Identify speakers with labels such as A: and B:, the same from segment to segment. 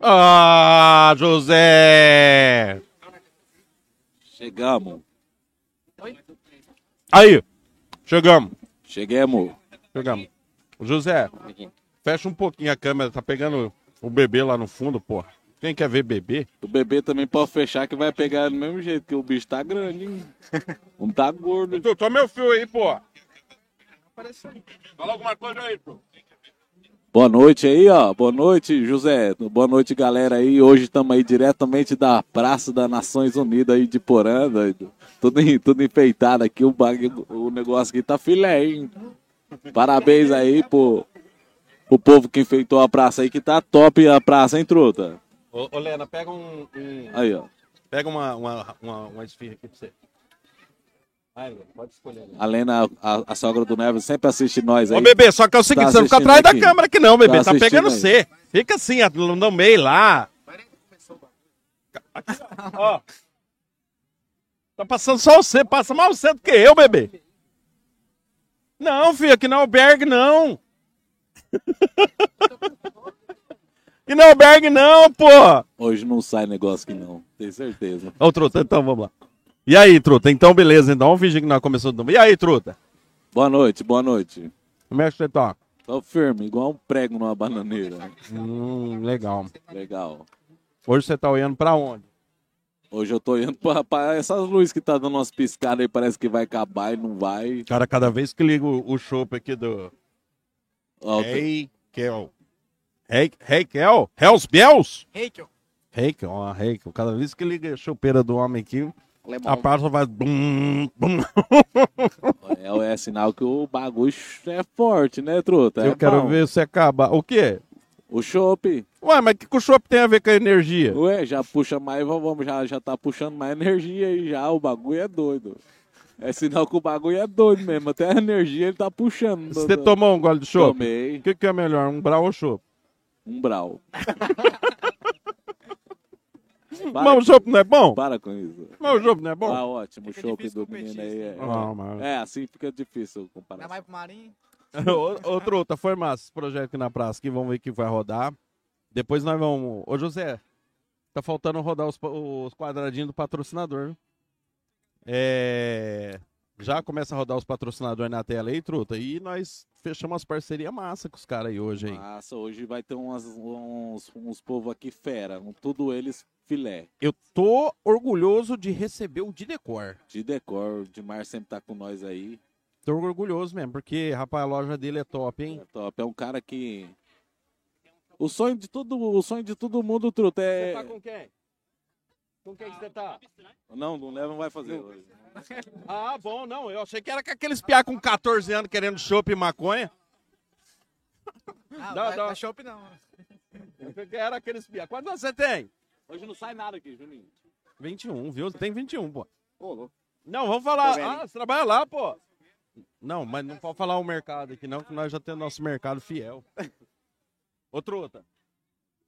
A: Ah, José!
B: Chegamos.
A: Aí, chegamos,
B: Chegamos.
A: chegamos. José, fecha um pouquinho a câmera, tá pegando o bebê lá no fundo, porra. Quem quer ver bebê?
B: O bebê também pode fechar que vai pegar do mesmo jeito, que o bicho tá grande, hein? Não tá gordo.
A: Tu, toma meu fio aí, porra. Fala alguma coisa aí, pô.
B: Boa noite aí, ó. Boa noite, José. Boa noite, galera aí. Hoje estamos aí diretamente da Praça das Nações Unidas aí de Porã, doido. Tudo, en- tudo enfeitado aqui. O, bagulho- o negócio aqui tá filé, hein? Parabéns aí pro, pro povo que enfeitou a praça aí, que tá top a praça, hein, truta?
A: Ô, ô, Lena, pega um... um-
B: Aí, ó.
A: Pega uma, uma, uma, uma esfirra aqui pra você. Vai, Lena, pode escolher. Lena.
B: A Lena, a, a sogra do Neves, sempre assiste nós aí.
A: Ô, bebê, só que é o seguinte,
B: Tá
A: você não fica
B: assistindo
A: atrás
B: aqui.
A: da câmera aqui não, bebê.
B: Tá
A: Tá, pegando
B: assistindo
A: você. Fica assim, a- no no meio lá. Aqui, ó. Tá passando só você, passa mais você do que eu, bebê. Não, filho, aqui não é albergue, não. E não é albergue, não, pô.
B: Hoje não sai negócio que não, tenho certeza.
A: Ô, truta, então, vamos lá. E aí, truta? Então, beleza, então. Vamos fingir que nós começamos do... E aí, truta?
B: Boa noite, boa noite.
A: Como é que você tá?
B: Tô firme, igual um prego numa bananeira.
A: Hum, legal.
B: Legal.
A: Hoje você tá olhando pra onde?
B: Hoje eu tô olhando pra, pra essas luzes que tá dando umas piscadas aí, parece que vai acabar e não vai.
A: Cara, cada vez que ligo o chopp aqui do
B: Ó, tem-
A: Heikel. Heikel? Hells Bells?
C: Heikel.
A: Heikel, ah, Heikel. Cada vez que liga a chopeira do homem aqui, a
C: Alemão.
A: praça vai... Bum, bum.
B: é, é sinal que o bagulho é forte, né, truta? É
A: Eu quero
B: bom.
A: ver se acaba. O quê?
B: O chopp.
A: Ué, mas o que, que o chopp tem a ver com a energia?
B: Ué, já puxa mais, vamos, já, já tá puxando mais energia aí já. O bagulho é doido. É sinal que o bagulho é doido mesmo. Até a energia ele tá puxando.
A: Você tomou um gole de chopp?
B: Tomei.
A: O que, que é melhor, um brau ou chopp?
B: Um brau.
A: Mas o chopp não é bom?
B: Para com isso.
A: Mas o chopp não é
B: Tá
A: bom?
B: ótimo, o
C: Fica
B: chopp
C: difícil
B: do menino
C: competir,
B: aí. É,
C: sim.
A: Não, mas...
B: É, assim fica difícil comparar.
C: Ainda mais pro Marinho.
A: ô, ô, truta, foi massa esse projeto aqui na praça, que vamos ver que vai rodar. Depois nós vamos. Ô, José, tá faltando rodar os, pa- os quadradinhos do patrocinador. né? É. Já começa a rodar os patrocinadores na tela aí, truta. E nós fechamos as parcerias massa com os caras aí hoje, hein?
B: Nossa, hoje vai ter umas- uns, uns povo aqui fera, um- tudo eles filé.
A: Eu tô orgulhoso de receber o de decor.
B: De decor, o Dimar sempre tá com nós aí.
A: Tô orgulhoso mesmo, porque, rapaz, a loja dele é top, hein?
B: É top, é um cara que... O sonho de todo, o sonho de todo mundo, truta, é...
A: tá quem? Com quem você tá?
B: Não, não leva, não vai fazer. hoje.
A: Ah, bom, não. Eu achei que era com aqueles piá com 14 anos querendo chopp e maconha.
C: Ah,
A: Dá,
C: não,
A: dá.
C: não. Chopp não.
B: né?
A: Eu achei que Era aqueles piá. Quantos anos você tem?
B: Hoje não sai nada aqui, Juninho.
A: 21, viu? Tem 21, pô.
B: Ô, louco.
A: Não, vamos falar. Ah, você trabalha lá, pô. Não, mas não pode falar o mercado aqui, não, que nós já temos nosso mercado fiel. Ô, truta.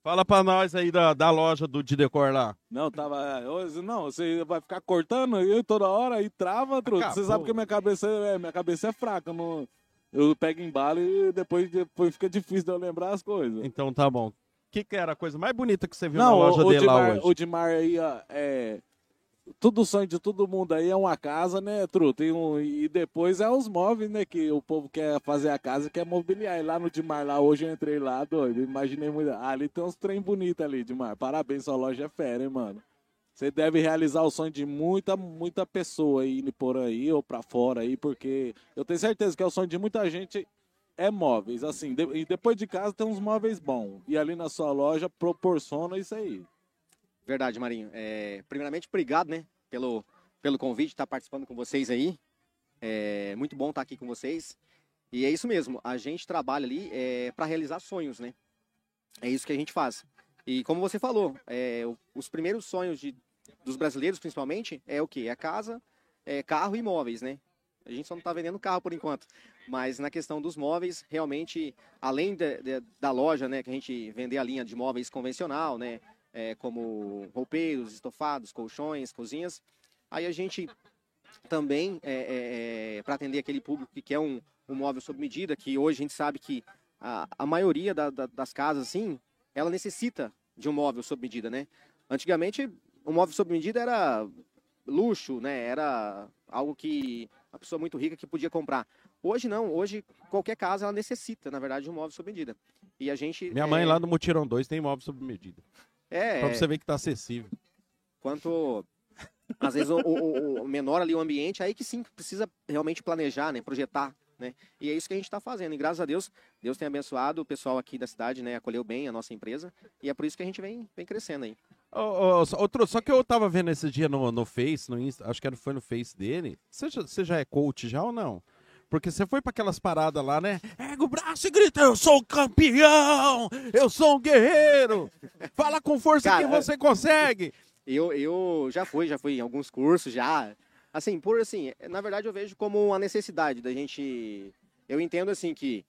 A: Fala pra nós aí da, da loja do de decor lá.
B: Não, tava. hoje- Não, você vai ficar cortando eu toda hora e trava, truta. Você
A: Acabou.
B: sabe que minha cabeça é, minha cabeça é fraca. eu não- eu pego embalo e depois, depois fica difícil de eu lembrar as coisas.
A: Então tá bom. O que, que era a coisa mais bonita é que você viu
B: Não,
A: na loja
B: o, o,
A: dele lá
B: Dimar,
A: hoje?
B: o Dimar aí, ó, é. Tudo o sonho de todo mundo aí é uma casa, né, truta? E, um- e depois é os móveis, né? Que o povo quer fazer a casa, quer mobiliar. E lá no Dimar, lá hoje eu entrei lá, doido. Imaginei muito. Ah, ali tem uns trem bonito ali, Dimar. Parabéns, sua loja é fera, hein, mano. Você deve realizar o sonho de muita, muita pessoa aí por aí ou pra fora aí, porque eu tenho certeza que é o sonho de muita gente é móveis, assim, de- e depois de casa tem uns móveis bons. E ali na sua loja proporciona isso aí.
D: Verdade, Marinho. É, primeiramente, obrigado, né, pelo, pelo convite, estar participando com vocês aí. É muito bom estar aqui com vocês. E é isso mesmo, a gente trabalha ali para realizar sonhos, né? É isso que a gente faz. E como você falou, é, o- os primeiros sonhos de, dos brasileiros, principalmente, é o quê? É casa, é carro e imóveis, né? A gente só não está vendendo carro por enquanto. Mas na questão dos móveis, realmente, além da- da- da loja, né, que a gente vender a linha de móveis convencional, né? é, como roupeiros, estofados, colchões, cozinhas. Aí a gente também, é, para atender aquele público que quer um, um móvel sob medida, que hoje a gente sabe que a, a maioria da- da- das casas, assim, ela necessita de um móvel sob medida, né? Antigamente, um móvel sob medida era luxo, né? Era algo que a pessoa muito rica que podia comprar. Hoje não, hoje qualquer casa ela necessita, na verdade, de um móvel sob medida. E a gente
A: Minha mãe
D: é,
A: lá no Mutirão 2 tem imóvel sob medida.
D: é,
A: Pra você ver que tá acessível.
D: quanto às vezes o, o- o- o menor ali o ambiente, aí que sim precisa realmente planejar, né, projetar, né? E é isso que a gente está fazendo. E graças a Deus, Deus tem abençoado o pessoal aqui da cidade, né? Acolheu bem a nossa empresa e é por isso que a gente vem, vem crescendo aí.
A: Ô, ô, ô, só- ô, Tru, só que eu tava vendo esse dia no, no Face, no Insta, acho que era- foi no Face dele. Você já, você já é coach já ou não? Porque você foi pra aquelas paradas lá, né? Erga o braço e grita, eu sou um campeão! Eu sou um guerreiro! Fala com força
D: Cara,
A: que você consegue!
D: Eu, eu já fui, já fui em alguns cursos, já. Assim, por assim, na verdade eu vejo como uma necessidade da gente. Eu entendo assim que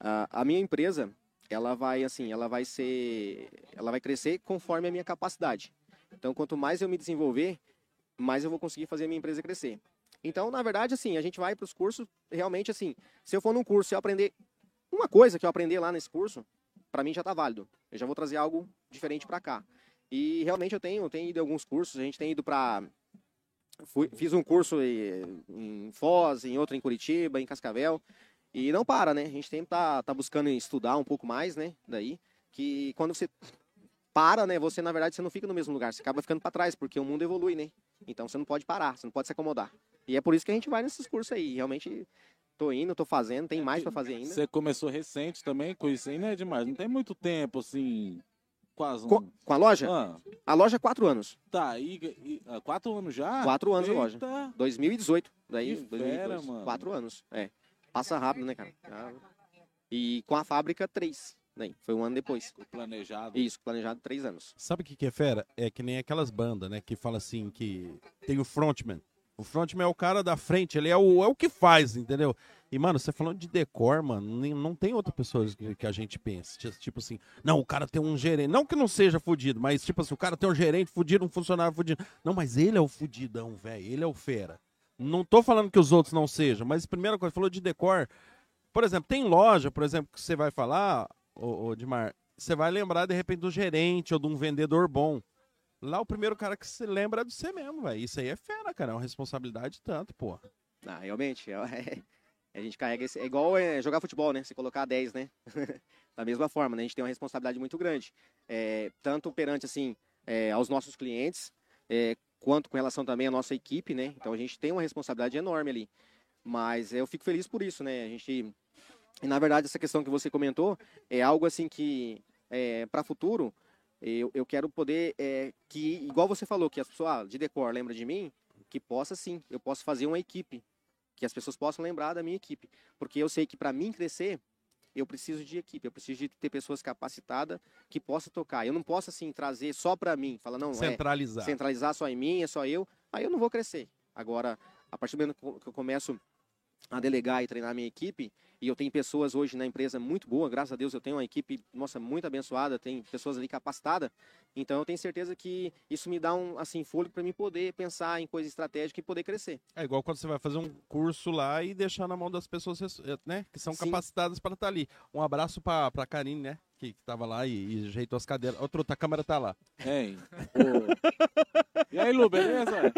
D: ah, a minha empresa, ela vai assim, ela vai ser, ela vai crescer conforme a minha capacidade. Então, quanto mais eu me desenvolver, mais eu vou conseguir fazer a minha empresa crescer. Então, na verdade, assim, a gente vai para os cursos realmente assim. Se eu for num curso e eu aprender uma coisa que eu aprender lá nesse curso, para mim já tá válido. Eu já vou trazer algo diferente para cá. E realmente eu tenho, tenho ido a alguns cursos, a gente tem ido para fiz um curso eh, em Foz, em outro em Curitiba, em Cascavel, e não para, né? A gente tem tá tá buscando estudar um pouco mais, né, daí, que quando você para, né, você na verdade você não fica no mesmo lugar, você acaba ficando para trás, porque o mundo evolui, né? Então você não pode parar, você não pode se acomodar. E é por isso que a gente vai nesses cursos aí, realmente tô indo, tô fazendo, tem mais para fazer ainda.
B: Você começou recente também com isso aí, né, demais? Não tem muito tempo, assim, quase um...
D: Co- Com, a loja?
B: Ah,
D: A loja é quatro anos.
B: tá, aí e- ah, quatro anos já?
D: Quatro anos de loja.
B: Eita!
D: 2018. Daí,
B: Que
D: 2002.
B: fera, mano.
D: Quatro anos. É. Passa rápido, né, cara? Ah, E com a fábrica, três. Daí, foi um ano depois.
B: Planejado.
D: Isso, planejado três anos.
A: Sabe o que, que é fera? É que nem aquelas bandas, né? Que fala assim que tem o frontman. O frontman é o cara da frente, ele é o, é o que faz, entendeu? E, mano, você falando de decor, mano, nem- não tem outra pessoa que, que a gente pense. Ti- Tipo assim, não, o cara tem um gerente. Não que não seja fudido, mas tipo assim, o cara tem um gerente fudido, um funcionário fudido. Não, mas ele é o fudidão, velho. Ele é o fera. Não tô falando que os outros não sejam, mas primeira coisa, falou de decor. Por exemplo, tem loja, por exemplo, que você vai falar, ô, ô Dimar, você vai lembrar de repente do gerente ou de um vendedor bom. Lá o primeiro cara que se lembra é de você mesmo, velho. Isso aí é fera, cara. É uma responsabilidade tanto, pô.
D: Ah, realmente. é- a gente carrega esse. É igual é, jogar futebol, né? Você colocar 10, né? da mesma forma, né? A gente tem uma responsabilidade muito grande. É, tanto perante, assim, é, aos nossos clientes, é, quanto com relação também à nossa equipe, né? Então a gente tem uma responsabilidade enorme ali. Mas eu fico feliz por isso, né? A gente. E, na verdade, essa questão que você comentou é algo assim que, para futuro, eu, eu quero poder é, que, igual você falou, que as pessoas ah, de decor lembra de mim, que possa sim, eu posso fazer uma equipe, que as pessoas possam lembrar da minha equipe, porque eu sei que para mim crescer, eu preciso de equipe, eu preciso de ter pessoas capacitadas que possam tocar. Eu não posso assim trazer só para mim, falar não, é,
A: Centralizar.
D: centralizar só em mim, é só eu, aí eu não vou crescer. Agora, a partir do momento co- que eu começo a delegar e treinar a minha equipe, e eu tenho pessoas hoje na empresa muito boa, graças a Deus eu tenho uma equipe, nossa, muito abençoada, tem pessoas ali capacitadas, então eu tenho certeza que isso me dá um, assim, fôlego para mim poder pensar em coisa estratégica e poder crescer.
A: É igual quando você vai fazer um curso lá e deixar na mão das pessoas eh, né, que são
D: Sim.
A: capacitadas para estar ali. Um abraço pra, pra Karine, né? Que, que tava lá e, e ajeitou as cadeiras. Outro, a câmera tá lá.
B: Hein? Ô. E aí, Lu, beleza?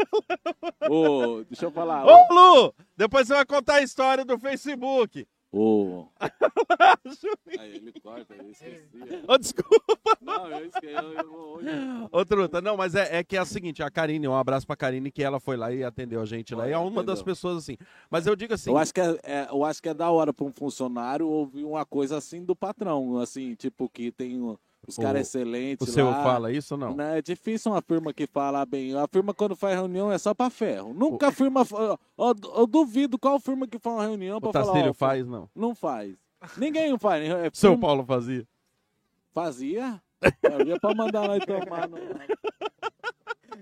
B: Ô, deixa eu falar. ô.
A: Ô, Lu! Depois você vai contar a história do Facebook.
B: Ô. Aí ele corta, eu esqueci.
A: Ô, desculpa.
B: Não, eu esqueci. Eu, eu vou hoje.
A: Ô, Truta, não, mas é, é que é o seguinte, a Karine, um abraço pra Karine, que ela foi lá e atendeu a gente lá. E é uma das
B: Entendeu.
A: pessoas, assim. Mas eu digo assim,
B: Eu acho que é, é- eu acho que é da hora para um funcionário ouvir uma coisa assim do patrão, assim, tipo que tem o- os
A: O-
B: caras excelentes
A: o seu
B: lá.
A: fala isso ou não?
B: Né, É difícil uma firma que fala bem. A firma quando faz reunião é só pra ferro. Nunca a firma. fa- Eu, eu duvido qual firma que faz uma reunião
A: O
B: pra falar.
A: Tastilho
B: ó,
A: faz, não.
B: Não faz. Ninguém faz. É,
A: Seu
B: firma-
A: Paulo fazia.
B: Fazia? Eu ia pra mandar nós tomar no.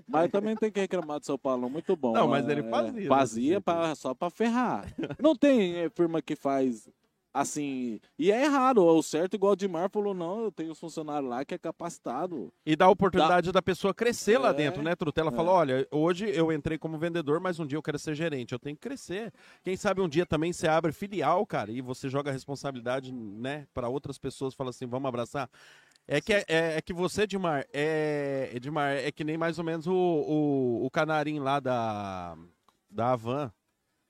B: Mas também tem que reclamar do São Paulo, muito bom.
A: Não, mas ele
B: É,
A: fazia, né?
B: Fazia pra- só pra ferrar. Não tem é, firma que faz assim. E é errado, o certo, igual o Dimar falou, não, eu tenho um funcionário lá que é capacitado.
A: E dá a oportunidade da pessoa crescer lá
B: É.
A: dentro, né, Truta? Ela
B: É.
A: fala, olha, hoje eu entrei como vendedor, mas um dia eu quero ser gerente, eu tenho que crescer. Quem sabe um dia também você abre filial, cara, e você joga a responsabilidade, né, para outras pessoas, fala assim, vamos abraçar. É que, é, é que você, Edmar, é, Edmar, é que nem mais ou menos o, o, o canarim lá da, da Havan.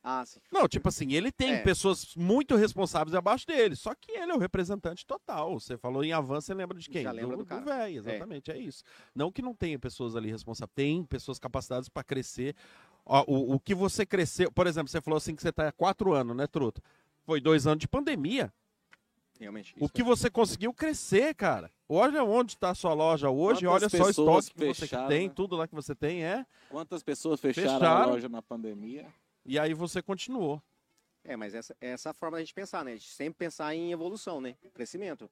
D: Ah, sim.
A: Não, tipo assim, ele tem
D: É.
A: pessoas muito responsáveis abaixo dele, só que ele é o representante total. Você falou em avanço, você lembra de quem?
D: Já lembra do cara.
A: véi, exatamente, é. isso. Não que não tenha pessoas ali responsáveis, tem pessoas capacitadas para crescer. Ó, o, o que você cresceu, por exemplo, você falou assim que você tá há quatro anos, né, Truto? Foi dois anos de pandemia.
D: Realmente.
A: O que você conseguiu crescer, cara. Olha onde está a sua loja hoje,
B: Quantas
A: olha só o
B: pessoas
A: estoque que você que
B: fecharam,
A: tem,
B: né?
A: tudo lá que você tem, é.
B: Quantas pessoas fecharam, a
A: Fecharam.
B: loja na pandemia?
A: E aí você continuou.
D: É, mas essa, essa é a forma da gente pensar, né? A gente sempre pensar em evolução, né? Crescimento.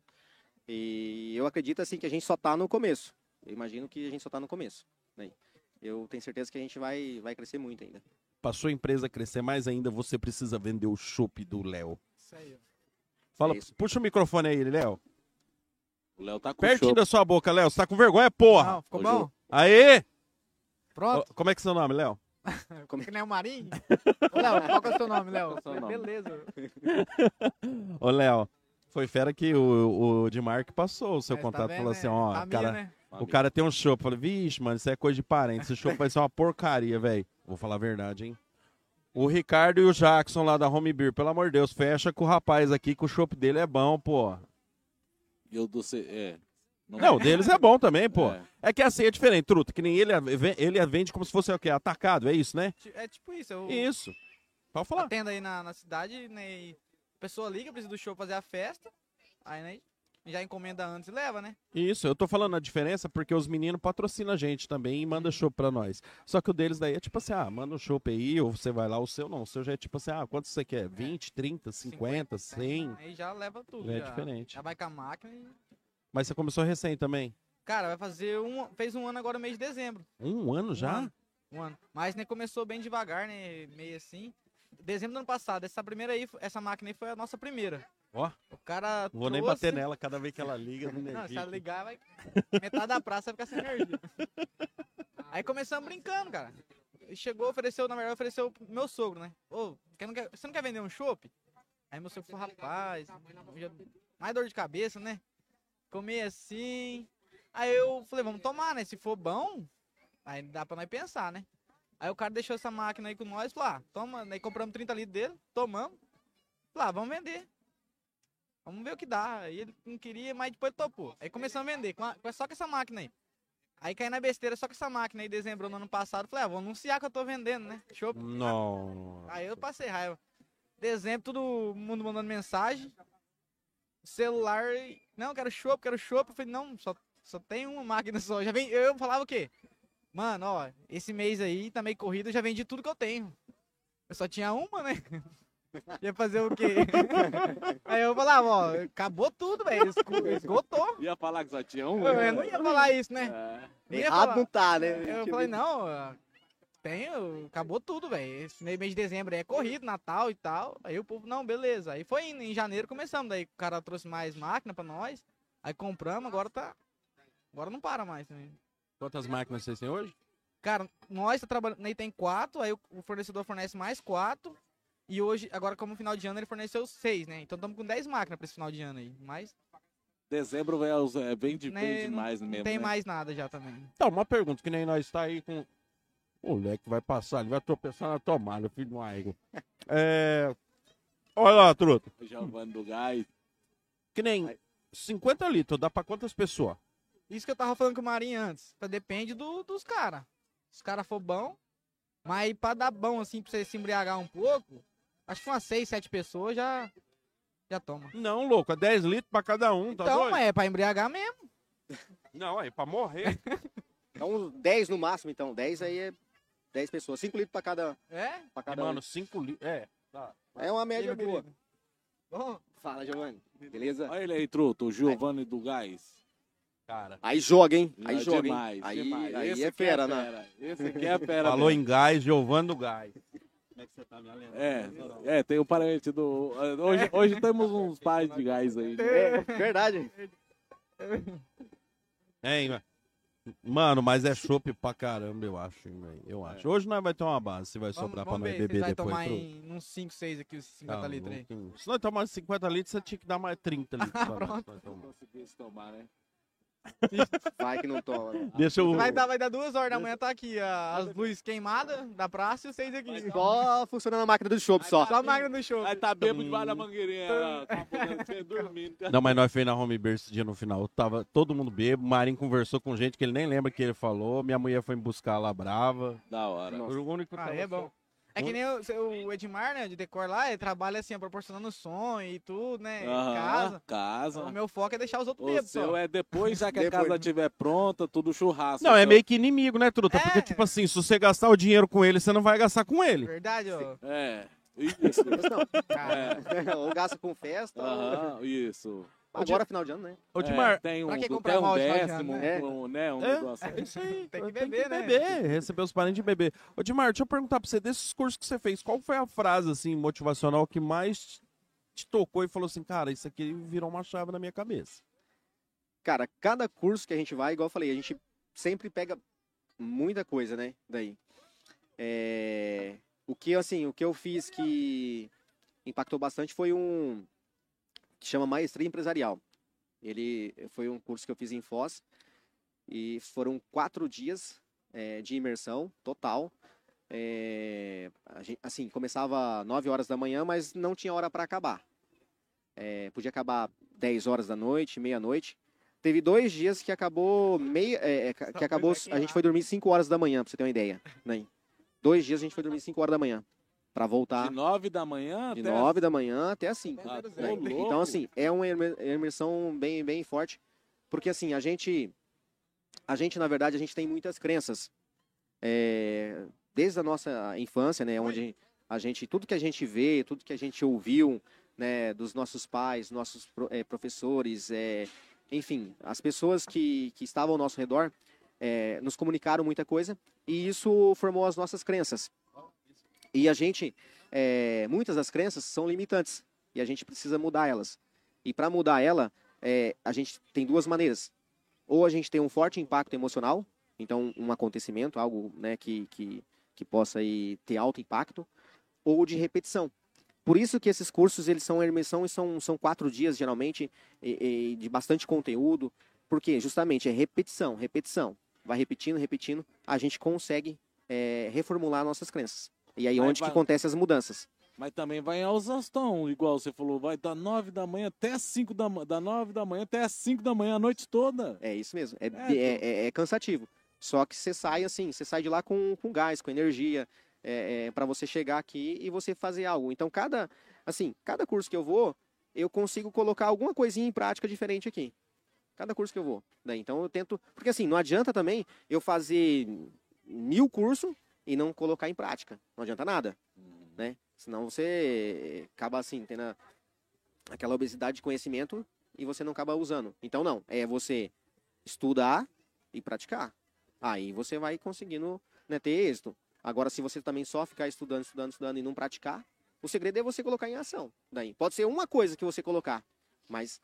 D: E eu acredito, assim, que a gente só tá no começo. Eu imagino que a gente só tá no começo, né? Eu tenho certeza que a gente vai, vai crescer muito ainda.
A: Para sua empresa crescer mais ainda, você precisa vender o chopp do Léo.
C: Isso aí, ó.
A: Fala,
D: É isso.
A: puxa o microfone aí, Léo.
B: O Léo tá com
A: Pertinho
B: show.
A: da sua boca, Léo. Você tá com vergonha, porra?
C: Não, ficou
B: Ô,
C: bom?
A: Aê! Ó,
C: Pronto.
A: Como é que é seu nome, Léo?
D: Como-
C: É, Que nem o Marinho. Ô, Léo, qual que é o seu nome, Léo?
B: Qual que é o seu nome?
C: Beleza.
A: Ô, Léo. Foi fera que o, o Dimarque passou o seu
C: Mas tá
A: contato.
C: vendo,
A: falou
C: né?
A: assim, ó,
C: Família,
A: cara,
C: né?
A: o cara tem um chopp. Falei, vixe, mano, isso é coisa de parente. Esse chopp vai ser uma porcaria, velho. Vou falar a verdade, hein? O Ricardo e o Jackson lá da Home Beer, pelo amor de Deus, fecha com o rapaz aqui que o chopp dele é bom, pô.
B: E o do C... É.
A: Não, o deles é bom também, pô.
B: É.
A: É que assim é diferente, truta. Que nem ele, ele vende como se fosse o quê? Atacado, é isso, né?
C: Ti- É tipo isso. Eu
A: Isso. Pode falar.
C: atendo aí na, na cidade, né? E a pessoa liga, precisa do show fazer a festa. Aí, né? Já encomenda antes e leva, né?
A: Isso, eu tô falando a diferença porque os meninos patrocinam a gente também e mandam show pra nós. Só que o deles daí é tipo assim, ah, manda um show aí, ou você vai lá, o seu não. O seu já é tipo assim, ah, quanto você quer? 20, 30, 50, 100?
C: Aí já leva tudo.
A: É
C: já.
A: diferente.
C: Já vai com a máquina e...
A: Mas você começou recém também?
C: Cara, vai fazer um... Fez um ano agora, mês de dezembro.
A: Um ano
C: Um
A: já?
C: ano, Um ano. Mas né, começou bem devagar, né? Meio assim. Dezembro do ano passado, essa primeira aí, essa máquina aí foi a nossa primeira.
A: Ó.
C: O cara.
A: Não vou nem
C: trouxe-
A: bater nela cada vez que ela liga. não
C: Tá Não, se
A: energia.
C: ela ligar, vai... metade da praça vai ficar sem energia. aí começamos brincando, cara. Chegou, ofereceu, na verdade, ofereceu pro meu sogro, né? Ô, quer- não quer- você não quer vender um chopp? Aí meu sogro falou, rapaz, já- mais dor de cabeça, né? Comi assim. Aí eu falei, vamos tomar, né? Se for bom, aí dá pra nós pensar, né? Aí o cara deixou essa máquina aí com nós, falou, ah, toma, aí compramos 30 litros dele, tomamos. Lá, vamos vender. Vamos ver o que dá. Aí ele não queria, mas depois topou. Aí começamos a vender, com a- com- só com essa máquina aí. Aí caí na besteira só com essa máquina aí, dezembro do ano passado. Falei, ah, vou anunciar que eu tô vendendo, né? Show.
A: Não.
C: Aí eu passei raiva. Dezembro, todo mundo mandando mensagem. Celular. Não, quero chopp, quero chopp. Eu falei, não, só, só tem uma máquina só. Já vem, eu falava o quê? Mano, ó, esse mês aí tá meio corrido, eu já vendi tudo que eu tenho. Eu só tinha uma, né? Ia fazer o quê? aí eu falava, ó, acabou tudo, velho. esgo- Esgotou.
B: Ia falar que só tinha um?
C: Eu não ia falar isso, né?
B: É.
C: Não ia
D: Errado
C: falar.
D: não tá, né?
C: Eu
D: Tipo,
C: falei, não, ó, tenho, acabou tudo, velho. Esse mês mês de dezembro aí é corrido, Natal e tal. Aí o povo, não, beleza. Aí foi indo, em janeiro começamos. Daí o cara trouxe mais máquina pra nós. Aí compramos, agora tá. Agora não para mais. Né?
A: Quantas máquinas vocês têm hoje?
C: Cara, nós tá trabalhando. Aí tem quatro, aí o- o fornecedor fornece mais quatro. E hoje, agora como final de ano, ele forneceu seis, né? Então estamos com dez máquinas pra esse final de ano aí. Mas
B: Dezembro vem, aos- é bem de,
C: Né,
B: bem demais
C: não
B: mesmo.
C: tem
B: né?
C: mais nada já também.
A: Então, uma pergunta, que nem nós tá aí com. O moleque vai passar, ele vai tropeçar na tomada, filho de uma égua. É. Olha lá, truta.
B: Giovanni do Gás.
A: Que nem 50 litros, dá pra quantas pessoas?
C: Isso que eu tava falando com o Marinho antes. Tá, Depende do, dos caras. Se os caras for bom, mas pra dar bom, assim, pra você se embriagar um pouco, acho que umas 6, 7 pessoas já, já toma.
A: Não, louco, é 10 litros pra cada um, tá
C: então,
A: doido?
C: é pra embriagar mesmo.
A: Não, é pra morrer.
D: Então, 10 no máximo, então. 10 aí é 10 pessoas. 5 litros pra cada,
C: É?
B: Tá.
D: pra cada
A: Mano, 5 litros. É, tá.
D: um. É uma média
C: meu
D: boa.
C: querido. Bom,
D: Fala, Giovanni. Beleza?
B: Olha ele aí, truto. O Giovanni do Gás.
A: Cara.
D: Aí joga, hein? Aí
B: É
D: joga,
B: demais,
D: hein? Aí,
B: demais.
D: aí
B: Esse
D: é
B: aqui
D: fera, né?
B: Esse aqui é fera.
A: Falou
B: mesmo.
A: em gás, Giovanni do gás.
E: tá?
B: É, é, tem o parente do. Hoje, hoje temos uns pais de gás aí. né?
D: É, verdade.
A: Hein, ma- mano, mas é chopp pra caramba, eu acho, hein, velho. Eu
B: É.
A: acho. Hoje nós vai ter uma base, se vai
C: vamos,
A: sobrar
C: vamos
A: pra
C: ver
A: nós
C: se
A: beber
C: vai
A: depois.
C: tomar
A: truta.
C: em uns 5, 6 aqui, os 50
A: Tá
C: litros aí.
A: louco, hein? Se nós tomarmos 50 litros, você tinha que dar mais 30 litros. pra nós, pra nós tomar.
B: Conseguisse tomar, né?
D: Vai que não toma. né?
A: Deixa eu.
C: Vai dar, vai dar duas horas da manhã, tá aqui ah, as luzes queimadas da praça e vocês aqui.
D: Só funcionando a máquina do chopp só.
C: Só a máquina do show.
B: Aí um- tá bêbado debaixo da mangueirinha, lá, tá afogando, você dormindo.
A: Não, mas nós fez na home beer esse dia no final. Tava todo mundo bebo. O Marinho conversou com gente que ele nem lembra que ele falou. Minha mulher foi me buscar lá brava.
B: Da hora.
D: Nossa.
A: O único que
C: Ah,
A: tava
C: é bom.
A: só-
C: É
B: Hum.
C: que nem o, o Edmar, né, de decor lá, ele trabalha assim, proporcionando som e tudo, né, em
B: Aham,
C: casa.
B: casa.
C: O meu foco é deixar os outros
B: O
C: bêbados
B: seu
C: só.
B: é depois, já que a
D: Depois.
B: casa estiver pronta, tudo churrasco.
A: Não, é
B: Então,
A: meio que inimigo, né, Truta?
C: É.
A: Porque, tipo assim, se você gastar o dinheiro com ele, você não vai gastar com ele.
C: Verdade, ó.
B: É. Isso.
D: Mas não.
C: Cara,
B: é.
D: ou gasta um com festa, ou...
B: Aham, isso.
D: agora final de ano, né?
A: Ô,
B: É,
A: Dimar,
B: tem um,
C: pra que
B: tem
C: comprar
B: um
C: mal de cadeado,
B: décimo,
D: né?
B: um, né, um
A: É.
B: negócio.
A: é isso aí.
C: Tem que beber, né?
A: beber, receber os parentes de beber. Ô, Dimar, deixa eu perguntar pra você, desses cursos que você fez, qual foi a frase, assim, motivacional que mais te tocou e falou assim, cara, isso aqui virou uma chave na minha cabeça?
D: Cara, cada curso que a gente vai, igual eu falei, a gente sempre pega muita coisa, né? Daí. É, O que, assim, o que eu fiz que impactou bastante foi um que chama Maestria Empresarial. Ele foi um curso que eu fiz em Foz e foram quatro dias é, de imersão total. É, a gen- assim, começava 9 horas da manhã, mas não tinha hora para acabar. É, podia acabar 10 horas da noite, meia-noite. Teve dois dias que acabou meia, é, é, ca- que acabou a gente foi dormir 5 horas da manhã, pra você ter uma ideia, né? Dois dias a gente foi dormir 5 horas da manhã para voltar
B: De nove da manhã
D: de
B: até...
D: 9 da manhã até as 5.
B: Ah,
D: né?
B: ô, louco.
D: Então, assim, é uma imer- imersão bem, bem forte, porque assim, a gente, a gente, na verdade, a gente tem muitas crenças. É, desde a nossa infância, né, onde a gente, tudo que a gente vê, tudo que a gente ouviu, né, dos nossos pais, nossos pro- eh, professores, eh, enfim, as pessoas que, que estavam ao nosso redor, eh, nos comunicaram muita coisa e isso formou as nossas crenças. E a gente, eh, muitas das crenças são limitantes e a gente precisa mudar elas. E para mudar ela, eh, a gente tem duas maneiras. Ou a gente tem um forte impacto emocional, então um acontecimento, algo né, que, que, que possa aí, ter alto impacto, ou de repetição. Por isso que esses cursos eles são imersão e são, são quatro dias geralmente e- e de bastante conteúdo, porque justamente é repetição, repetição, vai repetindo, repetindo, a gente consegue eh, reformular nossas crenças. E aí
B: Vai,
D: onde
B: vai.
D: que acontecem as mudanças?
B: Mas também vai ao exaustão, igual você falou, vai da nove da manhã até as cinco da manhã, da nove da manhã até as cinco da manhã, a noite toda.
D: É isso mesmo. É,
B: pô.
D: é- é- é cansativo. Só que você sai assim, você sai de lá com, com gás, com energia, é, para você chegar aqui e você fazer algo. Então, cada, assim, cada curso que eu vou, eu consigo colocar alguma coisinha em prática diferente aqui. Cada curso que eu vou. né? Então, eu tento. Porque, assim, não adianta também eu fazer mil cursos e não colocar em prática. Não adianta nada. Né? Senão você acaba, assim, tendo a- aquela obesidade de conhecimento e você não acaba usando. Então, não. É você estudar e praticar. Aí você vai conseguindo né, ter êxito. Agora, se você também só ficar estudando, estudando, estudando e não praticar, o segredo é você colocar em ação. Daí pode ser uma coisa que você colocar, mas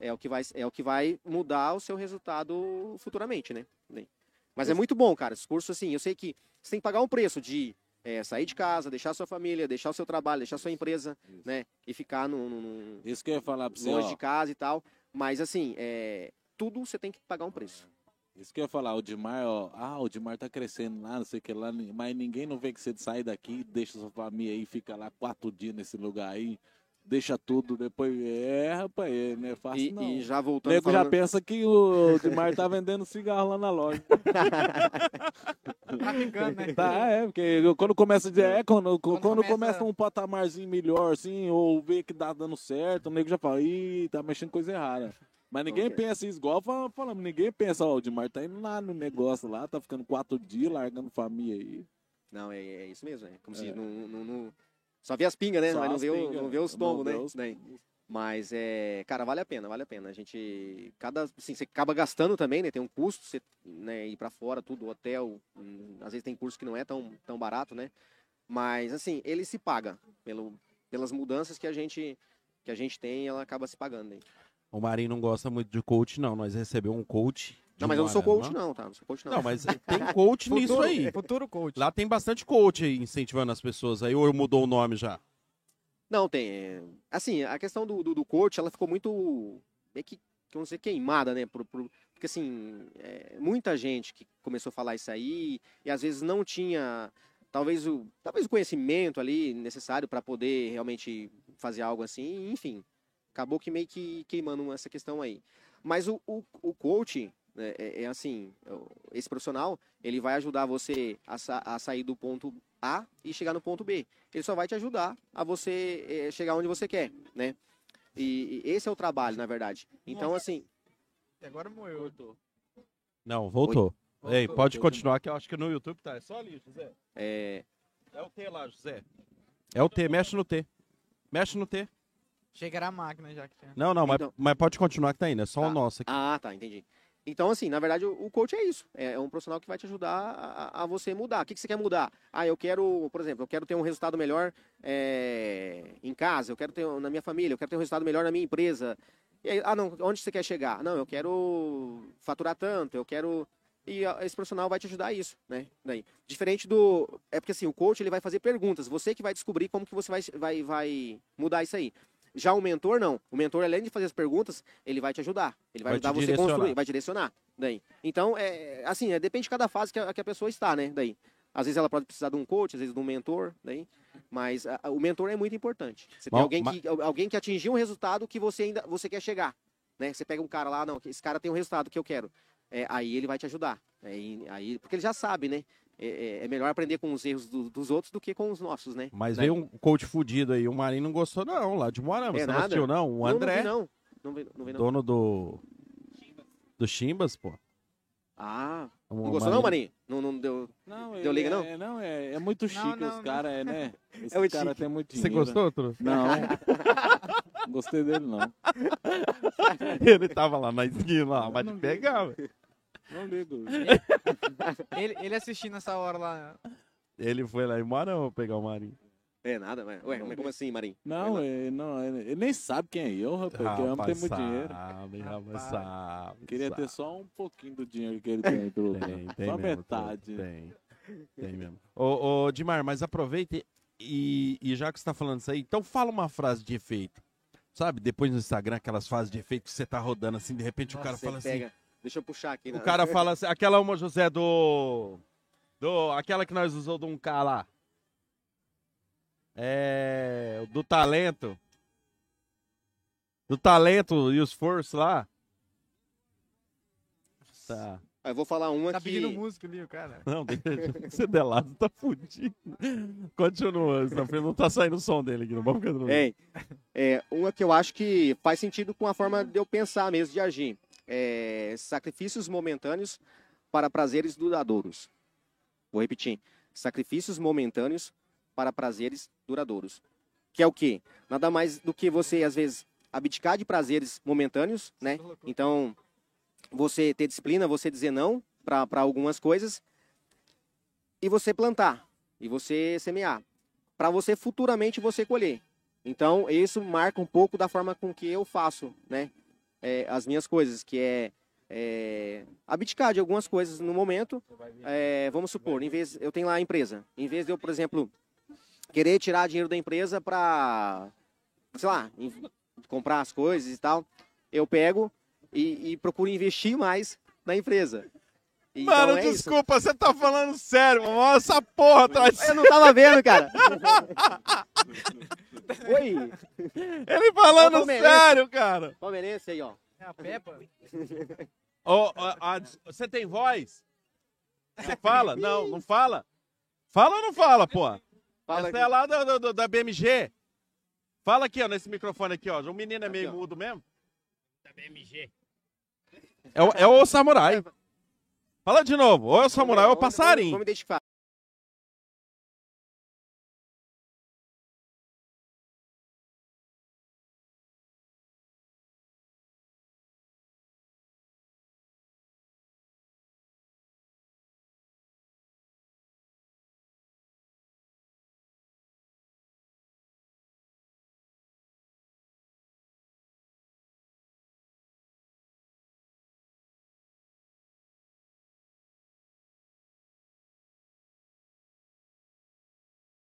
D: é o que vai, é o que vai mudar o seu resultado futuramente, né? Daí. Mas é muito bom, cara. Esse curso, assim, eu sei que você tem que pagar um preço de eh, sair de casa, deixar sua família, deixar o seu trabalho, deixar sua empresa,
B: Isso.
D: né? E ficar num- num- num,
B: Isso que eu ia falar pra você,
D: longe
B: ó.
D: de casa e tal. Mas assim, é, tudo você tem que pagar um preço.
B: Isso que eu ia falar, o Dimar, ó. Ah, o Dimar tá crescendo lá, não sei o que lá, ni- mas ninguém não vê que você sai daqui, deixa sua família aí, fica lá quatro dias nesse lugar aí, deixa tudo, depois. É, rapaz, é, não é fácil
D: E,
B: não.
D: e
B: o
D: já voltando.
B: nego já
D: falando-
B: pensa que o Dimar tá vendendo cigarro lá na loja.
C: Tá ficando, né?
B: Tá, é, porque quando começa de. É, quando, quando, começa...
C: começa-
B: um patamarzinho melhor, assim, ou vê que tá dando certo, o nego já fala, ih, tá mexendo coisa errada. Mas ninguém
D: Ok.
B: pensa isso, igual fala- falamos, ninguém pensa, ó, o Dimar tá indo lá no negócio lá, tá ficando quatro dias, largando família aí.
D: Não, é, é isso mesmo. É como
B: É.
D: se não, não- não- Só vê as pingas, né?
B: Só
D: Mas não
B: as
D: vê, o-
B: pingas,
D: não vê os
B: não
D: tombos,
B: vê
D: né?
B: os-
D: Daí. Mas é, cara, vale a pena, vale a pena. A gente cada, assim, você acaba gastando também, né? Tem um custo, você, né, ir para fora, tudo, hotel, hum, às vezes tem curso que não é tão tão barato, né? Mas assim, ele se paga pelo, pelas mudanças que a gente que a gente tem, ela acaba se pagando, né?
A: O Marinho não gosta muito de coach, não. Nós recebemos um coach. de um
D: Não, mas eu não sou
A: Moarama.
D: coach não, tá? Não sou coach não. é
A: Não, mas tem coach nisso
C: Futuro-
A: aí.
C: Futuro coach.
A: Lá tem bastante coach aí incentivando as pessoas aí, ou mudou o nome já?
D: Não, tem. é, Assim, a questão do, do, do coach, ela ficou muito. meio que, que eu não sei, queimada, né? Por, por, Porque, assim, é, muita gente que começou a falar isso aí e às vezes não tinha, talvez, o, talvez o conhecimento ali necessário para poder realmente fazer algo assim, enfim. Acabou que meio que queimando essa questão aí. Mas o, o, o coach, né, é, é assim, esse profissional, ele vai ajudar você a, sa- a sair do ponto A e chegar no ponto B. Ele só vai te ajudar a você eh, chegar onde você quer, né? E, e esse é o trabalho, na verdade. Então, assim,
C: E agora morreu.
A: Não, voltou. Ei,
B: Voltou,
A: pode
B: voltou.
A: continuar que eu acho que no YouTube tá. É só ali, José.
D: é,
A: É o T lá, José. É o T, mexe no T. Mexe no T.
C: Chegará a máquina já que tinha.
A: Não, não, mas,
D: Então-
A: mas pode continuar que tá indo. É só o
D: Tá.
A: nosso aqui.
D: Ah, tá, entendi. Então, assim, na verdade, o o coach é isso. É é um profissional que vai te ajudar a, a você mudar. O que, que você quer mudar? Ah, eu quero, por exemplo, eu quero ter um resultado melhor é, em casa, eu quero ter um- na minha família, eu quero ter um resultado melhor na minha empresa. E aí, ah, não, onde você quer chegar? Não, eu quero faturar tanto, eu quero. E a- esse profissional vai te ajudar a isso, né? Daí. Diferente do. É porque assim, o coach ele vai fazer perguntas. Você que vai descobrir como que você vai, vai, vai mudar isso aí. Já o mentor, não. O mentor, além de fazer as perguntas, ele vai te ajudar. Ele vai,
A: Vai te
D: ajudar você a
A: direcionar.
D: construir, vai direcionar. Daí. Então, é, assim, é, depende de cada fase que a, que a pessoa está, né? Daí. Às vezes ela pode precisar de um coach, às vezes de um mentor, daí. Mas a- a- o mentor é muito importante. Você tem
A: Bom,
D: alguém,
A: ma-
D: que, al- alguém que atingiu um resultado que você ainda você quer chegar. Né? Você pega um cara lá, não, esse cara tem um resultado que eu quero. É, aí ele vai te ajudar. Aí, aí, porque ele já sabe, né? É, é- é melhor aprender com os erros do- dos outros do que com os nossos, né?
A: Mas
D: Daí.
A: veio um coach fudido aí. O Marinho não gostou, não, lá de Moarama.
D: É
A: Você não
D: nada.
A: assistiu, não? O
D: Não,
A: André,
D: Não, vi, não. Não vi, não. vi, não.
A: dono do. Do Chimbas, pô.
D: Ah,
A: O
D: não gostou não, Marinho? Não, não deu...
B: Não,
D: Deu
B: ele
D: liga,
B: é-
D: não?
B: É, não, é, é muito chique
C: não,
B: os
C: não.
B: caras, é, né?
D: É
B: Esse
D: muito
B: cara
D: chique.
B: tem muito
A: Você
B: dinheiro.
A: gostou, Tru?
B: Não. Não Gostei dele, não.
A: Ele tava lá na esquina, lá, mas
B: não
A: de
B: vi.
A: pegar, velho.
B: Não ligo.
C: Ele, ele assistindo essa hora lá.
A: Ele foi lá em Moarama pegar o Marinho.
D: É nada, mas... Ué, mas como assim, Marinho?
B: Não, ele, não, ele ele nem sabe quem é eu, rapaz, porque o homem tem muito dinheiro.
A: sabe, rapaz,
C: Rapaz.
A: sabe.
B: Queria ter
A: sabe.
B: só um pouquinho do dinheiro que ele tem, Truta.
A: Tem, tem
B: só
A: mesmo,
B: metade.
A: Tem, tem mesmo. Ô, ô, Dimar, mas aproveita e, e já que você tá falando isso aí, então fala uma frase de efeito. Sabe, depois no Instagram, aquelas frases de efeito que você tá rodando assim, de repente o cara
D: Nossa,
A: fala
D: você
A: assim.
D: pega. Deixa eu puxar aqui.
A: O
D: né?
A: cara fala assim, aquela uma, José, do. Do. Aquela que nós usou do 1K lá. É. Do talento. Do talento e o esforço lá. Tá.
D: Ah, Eu vou falar uma
C: Tá
D: que...
C: pedindo música ali, o cara.
A: Não, deixa. Você delado tá fudido. Continua, Sanfrei. Não tá saindo o som dele aqui, não vamos continuar.
D: Hein? É, uma que eu acho que faz sentido com a forma de eu pensar mesmo, de agir. É, sacrifícios momentâneos para prazeres duradouros. Vou repetir. Sacrifícios momentâneos para prazeres duradouros. Que é o quê? Nada mais do que você, às vezes, abdicar de prazeres momentâneos, né? Então, você ter disciplina, você dizer não para algumas coisas e você plantar e você semear para você futuramente você colher. Então, isso marca um pouco da forma com que eu faço, né? é, as minhas coisas, que é, é, abdicar de algumas coisas no momento. É, vamos supor, em vez eu tenho lá a empresa, em vez de eu, por exemplo, querer tirar dinheiro da empresa para, sei lá, em- comprar as coisas e tal, eu pego e, e procuro investir mais na empresa. Então,
A: Mano,
D: é isso.
A: desculpa, você tá falando sério, mano. Olha essa porra atrás.
D: Eu não tava vendo, cara. Oi,
A: Ele falando
D: Eu não mereço.
A: sério, cara.
D: palmeirense aí, ó.
C: É a Peppa?
A: Ô, ô, a- você tem voz? Você fala? Não, não fala? Fala ou não fala, pô?
D: Fala
A: Essa
D: aqui.
A: é lá da, da- da- da BMG. Fala aqui, ó, nesse microfone aqui, ó. O menino é meio
D: Aqui, ó.
A: mudo mesmo? Da BMG. É, o- é o samurai. Fala de novo. Ou é o samurai ou é o
D: Vamos- vamos-
A: passarinho.
D: Vamos identificar.
B: Tá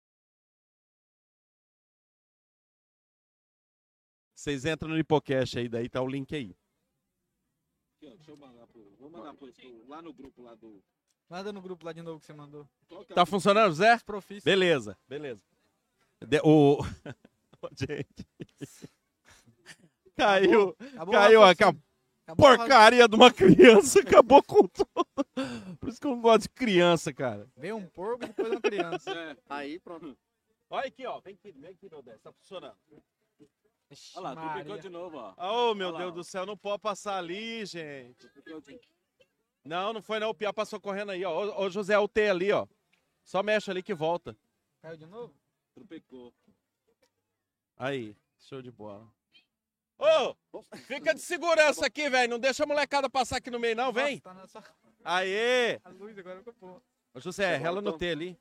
A: Vocês entram no Hipocast aí, daí tá o link aí.
B: Aqui, ó, deixa eu mandar pro. Vou mandar pro, pro- lá no grupo lá do.
C: Manda no grupo lá de novo que você mandou.
B: Qual que é
A: Tá funcionando, Zé?
C: Então, Os profis.
A: Beleza, beleza. De- o... Ô, Gente. Caiu,
C: Acabou o
A: caiu
C: raciocínio.
A: aqui a
C: Acabou o raciocínio.
A: porcaria de uma criança, acabou com tudo. Por isso que eu não gosto de criança, cara.
C: Veio um porco e depois uma criança.
B: É,
D: Aí, pronto.
A: Olha aqui, ó. Vem aqui, vem aqui, meu Deus. Tá funcionando.
B: olha lá,
C: Maria.
B: duplicou de novo, ó.
A: Oh, meu
B: Olha lá,
A: Deus
B: ó.
A: do céu, não pode passar ali, gente.
B: Duplicou de-
A: Não, não foi não. O Piá passou correndo aí, ó. Ô, ô, José, é o T ali, ó. Só mexe ali que volta.
C: Caiu de novo?
B: Duplicou.
A: Aí, show de bola. Ô, fica de segurança aqui, velho. Não deixa a molecada passar aqui no meio, não.
C: Nossa,
A: Vem.
C: tá na sua
A: Aê.
C: a luz agora ficou boa.
A: Ô, José,
D: Agora
A: ela
D: eu
A: no
D: tô.
C: então.
A: T ali.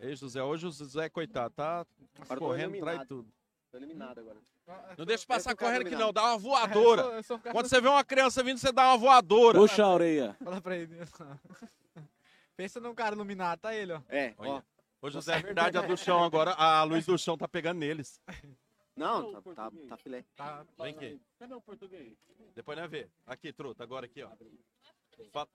A: Ei, José, hoje o José, coitado, tá
D: Agora eu tô
A: correndo, trai
D: eliminado.
A: tudo.
D: Tô eliminado agora. é
A: Não deixa passar
D: eu tô
A: correndo aqui
D: eliminado.
A: não, dá uma
D: É,
C: É, Eu
A: voadora.
C: sou- eu
D: um
C: sou o cara-
A: Quando você vê uma criança vindo, você dá uma voadora.
B: Puxa a orelha.
C: Fala pra ele. Pensa num cara iluminado, tá ele, ó.
D: É, ó.
A: Olha. Ô, José, é verdade, a do chão agora, a luz do chão tá pegando neles.
D: Não,
B: Não,
D: tá, tá,
B: português.
D: tá filé.
C: Tá.
A: Vem aqui,
B: Cadê o português?
A: depois nós vê. Aqui, truta, agora aqui, ó. Fala,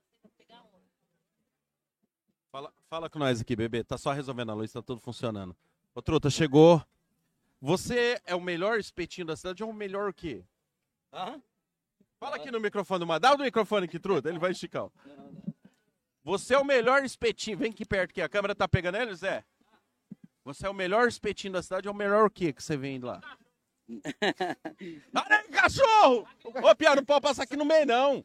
A: fala, fala com nós aqui, bebê, tá só resolvendo a luz, tá tudo funcionando. Ô, truta, chegou. Você é o melhor espetinho da cidade ou o melhor o quê?
B: Hã?
A: Fala aqui no microfone do Madal, dá o microfone aqui, truta, ele vai esticar. ó. Você é o melhor espetinho, vem aqui perto que a câmera tá pegando ele, Zé? Você é o melhor espetinho da cidade ou o melhor o quê que você vem lá? Para aí, cachorro! Ô, Piá, não pode passar aqui no meio, não.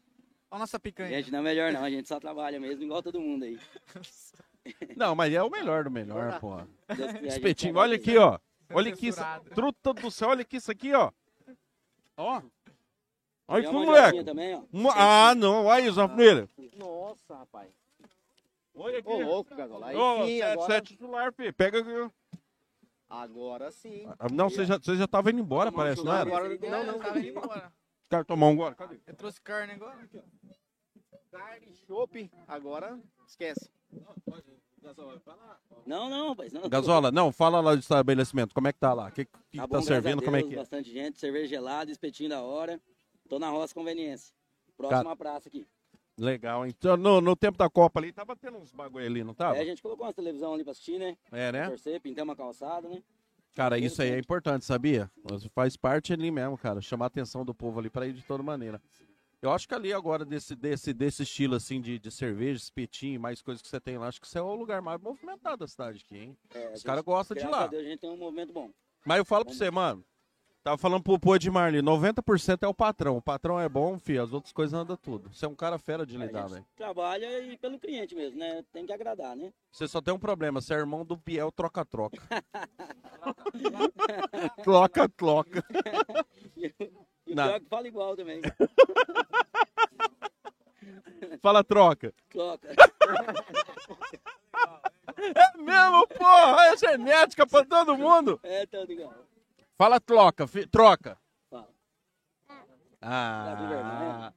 C: Ó a nossa picanha.
F: Gente, não é melhor não, a gente só trabalha mesmo, igual todo mundo aí.
A: Não, mas é o melhor do melhor, pô.
F: Deus quiser, a gente
A: Espetinho,
F: trabalha aí.
A: olha
F: né? Tá
A: aqui, ó. Olha aqui, isso.
C: Censurado.
A: truta do céu, olha aqui isso aqui, ó. Ó.
F: Tem
A: Olha que
F: é uma
A: moleque.
F: mandioquinha também, ó.
A: Mo- Ah, não, olha isso, Rafael.
F: Nossa, rapaz.
A: Olha
D: Ô, louco, Gasola. Aí
A: Ô,
D: sim,
A: sete,
D: agora,
A: sete titular, filho. Pega.
D: agora sim.
A: Ah, Não,
F: é.
A: você já, você já tava indo embora,
F: um
A: parece, não era?
D: agora, não, não,
C: Tava indo embora.
A: Quero tomar um agora.
C: Eu trouxe carne agora.
D: Carne, chope, agora esquece.
F: Não, não, rapaz. Não.
A: Gasola, não, fala lá do estabelecimento, como é que tá lá? O que, que
F: Tá
A: tá,
F: bom, graças
A: servindo,
F: a
A: como é
F: Deus,
A: que é?
F: Bastante gente, cerveja gelada, espetinho da hora. Tô na roça conveniência. Próxima
A: Tá.
F: praça aqui.
A: Legal, então, no, no tempo da Copa ali, tava tendo uns bagulho ali, não tava?
F: É, a gente colocou uma televisão ali pra assistir, né?
A: É, né?
F: Torcer, pintar uma calçada, né?
A: Cara, isso aí é importante, sabia? Isso Faz parte ali mesmo, cara, chamar a atenção do povo ali pra ir de toda maneira. Eu acho que ali agora, desse, desse, desse estilo assim de, de cerveja, espetinho e mais coisas que você tem lá, acho que isso é o lugar mais movimentado da cidade aqui, hein?
F: É, a
A: Os
F: gente-
A: caras gostam de
F: graças
A: lá.
F: a Deus, a gente tem um movimento bom.
A: Mas eu falo pra você, mano. Tava falando pro Pô de Marli, 90% é o patrão. O patrão é bom, filho, as outras coisas andam tudo. Você é um cara fera de
F: A
A: lidar,
F: gente
A: velho.
F: trabalha e pelo cliente mesmo, né? Tem que agradar, né?
A: Você só tem um problema, você é irmão do Biel troca-troca. Troca-troca.
F: E o
A: Não.
F: Thiago fala igual também.
A: Fala troca.
F: Troca.
A: É mesmo, porra, é genética pra todo mundo.
F: É,
D: tá,
F: tanto igual.
A: Fala troca, fi- troca.
F: Fala.
A: Ah.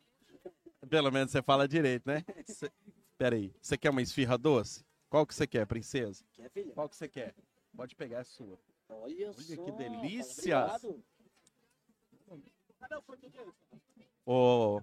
A: Pelo menos você fala direito, né? Cê... Pera aí, você quer uma esfirra doce? Qual que você quer, princesa?
F: Quer, filha?
A: Qual que você quer? Pode pegar a sua.
F: Olha, só.
A: que
F: rapaz,
A: delícia.
F: obrigado.
A: Ô,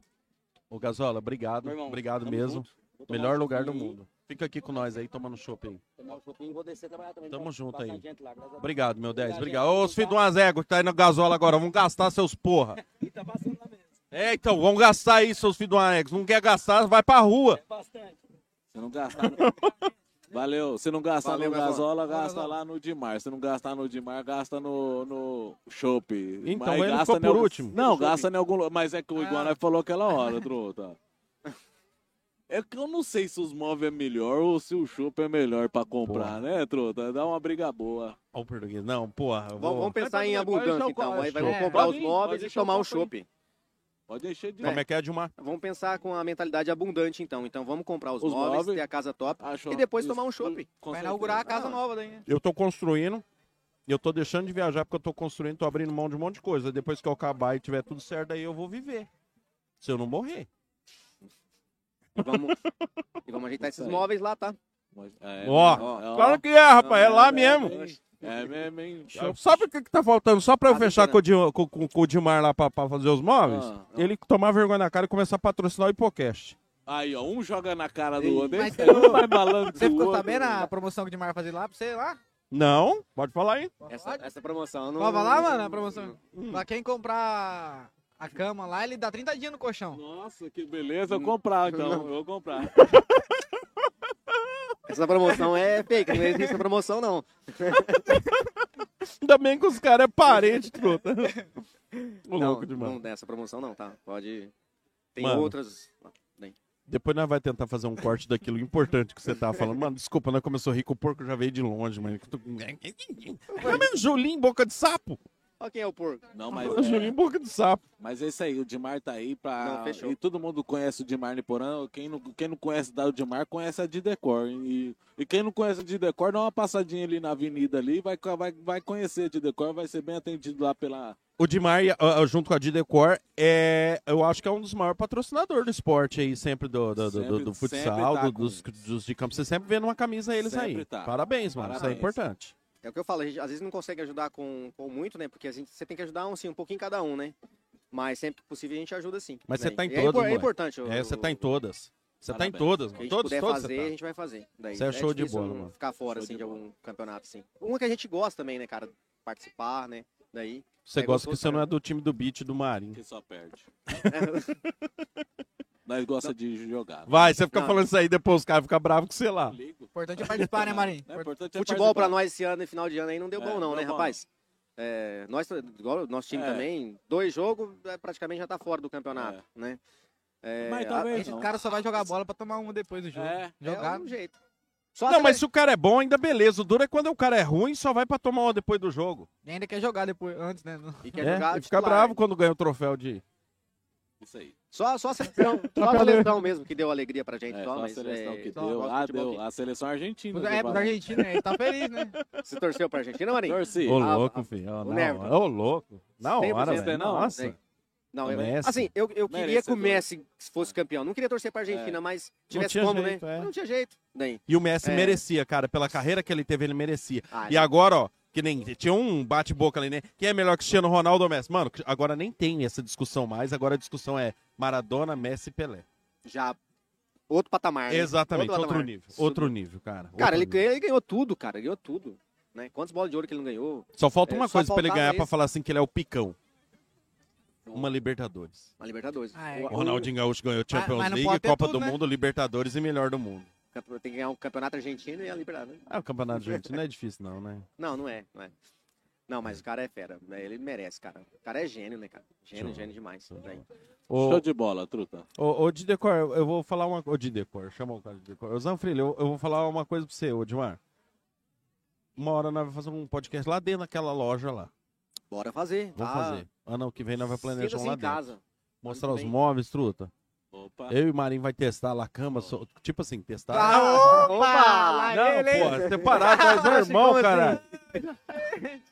A: ô Gazola, obrigado.
F: Meu irmão,
A: obrigado
F: tamo
A: mesmo.
F: junto. Vou tomar
A: Melhor
F: um
A: lugar do
F: chopinho aí,
A: mundo. Fica aqui com nós aí, tomando chopp aí.
F: tomar um chopinho, vou descer trabalhar também.
A: Tamo
F: Tem
A: junto
F: bastante
A: aí.
F: gente lá, graças a Deus.
A: Obrigado, meu 10.
F: Obrigado,
A: Obrigado. Ô, os filhos de umas éguas que tá aí no Gazola agora, vão gastar seus porra.
F: E tá passando lá mesmo.
A: É, então, vão gastar aí, seus filhos de uma égua. Não quer gastar, vai pra rua.
F: É bastante.
B: Se não gastar. no- Valeu. Se não gastar
D: Valeu,
B: no
D: Gasola.
B: gasola, gasta
C: Gasola.
B: lá no Dimar. Se não gastar no Dimar, gasta no, no Chopp.
A: Então,
B: Mas
A: ele
B: gasta
A: ficou
B: em
A: por
B: algum-
A: último.
B: Não, gasta em algum lugar. Mas é que o
C: Ah.
B: Iguana falou aquela hora, truta. É que eu não sei se os móveis é melhor ou se o Chopp é melhor pra
A: Porra.
B: comprar, né, truta? Dá uma briga boa.
A: Ó, o português. Não, porra. eu vou-
D: Vamos, vamos pensar
A: Vai
D: em
A: pra negócio,
D: abundância,
A: eu
D: então.
A: gosto.
D: Aí vai
C: É.
D: comprar
B: Pode
D: os
B: ir,
D: móveis
B: pode
D: e
B: deixar o
D: tomar um
B: copo aí.
D: chope.
B: Pode encher de
A: Como é que é, Dilma?
D: Vamos pensar com a mentalidade abundante, então. Então vamos comprar os,
B: Os
D: móveis,
B: móveis.
D: ter a casa top
B: Ah,
D: e depois tomar um chope.
C: Vai inaugurar a casa
D: Ah.
C: nova daí, né?
A: Eu tô construindo. Eu tô deixando de viajar porque eu tô construindo, tô abrindo mão de um monte de coisa. Depois que eu acabar e tiver tudo certo, aí eu vou viver. Se eu não morrer.
D: E vamos, e vamos ajeitar
B: Isso
D: esses
B: aí.
D: móveis lá, tá?
B: É,
A: É. Ó,
B: ó, ó.
A: Claro que é, rapaz. É
B: Não,
A: lá
B: é,
A: mesmo.
B: é. É mesmo, hein?
A: Eu- Sabe o que, que tá faltando? Só pra eu
D: Ah,
A: fechar
D: doutora.
A: com o, Di- com- com- com o Dimar lá pra, pra fazer os móveis,
B: Ah, ah.
A: ele tomar vergonha na cara e começar a patrocinar o Hipocast.
B: Aí, ó, um joga na cara do
D: Ih,
B: outro,
C: mas
B: esse
C: você
B: é um mais malandro
C: Você
B: que o
C: ficou
B: outro.
C: sabendo
A: né?
C: a promoção que o Dimar fazia lá pra você lá?
A: Não? Pode falar aí.
D: Essa, essa é promoção não.
C: Pode falar, mano, a promoção.
A: Hum.
C: Pra quem comprar a cama lá, ele dá 30 dias no colchão.
B: Nossa, que beleza. Eu vou comprar, então. Eu vou comprar.
D: Essa promoção é fake, não existe essa promoção, não.
A: Ainda bem que os caras é parente, truta. Ô,
D: não,
A: louco demais.
D: não dessa promoção, não, tá? Pode. Tem
A: Mano.
D: outras.
A: Depois nós vai tentar fazer um corte daquilo importante que você tava falando. Mano, desculpa, nós começou rico, o porco já veio de longe, mano. É mesmo Julinho boca de sapo?
D: Olha quem é o porco.
B: Não, mas é,
A: Julinho boca de sapo.
B: mas é isso aí. O Dimar tá aí pra...
D: Não, fechou.
B: E todo mundo conhece o Dimar Niporã. Quem não, quem não conhece da- o Dimar, conhece a de Decor. E, e quem não conhece a de Decor, dá uma passadinha ali na avenida ali. Vai, vai, vai conhecer a de Decor. Vai ser bem atendido lá pela...
A: O Dimar, ah, ah, junto com a Didecor, é, eu acho que é um dos maiores patrocinadores do esporte aí, sempre do, do, do- do-
B: Sempre-
A: do
B: sempre
A: futsal,
B: tá
A: do-
B: com-
A: dos, dos de campo. Você sempre vê numa camisa eles
B: Sempre
A: aí.
B: tá.
A: Parabéns, mano. Isso é
B: Parabéns.
A: importante.
D: É o que eu falo, a gente às vezes não consegue ajudar com, com muito, né? Porque a gente, você tem que ajudar um, sim, um pouquinho cada um, né? Mas sempre que possível a gente ajuda sim.
A: Mas
D: né?
A: você tá em
D: E
A: todas,
D: é, impor- é
A: moleque.
D: importante. o-
A: É, você tá em todas. Você tá em
B: Parabéns.
A: todas,
D: o que a
A: mano.
D: gente
A: Todos,
D: puder
A: todos
D: fazer, a
A: você tá.
D: gente vai fazer. Daí,
A: Você é show de
D: difícil
A: bola,
D: não
A: mano.
D: Ficar fora,
B: Show
D: assim,
B: de
D: de
B: bola.
D: algum campeonato, assim. Uma que a gente gosta também, né, cara? Participar, né? Daí.
A: Você
D: É
A: gosta que
D: gostoso,
A: você não
D: né?
A: é do time do beat do Marinho.
B: Que só perde. Nós gosta de jogar.
A: Vai, você fica
D: Não.
A: falando isso aí, depois os caras ficam bravos com você lá.
B: Ligo.
C: Importante é participar, né, Marinho?
B: É importante é
D: Futebol pra
B: participar.
D: nós esse ano e final de ano aí não deu
B: É,
D: bom, não,
B: não
D: né,
B: deu bom.
D: rapaz? É, nós, igual o nosso time
B: É.
D: também, dois jogos é, praticamente já tá fora do campeonato, né? É,
B: Mas
D: a-
B: talvez
C: Esse
B: não.
C: cara só vai jogar bola pra tomar uma depois do jogo.
B: É.
D: é
C: Jogar.
D: um jeito. Só
A: não,
D: você
A: mas se o cara é bom, ainda beleza. O duro é quando o cara é ruim, só vai pra tomar uma depois do jogo.
C: E ainda quer jogar depois, antes, né? Não-
D: vai- E quer
A: É,
D: jogar
A: e fica
D: titular,
A: bravo
D: né?
A: quando ganha o troféu de.
B: Isso aí.
D: Só, só a seleção, só a seleção mesmo que deu alegria pra gente.
B: É,
D: só,
B: só a
D: mas,
B: seleção
D: é,
B: que
D: só
B: deu.
D: gosto de
B: Ah,
D: futebol
B: deu. A seleção argentina.
C: É,
B: deu
C: pro
B: bola.
C: Argentina, ele tá feliz, né?
D: aqui. Você torceu pra Argentina, Marinho?
B: Torci.
A: Ô,
D: Ah,
A: louco, filho. Ô,
D: o
A: na
D: Neverton.
A: hora, ô, louco. Na
D: 100%
A: hora,
B: é
A: velho.
B: não,
A: Nossa.
D: né? Não, eu,
A: Messi.
D: assim, eu, eu queria que
B: Merecedor.
D: o Messi fosse campeão. Não queria torcer pra Argentina,
B: É.
D: mas tivesse
A: tinha
D: como,
A: jeito,
D: né?
A: é.
D: Não tinha jeito. Nem.
A: E o Messi
D: É.
A: merecia, cara. Pela carreira que ele teve, ele merecia.
D: Ah,
A: E agora, ó, que nem tinha um bate-boca ali, né? Quem é melhor Cristiano Ronaldo ou Messi? Mano, agora nem tem essa discussão mais. Agora a discussão é Maradona, Messi e Pelé.
D: já outro patamar. né?
A: Exatamente, outro,
D: patamar.
A: nível.
D: Subiu.
A: Outro nível, cara.
D: Cara,
A: Outro
D: ele,
A: nível.
D: ganhou- ele ganhou tudo, cara. Ele ganhou tudo. Né? Quantos bolas de ouro que ele não ganhou?
A: Só falta
D: É,
A: uma
D: só
A: coisa pra ele
D: faltava
A: ganhar pra
D: isso.
A: falar assim que ele é o picão. Uma Libertadores.
D: A Ah, Libertadores.
C: Ah, é.
D: O-
A: O Ronaldinho Gaúcho ganhou
C: Mas-
A: Champions
C: mas não
A: League,
C: pode ter
A: Copa
C: tudo,
A: do
C: né?
A: Mundo, Libertadores e melhor do mundo.
D: o- Tem que ganhar o campeonato argentino e a Libertadores. né?
A: Ah, o campeonato argentino não é difícil não, né?
D: Não, não é, não é. Não, mas o cara é fera. né? Ele merece, cara. O cara é gênio, né, cara? Gênio,
A: Show.
D: gênio demais. Né?
A: Ô,
B: Show de bola, truta.
A: ô, ô Didecor, eu- eu vou falar uma coisa... Ô, Didecor, chama o cara de Didecor. Ô, Zanfrilho, eu, eu vou falar uma coisa pra você, ô, Edmar. Uma hora nós vamos fazer um podcast lá dentro daquela loja lá.
D: Bora fazer.
A: Vamos fazer. Ano que vem nós vamos planejar um
D: Sinta-se
A: lá
D: Tá. em
A: dentro.
D: casa.
A: Mostrar
D: Ano
A: os
D: que vem.
A: móveis, truta.
B: Opa.
A: Eu e o Marinho vai testar lá a cama, so- tipo assim, testar...
C: Ah, opa!
D: opa!
C: Lá
A: Não,
C: ele, hein? assim?
A: pô, separado, nós é irmão,
D: Como
A: cara.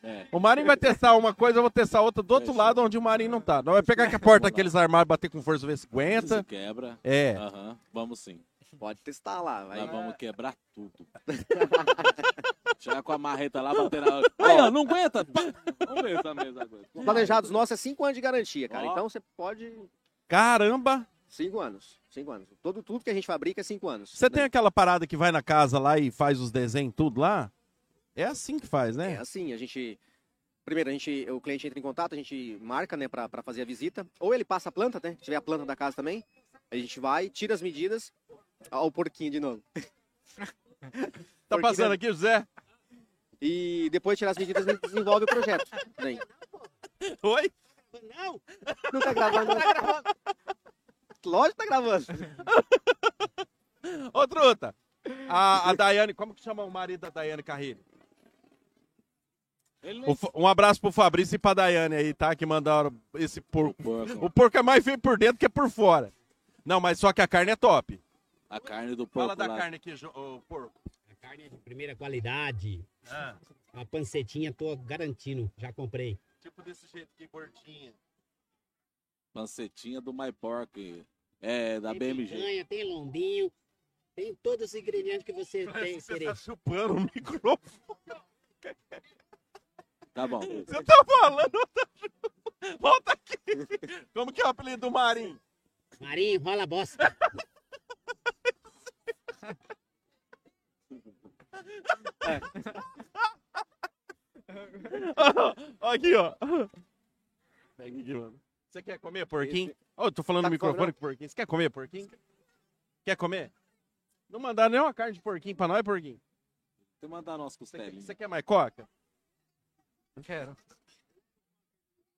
B: É.
A: O Marinho vai testar uma coisa, eu vou testar outra do outro
B: Fechou.
A: lado, onde o Marinho não tá. Nós vai pegar com a porta
B: Vamos lá.
A: aqueles armários, bater com força, ver se
B: Se
A: aguenta.
B: quebra. Ah.
A: É.
B: Aham. Vamos sim.
D: Pode testar lá. Vai.
B: Nós vamos quebrar tudo. Chegar com a marreta lá, bater na... Aí, ó, não aguenta. Pá! Vamos ver essa mesa agora.
D: O planejado dos nossos é 5 anos de garantia, cara.
B: Ó.
D: Então você pode.
A: Caramba!
D: 5 anos. 5 anos. Todo, tudo que a gente fabrica é 5 anos.
A: Você
D: né?
A: tem aquela parada que vai na casa lá e faz os desenhos tudo lá? É assim que faz,
D: É
A: né?
D: assim, a gente. Primeiro, a gente, o cliente entra em contato, a gente marca, né, pra, pra fazer a visita. Ou ele passa a planta, né? Se tiver a planta da casa também, a gente vai, tira as medidas. Ó, o porquinho de novo.
A: Tá
D: Porque
A: passando
D: daí-
A: aqui, José?
D: E depois de tirar as medidas, a gente desenvolve o projeto. Daí.
A: Oi?
D: Não tá gravando? Não tá gravando. Lógico que tá gravando.
A: Ô, truta! A, a Daiane, como que chama o marido da Daiane Carrilho?
B: Ele nem
A: O Fa- um abraço pro Fabrício e pra Daiane aí, tá? Que mandaram esse porco.
B: porco.
A: O porco é mais feio por dentro que por fora. Não, mas só que a carne é top.
B: A carne do porco
A: Fala da
B: lá.
A: carne aqui, Jo- ô, porco.
G: A carne é de primeira qualidade.
A: Ah.
G: A pancetinha tô garantindo, já comprei.
A: Tipo desse jeito aqui, gordinha.
B: Pancetinha do My Pork. É, da
G: tem
B: BMG.
G: picanha, tem lombinho, tem todos os ingredientes que você tem
A: Você tá
G: interesse.
A: chupando o microfone.
B: Tá bom.
A: Você tá falando outra coisa. Volta aqui. Como que é o apelido do Marinho?
G: Marinho, rola a bosta. É.
A: Ó, aqui, ó. Pega aqui, mano. Você quer comer porquinho? Ô, eu tô falando
D: Tá
A: no microfone com porquinho. Você quer comer porquinho? Quer comer? Não mandaram nenhuma carne de porquinho pra nós, porquinho.
B: Você mandar nosso
A: Você quer,
B: costelinho.
A: você quer mais coca?
C: Não quero.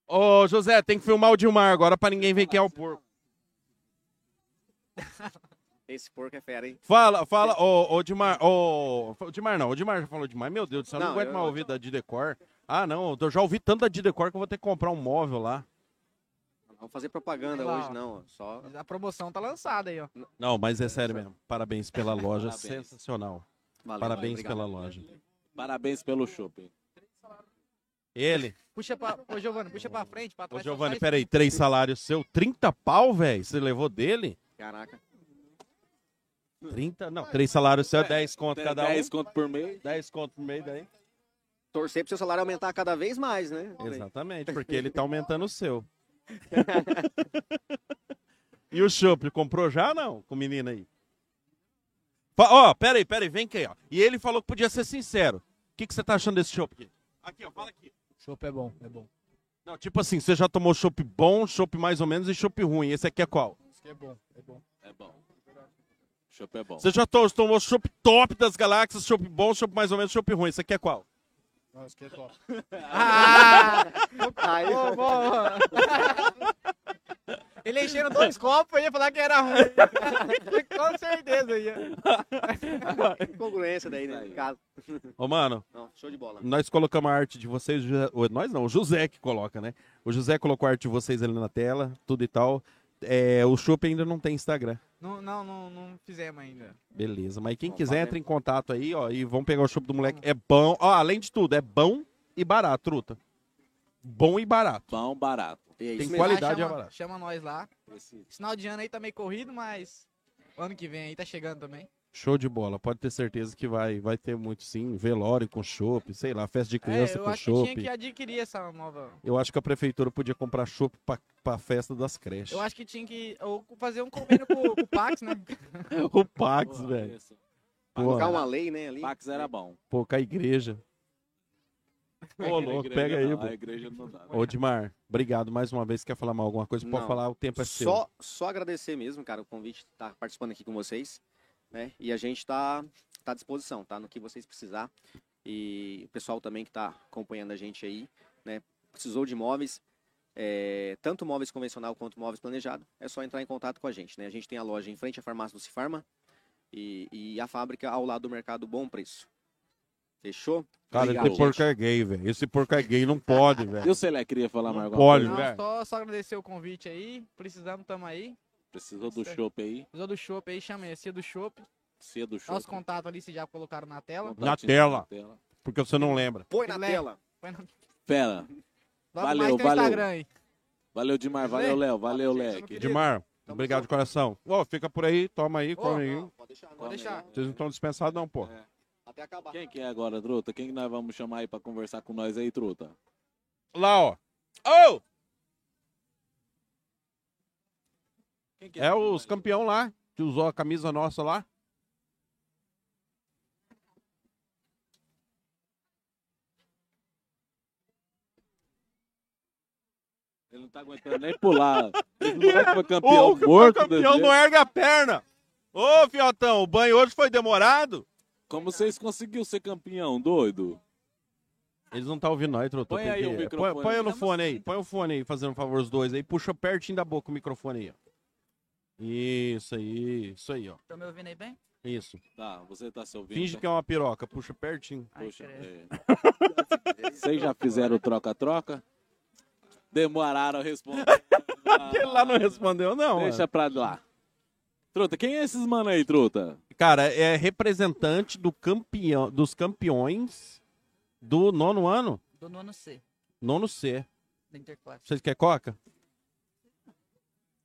A: Ô, José, tem que filmar o Dilmar agora pra ninguém ver quem é o porco.
D: Esse porco é fera, hein?
A: Fala, fala, ô, ô, Dilmar, ô, o Dilmar não, o Dilmar já falou demais, meu Deus do céu, eu não,
D: Não,
A: aguento
D: eu-
A: mais ouvir da Didecor. Ah, não, eu já ouvi tanto da Didecor que eu vou ter que comprar um móvel lá.
D: Não vamos fazer propaganda
C: Sei lá.
D: hoje, não. ó. Só
C: A promoção tá lançada aí, ó.
A: Não, mas é sério mesmo, parabéns pela loja,
B: Parabéns.
A: sensacional,
D: valeu,
A: parabéns
D: obrigado.
A: pela loja.
B: Parabéns pelo shopping.
A: Ele,
C: Puxa pra. Ô, Giovanni, puxa pra frente, pra
A: ô
C: trás.
A: Giovanni,
C: pra trás.
A: peraí, três salários seu, 30 pau, velho, você levou dele?
D: Caraca.
A: 30, não, três salários seu é 10 conto cada um,
B: 10 conto por mês.
A: 10 conto por meio daí.
D: Torcer pro seu salário aumentar cada vez mais, né?
A: Exatamente, porque ele tá aumentando o seu. e o Chopp, comprou já ou não com o menino aí? Fa- Ó, peraí, peraí, vem aqui, ó. E ele falou que podia ser sincero. O que, que você tá achando desse Chopp aqui? Aqui, ó, fala aqui.
C: Chopp é bom, é bom.
A: Não, tipo assim, você já tomou Chopp bom, Chopp mais ou menos e Chopp ruim. Esse aqui é qual?
C: Isso que é bom, é bom.
B: É bom. Chopp é bom.
A: Você já to- tomou Chopp top das galáxias, Chopp bom, Chopp mais ou menos, Chopp ruim. Esse aqui é qual?
C: Não, isso que é top.
D: Ah! Aí,
C: Ô, bom. Ele enchendo dois copos, eu ia falar que era ruim. Com certeza ia.
D: que congruência daí, né?
B: Aí.
D: Caso.
A: Ô, mano,
D: Não, show de bola.
A: Nós colocamos a arte de vocês, o José- o- nós não, o José que coloca, né? O José colocou a arte de vocês ali na tela, tudo e tal. É, o Chopp ainda não tem Instagram.
C: Não, não, não, não fizemos ainda.
A: Beleza, mas quem
D: Bom,
A: quiser
D: valeu.
A: entra em contato aí, ó, e vamos pegar o chopp do moleque. É bom, ó, além de tudo, é bom e barato, truta. Bom e barato.
B: Bom, barato.
D: E é
A: Tem
D: isso mesmo.
A: qualidade.
C: Lá,
A: é
C: Ah, chama,
A: barato.
C: chama nós lá.
B: Esse-
C: Sinal de ano aí tá meio corrido, mas ano que vem aí tá chegando também.
A: Show de bola. Pode ter certeza que vai, vai ter muito sim, velório com chopp, sei lá, festa de
C: É,
A: criança
C: eu
A: com
C: acho que
A: chopp.
C: tinha que adquirir essa nova.
A: Eu acho que a prefeitura podia comprar chopp pra, pra festa das creches.
C: Eu acho que tinha que ou fazer um convênio com, com o Pax, né?
A: O Pax,
B: Porra,
A: velho.
B: esse-
A: Pô,
D: Colocar uma lei, né? Ali.
B: Pax era bom.
A: pô, com a igreja. Ô,
B: Na
A: louco,
B: igreja
A: pega aí,
B: não,
A: pô.
B: A igreja não dá.
A: Ô, Dimar, obrigado mais uma vez. Quer falar mais alguma coisa? Pode
D: Não.
A: falar, o tempo é seu.
D: Só, só agradecer mesmo, cara, o convite de estar participando aqui com vocês. Né? E a gente tá, tá à disposição, tá? No que vocês precisar. E o pessoal também que tá acompanhando a gente aí, né? Precisou de imóveis, é, tanto móveis convencional quanto móveis planejado, é só entrar em contato com a gente, né? A gente tem a loja em frente à farmácia do Cifarma e, e a fábrica ao lado do mercado Bom Preço. Fechou?
A: Cara,
D: Obrigado,
A: esse porco é gay, velho. Esse porco é gay, não pode,
B: E
A: velho.
B: o Celé queria falar mais
A: Não
B: alguma
A: pode,
B: coisa?
C: Não,
A: velho.
C: só, só agradecer o convite aí. Precisamos, tamo aí.
B: Precisou do chopp aí?
C: Precisou do chopp aí, chama aí. Cia do chopp.
B: Cia do chopp. Tá
C: Nosso contato ali, se já colocaram na tela.
A: Na tela. Porque você não lembra.
D: Põe na
C: Filé.
D: tela.
C: Põe na-
B: Pera.
C: Logo
B: Valeu,
C: mais tem o
B: valeu.
C: Instagram aí.
B: Valeu demais. Valeu, Léo. Valeu, Leque.
C: Querido.
A: Dimar, obrigado de coração. Ô, fica por aí, toma aí, come aí.
D: Não, pode deixar, não.
C: Pode deixar.
A: Vocês não estão dispensados, não, pô.
D: Até acabar.
B: Quem que é agora, Truta? Quem que nós vamos chamar aí pra conversar com nós aí, Truta?
A: Lá, ó. Ô!
B: Quem que
A: É os campeão lá, que usou a camisa nossa lá.
B: Ele não tá aguentando nem pular. Esse moleque foi campeão
A: Ô, que foi
B: morto.
A: campeão
B: desse
A: não
B: jeito.
A: erga a perna. Ô, Fiotão, o banho hoje foi demorado?
B: Como vocês conseguiu ser campeão, doido?
A: Eles não estão ouvindo, nós, Trotô.
B: Põe
A: tem
B: aí
A: que-
B: o microfone. assim.
A: Põe, põe no fone aí, põe o fone aí, fazendo um favor os dois aí. Puxa pertinho da boca o microfone aí, ó. Isso aí, isso aí, ó.
H: Estão me ouvindo aí bem?
A: Isso.
B: Tá, você tá se ouvindo.
A: Finge que é uma piroca, puxa pertinho.
H: Ai,
B: Poxa,
H: credo.
B: é. Vocês já fizeram o troca-troca? Demoraram a responder.
A: Ele
B: é.
A: lá não respondeu, não.
B: Deixa pra lá. Truta, quem é esses mano aí, Truta?
A: mano. Cara, é representante do campeão, dos campeões do nono ano,
H: Tô no ano C,
A: nono C.
H: da Interclass.
A: Vocês querem coca?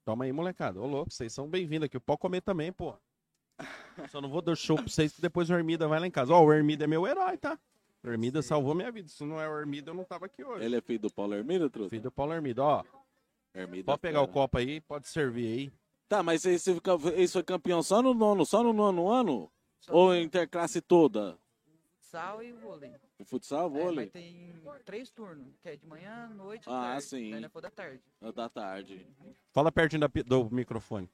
A: Toma aí, molecada. Ô, louco, vocês são bem-vindos aqui. Pode comer também, pô. Só não vou dar show pra vocês que depois o Ermida vai lá em casa. Ó, o Ermida é meu herói, tá? O Hermida salvou minha vida. Se não é o Hermida, eu não tava aqui hoje.
B: Ele é filho do Paulo Hermida, Truta?
A: Filho do Paulo Hermida, ó.
B: Hermida.
A: Pode pegar o
B: cara.
A: copo aí, pode servir aí.
B: Tá, mas esse, esse fica- esse foi campeão só no nono, só no nono ano?
H: Só
B: Ou interclasse toda?
H: Sal e vôlei.
B: O futsal,
H: É,
B: vôlei?
H: mas tem três turnos, que é de manhã, noite e
B: Ah,
H: tarde.
B: sim.
H: Daí nós foi da tarde.
B: É Da tarde.
A: Fala pertinho da pi- do microfone.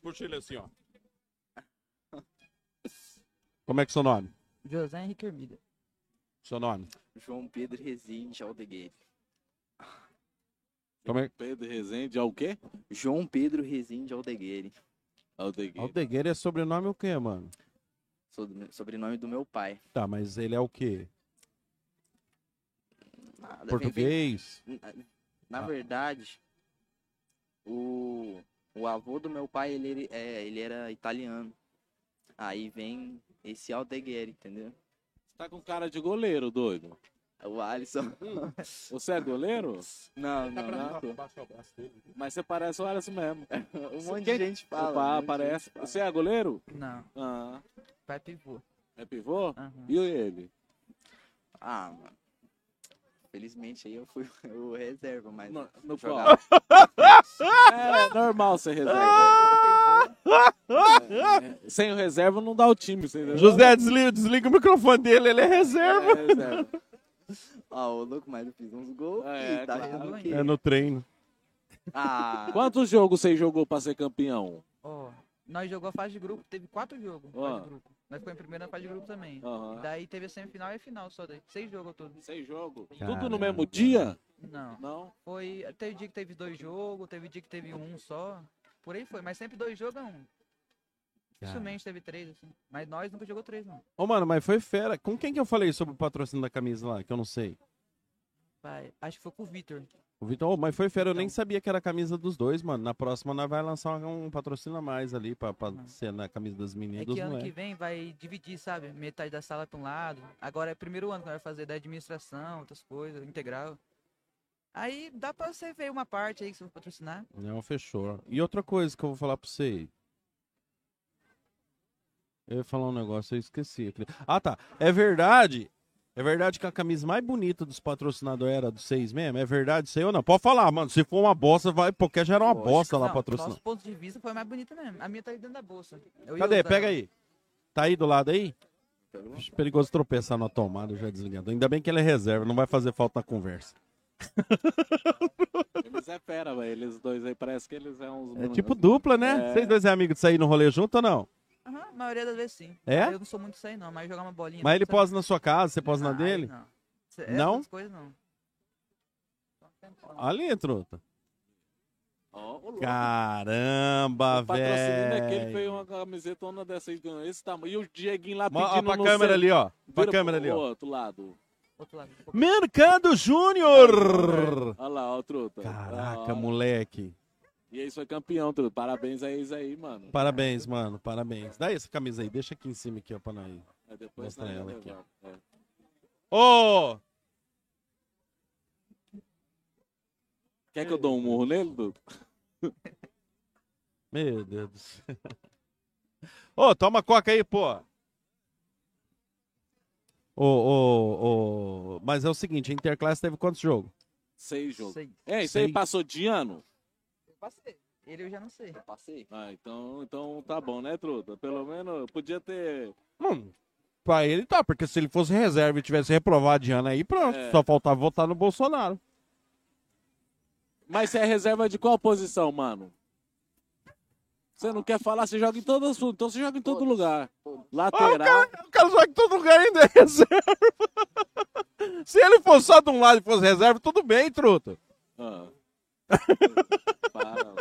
A: Puxa ele assim, ó. Como é que é seu nome?
H: José Henrique Hermida.
A: Seu nome?
D: João Pedro Rezende Aldeguer.
A: Como é...
B: Pedro Rezende é o quê?
D: João Pedro Rezende Aldeguer.
B: Aldegueira.
A: Aldegueira é sobrenome o quê, mano?
D: Sobrenome do meu pai.
A: Tá, mas ele é o quê?
D: Nada, vem-
A: Português?
D: vem- Na verdade, o, o avô do meu pai, ele, ele- é, ele era italiano. Aí vem esse Aldeguer, entendeu?
B: Tá com cara de goleiro, doido.
D: É O Alisson.
B: Você é goleiro?
D: Não, não, não.
B: Mas você parece o Alisson mesmo.
D: Um
B: Você
D: monte
B: quer-
D: de gente fala. um
B: Opa,
D: monte de
B: parece.
D: gente fala.
B: Você é goleiro?
H: Não,
B: Ah,
H: vai pivô.
B: é pivô?
H: Aham.
B: E ele?
D: Ah, mano. Felizmente aí eu fui o reserva, mas.
B: No, no
D: jogava.
B: qual? É normal ser reserva. É, Sem o reserva não dá o time, você entendeu?
A: José, desliga, desliga o microfone dele, ele é
B: é
A: reserva.
B: reserva.
D: Ah, ô louco, mas eu fiz uns gols.
B: É,
D: e tá
H: claro.
D: achando que...
A: É no treino.
D: Ah,
B: Quantos jogos você jogou pra ser campeão?
H: Ó, nós jogou a fase de grupo, teve quatro jogos.
B: Ó.
H: Fase de grupo. Nós ficamos em primeira na fase de grupo também.
B: Ah. Aham.
H: Daí teve a semifinal e a final só daí. Seis jogos todos.
B: Sem jogo? Tudo
A: Caramba.
B: no mesmo dia?
H: Não.
B: Não.
H: Foi. Teve dia que teve dois jogos, teve dia que teve um só. Por aí foi, mas sempre dois jogos é um. Dificilmente teve três, assim. Mas nós nunca jogou três, não.
A: Ô, mano, mas foi fera. Com quem que eu falei sobre o patrocínio da camisa lá, que eu não sei?
H: Vai. Acho que foi com o Vitor.
A: O Vitão, ô, mas foi fera, eu nem
H: Então.
A: sabia que era a camisa dos dois, mano. Na próxima nós vai lançar um patrocínio a mais ali pra, pra
H: Uhum.
A: ser na camisa das meninas
H: É
A: e dos
H: que ano que
A: moleques.
H: vem vai dividir, sabe? Metade da sala pra um lado. Agora é o primeiro ano que vai fazer da administração, outras coisas, integral. Aí dá pra você ver uma parte aí que você vai patrocinar.
A: Não, fechou. E outra coisa que eu vou falar pra você. Eu ia falar um negócio, eu esqueci. Ah, tá. É verdade. É verdade que a camisa mais bonita dos patrocinadores era a do seis mesmo? É verdade isso aí ou não? Pode falar, mano. Se for uma bosta, vai. Porque já era uma bosta lá
H: Não,
A: patrocinando.
H: Nosso ponto de vista foi mais bonito mesmo. A minha tá aí dentro da bolsa. Eu ia
A: Cadê?
H: usar
A: Pega
H: ela.
A: aí. Tá aí do lado aí? Vixe, Perigoso tropeçar na tomada, já desligado. Ainda bem que ele é reserva, não vai fazer falta na conversa.
B: Eles é fera, velho. Eles dois aí parece que eles é uns.
A: É tipo dupla, né?
B: É.
A: Vocês dois é amigo de sair no rolê junto ou não?
H: Aham, a maioria das vezes sim.
A: É?
H: Eu não sou muito isso aí não, mas jogar uma bolinha.
A: Mas ele
H: sabe?
A: posa na sua casa, você posa na
H: Ah, aí
A: dele?
H: Não. Cê- é
A: Não?
H: Essas coisas não.
A: Ali, truta.
B: Ó, o louco.
A: Caramba,
B: O patrocínio é daquele
A: velho.
B: foi uma camisetona dessa aí, ganhou esse tamanho. E o Dieguinho lá
A: Ó, ó,
B: pedindo
A: pra
B: no
A: câmera
B: centro.
A: ali, ó. Pra
B: Vira
A: câmera
B: pro
A: ali, ó.
B: outro lado.
H: Outro lado. ficou-
A: Mercado Júnior!
B: Olha lá, ó, truta.
A: Caraca,
B: Ó,
A: moleque.
B: E aí foi campeão, truta. Parabéns a eles aí, mano.
A: Parabéns, mano. Parabéns. Dá essa camisa aí, deixa aqui em cima aqui, ó, pra nós.
B: É, depois
A: Mostra
B: nós
A: ela
B: vamos
A: aqui, ó.
B: levar. É.
A: Ô!
B: Quer que eu dou um murro nele, truta?
A: Meu Deus do céu. Ô, toma coca aí, pô. Ô, ô, ô. Mas é o seguinte, a Interclasse teve quantos jogos?
B: Seis jogos.
H: Sei.
B: É, isso aí
A: Seis.
B: passou de ano?
H: Eu passei. Ele eu já não sei.
D: passei.
B: Ah, então, então tá bom, né, truta? Pelo menos podia ter.
A: Hum, pra ele tá, porque se ele fosse reserva e tivesse reprovado de ano aí, pronto.
B: É.
A: Só faltava votar no Bolsonaro.
B: Mas você é reserva de qual posição, mano? Você não quer falar, você joga em todas as. Então você joga em todo lugar. Lateral.
A: O cara joga em todo lugar ainda é reserva. se ele fosse só de um lado e fosse reserva, tudo bem, truta.
B: Ah. Para, mano.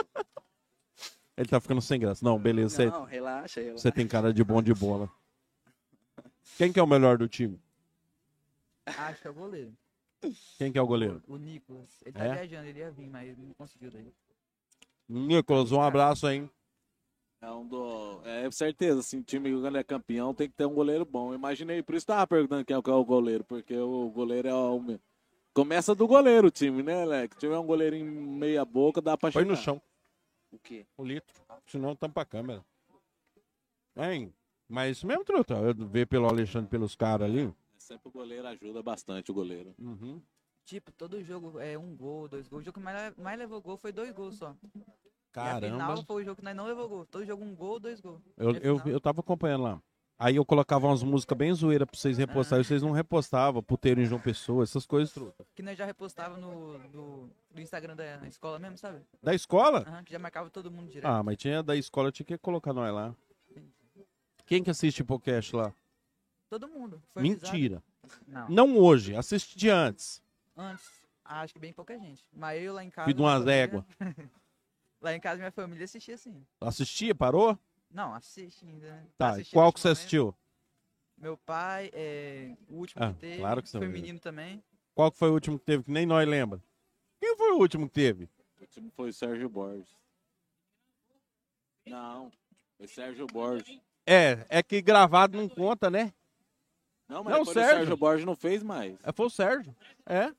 A: Ele tá ficando sem graça. Não, beleza, você-
D: Não, relaxa, relaxa.
A: você tem cara de bom de bola. Quem que é o melhor do time?
H: Acho que é o goleiro.
A: Quem que é o goleiro?
H: O Nicolas. Ele tá
A: É?
H: viajando, ele ia vir, mas não conseguiu daí.
A: Nicolas, um abraço, hein?
B: É um do. É certeza, assim, time que quando é campeão tem que ter um goleiro bom. Eu Imaginei, por isso tava perguntando quem é o- qual é o goleiro, porque o goleiro é o. me- Começa do goleiro o time, né, Leque? Se tiver um goleirinho meia boca, dá pra
A: Põe
B: chegar.
A: no chão Um
D: O quê?
A: o litro, senão tampa a câmera. Hein? Mas isso mesmo, truta. Eu ver pelo Alexandre, pelos caras ali.
B: É Sempre o goleiro ajuda bastante o goleiro.
A: Uhum.
H: Tipo, todo jogo é um gol, dois gols. O jogo que mais, mais levou gol foi dois gols só. E a
A: Caramba.
H: final foi o jogo que nós não levou gol. Todo jogo um gol, dois gols.
A: Eu,
H: E a
A: eu,
H: final-
A: eu tava acompanhando lá. Aí eu colocava umas músicas bem zoeira pra vocês
H: Ah.
A: repostarem. Vocês não repostavam. Puteiro em João Pessoa, essas coisas, truta.
H: Que nós já repostava no do, do Instagram da escola mesmo, sabe?
A: Da escola?
H: Aham, que já marcava todo mundo direto.
A: Ah, mas tinha da escola, tinha que colocar nós lá. Quem que assiste podcast lá?
H: Todo mundo. Foi avisado.
A: Mentira.
H: Não,
A: Não hoje, assiste de antes.
H: antes. Acho que bem pouca gente. Mas eu lá em casa.
A: Fiz de
H: minha
A: umas
H: família-
A: éguas.
H: Lá em casa minha família assistia assim.
A: Assistia, parou?
H: Não, assiste ainda, né?
A: Tá,
H: Assisti
A: qual que você
H: ultimamente.
A: assistiu?
H: Meu pai, é, o último
A: Ah,
H: que teve.
A: claro que você
H: Foi
A: viu.
H: menino também.
A: Qual que foi o último que teve, que nem nós lembra? Quem foi o último que teve?
B: O último foi o Sérgio Borges. Não, foi Sérgio Borges.
A: É, é que gravado não conta, né? Não,
B: Não, mas depois
A: Sérgio.
B: o Sérgio Borges não fez mais.
A: É, foi o Sérgio. É.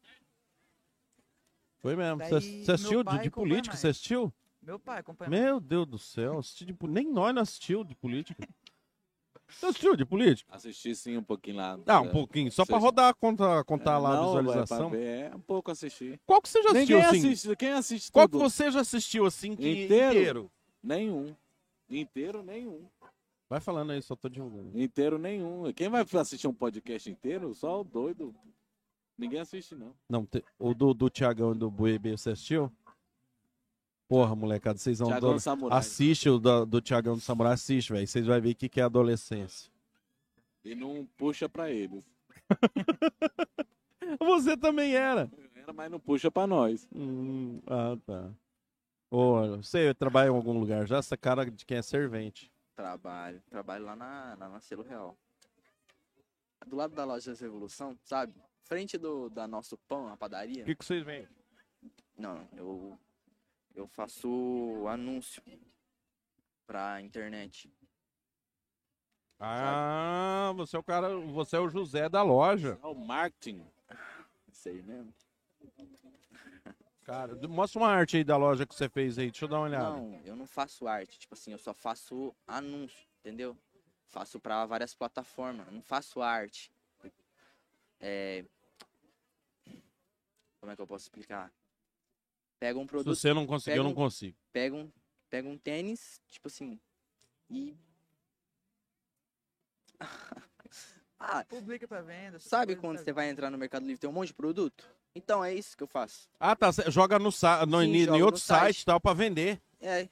A: Foi mesmo.
H: Daí,
A: Você você assistiu
H: meu
A: de,
H: pai
A: de
H: acompanha
A: política?
H: mais.
A: Você assistiu?
H: Meu pai acompanha.
A: Meu Deus do céu. assisti de po- nem nós não assistiu de política. Você assistiu de política?
B: Assisti sim um pouquinho lá.
A: Ah, um pouquinho. Só pra
B: Vocês-
A: rodar, contar, contar
B: É,
A: lá a
B: não, vai pra
A: visualização.
B: ver, É, um pouco assisti.
A: Qual que você já assistiu,
B: Ninguém
A: assim?
B: assiste, quem assiste
A: Qual que
B: tudo?
A: você já assistiu, assim, que inteiro?
B: Inteiro? Nenhum. Inteiro, nenhum.
A: Vai falando aí, só tô divulgando.
B: Inteiro, nenhum. Quem vai assistir um podcast inteiro? Só o doido. Ninguém assiste, não.
A: Não, te- o do, do Tiagão e do Buebê, você assistiu? Porra, molecada, vocês vão...
B: Tiagão
A: Dono...
B: Samurai.
A: Assiste o do, do Tiagão do Samurai, assiste, velho. Vocês vão ver o que, que é adolescência.
B: E não puxa pra eles.
A: Você também era.
B: Era, mas não puxa pra nós.
A: Hum, ah, tá. Ô, você trabalha em algum lugar já? Essa cara de quem é servente.
I: Trabalho. Trabalho lá na, na, na Selo Real. Do lado da loja da Revolução, sabe? Frente do da nosso pão, a padaria.
A: O que, que vocês veem?
I: Não, eu eu faço anúncio pra internet.
A: Ah, você é o cara... Você é o José da loja.
B: É o marketing.
I: Isso aí mesmo.
A: Cara, mostra uma arte aí da loja que você fez aí. Deixa eu dar uma olhada.
I: Não, eu não faço arte, tipo assim, eu só faço anúncio, entendeu? Faço pra várias plataformas, eu não faço arte. É Como é que eu posso explicar? Pega um
A: Se
I: produto
A: você não conseguir,
I: pega
A: eu não
I: um-
A: consigo.
I: pega um, pega um tênis, tipo assim, e. ah,
H: Publica pra venda. essas
I: sabe
H: coisas,
I: quando você vai entrar no Mercado Livre tem um monte de produto? Então é isso que eu faço.
A: Ah, tá. cê Joga no, sa- no,
I: Sim,
A: em,
I: joga
A: em
I: no
A: outro site
I: site.
A: e tal pra vender.
I: É,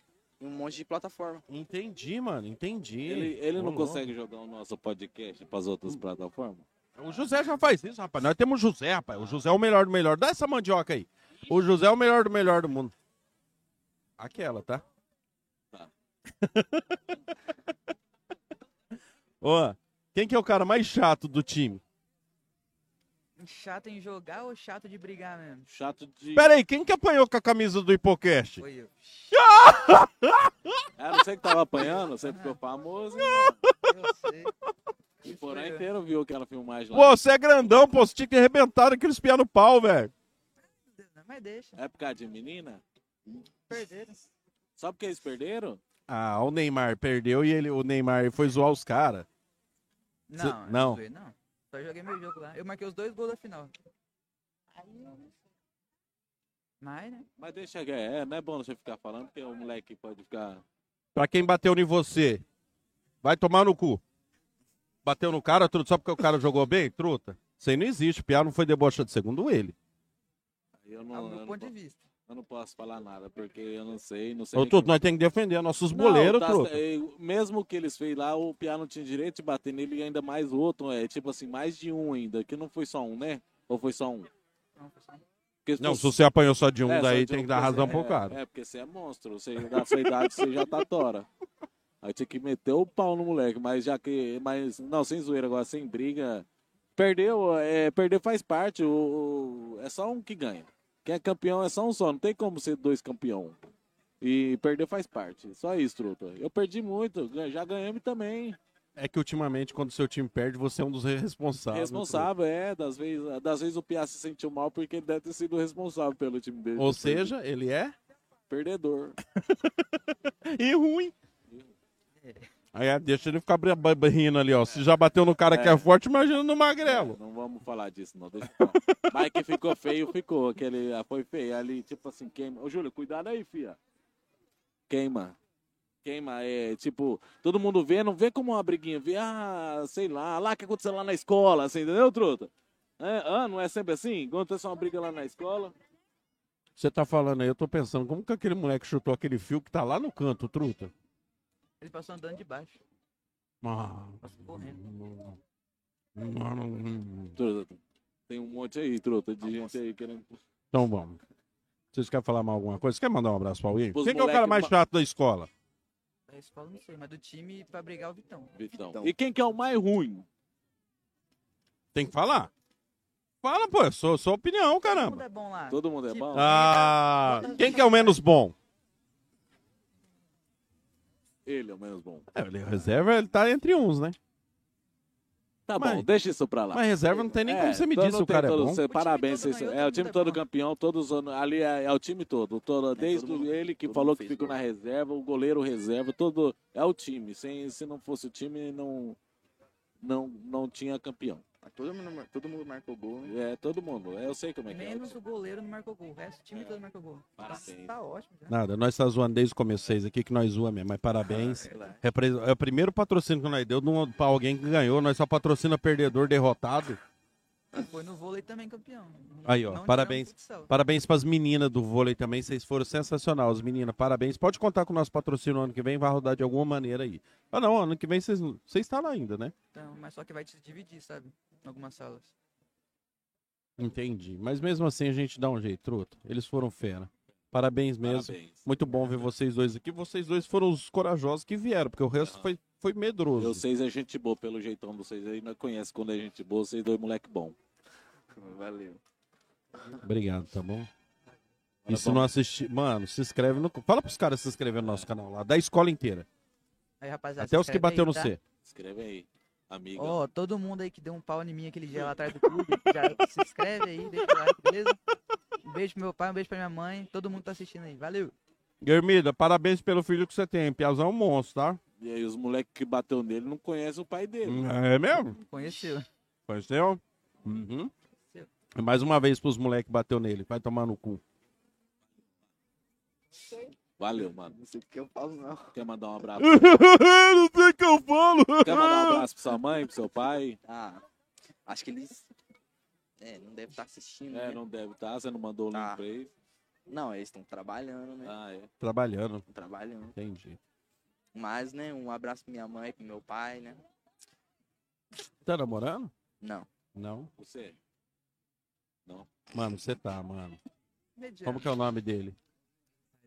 I: em um monte de plataforma.
A: Entendi, mano. Entendi.
B: Ele, ele
A: Ô,
B: não
A: louco.
B: consegue jogar o nosso podcast pras outras plataformas?
A: O José já faz isso, rapaz. Nós temos o José, rapaz. O José é o melhor do melhor. Dá essa mandioca aí. O José é o melhor do melhor do mundo. Aquela, tá?
B: Tá.
A: Ó, quem que é o cara mais chato do time?
H: sabe? Chato em jogar ou chato de brigar mesmo?
B: Chato de.
A: Pera aí, quem que apanhou com a camisa do Hipocast?
H: Foi eu.
B: Era Ah, você que tava apanhando, você ficou famoso. mano.
H: Eu sei.
B: O porão inteiro viu aquela filmagem lá.
A: Pô, você é grandão, pô. Você tinha que arrebentar aqueles piá no pau, velho.
H: Mas deixa,
B: É por causa de menina?
H: perderam.
B: Só porque eles perderam?
A: Ah, o Neymar perdeu e ele, o Neymar foi zoar os caras. Cê-
H: Não,
A: não.
H: não. zoei, não. Só joguei meu jogo lá. Eu marquei os dois gols da final. Mas, né?
B: Mas deixa que é, não é bom você ficar falando, porque o moleque pode ficar.
A: Pra quem bateu em você, vai tomar no cu. Bateu no cara, truta, só porque o cara jogou bem, truta. Isso aí não existe. Piá não foi debochado, segundo ele.
B: Eu
H: Ah, do
B: não, eu,
H: meu
B: não,
H: ponto de
B: po-
H: vista.
B: eu não posso falar nada, porque eu não sei, não sei.
A: Ô,
B: nem quem-
A: truta, nós temos que defender nossos
B: Não,
A: boleiros,
B: tá-
A: truta.
B: eh, Mesmo que eles fez lá, o Piá não tinha direito de bater nele e ainda mais outro, é tipo assim, mais de um ainda, que não foi só um, né? Ou foi só um?
H: Não, pessoal.
B: Porque se
A: Não,
B: fosse-
A: se você apanhou só de um,
B: É, só
A: daí
B: de
A: tem
B: um,
A: que dar
B: porque
A: razão
B: você-
A: pro
B: é,
A: cara.
B: É, porque você é monstro, você, na sua idade você já tá tora. Aí tinha que meter o pau no moleque, mas já que. Mas, não, sem zoeira agora, sem briga. Perdeu, é, perder faz parte, o, o- é só um que ganha. Quem é campeão é só um só, não tem como ser dois campeão. E perder faz parte, só isso, truta. Eu perdi muito, gan- já ganhamos também.
A: É que ultimamente, quando seu time perde, você é um dos responsáveis.
B: responsável, é, das vezes, das vezes o Piá se sentiu mal porque ele deve ter sido responsável pelo time dele.
A: truta. Ou seja, ele é
B: perdedor.
A: e ruim. Aí ah, é, deixa ele ficar bri- ba- ba- rindo ali, ó. Se já bateu no cara que é forte, imagina no magrelo.
B: Não vamos falar disso, não. Deixa eu falar. Mas que ficou feio, ficou. Aquele ah, foi feio ali, tipo assim, queima. Ô, Júlio, cuidado aí, fia. Queima. Queima, é tipo, todo mundo vê, não vê como uma briguinha, vê, ah, sei lá, lá que aconteceu lá na escola, assim, entendeu, truta? É, ah, não é sempre assim? Aconteceu uma briga lá na escola.
A: Você tá falando aí, eu tô pensando, como que aquele moleque chutou aquele fio que tá lá no canto, truta?
H: Ele passou andando de baixo.
A: Ah.
H: Passou correndo.
A: hum.
B: Truta, tem um monte aí, truta, de gente aí querendo.
A: Então vamos. Vocês querem falar mais alguma coisa? Você quer mandar um abraço pra alguém?
B: Pros
A: Quem que é o cara
B: moleque
A: mais
B: ma-
A: chato da escola?
H: Da escola, não sei, mas do time pra brigar é o Vitão.
B: Vitão.
D: Vitão.
B: E quem que é o mais ruim?
A: Tem que falar. Fala, pô, é sua, sua opinião,
H: Todo mundo
A: caramba.
H: é bom lá.
B: Todo mundo é bom?
A: Ah, quem que é o menos bom?
B: Ele é o menos bom.
A: É, ele reserva, ele tá entre uns, né?
B: Tá
A: Mas-
B: bom, deixa isso pra lá.
A: Mas reserva não tem nem como
B: É,
A: você me
B: então
A: diz
B: não
A: se o
B: tem
A: cara é
B: todo-
A: bom.
B: cê-
H: time
B: parabéns,
H: todo
B: cê-
H: ganhou,
B: é o
H: todo
B: time
H: mundo é
B: todo
H: bom.
B: campeão, todos os- ali é, é o time todo, todo desde
D: todo mundo-
B: ele que
D: todo
B: falou
D: mundo
B: que
D: fez
B: ficou na reserva, o goleiro reserva, todo é o time. Sem se não fosse o time não não não tinha campeão.
I: Mas Todo mundo, mar- todo mundo marcou gol, né?
B: É todo mundo, é, eu sei como é que é. o
H: Menos
B: time.
H: o goleiro não marcou gol. O resto do time todo marcou gol. Tá,
B: Parabéns.
H: tá ótimo. Já.
A: Nada, nós tá zoando desde o começo vocês aqui, que nós zoa mesmo, mas
B: Ah,
A: parabéns. Repre- É o primeiro patrocínio que nós deu de um- pra alguém que ganhou, nós só patrocina perdedor, derrotado.
H: Foi no vôlei também campeão.
A: Aí, ó,
H: Não tiramos
A: parabéns.
H: futsal.
A: Parabéns pras meninas do vôlei também, vocês foram sensacional, as meninas, parabéns. Pode contar com o nosso patrocínio ano que vem, vai rodar de alguma maneira aí. Ah não, ano que vem vocês não- vocês estão lá ainda, né?
H: Então, mas só que vai te dividir, sabe? Em algumas salas.
A: Entendi, mas mesmo assim a gente dá um jeito, truta. Eles foram fera. Parabéns mesmo.
B: Parabéns.
A: Muito bom ver vocês dois aqui. Vocês dois foram os corajosos que vieram, porque o resto foi, foi medroso.
B: Eu sei é gente boa pelo jeitão de vocês aí, nós conhece quando é gente boa, vocês dois moleque bom.
I: Valeu.
A: Obrigado, tá bom?
B: Tá
A: E se
B: bom.
A: não assistir, mano, se inscreve no. Fala pros caras se inscrever no nosso canal lá, da escola inteira.
H: Aí, rapaziada,
A: Até
H: se
A: os que
H: inscreve
A: bateu
H: aí,
A: no
H: tá?
A: C.
B: Escreve aí, amigo.
H: Ó, todo mundo aí que deu um pau em mim aquele dia lá atrás do clube, já se inscreve aí, deixa o like, beleza? Um beijo pro meu pai, um beijo pra minha mãe, todo mundo que tá assistindo aí. Valeu!
A: Guermida, parabéns pelo filho que você tem. Piazão é um monstro, tá?
B: E aí os moleque que bateu nele não conhece o pai dele.
A: É mesmo?
H: Conheceu.
A: Conheceu? Uhum. Mais uma vez pros moleques que bateu nele. Vai tomar no cu.
B: Valeu, mano.
I: Não sei o que eu falo, não.
B: Quer mandar um abraço?
A: Não sei o que eu falo.
B: Quer mandar um abraço pra sua mãe, pro seu pai?
I: Ah, acho que eles. É, não deve estar assistindo.
B: É,
I: né?
B: não deve estar, você não mandou o link
I: Tá.
B: pra ele.
I: Não, eles estão trabalhando, né?
B: Ah, é.
A: Trabalhando,
I: Estão trabalhando.
A: entendi.
I: Mas, né, um abraço pra minha mãe, pro meu pai, né?
A: Tá namorando?
I: Não.
A: Não.
B: Você?
A: Mano, você tá, mano.
H: Mediano.
A: Como que é o nome dele?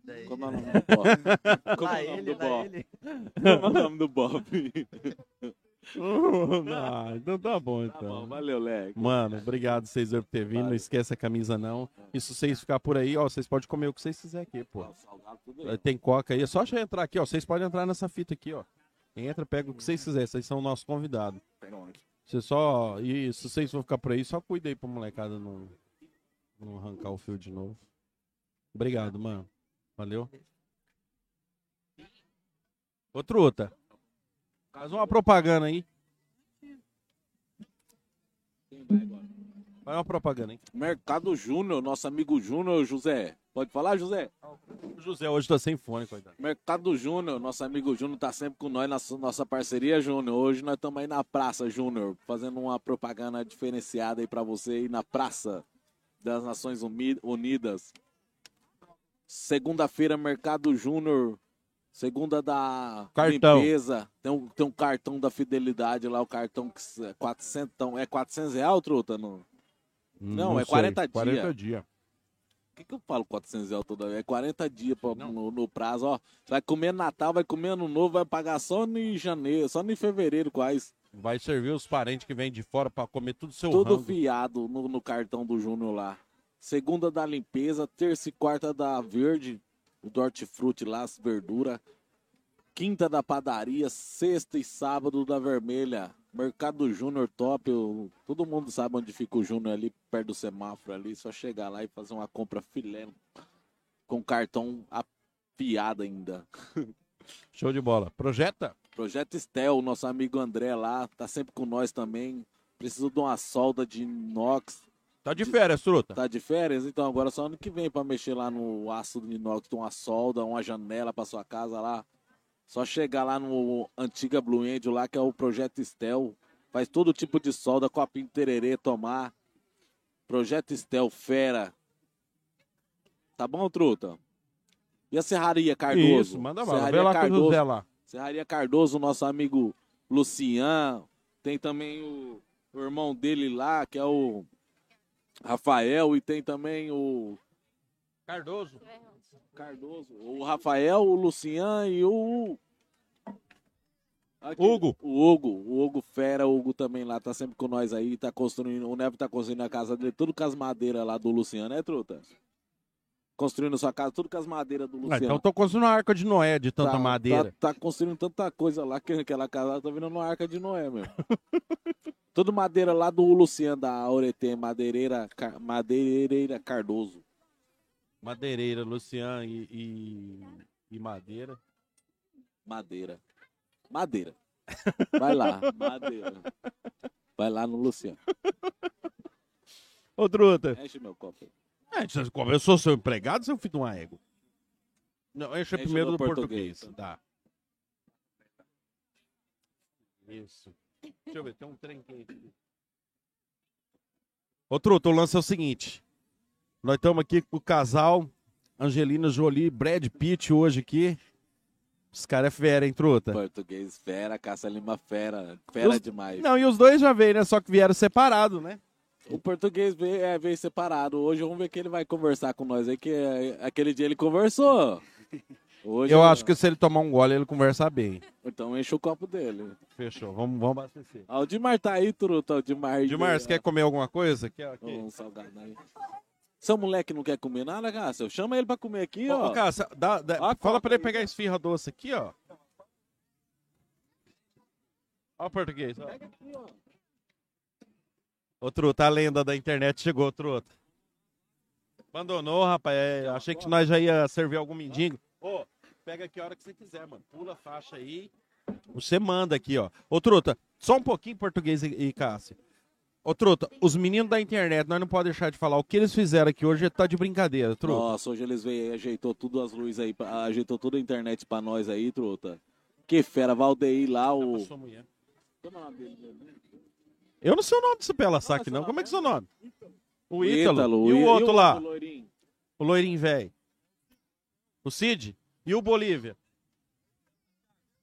H: Daí.
B: Como é o nome do Bob? Como
H: Lá
B: é o nome
H: ele,
B: do
H: lá
B: Bob?
H: ele.
B: Como é o nome do Bob?
A: ah, então tá bom,
B: Tá bom,
A: então.
B: valeu, Leque.
A: Mano, obrigado vocês dois por ter vindo. Não
B: Valeu.
A: esquece a camisa, não. E se vocês ficar por aí, ó, vocês podem comer o que vocês quiserem aqui, pô.
B: Pô, salgado tudo aí.
A: Tem coca aí. É só já entrar aqui, ó. Vocês podem entrar nessa fita aqui, ó. Entra, pega o que vocês quiserem. Vocês são o nosso convidado.
I: Pega um aqui.
A: Você só. E se vocês vão ficar por aí, só cuida aí pra molecada não, não arrancar o fio de novo. Obrigado, mano. Valeu. Ô, truta. Faz uma propaganda aí. Faz é uma propaganda aí.
B: Mercado Júnior, nosso amigo Júnior, José. Pode falar, José?
A: O José hoje tá sem fone, coitado.
B: Mercado tá Júnior, nosso amigo Júnior tá sempre com nós na su- nossa parceria, Júnior. Hoje nós estamos aí na Praça, Júnior, fazendo uma propaganda diferenciada aí pra você aí na Praça das Nações Umi- Unidas. Segunda-feira, Mercado Júnior. Segunda da
A: Cartão.
B: limpeza. Tem um, tem um cartão da fidelidade lá, o cartão que s- é 400, é 400 real, truta? Não. Não, é 40 dias.
A: 40 dias.
B: O que, que eu falo 400 reais toda vez? É 40 dias pra- no, no prazo, ó. Você vai comer Natal, vai comer Ano Novo, vai pagar só em janeiro, só em fevereiro quase.
A: Vai servir os parentes que vêm de fora pra comer tudo seu
B: Todo
A: rango.
B: fiado no, no cartão do Júnior lá. Segunda da limpeza, terça e quarta da verde, o do hortifruti lá, as verduras. Quinta da padaria, sexta e sábado da vermelha. Mercado Júnior top, o- todo mundo sabe onde fica o Júnior ali, perto do semáforo ali. Só chegar lá e fazer uma compra filé com cartão apiado ainda.
A: Show de bola. Projeta?
B: Projeto Estel, nosso amigo André lá, tá sempre com nós também. Preciso de uma solda de inox.
A: Tá de férias, truta.
B: Tá de férias? Então agora só ano que vem pra mexer lá no aço do inox, tem uma solda, uma janela pra sua casa lá. Só chegar lá no Antiga Blue Angel lá, que é o Projeto Estel. Faz todo tipo de solda, copinho tererê, tomar. Projeto Estel, fera. Tá bom, truta? E a Serraria Cardoso?
A: Isso, manda bala.
B: Serraria
A: Vê lá com o
B: Cardoso.
A: José lá.
B: Serraria Cardoso, nosso amigo Lucian. Tem também o, o irmão dele lá, que é o Rafael. E tem também o
A: Cardoso. Ah,
B: Cardoso. O Rafael, o Lucian e o. Aqui,
A: Hugo.
B: O Hugo. O Hugo Fera, o Hugo também lá, tá sempre com nós aí. Tá construindo. O Nevo tá construindo a casa dele, tudo com as madeiras lá do Luciano, né, truta? Construindo sua casa, tudo com as madeiras do
A: Ah, então eu
B: Luciano.
A: tô construindo uma arca de Noé de tanta
B: Tá-
A: madeira.
B: Tá, tá construindo tanta coisa lá que aquela casa lá tá virando uma arca de Noé, meu. Tudo madeira lá do Luciano, da Auretem, madeireira, Car- madeireira Cardoso.
A: Madeireira, Lucian e, e- e madeira.
B: Madeira. Madeira. Vai lá, madeira. Vai lá no Luciano.
A: Ô, Druta.
B: Enche meu copo. aí.
A: É, você- como eu sou seu empregado, seu filho de um uma égua. Não, enche
B: Enche
A: primeiro do
B: do
A: português.
B: português.
A: Tá. Isso. Deixa eu ver, tem um trem quente aqui. Ô, Truta, o lance é o seguinte. Nós estamos aqui com o casal Angelina Jolie e Brad Pitt hoje aqui. Os caras é fera, hein, Truta?
B: Português fera, Caça Lima fera. Fera
A: Os-
B: demais.
A: Não, e os dois já veio, né? Só que vieram separado, né?
B: O português veio, é, veio separado. Hoje vamos ver que ele vai conversar com nós aí, que é, aquele dia ele conversou. Hoje
A: Eu acho que se ele tomar um gole, ele conversa bem.
B: Então enche o copo dele.
A: Fechou, vamos, vamos abastecer.
B: Aldimar tá aí, truta. Aldimar.
A: Dilmar, você quer comer alguma coisa? Aqui, ó, aqui.
B: Um salgado aí. Seu moleque não quer comer nada, Cássio? Chama ele pra comer aqui,
A: Ô,
B: ó.
A: ô, Cássio, dá- dá-
B: Ó a
A: fala
B: coca
A: pra ele
B: aí,
A: pegar a esfirra doce aqui, ó. Ó o português, ó. Ô, truta, a lenda da internet chegou, truta. Abandonou, rapaz. é, achei que nós já ia servir algum mendigo. Ô, pega aqui a hora que você quiser, mano. Pula a faixa aí. Você manda aqui, ó. Ô, truta, só um pouquinho português e, e Cássio. Ô, truta, os meninos da internet, nós não podemos deixar de falar. O que eles fizeram aqui hoje tá de brincadeira, truta.
B: Nossa, hoje eles veio aí, ajeitou tudo as luzes aí, pra- ajeitou toda a internet pra nós aí, truta. Que fera, Valdeir lá, o... é
A: Pra Tá sua mulher. Eu não sei o nome desse Pela Saque, não. Como é que é seu nome? O Ítalo. E o outro lá?
B: loirinho?
A: O loirinho velho. O Cid? E o Bolívia?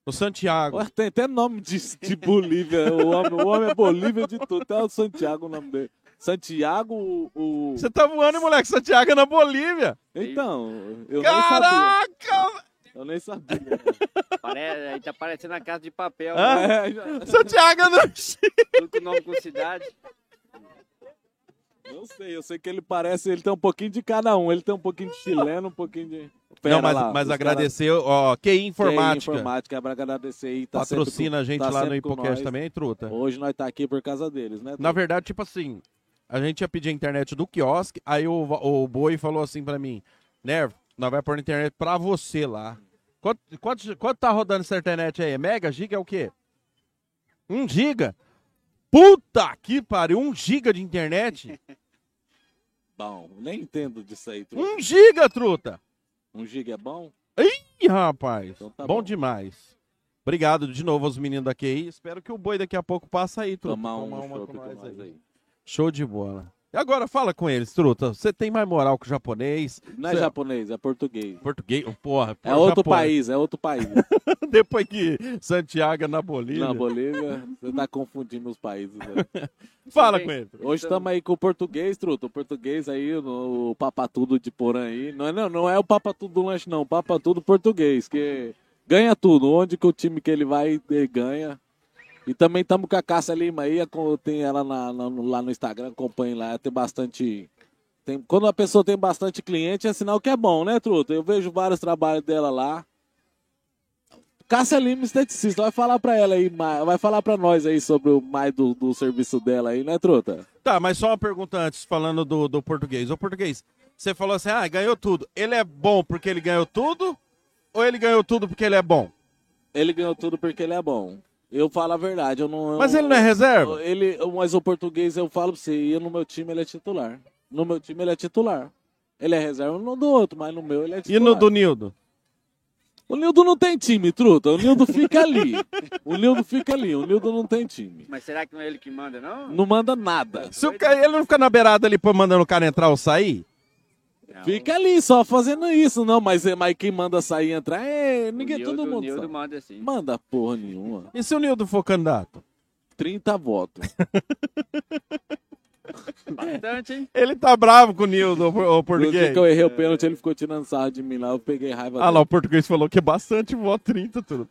A: O Santiago.
B: Ué, tem até nome de, de Bolívia, o homem, o homem é Bolívia de tudo, até o Santiago o nome dele. Santiago, o... o-
A: Você tá voando, hein, moleque? Santiago é na Bolívia.
B: Então, eu
A: Caraca!
B: nem sabia, eu nem sabia.
E: Pare... Aí tá parecendo a casa de papel,
A: Hã?
E: né?
B: É, já-
A: Santiago é no Chile.
E: Tudo com nome com cidade.
B: Eu sei, eu sei que ele parece, ele tem um pouquinho de cada um. Ele tem um pouquinho de chileno, um pouquinho de. Pera
A: Não, mas,
B: lá,
A: mas
B: os
A: agradecer, ó, QI
B: caras- que é
A: Informática.
B: informática, pra agradecer aí. Tá sempre
A: Patrocina a gente
B: tá
A: lá no
B: sempre com
A: Hipocast
B: nós.
A: também, truta.
B: com- Hoje nós tá aqui por causa deles, né?
A: Na verdade, tipo assim, a gente ia pedir a internet do quiosque, aí o, Va- o Boi falou assim pra mim, Nervo, nós vai pôr na internet pra você lá. Quanto, quanto, quanto tá rodando essa internet aí? É Mega? Giga é o quê? Um giga? Puta que pariu, um giga de internet?
B: Bom, nem entendo disso aí. truta.
A: Um giga, truta!
B: Um giga é bom?
A: Ih, rapaz,
B: Então tá
A: bom,
B: bom.
A: demais. Obrigado de novo aos meninos da QI. Espero que o Boi daqui a pouco passa aí, truta.
B: Tomar um
A: Toma uma
B: chopp
A: com
B: com
A: nós
B: nós
A: aí.
B: aí.
A: Show de bola. E agora fala com eles, truta. Você tem mais moral que o japonês?
B: Não é
A: Cê-
B: japonês, é português.
A: Português, oh, porra.
B: É
A: porra,
B: outro
A: Japão.
B: país, é outro país.
A: Depois que Santiago é na Bolívia.
B: Na Bolívia, você tá confundindo os países. né?
A: Fala com ele.
B: Hoje estamos aí com o português, truta. O português aí, o, o papatudo de porã aí. Não é, não, não é o papatudo do lanche, não. O papatudo português, que ganha tudo. Onde que o time que ele vai, ele ganha. E também estamos com a Cássia Lima aí. a co- Tem ela na- na- no- lá no Instagram, acompanhe lá. Tem bastante... Tem, quando a pessoa tem bastante cliente, é sinal que é bom, né, truta? Eu vejo vários trabalhos dela lá. Cássia Lima, esteticista, vai falar pra ela aí, mais- vai falar pra nós aí sobre o mais do, do serviço dela aí, né, truta?
A: Tá, mas só uma pergunta antes, falando do, do português. Ô, português, você falou assim, ah, ganhou tudo. Ele é bom porque ele ganhou tudo? Ou ele ganhou tudo porque ele é bom?
B: Ele ganhou tudo porque ele é bom. Eu falo a verdade, eu não. eu-
A: Mas ele não é reserva?
B: Ele, mas o português eu falo pra você, ia no meu time ele é titular. No meu time ele é titular. Ele é reserva no do outro, mas no meu ele é
A: E
B: titular.
A: no do Nildo?
B: O Nildo não tem time, truta. O Nildo fica ali. O Nildo fica ali. O Nildo não tem time.
E: Mas será que não é ele que manda, não?
B: Não manda nada.
A: Se o cara, ele não fica na beirada ali pra mandando o cara entrar ou sair?
B: Fica ali só fazendo isso, não. Mas, é- mas quem manda sair e entrar é. Ninguém,
E: Nildo-
B: todo
E: o
B: mundo.
E: Nildo
B: sabe.
E: manda, sim.
B: Manda porra nenhuma.
A: E se o Nildo for candidato?
B: 30 votos.
E: Bastante, hein?
A: Ele tá bravo com o Nildo, o o
B: No dia
A: português.
B: que eu errei o pênalti, ele ficou tirando sarro de mim lá. Eu peguei raiva
A: Ah lá, o português falou que é bastante voto 30, tudo.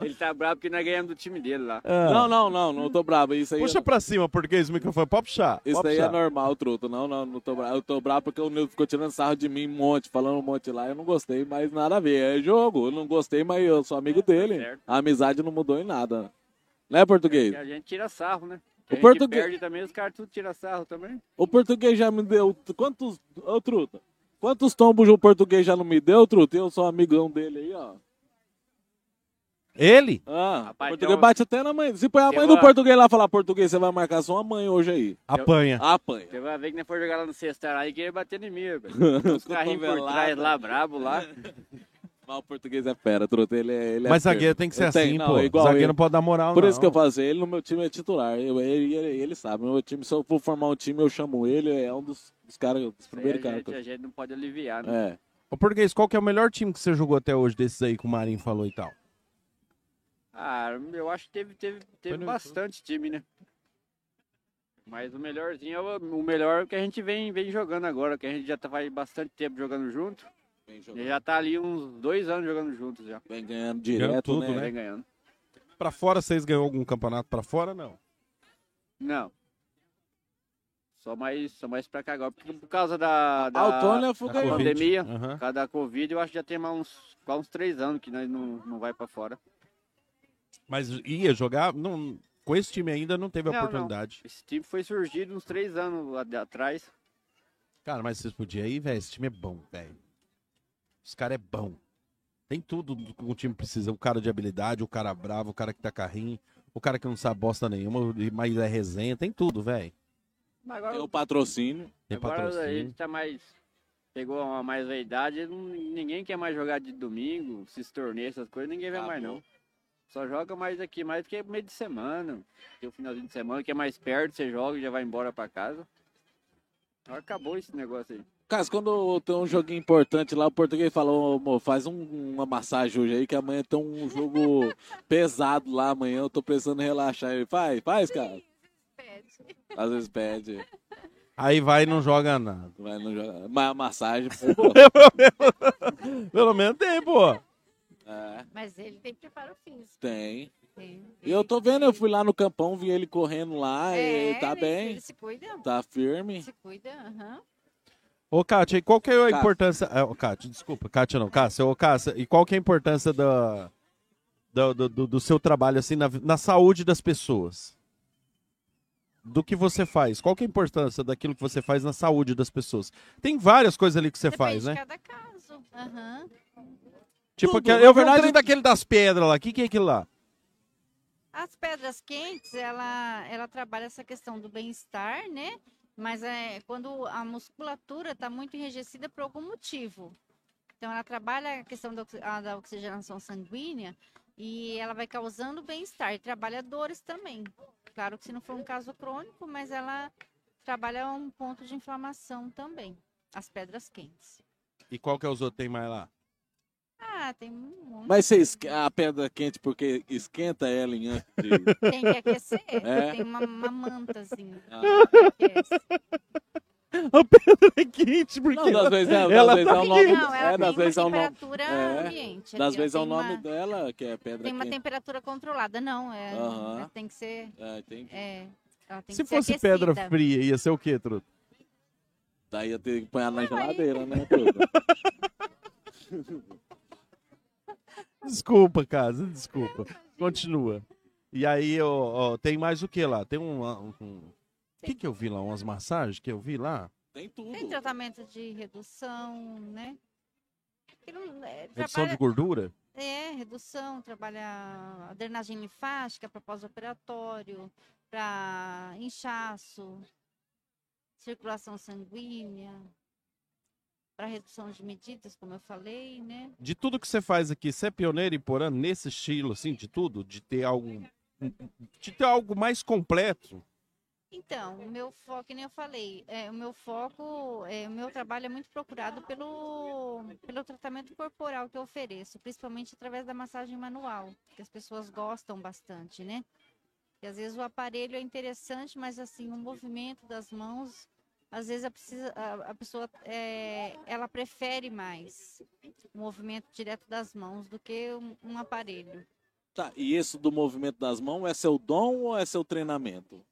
E: Ele tá bravo porque nós ganhamos do time dele lá.
B: Não, não, não, não tô bravo. Isso aí, é-
A: Puxa pra cima, português, o microfone. Pode puxar.
B: isso
A: pode
B: aí é
A: puxar.
B: normal, truto. Não, não, não tô bravo. Eu tô bravo porque o Nildo ficou tirando sarro de mim um monte, falando um monte lá. Eu não gostei, mas nada a ver. É jogo. Eu não gostei, mas eu sou amigo dele.
E: É, tá certo.
B: A amizade não mudou em nada. Né, português?
E: E a gente tira sarro, né?
B: O
E: Que a gente
B: português-
E: perde também, os caras tudo tira sarro também.
B: O português já me deu. Quantos. Ô, truta. Quantos tombos o português já não me deu, truta? Eu sou amigão dele aí, ó.
A: Ele?
B: Ah,
E: Rapaz,
B: o português
E: então-
B: bate até na mãe. Se põe a
E: Tem
B: mãe do
E: uma-
B: português lá e falar português, você vai marcar só uma mãe hoje aí. Ah,
A: Apanha.
B: Apanha.
E: Você vai ver que nós for jogar lá no cestar aí, que ele batendo em mim, velho. Os carrinhos por
B: Cotovelada.
E: trás lá, brabo lá.
B: Mas o português é fera, truta. Ele é, ele é
A: Mas
B: firme.
A: zagueiro tem que ser
B: Ele tem,
A: assim,
B: não,
A: pô.
B: é igual
A: zagueiro
B: ele.
A: não pode dar moral,
B: Por
A: não.
B: isso que eu faço ele no meu time é titular. Eu- ele, ele, ele sabe, no meu time, se eu for formar um time, eu chamo ele, é um dos, dos caras, dos
E: Isso aí
B: primeiros
E: a,
B: caras. que
E: gente, a gente não pode aliviar,
B: eu-
E: né?
B: É.
A: Ô, português, qual que é o melhor time que você jogou até hoje desses aí que o Marinho falou e tal?
E: Ah, eu acho que teve, teve, teve bastante time, né? Mas o melhorzinho é o, o melhor que a gente vem, vem jogando agora, que a gente já tá faz bastante tempo jogando junto.
B: Vem,
E: E
B: jogando,
E: já tá ali uns dois anos jogando juntos já.
B: vem ganhando direto,
A: tudo,
B: né?
A: né?
E: Vem ganhando.
A: Pra fora, vocês ganhou algum campeonato pra fora? Não.
E: Não. Só mais, só mais pra cá agora. Porque por causa da, da,
B: Ah, o Tony é fuga
A: da
B: aí.
A: Covid.
E: pandemia,
A: Aham.
E: por causa da Covid, eu acho que já tem mais uns, quase uns três anos que nós não, não vai pra fora.
A: Mas ia jogar? Não, com esse time ainda não teve a
E: Não, não.
A: oportunidade.
E: Esse time foi surgido uns três anos ad- atrás.
A: Cara, mas vocês podiam ir, velho. Esse time é bom, velho. Os caras é bom. Tem tudo do que um time precisa. O cara de habilidade, o cara bravo, o cara que tá carrinho, o cara que não sabe bosta nenhuma, mas é resenha, tem tudo, velho.
E: Mas agora,
B: Tem o patrocínio.
A: Tem
E: agora a
A: patrocínio.
E: gente tá mais. Pegou uma mais a idade, não- ninguém quer mais jogar de domingo, esses torneios, essas coisas, ninguém vê
B: Acabou.
E: mais não. Só joga mais aqui, mais que é meio de semana. Que é o finalzinho de semana, que é mais perto, você joga e já vai embora pra casa. Agora acabou esse negócio aí.
B: Cara, quando tem um joguinho importante lá, o português falou, amor, faz um- uma massagem hoje aí, que amanhã tem um jogo pesado lá, amanhã eu tô precisando relaxar. Ele, faz, faz, cara. Às vezes pede.
A: Aí vai e não joga nada.
B: Vai no jogo. Mas a massagem, pô,
A: Pelo menos tem, pô.
B: é,
J: Mas ele tem preparo físico.
B: tem.
J: Tem.
B: E eu tô vendo, eu fui lá no campão, vi ele correndo lá,
J: É,
B: ele tá
J: eles-
B: bem,
J: Eles se cuidam.
B: tá firme.
J: Se cuidam, aham.
A: Ô, Kátia, e qual que é a
B: Cássio.
A: importância... Ah, ô, Kátia, desculpa. Kátia não, Cássio. Ô, Cássio, e qual que é a importância da... Do, do, do- do seu trabalho, assim, na, na saúde das pessoas? Do que você faz? Qual que é a importância daquilo que você faz na saúde das pessoas? Tem várias coisas ali que você
J: Depende
A: faz,
J: de
A: né?
J: cada caso. Aham.
A: Tipo,
B: Tudo,
A: aquele,
B: na
A: eu vi um
B: verdade-
A: trem daquele das pedras lá. O que, que é aquilo lá?
J: As pedras quentes, ela, ela trabalha essa questão do bem-estar, né? Mas é quando a musculatura está muito enrijecida por algum motivo. Então, ela trabalha a questão da, oxi- a- da oxigenação sanguínea e ela vai causando bem-estar e trabalha dores também. Claro que se não for um caso crônico, mas ela trabalha um ponto de inflamação também, as pedras quentes.
A: E qual que é os outros tem mais lá?
J: Ah, tem um monte.
B: Mas você esque- a pedra quente porque esquenta ela em antes de...
J: Tem que aquecer,
B: É.
J: tem uma, uma mantazinha. né,
B: Ah.
J: que aquece.
A: É quente, porque...
B: Não, das vezes, é,
A: Ela tá
B: das vezes é o nome...
J: Não, ela
B: é, das
J: tem
B: vezes é o
J: uma
B: nome...
J: temperatura
B: é,
J: ambiente.
B: Das
J: aqui, ela
B: vezes é o
J: tem
B: nome
J: uma-
B: dela, que é pedra
J: Tem uma
B: quente.
J: temperatura controlada, não. É,
B: Aham.
J: ela tem que ser.
B: É, tem...
J: é, ela tem
A: Se
J: que ser
A: fosse
J: é aquecida.
A: pedra fria, ia ser o quê, Truto?
B: Daí eu tenho que pôr na geladeira, né? Pedro?
A: Desculpa, casa, desculpa. Continua. E aí, ó, ó, tem mais o que lá? Tem um. um- um- O que, que eu vi lá? Umas massagens que eu vi lá?
B: Tem
J: Tem
B: tudo.
J: tratamento de redução, né? Aquilo, é,
A: Redução de gordura?
J: É, redução, trabalha a drenagem linfática para pós-operatório, para inchaço, circulação sanguínea, para redução de medidas, como eu falei, né?
A: De tudo que você faz aqui, você é pioneiro em Porã nesse estilo, assim, de tudo? De ter algo. De ter algo mais completo?
J: Então, o meu foco, que nem eu falei, é, o meu foco, é, o meu trabalho é muito procurado pelo, pelo tratamento corporal que eu ofereço, principalmente através da massagem manual, que as pessoas gostam bastante, né? E às vezes o aparelho é interessante, mas assim, o movimento das mãos, às vezes a, precisa, a, a pessoa, é, ela prefere mais o movimento direto das mãos do que um, um aparelho.
B: Tá, e isso do movimento das mãos é seu dom ou é seu treinamento?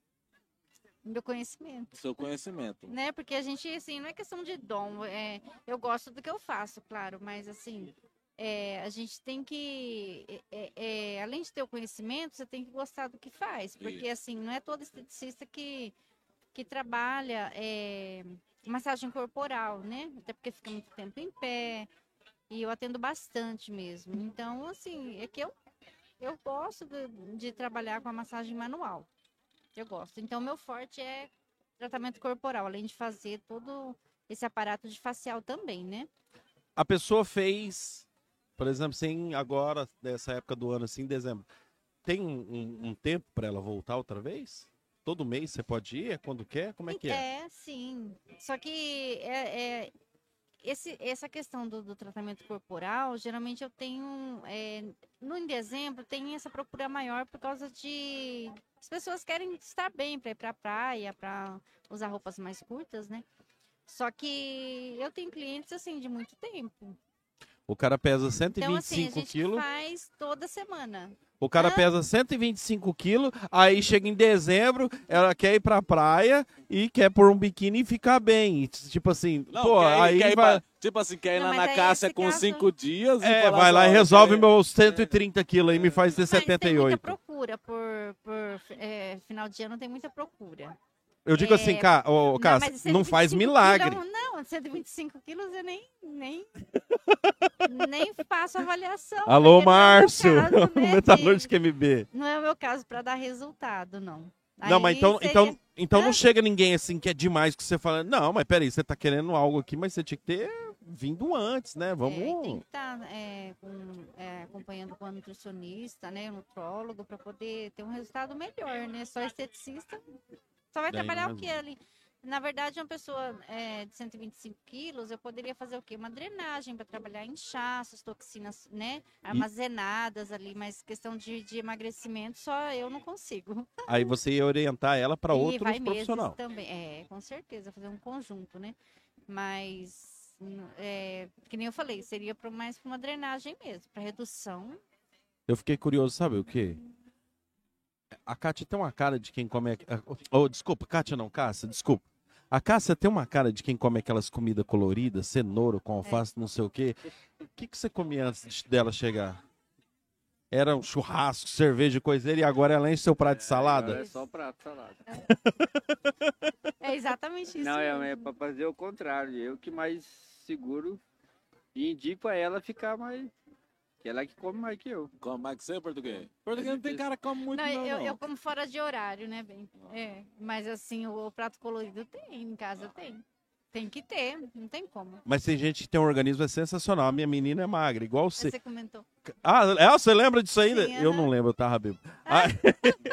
J: Meu conhecimento.
B: Seu conhecimento.
J: Né? Porque a gente, assim, não é questão de dom. É, eu gosto do que eu faço, claro, mas assim, é, a gente tem que. é, é, além de ter o conhecimento, você tem que gostar do que faz. Porque, assim, não é todo esteticista que, que trabalha é, massagem corporal, né? Até porque fica muito tempo em pé. E eu atendo bastante mesmo. Então, assim, é que eu, eu gosto de, de trabalhar com a massagem manual. Eu gosto. Então, meu forte é tratamento corporal, além de fazer todo esse aparato de facial também, né?
A: A pessoa fez, por exemplo, sem agora, nessa época do ano, assim, em dezembro. Tem um, um- um tempo para ela voltar outra vez? Todo mês você pode ir? É quando quer? Como é que é?
J: É, sim. Só que é, é, esse, essa questão do, do tratamento corporal, geralmente eu tenho. É, no em dezembro tem essa procura maior por causa de. As pessoas querem estar bem para ir para praia, para usar roupas mais curtas, né? Só que eu tenho clientes assim de muito tempo.
A: O cara pesa
J: Então, assim, a
A: 125
J: gente
A: quilos.
J: faz toda semana.
A: O cara
J: É.
A: pesa 125 quilos, aí chega em dezembro, ela quer ir pra praia e quer pôr um biquíni e ficar bem. E, t- Tipo assim,
B: Não,
A: pô,
B: quer ir-
A: aí
B: quer ir
A: vai.
B: pra- tipo assim, quer ir
J: Não,
B: lá
J: mas
B: na
J: aí
B: caça
J: esse
B: com
J: caso-
B: cinco dias.
A: É, vai lá e resolve
B: né? É.
A: meus 130 quilos aí, me faz ter
J: Tem muita
A: 78.
J: procura por, por é, final de ano, tem muita procura. É,
A: Eu digo assim, cá, ô,
J: Não,
A: Cássio,
J: mas
A: não faz
J: 125
A: milagre.
J: quilão, não, 125 quilos eu nem, nem, nem faço avaliação.
A: Alô,
J: porque não é o meu
A: Márcio,
J: caso, né,
A: metalúrgico
J: de-
A: MB.
J: Não é o meu caso para dar resultado, não.
A: Não, mas
J: Aí
A: então,
J: seria-
A: então, então não chega ninguém assim que é demais que você fala. Não, mas peraí, você tá querendo algo aqui, mas você tinha que ter vindo antes, né?
J: É, tem
A: Vamos.
J: que estar é, acompanhando com a nutricionista, né, nutrólogo, para poder ter um resultado melhor, né? Só esteticista só vai
K: Daí
J: trabalhar
K: não
J: o que
K: ajuda.
J: ali. Na verdade, uma pessoa é, de 125 quilos, eu poderia fazer o quê? Uma drenagem para trabalhar inchaços, toxinas, né? Armazenadas ali, mas questão de, de emagrecimento só eu não consigo.
A: Aí você ia orientar ela para
J: E
A: outro
J: vai mesmo
A: profissional.
J: também. É, com certeza, fazer um conjunto, né? Mas, n- é, que nem eu falei, seria pro- mais para uma drenagem mesmo, para redução.
A: Eu fiquei curioso, sabe o quê? A Kátia tem uma cara de quem come. aqu- ah, Oh, desculpa, Kátia não, Cássia, desculpa. A Cássia tem uma cara de quem come aquelas comidas coloridas, cenoura com alface, não sei o quê. O que, que você comia antes de- dela chegar? Era um churrasco, cerveja, e coisa e agora ela enche seu prato de salada?
E: É só prato, salada.
J: É exatamente isso.
E: Não, é, é
J: mesmo.
E: pra fazer o contrário. Eu que mais seguro e indico a ela ficar mais. Que ela é que come mais que eu.
B: Come mais que você, português? Português não tem cara que come muito,
J: Não,
B: não.
J: eu,
B: não.
J: eu como fora de horário, né, bem? É, mas assim, o, o prato colorido tem, em casa tem. Tem que ter, não tem como.
A: Mas tem gente que tem um organismo é sensacional. A minha menina é magra, igual você.
J: Você comentou.
A: Ah, é, você lembra disso ainda?
J: Sim,
A: Eu não lembro, eu tava bêbado. Ah,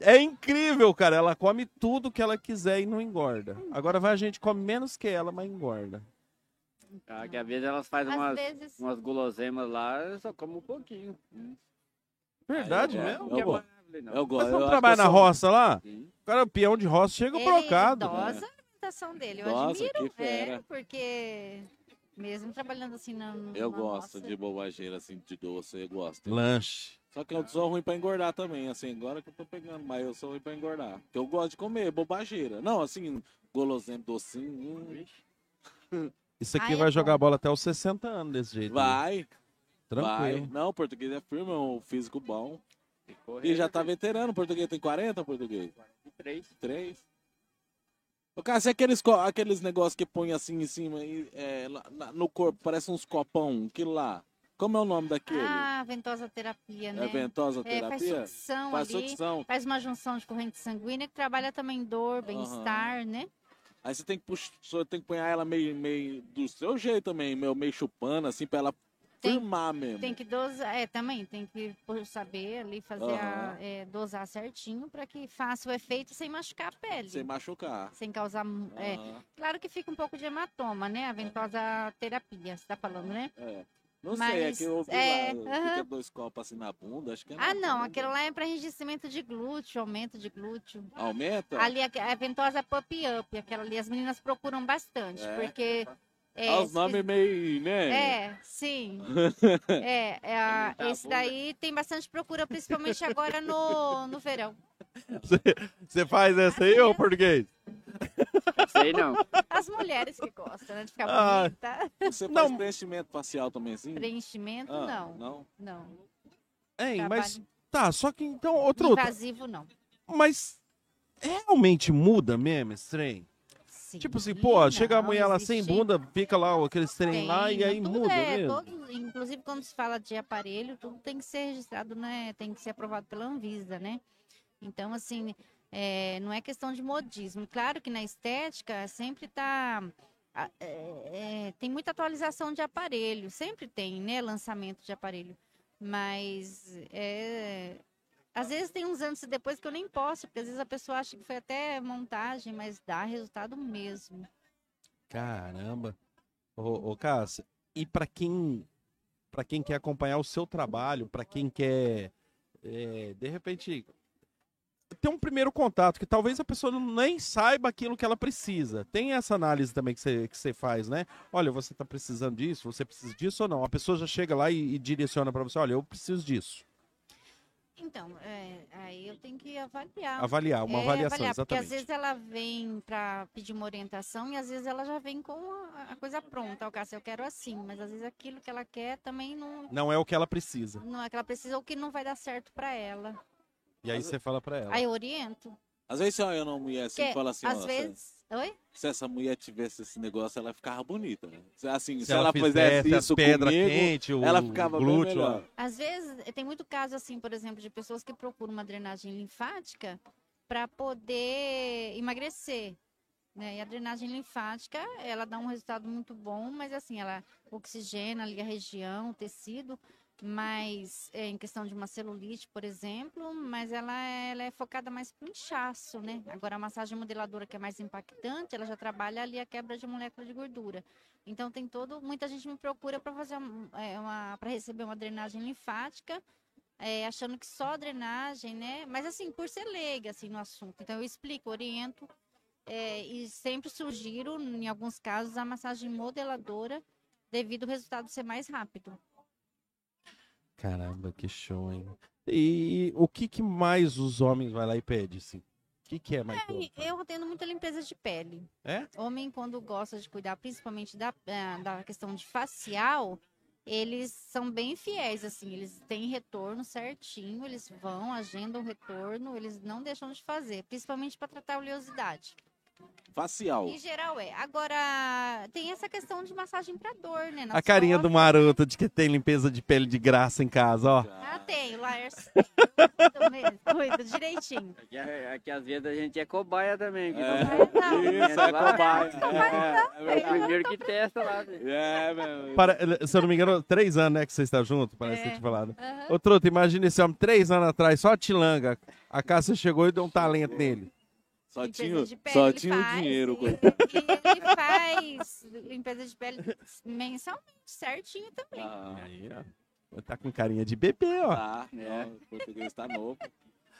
A: é incrível, cara. Ela come tudo que ela quiser e não engorda. Agora vai a gente come menos que ela, mas engorda.
E: Ah, que às vezes elas fazem
J: Às
E: umas,
J: vezes.
E: umas guloseimas lá, eu só como um pouquinho.
A: Verdade
E: É, Eu
A: mesmo?
E: gosto.
B: é
E: Eu gosto. Eu
A: Mas
E: gosto.
A: vamos
E: Eu
A: trabalhar
E: acho que
A: na
E: eu sou- um
A: roça lá? O cara, é o peão de roça chega
J: Ele
A: brocado. É.
J: idosa a alimentação dele, eu
B: Nossa,
J: admiro.
B: que fera.
J: É, porque mesmo trabalhando assim na,
B: Eu
J: na
B: gosto
J: roça,
B: de bobageira, assim, de doce, eu gosto.
A: Lanche.
B: Só que eu sou ruim pra engordar também, assim, agora que eu tô pegando, mas eu sou ruim pra engordar. Porque eu gosto de comer bobageira. Não, assim, gulosinho, docinho. hum.
A: Isso aqui
B: Aí é
A: vai jogar
B: bom.
A: bola até os 60 anos desse jeito. né?
B: Vai.
A: Tranquilo.
B: Vai. Não, português é firme, é um físico bom. E já tá veterano, português tem 40, português?
E: Três.
B: Três. Ô, Cássio, e aqueles, co- aqueles negócios que põe assim em cima, e, é, lá- lá no corpo, parece uns copão, aquilo lá. Como é o nome daquele?
J: Ah, ventosa terapia, né?
B: É ventosa
J: faz
B: terapia?
J: sucção
B: Faz
J: ali,
B: sucção.
J: faz uma junção de corrente sanguínea que trabalha também dor, bem-estar, né?
B: Aí você tem que puxar, tem que pôr ela meio, meio do seu jeito também, meu, meio chupando, assim, pra ela firmar mesmo.
J: Tem que dosar, é, também tem que pô, saber ali fazer a-
B: Aham.
J: é, dosar certinho para que faça o efeito sem machucar a pele.
B: Sem machucar.
J: Sem causar. mu- é.
B: Aham.
J: Claro que fica um pouco de hematoma, né? A ventosa terapia, você tá falando, né?
B: É. Não sei, é
J: Mas,
B: que eu ouvi
J: é,
B: lá,
J: aham.
B: fica dois copos assim na bunda, acho que é na
J: Ah, não,
B: bunda.
J: aquilo lá é para enrijecimento de glúteo, aumento de glúteo.
B: Aumenta?
J: Ali a, a ventosa pop-up, aquela ali, as meninas procuram bastante,
B: É?
J: porque. é,
B: Ah, os
J: se-
B: nomes meio, né?
J: É, sim. É, é a-
B: Aumentar a
J: esse
B: bunda.
J: daí tem bastante procura, principalmente agora no, no verão.
A: Você faz essa aí, ô português?
E: Sei não.
J: As mulheres que gostam, né? De ficar
A: Ah.
J: bonita.
B: Você faz preenchimento facial também, sim?
J: Preenchimento,
B: Ah,
J: não.
B: não?
J: Não.
A: Hein,
J: Trabalho.
A: mas. Tá, só que então, outro.
J: Invasivo, não.
A: Mas realmente muda mesmo esse trem? tipo assim, pô, chega a mulher lá sem bunda, fica lá ó, aqueles trem
J: Tem,
A: lá e aí
J: tudo
A: muda
J: é,
A: mesmo.
J: todos- inclusive, quando se fala de aparelho, tudo tem que ser registrado, né? Tem que ser aprovado pela Anvisa, né? Então, assim, é, não é questão de modismo. Claro que na estética sempre tá. a- é, é, tem muita atualização de aparelho, sempre tem, né? Lançamento de aparelho. Mas é, às vezes tem uns anos depois que eu nem posso, porque às vezes a pessoa acha que foi até montagem, mas dá resultado mesmo.
A: Caramba. Ô, ô Cássia, e pra quem para quem quer acompanhar o seu trabalho, pra quem quer é, de repente ter um primeiro contato que talvez a pessoa não- nem saiba aquilo que ela precisa. Tem essa análise também que você que você faz, né? Olha, você tá precisando disso, você precisa disso ou não? A pessoa já chega lá e, e direciona pra você, olha, eu preciso disso.
J: Então, é, aí eu tenho que avaliar. É,
A: Avaliar, uma avaliação,
J: Porque às
A: exatamente.
J: vezes ela vem para pedir uma orientação e às vezes ela já vem com a, a coisa pronta. O Cássio, eu quero assim, mas às vezes aquilo que ela quer também não,
A: Não é o que ela precisa.
J: não é que ela precisa ou que não vai dar certo para ela.
A: E aí você fala pra ela.
J: Aí eu oriento.
B: Às vezes você olha uma mulher assim e
J: Porque
B: fala assim, ó,
J: às
B: se-
J: vezes. Oi?
B: se essa mulher tivesse esse negócio, ela ficava bonita. né? Se, Assim, se,
A: Se
B: ela,
A: ela
B: fizesse
A: fizesse as
B: isso
A: pedra
B: comigo,
A: quente, o
B: ela ficava bem
A: glúteo,
B: melhor.
J: Às vezes, eh, tem muito caso assim, por exemplo, de pessoas que procuram uma drenagem linfática para poder emagrecer. Né? E a drenagem linfática, ela dá um resultado muito bom, mas assim, ela oxigena ali a região, o tecido, mas eh, em questão de uma celulite, por exemplo, mas ela, ela é focada mais para inchaço, né? Agora, a massagem modeladora, que é mais impactante, ela já trabalha ali a quebra de molécula de gordura. Então tem todo, muita gente me procura para fazer um- é, uma, para receber uma drenagem linfática, é, achando que só drenagem, né? Mas assim, por ser leiga assim no assunto. Então eu explico, oriento é, e sempre sugiro, em alguns casos, a massagem modeladora devido ao resultado ser mais rápido.
A: Caramba, que show, hein? E, e o que, que mais os homens vai lá e pede, assim? O que, que é mais?
J: E Eu atendo muita limpeza de pele.
A: É?
J: Homem, quando gosta de cuidar, principalmente da, eh, da questão de facial, eles são bem fiéis, assim, eles têm retorno certinho, eles vão, agendam o retorno, eles não deixam de fazer, principalmente para tratar a oleosidade.
B: facial.
J: Em geral é. Agora, tem essa questão de massagem para dor, né?
A: A carinha do maroto de que tem limpeza de pele de graça em casa, ó.
J: Ah, tem, o Laércio. Cuida mesmo, então é, Cuida direitinho.
E: É que, é que às vezes a gente é cobaia também. Que
B: É,
E: não-
B: isso, é
E: lá.
B: cobaia.
E: É, é o
J: né?
E: primeiro que testa lá. né?
B: É, meu.
A: Para- se eu não me engano, três anos, né, que vocês estão juntos, parece que
J: É.
A: eu tinha falado.
J: Aham.
A: Ô, Truta, imagina esse homem, três anos atrás, só a tilanga. A Cássia chegou e deu um talento nele.
B: Só
J: Limpeza
B: tinha,
J: de pele,
B: só
J: ele
B: tinha
J: faz,
B: o dinheiro.
J: e- E ele faz limpeza de pele mensalmente, certinho também.
A: Aí, ó. Tá com carinha de bebê, ó.
B: Ah. Tá,
J: É.
B: não, o português tá novo.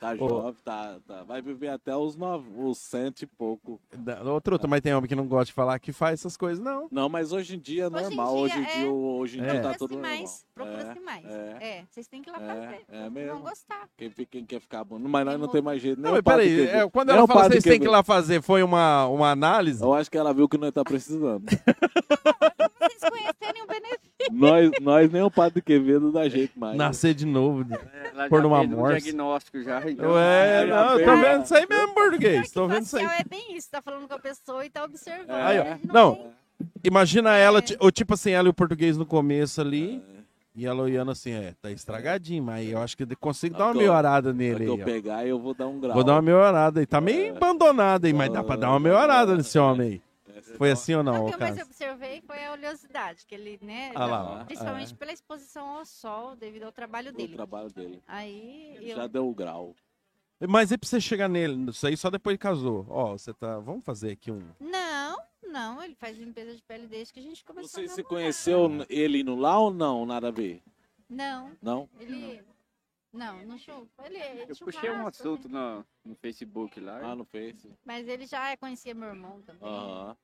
B: Tá jovem, tá, tá. Vai viver até os, nove, os cento e pouco.
A: Da- Ô, Truta, mas tem homem que não gosta de falar que faz essas coisas, não.
B: Não, mas hoje em dia é normal.
J: dia
B: Hoje em
J: é-
B: dia, hoje em dia
A: É.
B: tá
J: Procura-se
B: tudo normal.
J: mais, procura-se
B: É,
J: mais.
B: é.
J: É, vocês têm que ir lá
B: É,
J: fazer.
B: é
J: Se
B: mesmo.
J: não gostar.
B: Quem, fica- quem quer ficar bom. Mas nós não tem mais jeito. nem
A: Não,
B: o
A: mas
B: padre
A: peraí,
B: quer
A: é,
B: ver.
A: quando
B: Nem
A: ela
B: um o
A: fala que
B: padre
A: vocês
B: quer
A: têm
B: ver.
A: que ir lá fazer, foi uma, uma análise?
B: Eu acho que ela viu que nós tá precisando.
J: Vocês conhecerem o benefício.
B: nós, nós nem o Padre Quevedo dá jeito mais. É,
A: Nascer de novo, né?
E: Ela
A: pôr
E: já
A: numa
E: fez um
A: morsa.
E: diagnóstico já. então.
A: Ué,
E: Aí,
A: não,
E: ó,
A: eu tô
E: bem-
A: vendo isso aí mesmo, português. Tô vendo isso aí. Ah, é.
J: Facial é bem isso, tá falando com a pessoa e tá observando.
B: É.
A: Aí, ó.
J: né?
A: Não, imagina ela, ti- ou tipo assim, ela e o português no começo ali. E ela olhando assim, é, tá estragadinho, mas eu acho que eu consigo dar uma
B: que eu-
A: melhorada nele.
B: Se eu
A: aí, ó.
B: pegar, eu vou dar um grau. É.
A: Vou dar uma melhorada aí. Tá meio abandonado aí, mas dá pra dar uma melhorada nesse homem
B: É,
A: aí.
B: tá
A: Foi assim ou
J: O
A: não,
J: que eu mais
A: cara?
J: observei foi a oleosidade que ele, né?
A: Ah lá, ó.
J: principalmente
A: Ah,
J: pela exposição ao sol, devido ao trabalho
B: O
J: dele.
B: trabalho dele.
J: Aí eu...
B: Já deu o grau.
A: Mas e pra você chegar nele? Isso aí só depois que casou. Ó, você tá. Vamos fazer aqui um.
J: Não, não, ele faz limpeza de pele desde que a gente começou.
B: Você se conheceu
A: É.
B: ele indo lá ou não? Nada a ver?
J: Não,
B: Não?
J: ele. Não, não chupa. Ele é
E: Eu puxei um assunto no, no Facebook lá.
B: Ah, no Facebook.
J: Mas ele já conhecia meu irmão também.
B: Aham.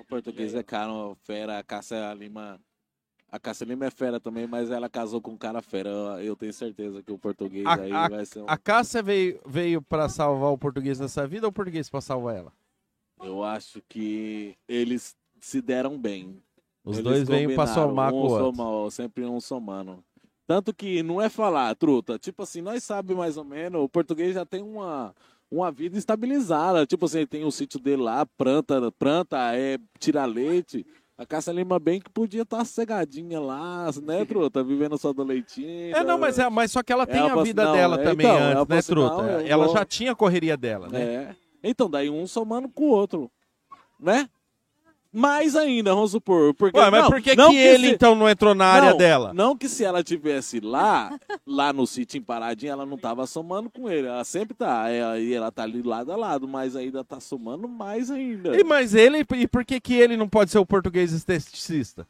B: O português é caro, fera. A Cássia Lima. A Cássia Lima é fera também, mas ela casou com um cara fera. Eu- Eu tenho certeza que o português
A: A,
B: aí
A: a,
B: vai ser um.
A: a Cássia veio, veio pra salvar o português nessa vida ou o português pra salvar ela?
B: Eu acho que eles se deram bem.
A: Os dois vêm pra
B: combinaram,
A: somar
B: um
A: com o outro.
B: soma- sempre um somando. Tanto que não é falar, truta. Tipo assim, nós sabe mais ou menos, o português já tem uma, uma vida estabilizada. Tipo assim, ele tem o sítio dele lá, planta, planta, é, tira leite. A Cássia Lima bem que podia estar cegadinha lá, né, truta? Vivendo só do leitinho.
A: É, não, mas, é, mas só que ela tem
B: Ela
A: a
B: falou
A: vida
B: assim, não,
A: dela
B: é,
A: também
B: então, ela
A: antes,
B: falou
A: né,
B: assim,
A: Truta?
B: não, eu
A: ela
B: vou-
A: já tinha a correria dela, né?
B: É. Então, daí um somando com o outro, né? Mais ainda, vamos supor. Porque,
A: Ué, mas
B: não,
A: por que,
B: não
A: que ele,
B: se-
A: então, não entrou na área
B: não,
A: dela?
B: Não que se ela tivesse lá, lá no sítio em Paradinha, ela não tava somando com ele. Ela sempre tá. Aí ela tá ali lado a lado, mas ainda tá somando mais ainda.
A: E, mas ele, e por que, que ele não pode ser o português esteticista?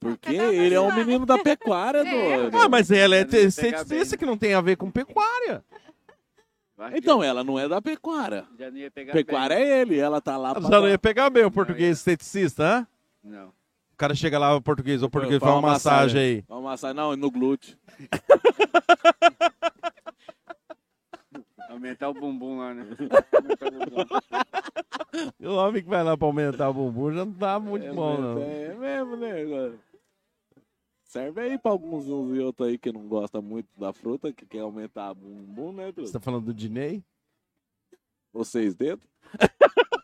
B: Porque ele
A: um
B: é o menino da pecuária, doido.
A: Ah, mas ela é esteticista que não tem a ver com pecuária.
B: Então, ela não é da pecuária.
E: Já não ia pegar
B: Pecuária
E: bem.
B: é ele, ela tá lá
A: Ela Já não é. ia pegar bem o português esteticista, hã?
E: Não.
A: O cara chega lá, o português, o português
B: Faz
A: faz uma massagem aí.
B: Faz Uma massagem, não, no glúteo.
E: Aumentar o bumbum lá, né?
A: E o homem que vai lá pra aumentar o bumbum já não tá muito bom, não.
B: É mesmo, né? agora? Serve aí pra alguns uns e outros aí que não gosta muito da fruta, que quer aumentar a bumbum, né?
A: Você
B: Truta?
A: tá falando do Dinei?
B: Vocês dentro?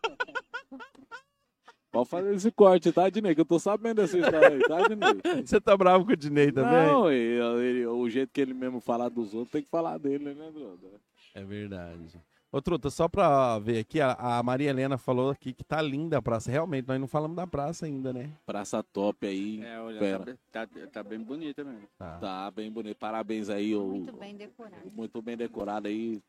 B: Pode fazer esse corte, tá, Dinei? Que eu tô sabendo dessa história aí, tá, Dinei?
A: Você tá bravo com o Dinei também?
B: Não, ele- ele- o jeito que ele mesmo fala dos outros, tem que falar dele, né, brother?
A: É verdade. Ô, Truta, só pra ver aqui, a, a Maria Helena falou aqui que tá linda a praça. Realmente, nós não falamos da praça ainda, né?
B: Praça top aí,
E: É, olha, tá
B: fera.
E: be- tá, tá, bem bonita mesmo.
A: Tá.
B: Tá bem bonito. Parabéns aí, ô.
J: Muito bem decorado.
B: muito bem decorado aí.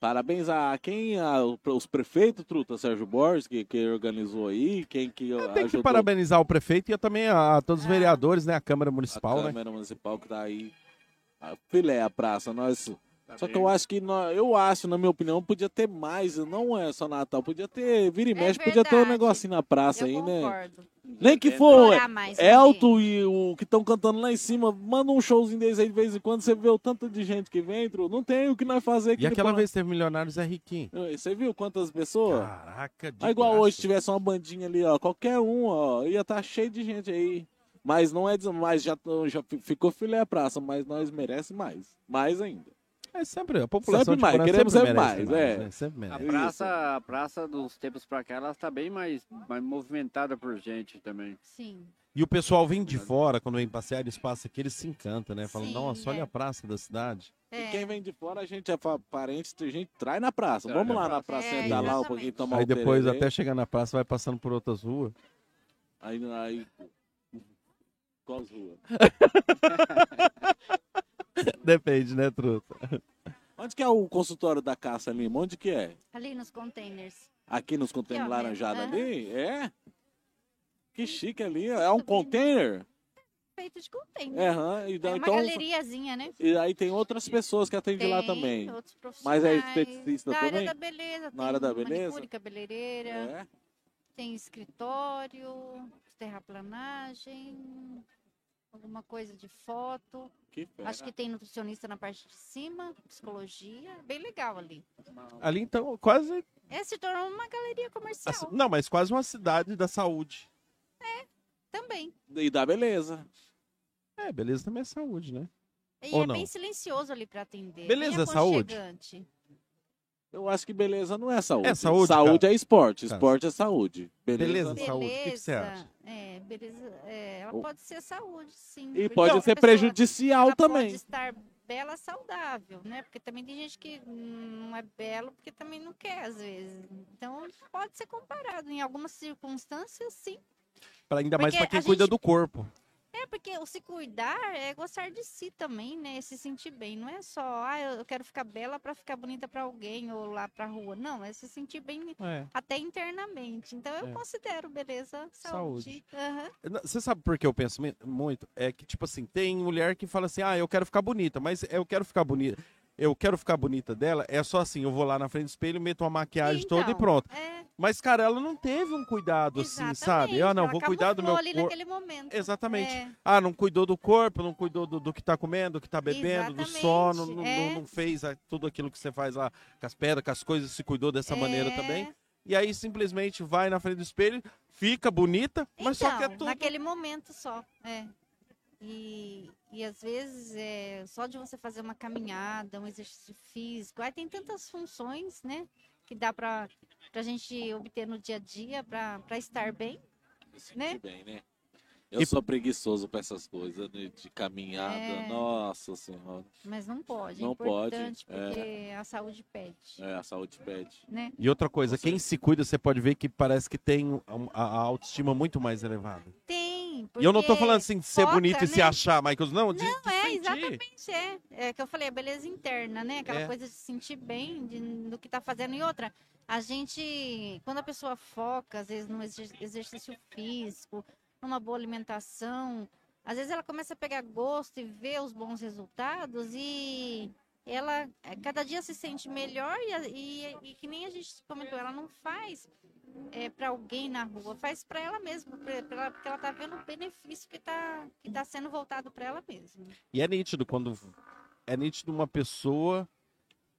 B: Parabéns a quem? A, os prefeitos, Truta, Sérgio Borges, que, que organizou aí, quem que
A: Ah, Tem que
B: ajudou
A: parabenizar o prefeito e eu também a, a todos os vereadores, né? A Câmara
B: É. a
A: Municipal, né?
B: Câmara Municipal que tá aí. A filé a praça, nós...
E: Tá
B: Só que
E: bem-
B: eu acho que, nós, eu acho, na minha opinião, podia ter mais, não é só Natal, podia ter, vira e mexe, podia ter um
J: É verdade.
B: negocinho na
J: eu
B: praça aí, né?
J: concordo.
B: Nem que
E: É,
B: for
J: Explorar mais, né?
B: Elton e o que estão cantando lá em cima, manda um showzinho deles aí de vez em quando, você vê o tanto de gente que vem, Tru, não tem o que nós fazer aqui
A: E
B: no
A: aquela
B: Pan-
A: vez teve milionários é riquinho.
B: Você viu quantas pessoas?
A: Caraca, de
B: Ah, igual
A: graça.
B: hoje, se tivesse uma bandinha ali, ó, qualquer um, ó, ia estar cheio de gente aí. Mas não é des- mas já, tô- já fi- ficou filé a praça, mas nós merece mais. Mais ainda.
A: É sempre, a população
B: Sempre
A: de
B: mais,
A: Porã
B: queremos
A: sempre
B: sempre
A: merece
B: mais, é.
A: né? Sempre
E: A
A: merece.
E: praça, a praça dos tempos pra cá, ela tá bem mais, mais movimentada por gente também.
J: Sim.
A: E o pessoal vem de fora, quando vem passear, eles passam aqui, eles se encantam, né? Falam,
J: Sim,
A: nossa,
J: é.
A: olha a praça da cidade.
J: É.
B: E quem vem de fora, a gente é fa- parente, a gente traz na praça.
E: Traz
B: Vamos
E: na
B: lá na praça,
J: É,
B: sentar lá um
J: exatamente.
B: pouquinho, tomar
A: aí
B: um
A: depois,
B: tererê.
A: até chegar na praça, vai passando por outras ruas.
B: Aí, aí... Qual rua?
A: Depende, né, truta?
B: Onde que é o consultório da Caça Lima? Onde que é?
J: Ali nos containers.
B: Aqui nos containers
J: Aqui, ó,
B: laranjados
J: mesmo.
B: ali? É? Que chique ali. ó. É um container?
J: Feito de container.
B: É, aham. E
J: É
B: dá-
J: uma
B: então...
J: galeriazinha, né?
B: E aí tem outras pessoas que atendem lá também.
J: outros
B: Mas é
J: profissionais.
B: esteticista
J: da
B: também?
J: área da beleza.
B: Na área
J: tem
B: da beleza?
J: manicure, cabeleireira.
B: É.
J: Tem escritório, terraplanagem, alguma coisa de foto.
B: Que fera.
J: Acho que tem nutricionista na parte de cima, psicologia. Bem legal ali.
A: Ali, então, quase
J: É, se tornou uma galeria
A: Assim,
J: comercial.
A: não, mas quase uma cidade da saúde.
J: É, também.
B: E dá beleza.
A: É, beleza também é saúde, né?
J: E
A: Ou
J: é
A: não?
J: bem silencioso ali pra atender.
A: Beleza,
J: bem
A: saúde.
J: aconchegante.
B: Eu acho que beleza não é saúde.
A: É saúde,
B: Saúde
A: cara.
B: é esporte.
A: Cara.
B: Esporte é saúde. Beleza, é
A: Beleza, saúde. O que que você acha?
J: É, beleza. é, ela
B: O-
J: pode ser saúde, sim.
B: E
J: porque
B: pode
J: a
B: ser
J: pessoa
B: prejudicial
J: ela
B: também.
J: Pode estar bela saudável, né? Porque também tem gente que hum, não é belo porque também não quer, às vezes. Então, pode ser comparado. Em algumas circunstâncias, sim.
A: Pra, ainda mais
J: Porque
A: pra quem
J: a gente-
A: cuida do corpo.
J: É, porque o se cuidar é gostar de si também, né? Se sentir bem. Não é só, ah, eu eu quero ficar bela pra ficar bonita pra alguém ou lá pra rua. Não, é se sentir bem
A: É.
J: até internamente. Então, eu
A: É.
J: considero beleza saúde.
A: Saúde.
J: Aham.
A: Você sabe por que eu penso mi- muito? É que, tipo assim, tem mulher que fala assim, ah, eu quero ficar bonita, mas eu quero ficar bonita. Eu quero ficar bonita dela, é só assim, eu vou lá na frente do espelho, meto uma maquiagem toda e
J: Então,
A: pronto.
J: é.
A: Mas, cara, ela não teve um cuidado assim, sabe? Ah, não,
J: ela
A: vou cuidar do meu
J: camuflou ali
A: corpo.
J: naquele momento.
A: Exatamente.
J: É.
A: Ah, não cuidou do corpo, não cuidou do, do que tá comendo, do que tá bebendo, do
J: Exatamente,
A: sono, não,
J: é.
A: não- não fez a- tudo aquilo que você faz lá com as pedras, com as coisas, se cuidou dessa
J: É.
A: maneira também. E aí simplesmente vai na frente do espelho, fica bonita, mas só que é
J: Então,
A: tudo.
J: Naquele momento só, é. E, e às vezes é só de você fazer uma caminhada, um exercício físico, aí tem tantas funções, né? Que dá pra, pra gente obter no dia a dia, pra, pra estar bem, né?
B: Bem, né? Eu sou preguiçoso pra essas coisas né, de caminhada.
J: É.
B: Nossa senhora.
J: Mas não pode, é
B: Não pode,
J: importante,
B: é.
J: porque a saúde pede,
B: É, a saúde pede.
J: né?
A: E outra coisa, quem se cuida, você pode ver que parece que tem um, a, a autoestima muito mais elevada.
J: Tem,
A: E eu não tô
J: porque
A: falando assim de ser
J: foca,
A: bonito e se
J: né?
A: achar, Michael. Não, de
J: Não, é, exatamente, é. É que eu falei, a beleza interna, né? Aquela
A: É.
J: coisa de se sentir bem de- do que tá fazendo. E outra, a gente, quando a pessoa foca, às vezes, num exer- exercício físico, numa boa alimentação, às vezes ela começa a pegar gosto e ver os bons resultados e ela eh, cada dia se sente melhor e, a- e- e que nem a gente comentou, ela não faz é, para alguém na rua, faz para ela mesma, pra- pra ela- porque ela tá vendo o benefício que tá, que tá sendo voltado para ela mesma.
A: E é nítido quando. É nítido uma pessoa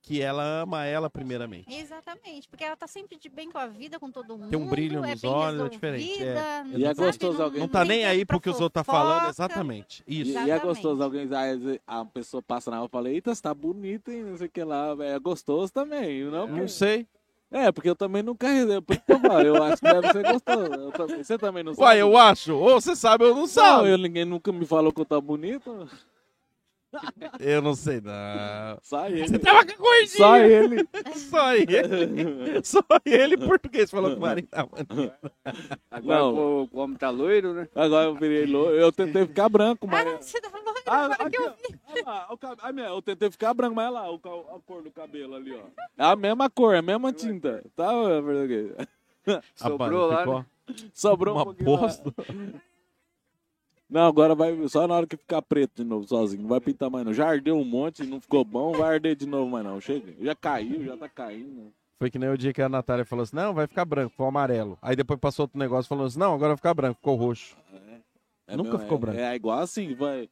A: que ela ama ela primeiramente.
J: Exatamente, porque ela tá sempre de bem com a vida, com todo mundo.
A: Tem um brilho
J: é
A: nos
J: bem
A: olhos, é
J: resolvida,
A: diferente. É.
J: não
A: E é
J: sabe,
B: gostoso
J: não-
B: alguém-
A: Não tá
J: tem
A: nem
J: tempo
A: aí
J: pra
A: pro que os outros tá falando,
J: fofoca.
A: exatamente. Isso.
B: E, e é gostoso alguém. aí A pessoa passa na rua e fala: Eita, você tá bonita, hein? Não sei o que lá. É gostoso também. Não,
A: Não sei.
B: É, porque eu também nunca. Eu, por isso que eu falo, eu acho que deve ser gostoso. Eu também- você também não sabe.
A: Uai, eu acho. Ou você sabe ou não sabe.
B: Não, eu, ninguém nunca me falou que eu tá bonito.
A: Eu não sei, não.
B: Só ele.
A: Você tá tava com gordinho.
B: Só ele.
A: Só ele. Só ele português falou que o Marinho tava bonito.
E: Agora
B: Não.
E: pô, o homem tá loiro, né?
B: Agora eu virei louco. Eu tentei ficar branco, mas.
J: Você tá falando
B: Ah, aqui, ó. Olha lá, o cab- ah, minha, eu tentei ficar branco, mas olha lá o ca- a cor do cabelo ali, ó. É a mesma cor, é a mesma tinta. Tá, português?
E: Sobrou lá,
A: ficou
E: né?
B: Sobrou um
A: uma
B: pouquinho lá.
A: bosta.
B: Não, agora vai só na hora que ficar preto de novo sozinho. Não vai pintar mais não. Já ardeu um monte, não ficou bom, vai arder de novo mais não. Chega. Já caiu, já tá caindo.
A: Foi que nem o dia que a Natália falou assim: não, vai ficar branco, foi amarelo. Aí depois passou outro negócio falando assim: não, agora vai ficar branco, ficou roxo.
B: É
A: Nunca
B: mesmo,
A: ficou
B: é-
A: branco.
B: É, igual assim, vai.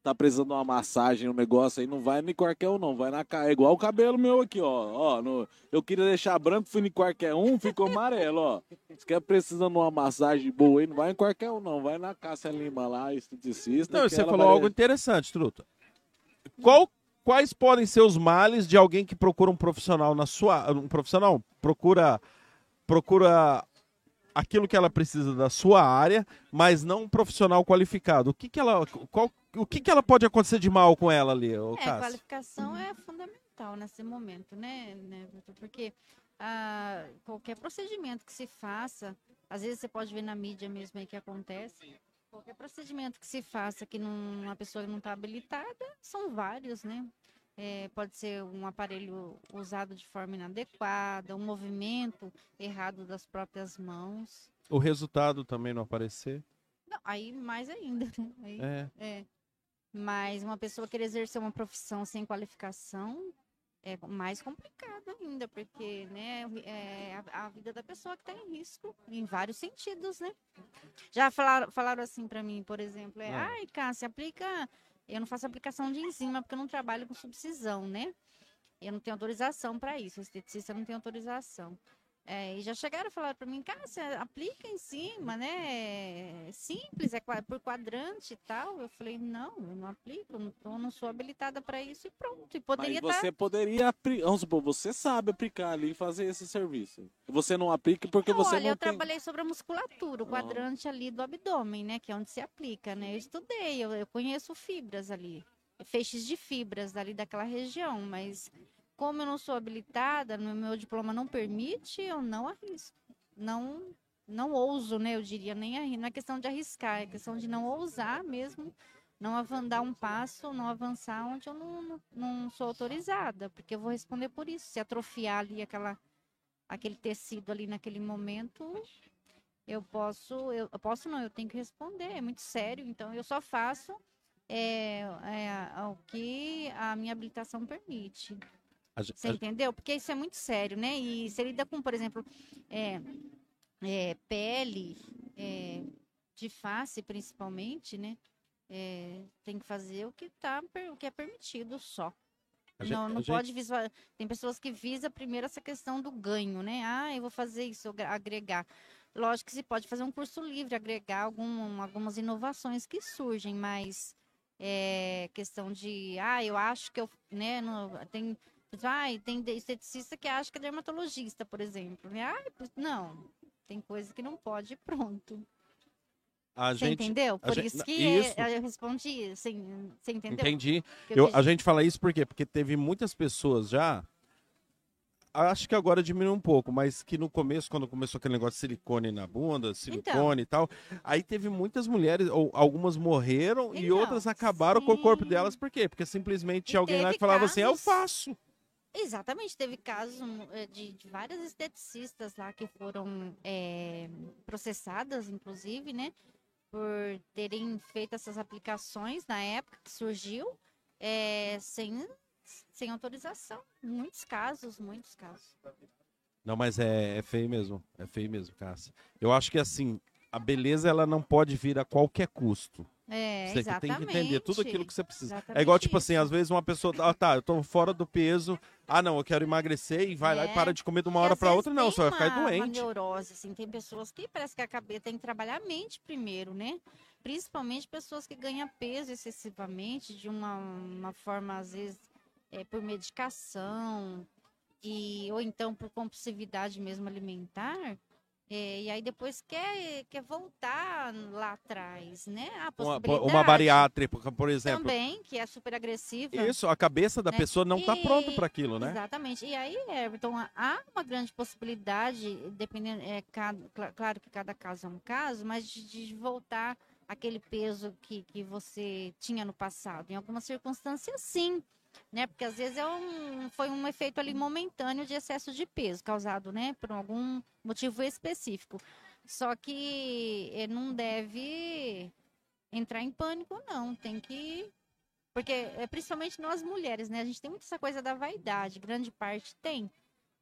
B: Tá precisando de uma massagem, um negócio aí, não vai em qualquer um, não. Vai na cara. É igual o cabelo meu aqui, ó. ó no- eu queria deixar branco, fui em qualquer um, ficou amarelo, ó. Se quer precisando de uma massagem boa aí, não vai em qualquer um, não. Vai na Cássia Lima lá, esteticista.
A: Não, e
B: que
A: você
B: ela
A: falou
B: vai-
A: algo interessante, Truta. Qual- quais podem ser os males de alguém que procura um profissional na sua. Um profissional procura. Procura aquilo que ela precisa da sua área, mas não um profissional qualificado. O que, que ela. qual- o que, que ela pode acontecer de mal com ela ali, ô
J: É,
A: Cássio?
J: qualificação é fundamental nesse momento, né, né Vitor? Porque ah, qualquer procedimento que se faça, às vezes você pode ver na mídia mesmo aí que acontece, qualquer procedimento que se faça que não- uma pessoa não está habilitada, são vários, né? É, pode ser um aparelho usado de forma inadequada, um movimento errado das próprias mãos.
A: O resultado também não aparecer.
J: Não, aí mais ainda, né? Aí-
A: É.
J: é. Mas uma pessoa querer exercer uma profissão sem qualificação é mais complicado ainda, Tá porque né, é a, a vida da pessoa que está em risco, em vários sentidos, né? Já falaram, falaram assim para mim, por exemplo, é,
K: Ah.
J: ai, Cássia, aplica... Eu não faço aplicação de enzima porque eu não trabalho com subcisão, né? Eu não tenho autorização para isso, o esteticista não tem autorização. É, e já chegaram a falar para mim, cara, você aplica em cima, né? É simples, é qua- por quadrante e tal. Eu falei, não, eu não aplico, não, tô- não sou habilitada para isso e pronto. E poderia tá
B: Mas
J: estar.
B: você poderia apli- Vamos supor, você sabe aplicar ali e fazer esse serviço. Você não aplica porque você
J: Olha,
B: não
J: eu
B: tem. Ah.
J: trabalhei sobre a musculatura, o quadrante ali do abdômen, né? Que é onde se aplica, né? Eu estudei, eu, eu conheço fibras ali, feixes de fibras ali daquela região, mas como eu não sou habilitada, no meu diploma não permite, eu não arrisco. Não, não ouso, né? Eu diria, nem arri- não é questão de arriscar, é questão de não ousar mesmo, não avan- dar um passo, não avançar onde eu não, não, não sou autorizada, porque eu vou responder por isso. Se atrofiar ali aquela aquele tecido ali naquele momento, eu posso, eu, eu posso não, eu tenho que responder, é muito sério, então eu só faço é, é, o que a minha habilitação permite.
A: A gen-
J: Você
A: a-
J: entendeu? Porque isso é muito sério, né? E você lida com, por exemplo, é, é, pele é, de face, principalmente, né? É, tem que fazer o que, tá, per- o que é permitido só.
K: A gen-
J: Não,
K: a
J: não
K: gen-
J: pode visualizar. Tem pessoas que visam primeiro essa questão do ganho, né? Ah, eu vou fazer isso, eu gra- agregar. Lógico que se pode fazer um curso livre, agregar algum, algumas inovações que surgem, mas é, questão de, ah, eu acho que eu, né, não, tem, ai, tem de- esteticista que acha que é dermatologista, por exemplo, né? Ah, pois- não, tem coisa que não pode e pronto.
A: A
J: Você
A: gente,
J: entendeu?
A: a
J: Por
A: gen-
J: isso
A: na-
J: que é,
A: isso,
J: eu, eu respondi, assim, você entendeu?
A: Entendi.
J: Que eu
A: Eu,
J: quis
A: a gente fala isso por quê? Porque teve muitas pessoas já. Acho que agora diminuiu um pouco, mas que no começo, quando começou aquele negócio de silicone na bunda, silicone e
J: Então.
A: tal, aí teve muitas mulheres, ou algumas morreram e
J: Então,
A: outras acabaram com o corpo delas, por quê? Porque simplesmente tinha alguém lá
J: teve
A: que falava assim, eu
J: casos-
A: faço.
J: Exatamente, teve casos eh, de, de várias esteticistas lá que foram eh, processadas, inclusive, né? Por terem feito essas aplicações na época que surgiu, eh, sem, sem autorização. Muitos casos, muitos casos.
A: Não, mas é, é feio mesmo. É feio mesmo, Cássia. Eu acho que assim, a beleza ela não pode vir a qualquer custo.
J: É,
A: Você que tem que entender tudo aquilo que você precisa.
J: Exatamente
A: É igual, tipo assim, às vezes uma pessoa, ah, tá, eu tô fora do peso, ah, não, eu quero emagrecer e vai lá e
J: É.
A: para de comer de uma hora pra outra, não, você vai ficar
J: uma- Uma
A: doente.
J: neurose, assim, tem pessoas que parece que a cabeça tem que trabalhar a mente primeiro, né? Principalmente pessoas que ganham peso excessivamente, de uma, uma forma, às vezes, é, por medicação, e, ou então por compulsividade mesmo alimentar. é, e aí depois quer, quer voltar lá atrás, né? A
A: Uma,
J: possibilidade
A: uma bariátrica, por exemplo.
J: Também, que é super agressiva.
A: Isso, a cabeça da
J: né?
A: pessoa não tá
J: E-
A: pronta pra aquilo, né?
J: Exatamente. E aí, Everton, há uma grande possibilidade, dependendo, é, cada- cla- claro que cada caso é um caso, mas de, de voltar aquele peso que, que você tinha no passado. Em algumas circunstâncias, sim. Né? Porque às vezes é um, foi um efeito ali momentâneo de excesso de peso, causado né, por algum motivo específico. Só que eh, não deve entrar em pânico, não. Tem que porque, é, principalmente nós mulheres, né? A gente tem muito essa coisa da vaidade, grande parte tem.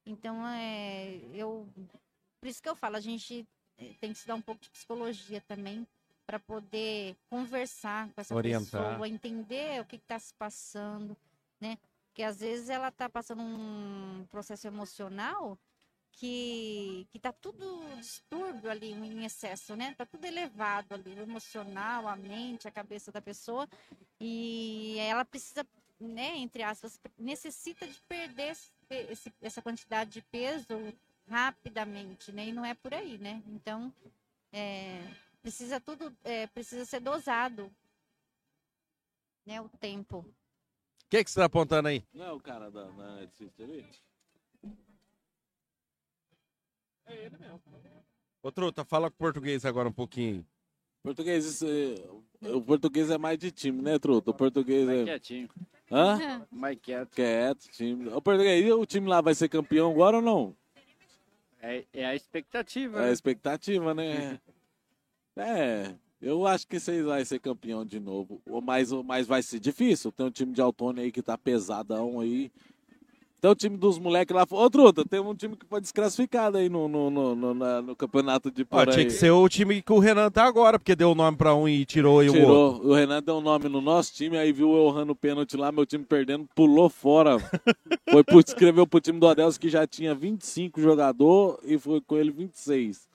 J: Então, é, eu. Por isso que eu falo, a gente eh, tem que estudar um pouco de psicologia também, para poder conversar com essa
A: Orientar.
J: pessoa, entender o que está se passando, né? Porque às vezes ela está passando um processo emocional que, que tá tudo distúrbio ali em excesso, né? Tá tudo elevado ali, o emocional, a mente, a cabeça da pessoa. E ela precisa, né, entre aspas, necessita de perder esse- esse- essa quantidade de peso rapidamente, né? E não é por aí, né? Então, é, precisa tudo, é, precisa ser dosado, né? O tempo.
A: O que, que você tá apontando aí?
B: Não é o cara da, da é Edicista ali? É
A: Ô, Truta, fala com português agora um pouquinho.
B: Português, isso, é- o português é mais de time, né, Truto? O português
E: Mais
B: é.
E: quietinho. é,
B: Hã?
E: Mais quieto.
B: Quieto, time. O português, e o time lá vai ser campeão agora ou não?
E: É, é a expectativa.
B: É a
E: né?
B: expectativa, né? É, eu acho que vocês vão ser campeão de novo. Ou- Mas, mas vai ser difícil. Tem um time de Autônia aí que tá pesadão aí. Até o time dos moleques lá falou, ô Truta, tem um time que foi desclassificado aí no, no, no, no- na- no campeonato de
A: Ó,
B: por
A: tinha
B: aí.
A: que ser o time que o Renan tá agora, porque deu o nome pra um e tirou, e o outro.
B: Tirou. O Renan deu um nome no nosso time, aí viu eu errando o pênalti lá, meu time perdendo, pulou fora. foi pro, escreveu pro time do Adelso que já tinha 25 jogador e foi com ele 26.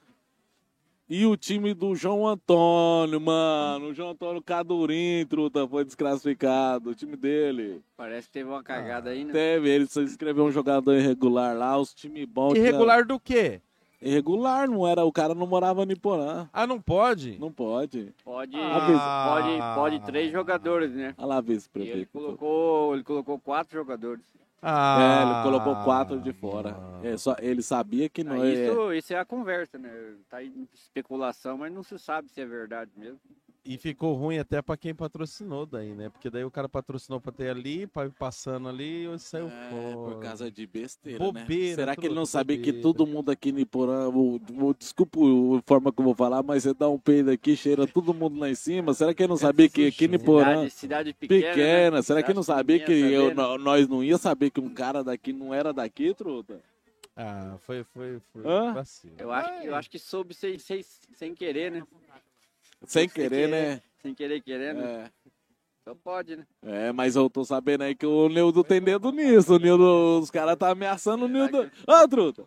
B: E o time do João Antônio, mano. O João Antônio Cadurim, truta, foi desclassificado. O time dele.
E: Parece que teve uma cagada aí, né?
B: Teve, ele só escreveu um jogador irregular lá, os times bons. tinha-
A: Irregular do quê?
B: Irregular, não era. O cara não morava em Porã.
A: Ah, não pode?
B: Não pode.
E: Pode, pode,
A: Ah.
E: pode três jogadores, né?
B: Olha lá,
E: E Ah. ele
B: vice-prefeito.
E: colocou, ele colocou quatro jogadores.
B: É, ele colocou quatro de fora. É, só, ele sabia que não
E: Ah,
B: é.
E: isso, isso é a conversa, né? Tá aí especulação, mas não se sabe se é verdade mesmo.
A: E ficou ruim até pra quem patrocinou daí, né? Porque daí o cara patrocinou pra ter ali, pra ir passando ali e saiu fora.
B: É, Por causa de besteira, né?
A: Bobeira,
B: Será
E: é
B: que ele não
A: truta,
B: sabia que
A: bobeira.
B: todo mundo aqui em Iporã, o- o- desculpa a forma que eu vou falar, mas você dá um peido aqui, cheira todo mundo lá em cima. Será que ele não
E: É
B: sabia que aqui em Iporã...
E: Cidade, cidade pequena.
B: Pequena,
E: né?
B: será que
E: Cidade
B: não sabia que
E: pequena,
B: eu-
E: sabia, né?
B: nó- nós não ia saber que um cara daqui não era daqui, truta?
A: Ah, foi, foi, foi
B: Hã?
A: vacilo.
E: Eu acho, eu acho que soube sem, sem, sem querer, né?
B: Sem querer, né?
E: Sem querer, querendo.
B: É.
E: Só pode, né?
B: É, mas eu tô sabendo aí que o Nildo tem dedo nisso. O Nildo, os caras tá ameaçando o Nildo. Ô, Truta!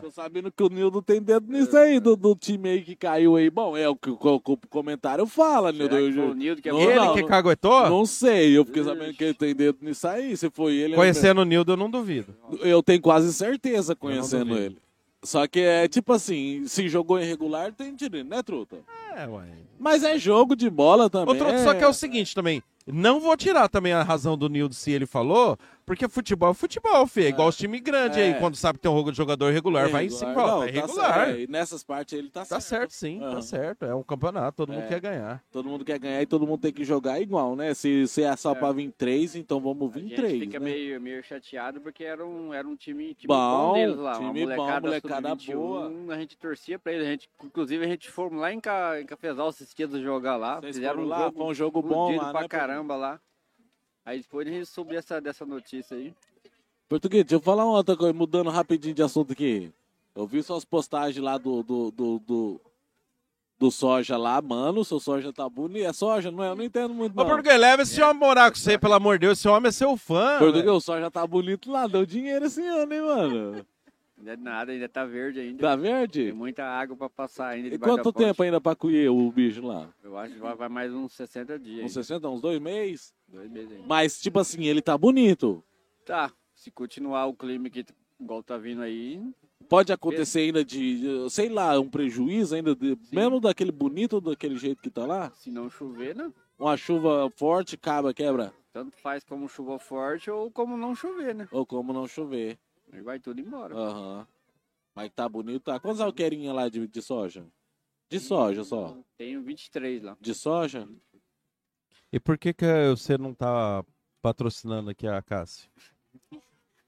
B: Tô sabendo que o Nildo tem dedo nisso aí, do, do time aí que caiu aí. Bom, é o que o, o- o comentário fala, Nildo.
E: que foi
B: Eu-
E: o Nildo que
B: Não,
A: Ele
B: não,
A: que
B: não-
A: caguetou?
B: Não sei, eu fiquei sabendo que ele tem dedo nisso aí. Se foi ele. eu não
A: Conhecendo o Nildo, eu não duvido.
B: eu tenho quase certeza conhecendo
A: duvido.
B: ele. Só que é tipo assim, se jogou irregular, tem direito, né, Truta?
A: É, ué.
B: Mas é jogo de bola também.
A: Outro, só que é o seguinte também. Não vou tirar também a razão do Nildo se ele falou, porque futebol é futebol, filho. É igual os times grandes
B: É.
A: aí. Quando sabe que tem um jogo de jogador regular, vai em cima.
B: Irregular.
A: ó, tá
B: Não, tá
A: regular.
B: certo. E Nessas partes ele tá certo.
A: Tá certo, sim,
B: Aham.
A: tá certo. É um campeonato, todo mundo
B: É.
A: quer ganhar.
B: Todo mundo quer ganhar e todo mundo tem que jogar igual, né? Se, se é só pra vir três, então vamos
E: A
B: vir
E: gente
B: três.
E: fica
B: né?
E: meio, meio chateado porque era um, era um time, time
B: Bom,
E: deles lá. uma
B: time bom,
E: molecada,
B: molecada
E: sub-21, A gente torcia pra eles. A gente, inclusive, a gente fomos lá em, Ca, em Cafezal esses dias jogar lá.
B: Vocês
E: Fizeram
B: foram
E: um
B: lá?
E: jogo,
B: Foi um jogo bom
E: fudido
B: lá,
E: pra
B: né,
E: caramba lá. Aí depois a gente soube dessa, dessa notícia aí.
B: Português, deixa eu falar uma outra coisa, mudando rapidinho de assunto aqui. Eu vi suas postagens lá do, do, do, do, do soja lá, mano. Seu soja tá bonito. É soja, não é? Eu não entendo muito.
A: Ô,
B: Não.
A: Português, leva esse homem morar com você, pelo amor de Deus. Esse homem é seu fã.
B: Português,
A: velho.
B: o soja tá bonito lá, deu dinheiro esse ano, hein, mano?
E: Não é nada, ainda tá verde ainda.
B: Tá
E: Tem
B: verde?
E: muita água pra passar ainda.
B: E
E: debaixo da
B: quanto
E: ponte.
B: tempo ainda pra colher o bicho lá?
E: Eu acho que vai vai mais uns 60 dias.
B: Uns
E: ainda,
B: 60, uns dois meses?
E: Dois meses ainda.
B: Mas, tipo assim, ele tá bonito.
E: Tá, se continuar o clima que igual tá vindo aí,
B: Pode acontecer ainda de, sei lá, um prejuízo ainda, de- mesmo daquele bonito, daquele jeito que tá lá?
E: se não chover, Tá né?
B: Uma chuva forte, caba, quebra.
E: Tanto faz como chuva forte ou como não chover, né?
B: Ou como não chover.
E: Aí vai tudo embora.
B: Aham. Mas tá bonito, tá? Quantas alqueirinhas lá de, de soja? De soja só.
E: Tenho 23 lá.
B: De soja?
A: E por que, que você não tá patrocinando aqui a Cassi?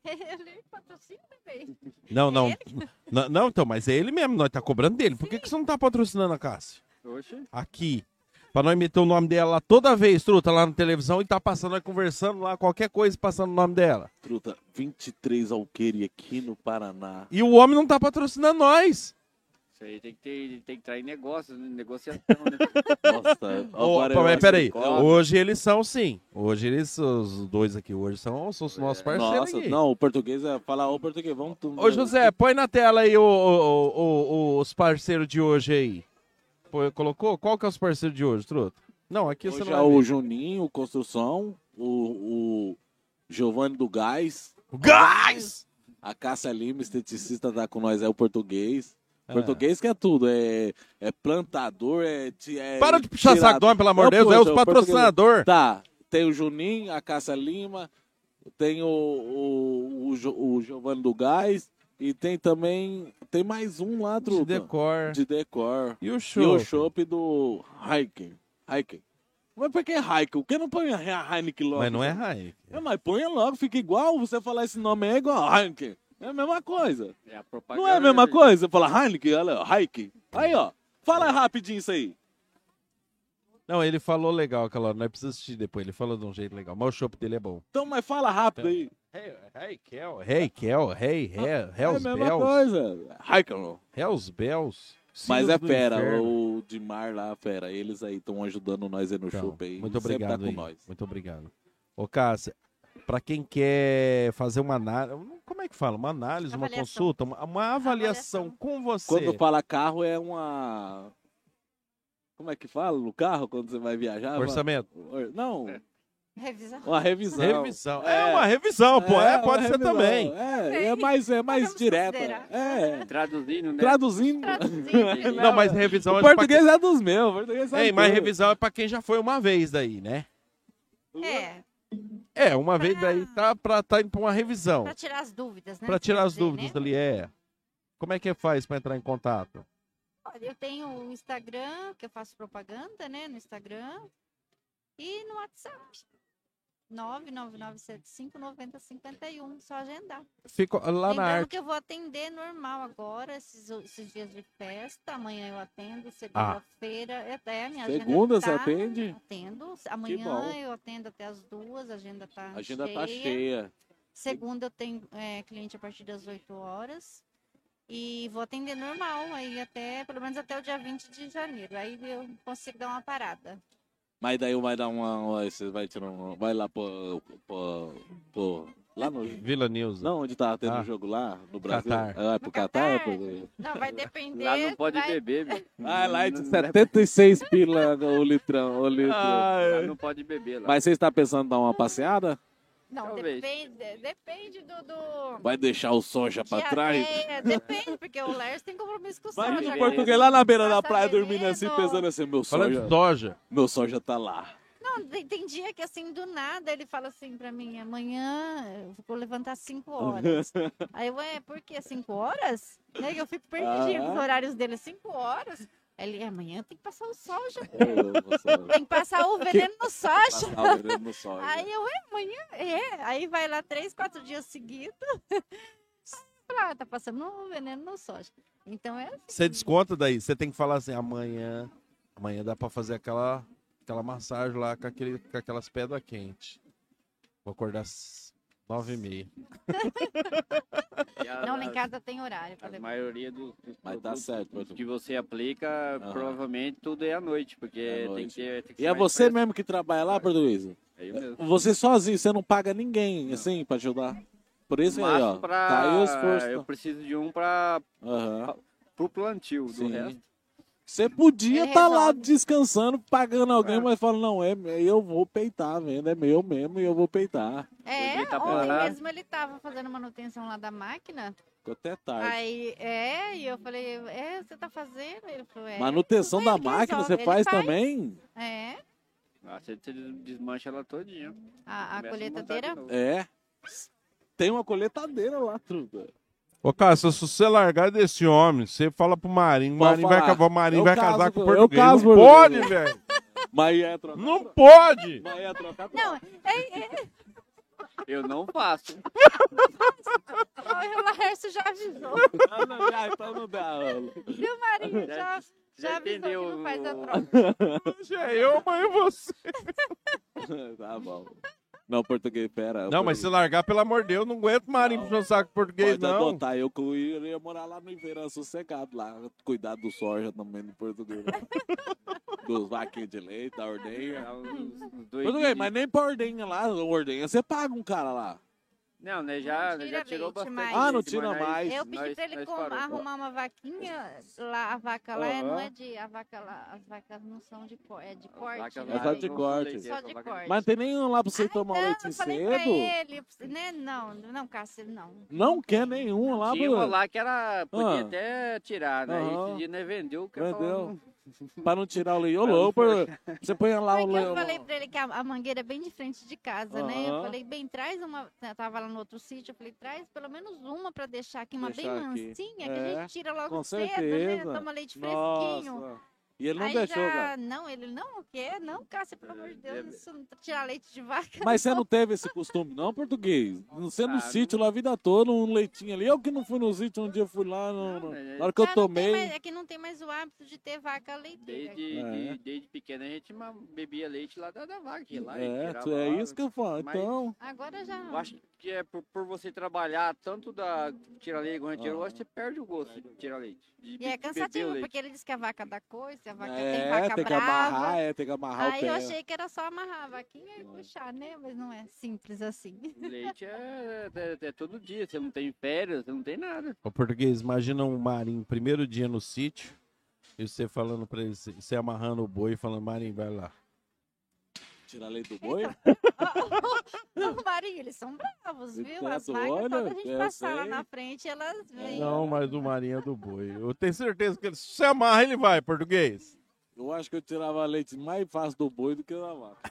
J: Ele patrocina bem.
A: Não, não.
J: É
A: N- Não, então, mas é ele mesmo, nós tá cobrando dele. Por que, que você não tá patrocinando a Cassi?
E: Oxe,
A: Aqui. Pra nós meter o nome dela lá toda vez, truta, lá na televisão e tá passando, nós conversando lá, qualquer coisa passando o nome dela.
B: Truta, 23 alqueires aqui no Paraná.
A: E o homem não tá patrocinando nós.
E: isso aí tem que ter, tem que entrar em negócio, né? negociação, né?
B: Nossa,
A: Ô,
B: Tá, agora eu
A: mas
B: acho
A: peraí,
B: que cola.
A: hoje eles são sim. Hoje eles, os dois aqui hoje são, são os nossos parceiros
B: É, Nossa,
A: aqui.
B: não, o português é falar o português, vamos... tudo.
A: Ô José, põe na tela aí o- o- o- o- os parceiros de hoje aí. Pô, colocou? Qual que é os parceiros de hoje, truta? Não, aqui você
B: Hoje
A: não
B: é
A: vai ver.
B: o Juninho, o Construção, o, o Giovanni do Gás,
A: Gás!
B: a Cássia Lima, esteticista, tá com nós, é o português.
A: Ah.
B: Português que é tudo, é, é plantador, é, ti- é
A: Para de puxar saco do homem, pelo amor de
B: Ô,
A: Deus, é
B: puxa,
A: os
B: o português-
A: patrocinadores.
B: Tá, tem o Juninho, a Cássia Lima, tem o, o, o, Jo- o Giovanni do Gás e tem também, tem mais um lá,
A: De
B: Truta,
A: decor.
B: de decor.
A: E o
B: E o
A: show?
B: chopp do Heineken. Heineken. Mas por que Heineken? Por que não põe a Heineken logo?
A: Mas não é raio.
B: É, mas põe logo, fica igual. Você falar esse nome é igual Heineken. É a mesma coisa.
E: É a
B: Não
E: propaganda.
B: é a mesma
E: né?
B: coisa? Fala Heineken, olha, ó, Heineken. Aí, ó. Fala rapidinho isso aí.
A: Não, ele falou legal aquela hora, não é preciso assistir depois. Ele falou de um jeito legal, mas o show dele é bom.
B: Então, mas fala rápido aí.
A: É, Heikel, Heikel, Hei, Hel, Hells
B: Ah, é mesma
A: Bells.
B: coisa. Heikel.
A: Hells Bells.
B: Mas
A: Sinos
B: é
A: do
B: fera,
A: Inferno.
B: o de mar lá, fera. Eles aí estão ajudando nós aí no
A: Então,
B: shopping. aí.
A: Muito
B: Sempre
A: obrigado,
B: Tá com
A: aí.
B: nós.
A: Muito obrigado. Ô, Cássia, pra quem quer fazer uma análise. Como é que fala? Uma análise, uma
B: Avaliação.
A: consulta, uma, uma avaliação, com você.
B: Quando fala carro é uma. Como é que fala no carro quando você vai viajar?
A: Orçamento.
B: Or- Não,
J: Revisão.
B: uma revisão.
A: Revisão. É uma revisão, pô. É, pode ser também.
B: É, é mais, é mais direta. É.
E: Traduzindo, né?
B: Traduzindo.
J: né?
A: Não, mas revisão
B: O
A: é pra
B: português
A: quem-
B: é dos meus. o Português é
A: Ei, mas
B: meu.
A: revisão é pra quem já foi uma vez daí, né?
J: É,
A: É, uma vez daí tá pra, tá indo pra uma revisão.
J: Ah. pra tirar as dúvidas, né?
A: Pra tirar as
J: Quer dizer,
A: dúvidas
J: né?
A: ali, é. Como é que faz pra entrar em contato?
J: Olha, Eu tenho o Instagram, que eu faço propaganda, né? No Instagram. E no WhatsApp. 999759051, só agendar.
A: Fico lá na
J: Lembrando
A: arte.
J: Então, que eu vou atender normal agora, esses, esses dias de festa. Amanhã eu atendo,
A: Ah.
J: segunda-feira. É, é, a minha
B: Segunda
J: agenda
B: você
J: tá-
B: atende?
J: Atendo.
B: bom.
J: Amanhã eu atendo até as duas, a agenda tá
B: A agenda tá cheia.
J: Segunda eu tenho é, cliente a partir das 8 horas. E vou atender normal aí até, pelo menos até o dia 20 de janeiro. Aí eu consigo dar uma parada.
B: Mas daí vai dar uma. uma- Você vai tirar um. Vai lá pro. pro, pro- lá no.
A: Vila News.
B: Não, onde tá tendo
A: Ah.
B: um jogo lá, no Brasil.
A: Catar.
B: Ah, é pro Catar? Pro...
J: Não, vai depender.
E: Lá não pode
J: vai-
E: beber, meu.
B: Ah, lá é de 76 pila o litrão. O litro.
E: Lá não pode beber. Lá.
B: Mas você está pensando em dar uma passeada?
J: Não,
E: Talvez.
J: depende, depende do. do...
B: Vai deixar o soja pra
J: dia
B: trás?
J: dez, depende, porque o Lércio tem compromisso com o
B: Imagina
J: Soja.
B: o
J: agora.
B: português lá na beira da
J: Nossa,
B: praia
J: bebê,
B: dormindo assim,
J: não.
B: pensando assim, meu
A: Falando
B: soja.
A: de soja.
B: Meu soja tá lá.
J: Não, tem, tem dia que assim, do nada, ele fala assim pra mim, amanhã eu vou levantar às 5 horas. Aí eu, é, por que 5 horas? Né? Eu fico perdidinha com os
B: Ah.
J: horários dele, 5 horas. Ele, "É, amanhã tem que passar o sol já.
B: tem
J: que passar o veneno no soja.
B: Passar o veneno no soja.
J: Aí eu, é, amanhã, é. Aí vai lá três, quatro dias seguidos. Ah, tá passando o veneno no soja. Então é
A: Você desconta daí. Você tem que falar assim, amanhã. Amanhã dá pra fazer aquela, aquela massagem lá com, aquele, com aquelas pedras quentes. Vou acordar às nove e meia.
E: E a-
J: assim. Não, lá em casa tem horário pra
E: A
J: levar.
E: maioria dos, dos
B: Mas tá
E: produtos
B: certo, Edu.
E: que você aplica,
B: Aham.
E: provavelmente tudo é à noite, porque
B: É à
E: tem que
B: noite.
E: ter. Tem que
B: E
E: ser
B: é
E: mais
B: você mesmo que trabalha lá, português?
E: É eu mesmo.
B: Você sozinho, você não paga ninguém, assim, pra ajudar. Por isso aí, ó.
E: Mas pra-
B: Tá aí o esforço.
E: Eu preciso de um pra,
B: Aham.
E: pro plantio, do
B: Sim.
E: resto.
B: Você podia
J: É,
E: Ele
B: estar lá
E: resolve.
B: descansando, pagando alguém, mas fala, não, é, é- eu vou peitar a venda, é meu mesmo e eu vou peitar.
J: É,
B: Podia tá
J: ontem
B: parado.
J: mesmo ele tava fazendo manutenção lá da máquina.
B: Ficou até tarde.
J: Aí, é, e eu falei, é, você tá fazendo? Ele falou, é.
B: Manutenção da
J: que
B: máquina,
J: resolve,
B: você
J: ele
B: faz,
J: faz.
B: também?
J: É,
E: Ah, você você desmancha ela todinha.
J: a, a
E: Começa a
J: colheitadeira.
E: montar de novo.
B: É. Tem uma coletadeira lá, truta.
A: Ô, Cássio, se você largar desse homem, você fala pro Marinho. O Marinho vai,
B: falar.
A: acabar, o Marinho
B: Eu
A: vai
B: caso
A: casar com o
B: com- eu
A: português.
B: caso,
A: Não pode,
B: português.
A: velho.
B: Mas é trocar.
A: Não pode.
B: Mas é trocar.
J: Não, é, é,
E: Eu não faço.
J: o Laércio já avisou.
B: Ah, não, já, então não dá. aula.
J: E o Marinho já, já
E: Já
J: avisou que
E: entendeu
J: não faz a
E: o-
J: troca.
A: Hoje é eu, mas é você.
B: tá bom. Não, português, pera.
A: Não, mas se largar, pelo amor de Deus, não aguento o Marinho puxando saco português,
B: Pode
A: não.
B: adotar, eu que eu ia morar lá no Iverã sossegado, lá, cuidar do soja também no português. Dos vaquinhos de leite, da ordenha.
J: É um
E: Dá uns- uns dois
B: Português,
E: dias.
B: mas nem pra ordenha lá, ordenha, você paga um cara lá.
E: Não, né? Já,
J: Não
E: já
J: tira
E: tirou
J: leite
E: bastante.
J: mais.
B: Ah, não
E: leite,
B: tira
E: mas nós-
B: mais.
J: Eu pedi
E: nós-
J: pra ele
E: nós
J: com-
E: parou.
J: arrumar uma vaquinha, lá, a vaca lá é- não
B: Aham.
J: é de. A vaca lá, as vacas não são de corte, é de
E: vacas
J: corte.
E: lá
J: né?
B: É só de
E: não
B: corte.
E: leiteiras,
J: Só de
E: são vacas-
J: corte. Ah,
B: Mas tem nenhum lá pra você tomar
J: Não,
B: leite
J: eu falei pra
B: cedo?
J: ele, né? Não, não, Cássio, não.
B: Não quer nenhum lá,
E: Tinha
J: um
B: Bruno.
E: uma lá que era. Podia
B: Ah.
E: até tirar, né?
B: Aham.
E: Esse dia né, vendeu. Que
B: Entendeu? pra não tirar o leite. Ô,
E: Pra não
B: louco, você põe lá o
J: Porque eu
B: leite.
J: falei pra ele que a, a mangueira é bem de frente de casa, né? Eu
B: Aham.
J: falei, bem, traz uma. Eu tava lá no outro sítio, eu falei, traz pelo menos uma pra deixar aqui, uma bem
B: Deixar aqui.
J: mansinha, que a
B: É,
J: gente tira logo
B: com
J: cedo, né?
B: certeza.
J: Toma leite fresquinho.
B: Nossa. E ele não
J: Aí
B: deixou,
J: já-
B: cara. É,
J: Não, ele não quer, não, Cássia, pelo amor de Deus, isso não tirar leite de vaca.
B: Mas você não teve esse costume, não, português? Você no
J: Ah,
B: sítio lá a vida toda, um leitinho ali. Eu que não fui no sítio, um dia eu fui lá, no- no- na hora
J: Ah,
B: que
J: não
B: eu
J: tem
B: tomei.
J: mais- é que não tem mais o hábito de ter vaca leiteira.
E: Desde,
B: É.
E: de- desde pequena a gente ma- bebia leite lá da, da vaca. ia Lá, e
B: É,
E: tirava
B: tu- é
E: lá.
B: isso que eu falo.
E: Mas-
B: Então,
J: Agora já não.
E: Eu acho que é por, por você trabalhar tanto da tira-leite quanto tira
B: Ah.
E: você perde o gosto de tirar-leite.
J: E é cansativo, porque ele diz que a vaca dá coisa, a vaca tem
B: é,
J: vaca
B: tem que
J: brava.
B: amarrar, é, tem que amarrar o
J: Aí
B: pé.
J: eu achei que era só amarrar a vaquinha e puxar, né? Mas não é simples assim.
E: Leite é, é- é todo dia, você não tem férias, você não tem nada.
A: Ô, português, imagina um marinho, primeiro dia no sítio, e você falando pra ele, você amarrando o boi, falando, marinho, vai lá.
B: Tirar leite do boi?
J: Não, Marinho, eles são bravos, viu?
B: tá
J: As vacas,
A: Credo, olha,
J: quando a
B: É,
J: gente
A: eu
J: passar lá
A: sei.
J: na frente, elas vêm.
A: Não, mas o marinho é do boi. Eu tenho certeza que ele, se você amarra, ele vai, português.
B: Eu acho que eu tirava leite mais fácil do boi do que da vaca.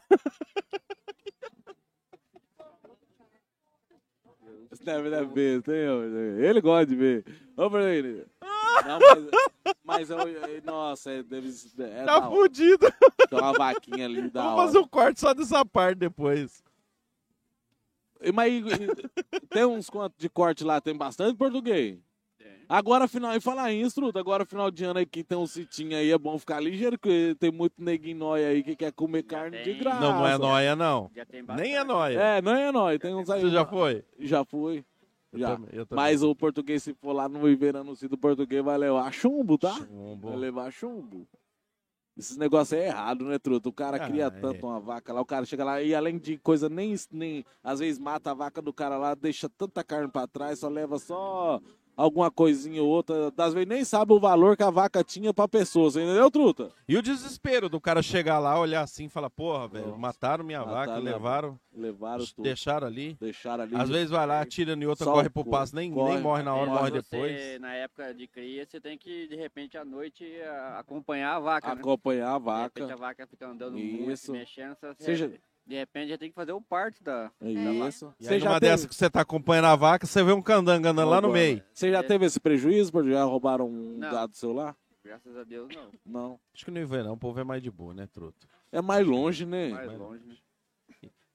B: Esse deve é besta, hein? ô, Fernandinho? Ele gosta de ver. Ô, Fernandinho. Não, mas, mas eu, eu- nossa, é, deve, é
A: Tá
B: da hora.
A: fudido.
B: Tem uma vaquinha ali da
A: Vamos
B: hora.
A: fazer um corte só dessa parte depois.
B: E- Mas e- e- tem uns quantos de corte lá, tem bastante português. Agora, final, e falar isso, truta, agora final de ano aqui tem um sitinho aí, é bom ficar ligeiro, que tem muito neguinho nóia aí que quer comer carne de graça.
A: Não, não é nóia, não. Nem é nóia.
B: É, não é nóia, tem uns aí.
A: Você já foi?
B: Já fui. Já.
A: também, eu também.
B: Mas o português, se for lá no Iverano do português, vai levar chumbo, tá?
A: Chumbo.
B: Vai levar chumbo. Esses negócios é errado, né, truta? O cara
A: Ah,
B: cria
A: é.
B: tanto uma vaca lá, o cara chega lá e além de coisa, nem, nem às vezes mata a vaca do cara lá, deixa tanta carne pra trás, só leva só alguma coisinha ou outra. Das vezes nem sabe o valor que a vaca tinha pra pessoa, você entendeu, truta?
A: E o desespero do cara chegar lá, olhar assim e falar, porra, velho, mataram minha vaca,
B: Mataram,
A: levaram,
B: Levaram tudo.
A: deixaram ali.
B: Deixaram ali.
A: Às vezes vai lá, atira em outra,
B: Só
A: corre pro
B: co-
A: passo, nem,
B: corre.
A: nem morre na hora,
B: Morre
A: morre
E: Você, é
A: depois.
E: na época de cria, você tem que, de repente, à noite, a- acompanhar a vaca. né?
B: Acompanhar a
E: De repente,
B: vaca.
E: a vaca fica andando muito,
B: Isso.
E: se mexendo. Você,
B: Seja-
E: De repente, já tem que fazer o parte da,
B: É
E: da vaca.
B: isso.
A: E
B: Você
A: aí,
B: já
A: numa
B: teve-
A: dessa que você tá acompanhando a vaca, você vê um candango andando lá no
B: Agora,
A: meio.
B: Você já
E: É.
B: teve esse prejuízo, por já roubaram um
E: Não.
B: gado seu lá?
E: Graças a Deus, não.
B: Não.
A: Acho que não vai não, o povo é mais de boa, né, truto?
B: É mais longe, né?
E: Mais longe, né?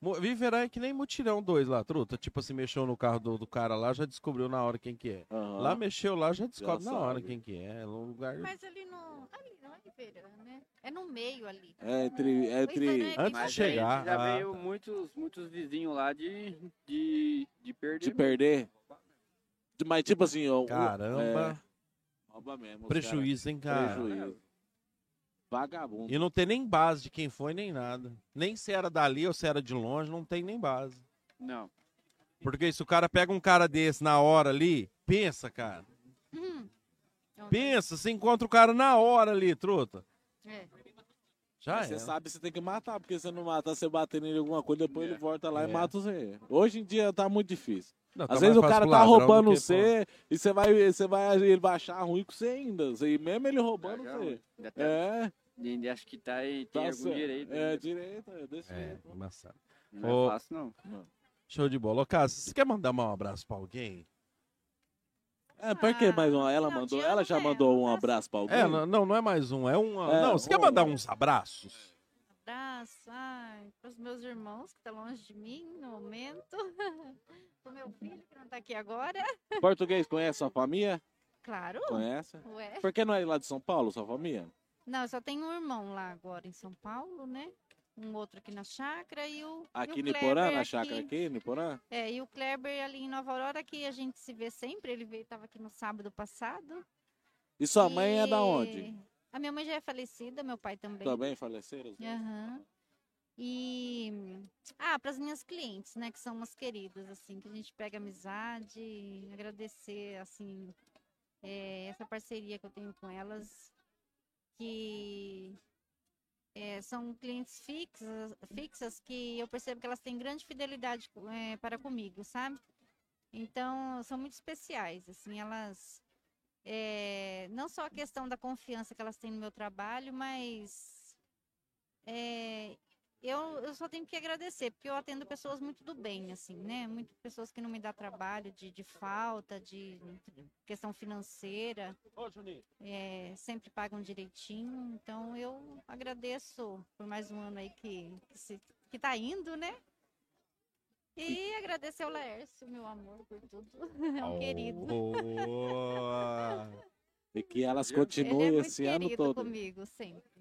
A: Mo- Viverá é que nem mutirão dois lá, truta. Tipo assim, mexeu no carro do, do cara lá, já descobriu na hora quem que é.
B: Aham.
A: Lá mexeu lá, já descobre
B: Já
A: na hora
B: sabe.
A: quem que é. É um lugar...
J: Mas ali no. Ali não é Ribeirão, né? É no meio ali.
B: É entre. É entre...
A: Antes de
E: Mas aí
A: chegar... ah, tá.
E: já
A: a-
E: veio muitos, muitos vizinhos lá de, de, de perder.
B: De perder. De- Mas tipo assim, ó. o-
A: Caramba.
B: é, rouba mesmo. os
A: Prejuízo, hein, cara?
B: Prejuízo. Vagabundo.
A: E não tem nem base de quem foi, nem nada. Nem se era dali ou se era de longe, não tem nem base.
E: Não.
A: Porque se o cara pega um cara desse na hora ali, pensa, cara.
E: Hum,
A: Pensa, você encontra o cara na hora ali, truta.
J: É.
A: Já
B: Mas
A: é.
B: Você sabe que você tem que matar, porque se não matar, você bater nele alguma coisa, depois ele volta lá
A: É.
B: e mata você. Hoje em dia tá muito difícil.
A: Não, tá
B: Às
A: mais
B: vezes o
A: fácil
B: cara
A: pro
B: tá
A: ladrão do
B: roubando
A: que
B: você e você vai, você vai, ele vai achar ruim com você ainda. E mesmo ele roubando
E: Já,
B: você.
E: ainda tá-
B: É,
E: ainda Acho que tá aí,
B: tá
E: tem algum
B: certo.
E: direito.
B: É,
E: né?
B: direita, desse
A: É,
B: jeito. né?
A: embaçado.
E: Não
A: Ô,
E: é fácil, não.
A: Show de bola. Ô, Cássio, você quer mandar um abraço pra alguém?
B: É, por
J: Ah,
B: que mais uma? Ela mandou, ela já mandou um abraço pra alguém?
A: É, não, não não é mais um, é um.
B: É,
A: não, você quer
B: um.
A: mandar uns abraços?
J: Abraço, ai, pros meus irmãos que estão longe de mim no momento. Pro meu filho que não tá aqui agora.
B: Português conhece sua família?
J: Claro.
B: Conhece?
J: Ué.
B: Por que não é lá de São Paulo, sua família?
J: Não, eu só tenho um irmão lá agora em São Paulo, né? Um outro aqui na chácara e o. e
B: Aqui em
J: o
B: Niporã,
J: Kleber
B: na chácara aqui, em Niporã?
J: É, e o Kleber ali em Nova Aurora, que a gente se vê sempre, ele veio, tava aqui no sábado passado.
B: E sua mãe é da
J: E
B: onde?
J: A minha mãe já é falecida, meu pai também.
B: Também faleceram? os dois?
J: Aham. E ah, para as minhas clientes, né, que são umas queridas assim, que a gente pega amizade, e agradecer assim eh, essa parceria que eu tenho com elas, que eh, são clientes fixas, fixas que eu percebo que elas têm grande fidelidade co- eh, para comigo, sabe? Então são muito especiais, assim, elas eh, não só a questão da confiança que elas têm no meu trabalho, mas é, eu, eu só tenho que agradecer, porque eu atendo pessoas muito do bem, assim, né? Muito pessoas que não me dá trabalho, de, de falta, de questão financeira.
A: Ô, Juninho.
J: É, sempre pagam direitinho. Então eu agradeço por mais um ano aí que, que, se, que tá indo, né? E agradecer ao Laércio, meu amor, por tudo. É um querido.
B: E que elas
J: Ele é
B: continuem
J: muito
B: esse ano
J: querido
B: todo.
J: comigo, sempre.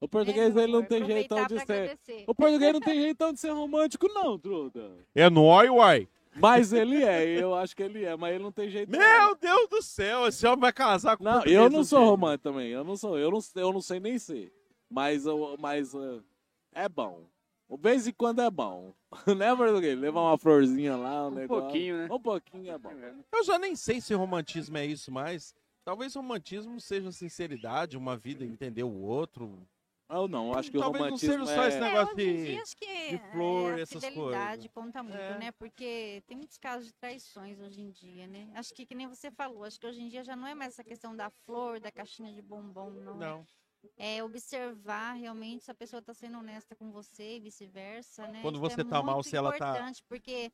B: O português ele não tem
J: Aproveitar
B: jeitão de
J: pra
B: ser.
J: agradecer.
B: O português não tem jeitão de ser romântico, não, Truda.
A: É nóis, uai.
B: Mas ele é, eu acho que ele é, mas ele não tem jeito.
A: Meu Deus do céu, esse homem vai casar com
B: Não,
A: português
B: eu não
A: do
B: sou
A: jeito.
B: romântico também, eu não sou, eu não, eu não sei nem ser. Mas, eu- mas eh, é bom. De vez em quando é bom. né, português? Levar uma florzinha lá, um, negócio.
A: pouquinho, né?
B: Um pouquinho é bom.
A: Eu já nem sei se romantismo é isso mais. Talvez romantismo seja sinceridade, uma vida entender o outro.
B: Eu Ah, não, acho que o
A: Talvez não
B: romantismo
A: seja só
B: é-
A: esse
B: É,
A: negócio
J: hoje em
A: de,
J: dia, acho que
A: de
J: é,
A: flor,
J: a
A: essas coisas. É.
J: fidelidade conta muito, né? Porque tem muitos casos de traições hoje em dia, né? Acho que, que nem você falou, acho que hoje em dia já não é mais essa questão da flor, da caixinha de bombom, não. né?
A: Não.
J: É observar realmente se a pessoa tá sendo honesta com você e vice-versa, né?
A: Quando
J: Isso
A: você
J: é
A: tá mal,
J: muito
A: se ela tá-
J: importante, porque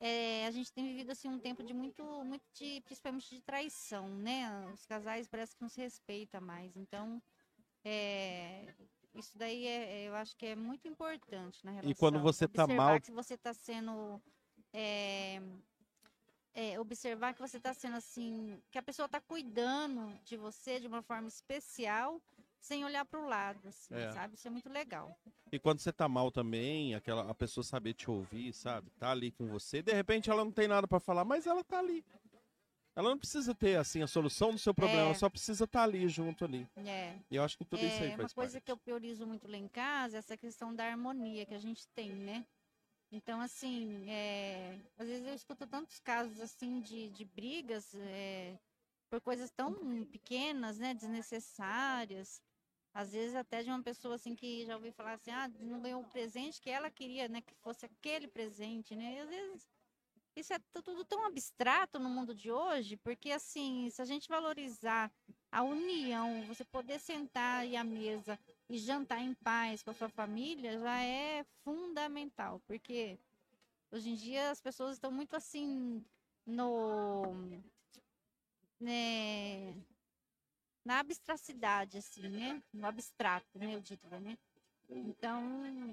J: é, a gente tem vivido, assim, um tempo de muito, muito de, principalmente de traição, né? Os casais parece que não se respeita mais, então... É, isso daí é, é, eu acho que é muito importante na relação.
A: quando você tá
J: Observar
A: mal-
J: que você tá sendo é, é, observar que você tá sendo assim, que a pessoa tá cuidando de você de uma forma especial, sem olhar para o lado, assim,
A: É.
J: sabe? Isso é muito legal.
A: E quando você tá mal também, aquela, a pessoa saber te ouvir, sabe? Tá ali com você. De repente ela não tem nada pra falar, mas ela tá ali. Ela não precisa ter, assim, a solução do seu problema,
J: É.
A: ela só precisa estar ali junto ali.
J: É.
A: E eu acho que tudo
J: é,
A: isso aí
J: uma
A: faz
J: coisa
A: parte.
J: que eu priorizo muito lá em casa é essa questão da harmonia que a gente tem, né? Então, assim, é, às vezes eu escuto tantos casos assim de, de brigas é, por coisas tão pequenas, né? Desnecessárias. Às vezes até de uma pessoa assim que já ouvi falar assim, ah, não ganhou o presente que ela queria, né? Que fosse aquele presente, né? E às vezes isso é tu- tudo tão abstrato no mundo de hoje, porque assim, se a gente valorizar a união, você poder sentar aí à mesa e jantar em paz com a sua família já é fundamental, porque hoje em dia as pessoas estão muito assim no né, na abstracidade assim, né? No abstrato, né, eu diria, né? Então,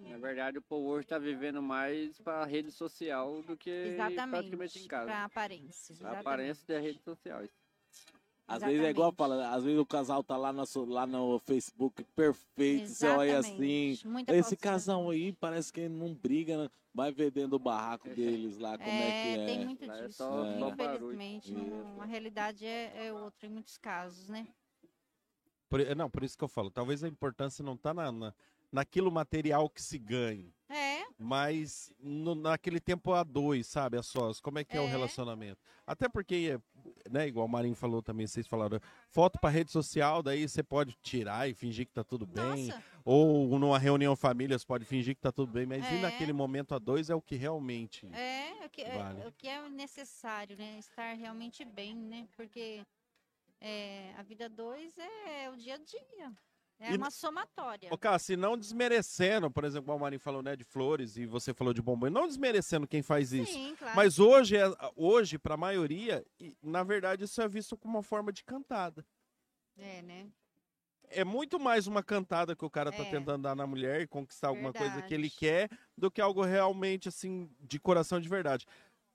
E: Na verdade, o povo hoje tá vivendo mais pra rede social do que praticamente em
J: exatamente,
E: casa.
J: para aparência,
E: A
J: exatamente.
E: aparência da rede social.
B: Às vezes é igual fala, às vezes o casal tá lá, na so- lá no Facebook perfeito, você olha assim.
J: Exatamente. Muita
B: esse
J: falta de
B: casal aí parece que não briga, né? vai ver dentro do barraco deles lá como é, que é.
J: tem muito disso. Infelizmente,
B: É.
J: não- a realidade é, é outra em muitos casos, né?
A: Por- é, não, por isso que eu falo, talvez a importância não tá na, na, naquilo material que se ganhe,
J: É,
A: mas no- naquele tempo a dois, sabe, a sós, como é que é, o relacionamento. Até porque, é, né, igual o Marinho falou também, vocês falaram, foto pra rede social, daí você pode tirar e fingir que tá tudo bem, ou numa reunião família você pode fingir que tá tudo bem, mas e
J: É.
A: naquele momento a dois é o que realmente...
J: é o que é,
A: Vale.
J: o que é necessário, né? Estar realmente bem, né? Porque é, a vida dois é o dia a dia. É
A: E-
J: uma somatória.
A: Ô, Cássio, se não desmerecendo, por exemplo, igual o Marinho falou, né, de flores e você falou de bombom, não desmerecendo quem faz isso.
J: Sim, claro.
A: Mas hoje, é- hoje para a maioria, e, na verdade, isso é visto como uma forma de cantada.
J: É, né?
A: É muito mais uma cantada que o cara tá
J: É.
A: tentando dar na mulher e conquistar alguma coisa que ele
J: Verdade.
A: quer, do que algo realmente, assim, de coração de verdade.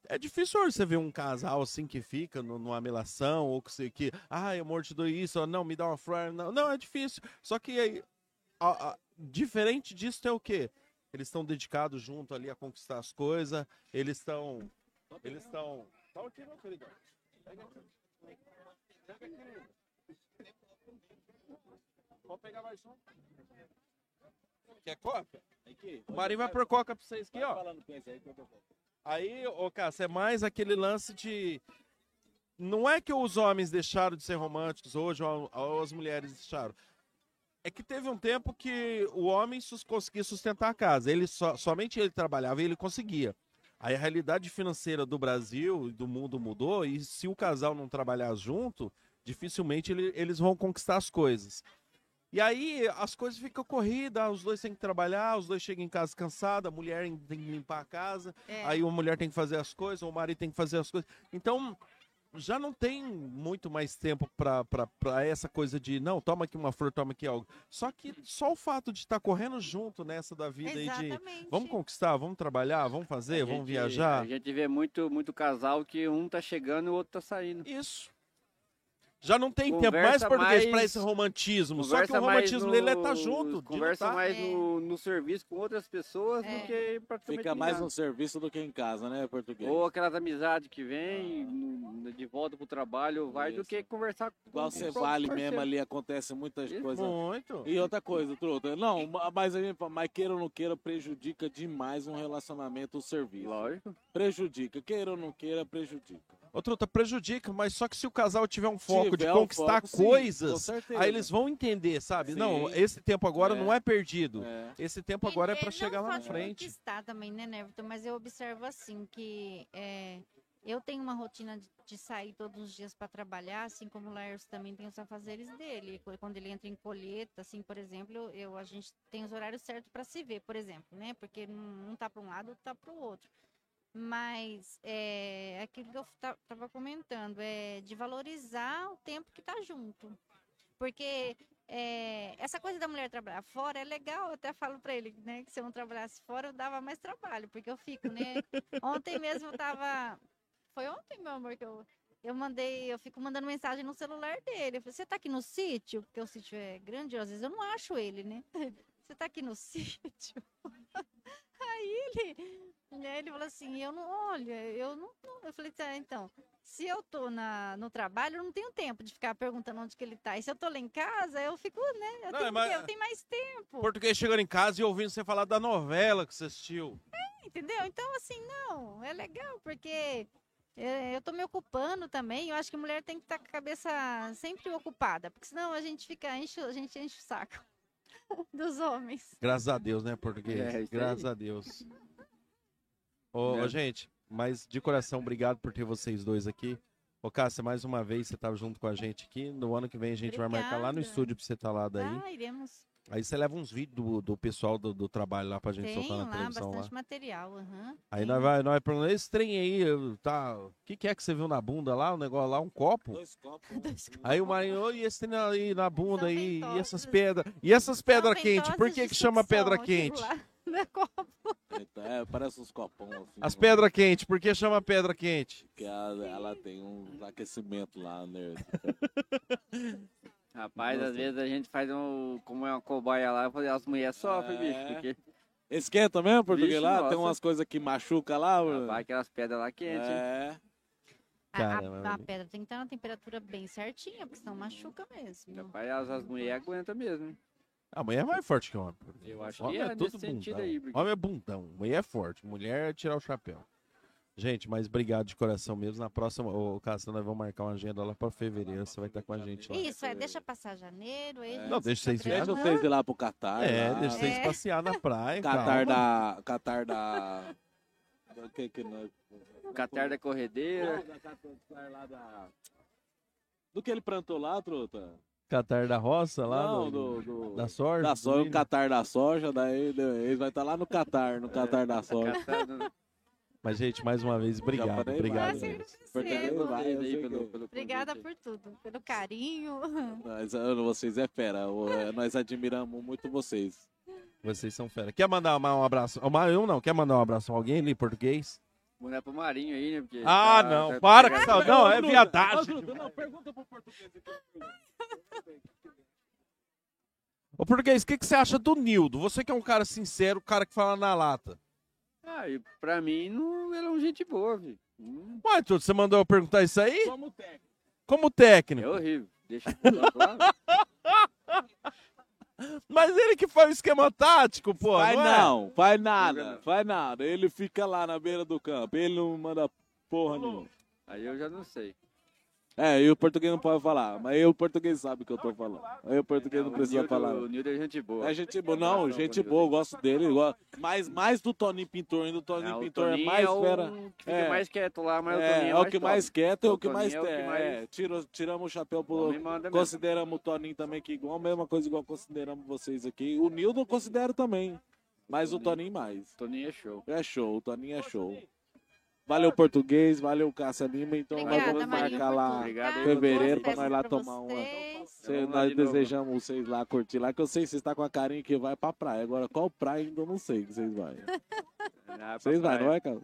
A: É difícil hoje você ver um casal assim que fica no- numa melação, ou que, você- que ah, eu morte do isso, ou não, me dá uma flor. Não, não, é difícil. Só que aí, a- a- diferente disso é o quê? Eles estão dedicados junto ali a conquistar as coisas, eles estão. Eles um estão. Fala aqui, meu querido. Pega aqui. Pega aqui, querido. Pode pegar mais um. Quer coca?
B: Aqui.
A: O Marinho vai por coca pra vocês aqui, ó. Aí, ô Cássio, é mais aquele lance de. Não é que os homens deixaram de ser românticos hoje ou, ou as mulheres deixaram. É que teve um tempo que o homem sus- conseguia sustentar a casa. Ele só, somente ele trabalhava e ele conseguia. Aí a realidade financeira do Brasil e do mundo mudou, e se o casal não trabalhar junto, dificilmente ele- eles vão conquistar as coisas. E aí as coisas ficam corridas, os dois têm que trabalhar, os dois chegam em casa cansados, a mulher tem que limpar a casa,
K: É.
A: aí uma mulher tem que fazer as coisas, o marido tem que fazer as coisas. Então já não tem muito mais tempo pra- pra pra essa coisa de não, toma aqui uma flor, toma aqui algo. Só que só o fato de estar correndo junto nessa da vida aí de
K: Exatamente.
A: vamos conquistar, vamos trabalhar, vamos fazer,
E: A
A: vamos
E: gente-
A: viajar.
E: A gente vê muito, muito casal que um tá chegando e o outro tá saindo.
A: Isso. Já não tem tempo
E: Conversa
A: mais português pra
E: mais-
A: esse romantismo. Só que
E: Conversa
A: o
E: mais
A: romantismo dele é
E: no-
A: tá junto. de
E: Conversa
A: não tá.
E: mais no, no serviço com outras pessoas
J: É.
E: do que praticamente.
B: Fica mais
E: nada.
B: no serviço do que em casa, né, português?
E: Ou aquelas amizades que vem no- de volta pro trabalho, vai do que conversar com
B: Igual
E: o
B: você
E: próprio
B: vale
E: parceiro.
B: mesmo ali, acontece muitas coisas.
A: Muito.
B: E outra coisa, truta. Não, ma- mas, a gente fala, mas queira ou não queira, prejudica demais um relacionamento ou serviço.
E: Lógico.
B: Prejudica. Queira ou não queira, prejudica.
A: Ô, Truta, prejudica, mas só que se o casal tiver um foco
B: Tiver
A: de
B: um
A: conquistar
B: foco, sim, com
A: coisas,
B: certeza.
A: aí eles vão entender, sabe? Não,
B: Sim.
A: esse tempo agora
B: É.
A: não é perdido.
B: É.
A: Esse tempo agora é pra chegar lá
J: só
A: na
J: de
A: frente.
J: conquistar também, né, Neverton? Mas eu observo assim que é, eu tenho uma rotina de, de sair todos os dias para trabalhar, assim como o Laércio também tem os afazeres dele. Qu- Quando ele entra em colheita, assim, por exemplo, eu, eu- a gente tem os horários certos para se ver, por exemplo, né? Porque um um tá para um lado, outro tá para o outro. Mas é aquilo que eu ta- tava comentando, é de valorizar o tempo que tá junto. Porque é, essa coisa da mulher trabalhar fora é legal, eu até falo pra ele, né? Que se eu não trabalhasse fora, eu dava mais trabalho, porque eu fico, né? Ontem mesmo eu tava. Foi ontem, meu amor, que eu, eu mandei, eu fico mandando mensagem no celular dele. Eu falei, você tá aqui no sítio? Porque o sítio é grande, às vezes eu não acho ele, né? Você tá aqui no sítio? Aí ele, né, ele falou assim, eu não, olha, eu não, não. eu falei, tá, então, se eu tô na, no trabalho, eu não tenho tempo de ficar perguntando onde que ele tá, e se eu tô lá em casa, eu fico, né, eu,
A: Não,
J: tenho,
A: mas-
J: eu tenho mais tempo.
A: Português chegando em casa e ouvindo você falar da novela que você assistiu.
J: Entendeu? Então, assim, não, é legal, porque é, eu tô me ocupando também. Eu acho que mulher tem que estar com a cabeça sempre ocupada, porque senão a gente fica, enche, a gente enche o saco dos homens.
A: Graças a Deus, né, português?
E: É, isso
A: Graças
E: aí.
A: a Deus. Ô,
E: Né?
A: ô, gente, mas de coração, obrigado por ter vocês dois aqui. Ô, Cássia, mais uma vez você tá junto com a gente aqui. No ano que vem a gente vai marcar lá no
J: Obrigada.
A: estúdio pra você tá estar lá daí.
J: Ah, iremos.
A: Aí você leva uns vídeos do, do pessoal do, do trabalho lá pra gente
J: Tem
A: soltar na
J: lá
A: televisão lá.
J: bastante material. aham.
A: Aí nós vai, nós perguntamos, esse trem aí, tá, o que que é que você viu na bunda lá, o negócio lá, um copo?
B: Dois copos.
A: Aí o Marinho, "Ô, e esse trem aí na bunda aí, e essas pedras, e essas pedras quentes, por que que chama pedra quente?
B: Então, é, parece uns copão assim.
A: As pedras quentes, por que chama pedra quente?
B: Que ela, ela tem um aquecimento lá, né?
E: Rapaz, às
B: Nossa.
E: vezes a gente faz um. Como é uma cobaia lá, as mulheres sofrem,
B: É.
E: bicho. Porque
B: Esquenta mesmo, português
E: Vixe,
B: lá? Tem
E: nossa.
B: umas coisas que machuca lá, mano.
E: vai aquelas pedras lá quentes.
B: É.
J: A,
E: Caramba.
J: a- a pedra tem que estar na temperatura bem certinha, porque senão machuca mesmo.
E: Rapaz, as, as mulheres aguentam mesmo, hein?
A: A mulher é mais forte que o homem.
E: Eu acho
A: Homem
E: que
A: é,
E: é,
A: todo
E: nesse sentido
A: bundão.
E: aí, porque-
A: Homem é bundão, mulher é forte, mulher é tirar o chapéu. Gente, mas obrigado de coração mesmo. Na próxima, ô Cássio, nós vamos marcar uma agenda lá pra fevereiro, você vai estar com a gente lá. É.
J: Isso, é, deixa passar janeiro. Aí
A: Não, deixa vocês
B: Deixa
A: viajar.
B: vocês ir lá pro Catar.
A: É,
B: lá.
A: deixa vocês
J: É.
A: passear na praia. calma.
B: Catar da. Catar da. da que é? que nós-
E: Catar da corredeira.
B: Não, da Catar lá da- Do que ele plantou lá, truta?
A: Catar da roça lá?
B: Não,
A: do,
B: do-
A: Da soja?
B: Da
A: do
B: soja, o
A: milho?
B: Tá Catar da soja, daí deu- eles vai estar lá no Catar, no Catar da soja.
A: Mas, gente, mais uma vez, obrigado.
B: falei,
A: Obrigado.
B: mas-
A: mesmo.
B: Português vai, eu
E: Aí
B: sei
E: pelo-
B: que-
E: pelo
J: Obrigada por tudo, pelo carinho.
B: Nós, ah, vocês é fera, o- é, nós admiramos muito vocês.
A: Vocês são fera. Quer mandar uma- um abraço? Uma, eu não, quer mandar um abraço a alguém ali em português?
E: Mandar pro Marinho aí, né? Porque
A: Ah,
E: tá-
A: não,
E: tá-
A: para
E: tá-
A: com essa. Não, é viadagem.
B: Truta, não, pergunta pro português.
A: Ô, português, o que, que você acha do Nildo? Você que é um cara sincero, o cara que fala na lata.
E: Ah, e pra mim, não, ele é um gente boa, velho. Hum,
A: Ué, Tuto, você mandou eu perguntar isso aí?
B: Como técnico.
A: Como
E: é
A: técnico.
E: horrível. Deixa eu falar, claro.
A: Mas ele que faz o esquema tático, pô.
B: Vai
A: não, é?
B: não, é vai nada, vai nada. Ele fica lá na beira do campo, ele não manda porra nenhuma.
E: Aí eu já não sei.
B: É, e o português não pode falar, mas eu, o português sabe o que eu tô falando. Aí o português não precisa
E: Nildo-
B: falar.
E: O Nildo é gente boa.
B: É gente boa, não, gente boa, eu gosto dele. eu Gosto. Mais, mais do Toninho Pintor, ainda o Toninho
E: o
B: Pintor é
E: Toninho
B: mais
E: é o
B: fera.
E: que fica mais quieto lá, mas o
B: é,
E: Toninho é
B: é o
E: mais
B: que
E: top.
B: mais quieto, é o que
E: O
B: mais
E: Toninho é o que
B: tem.
E: mais-
B: é, tiro- tiramos o chapéu pro.
E: Homem manda mesmo.
B: Consideramos o Toninho também que igual, a mesma coisa igual consideramos vocês aqui. O Nildo eu considero também, mas o Toninho mais.
E: Toninho é show.
B: É show, o Toninho é show. Valeu português, valeu Caça Lima, então
E: Obrigada,
B: vamos
E: Marinho,
B: marcar
E: por
B: lá
E: tudo. Obrigado aí,
B: fevereiro
E: boas
B: pra nós
E: festas
B: lá
E: pra
B: tomar um uma.
E: vocês.
B: Cê-
E: Vamos lá
B: nós
E: de novo.
B: desejamos vocês lá curtir lá, que eu sei que vocês estão com a carinha que vai pra praia. Agora, qual praia ainda eu não sei que vocês vão.
E: Ah,
B: Vocês
E: pra
B: vão, não
E: praia.
B: é, cara?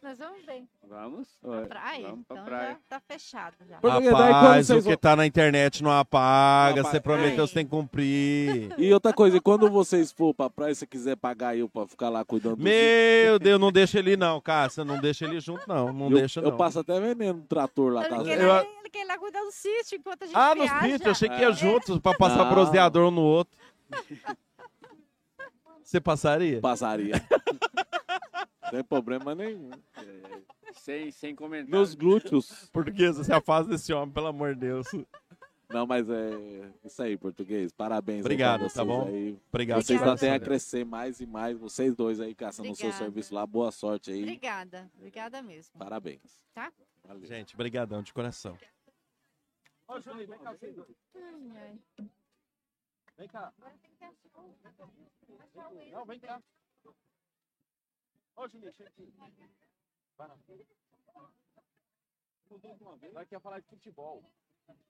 J: Nós vamos ver.
E: Vamos?
B: Pra
J: Praia?
E: Vamos pra
J: então
E: praia.
J: já tá fechado já.
B: Porque daí quando
A: Rapaz,
B: vocês
A: o que
B: vão-
A: tá na internet não apaga. Você
B: apaga. É
A: prometeu, você tem que cumprir.
B: E outra coisa, e quando vocês for pra praia, se quiser pagar eu pra ficar lá cuidando dos-
A: Meu Deus, não deixa ele não, Cássia. Não deixa ele junto, não. Não
B: eu,
A: deixa, não.
B: Eu passo até veneno no trator lá,
J: Ele
B: casa.
J: quer, lá, ele quer ir lá cuidar do sítio enquanto a gente
A: Ah, nos
J: viaja.
A: pintos, eu achei que ia
J: É.
A: juntos pra passar
B: Não.
A: bronzeador um no outro. Você passaria?
B: Passaria. Sem problema nenhum.
E: é, Sem, sem comentário.
B: Meus glúteos.
A: Português, você afasta desse homem, pelo amor de Deus.
B: Não, mas é isso aí, português. Parabéns. aí pra
A: Obrigado, tá
B: vocês
A: bom?
B: Aí.
A: Obrigado,
B: Vocês só
A: Obrigada.
B: têm a crescer mais e mais. Vocês dois aí, caçando o seu
J: Obrigada.
B: serviço lá. Boa sorte aí.
J: Obrigada, obrigada mesmo,
B: Parabéns.
J: tá?
A: Gente, brigadão de coração.
J: Ai, ai.
A: Vem cá.
J: Não, vem cá.
A: Ô, Juninho, chega aqui. Vai lá. Nós quer falar de futebol.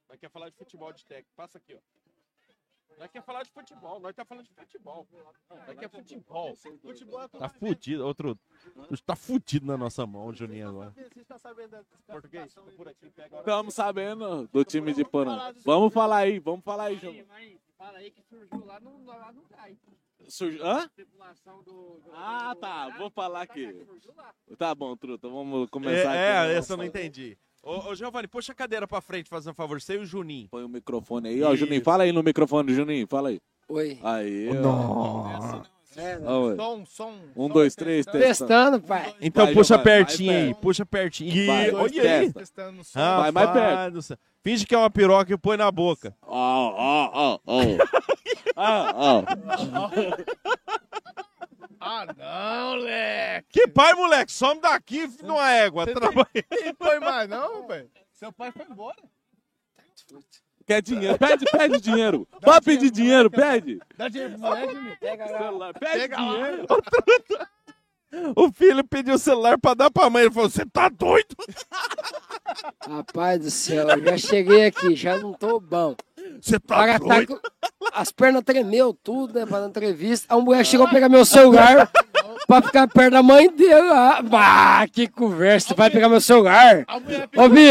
A: Nós quer falar de futebol de técnico. Passa aqui, ó. Nós quer falar de futebol. Nós tá falando de futebol. Nós quer futebol. Futebol é Tá fudido, outro. Tá fudido na nossa mão, Juninho, agora. Português, tá por aqui, pega agora.
B: Estamos sabendo do time de Porã. Vamos falar aí, vamos falar aí, João.
G: Fala aí que surgiu lá no, lá no cai.
B: Surge- Hã?
G: Tripulação do. do-
B: Ah,
G: do-
B: tá.
G: do-
B: Vou falar aqui.
G: Surgiu lá.
B: Tá bom, truta. Vamos começar aqui. né?
A: É, é
B: Vamos
A: essa eu não
B: falar.
A: entendi. Ô, ô Giovanni, puxa a cadeira pra frente, fazendo um favor. Você e o Juninho.
B: Põe o microfone aí. Ó, Juninho, fala aí no microfone, Juninho. Fala aí.
G: Oi.
B: Aí. ó.
G: É,
B: Ó,
C: Som, som.
B: Um, dois, três,
G: Testando, pai.
A: Então
B: Vai,
A: puxa
B: Giovanni,
A: pertinho
B: vai
A: aí,
B: perto.
A: puxa pertinho. Ih,
B: Vai,
A: olha aí.
B: testa.
C: Testando som.
A: Rapaz
B: Vai mais perto.
A: do céu. Finge que é uma piroca e põe na boca.
B: Ó, ó, ó, ó. Ó, ó.
C: Ah, não, leque.
A: Que pai, moleque, some daqui, filho de uma égua.
C: Você
A: Trabalha-
C: Não foi mais não, velho. Seu pai foi embora.
B: Quer dinheiro? Pede, pede dinheiro. Pode pedir dinheiro, pede.
C: Dá dinheiro pro moleque, menino.
B: Celular, Pede dinheiro.
A: O filho pediu o celular pra dar pra mãe. Ele falou: Você tá doido?
G: Rapaz do céu, eu já cheguei aqui, já não tô bom.
A: Você
G: O
A: tá
G: cara tá
A: doido?
G: com- As pernas tremeu tudo, né, pra dar entrevista. A mulher chegou a pegar meu celular pra ficar perto da mãe dele lá. Bah, que conversa, vai pegar meu celular. Ô, Vitor,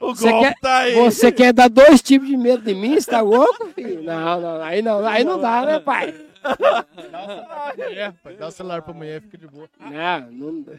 A: O
G: você
A: golpe
G: quer,
A: tá aí.
G: você quer dar dois tipos de medo de mim? Você tá louco, filho? Não, não, aí não, aí não dá, né, pai?
C: Dá o celular pra mulher, fica de boa.
G: Não, não, não.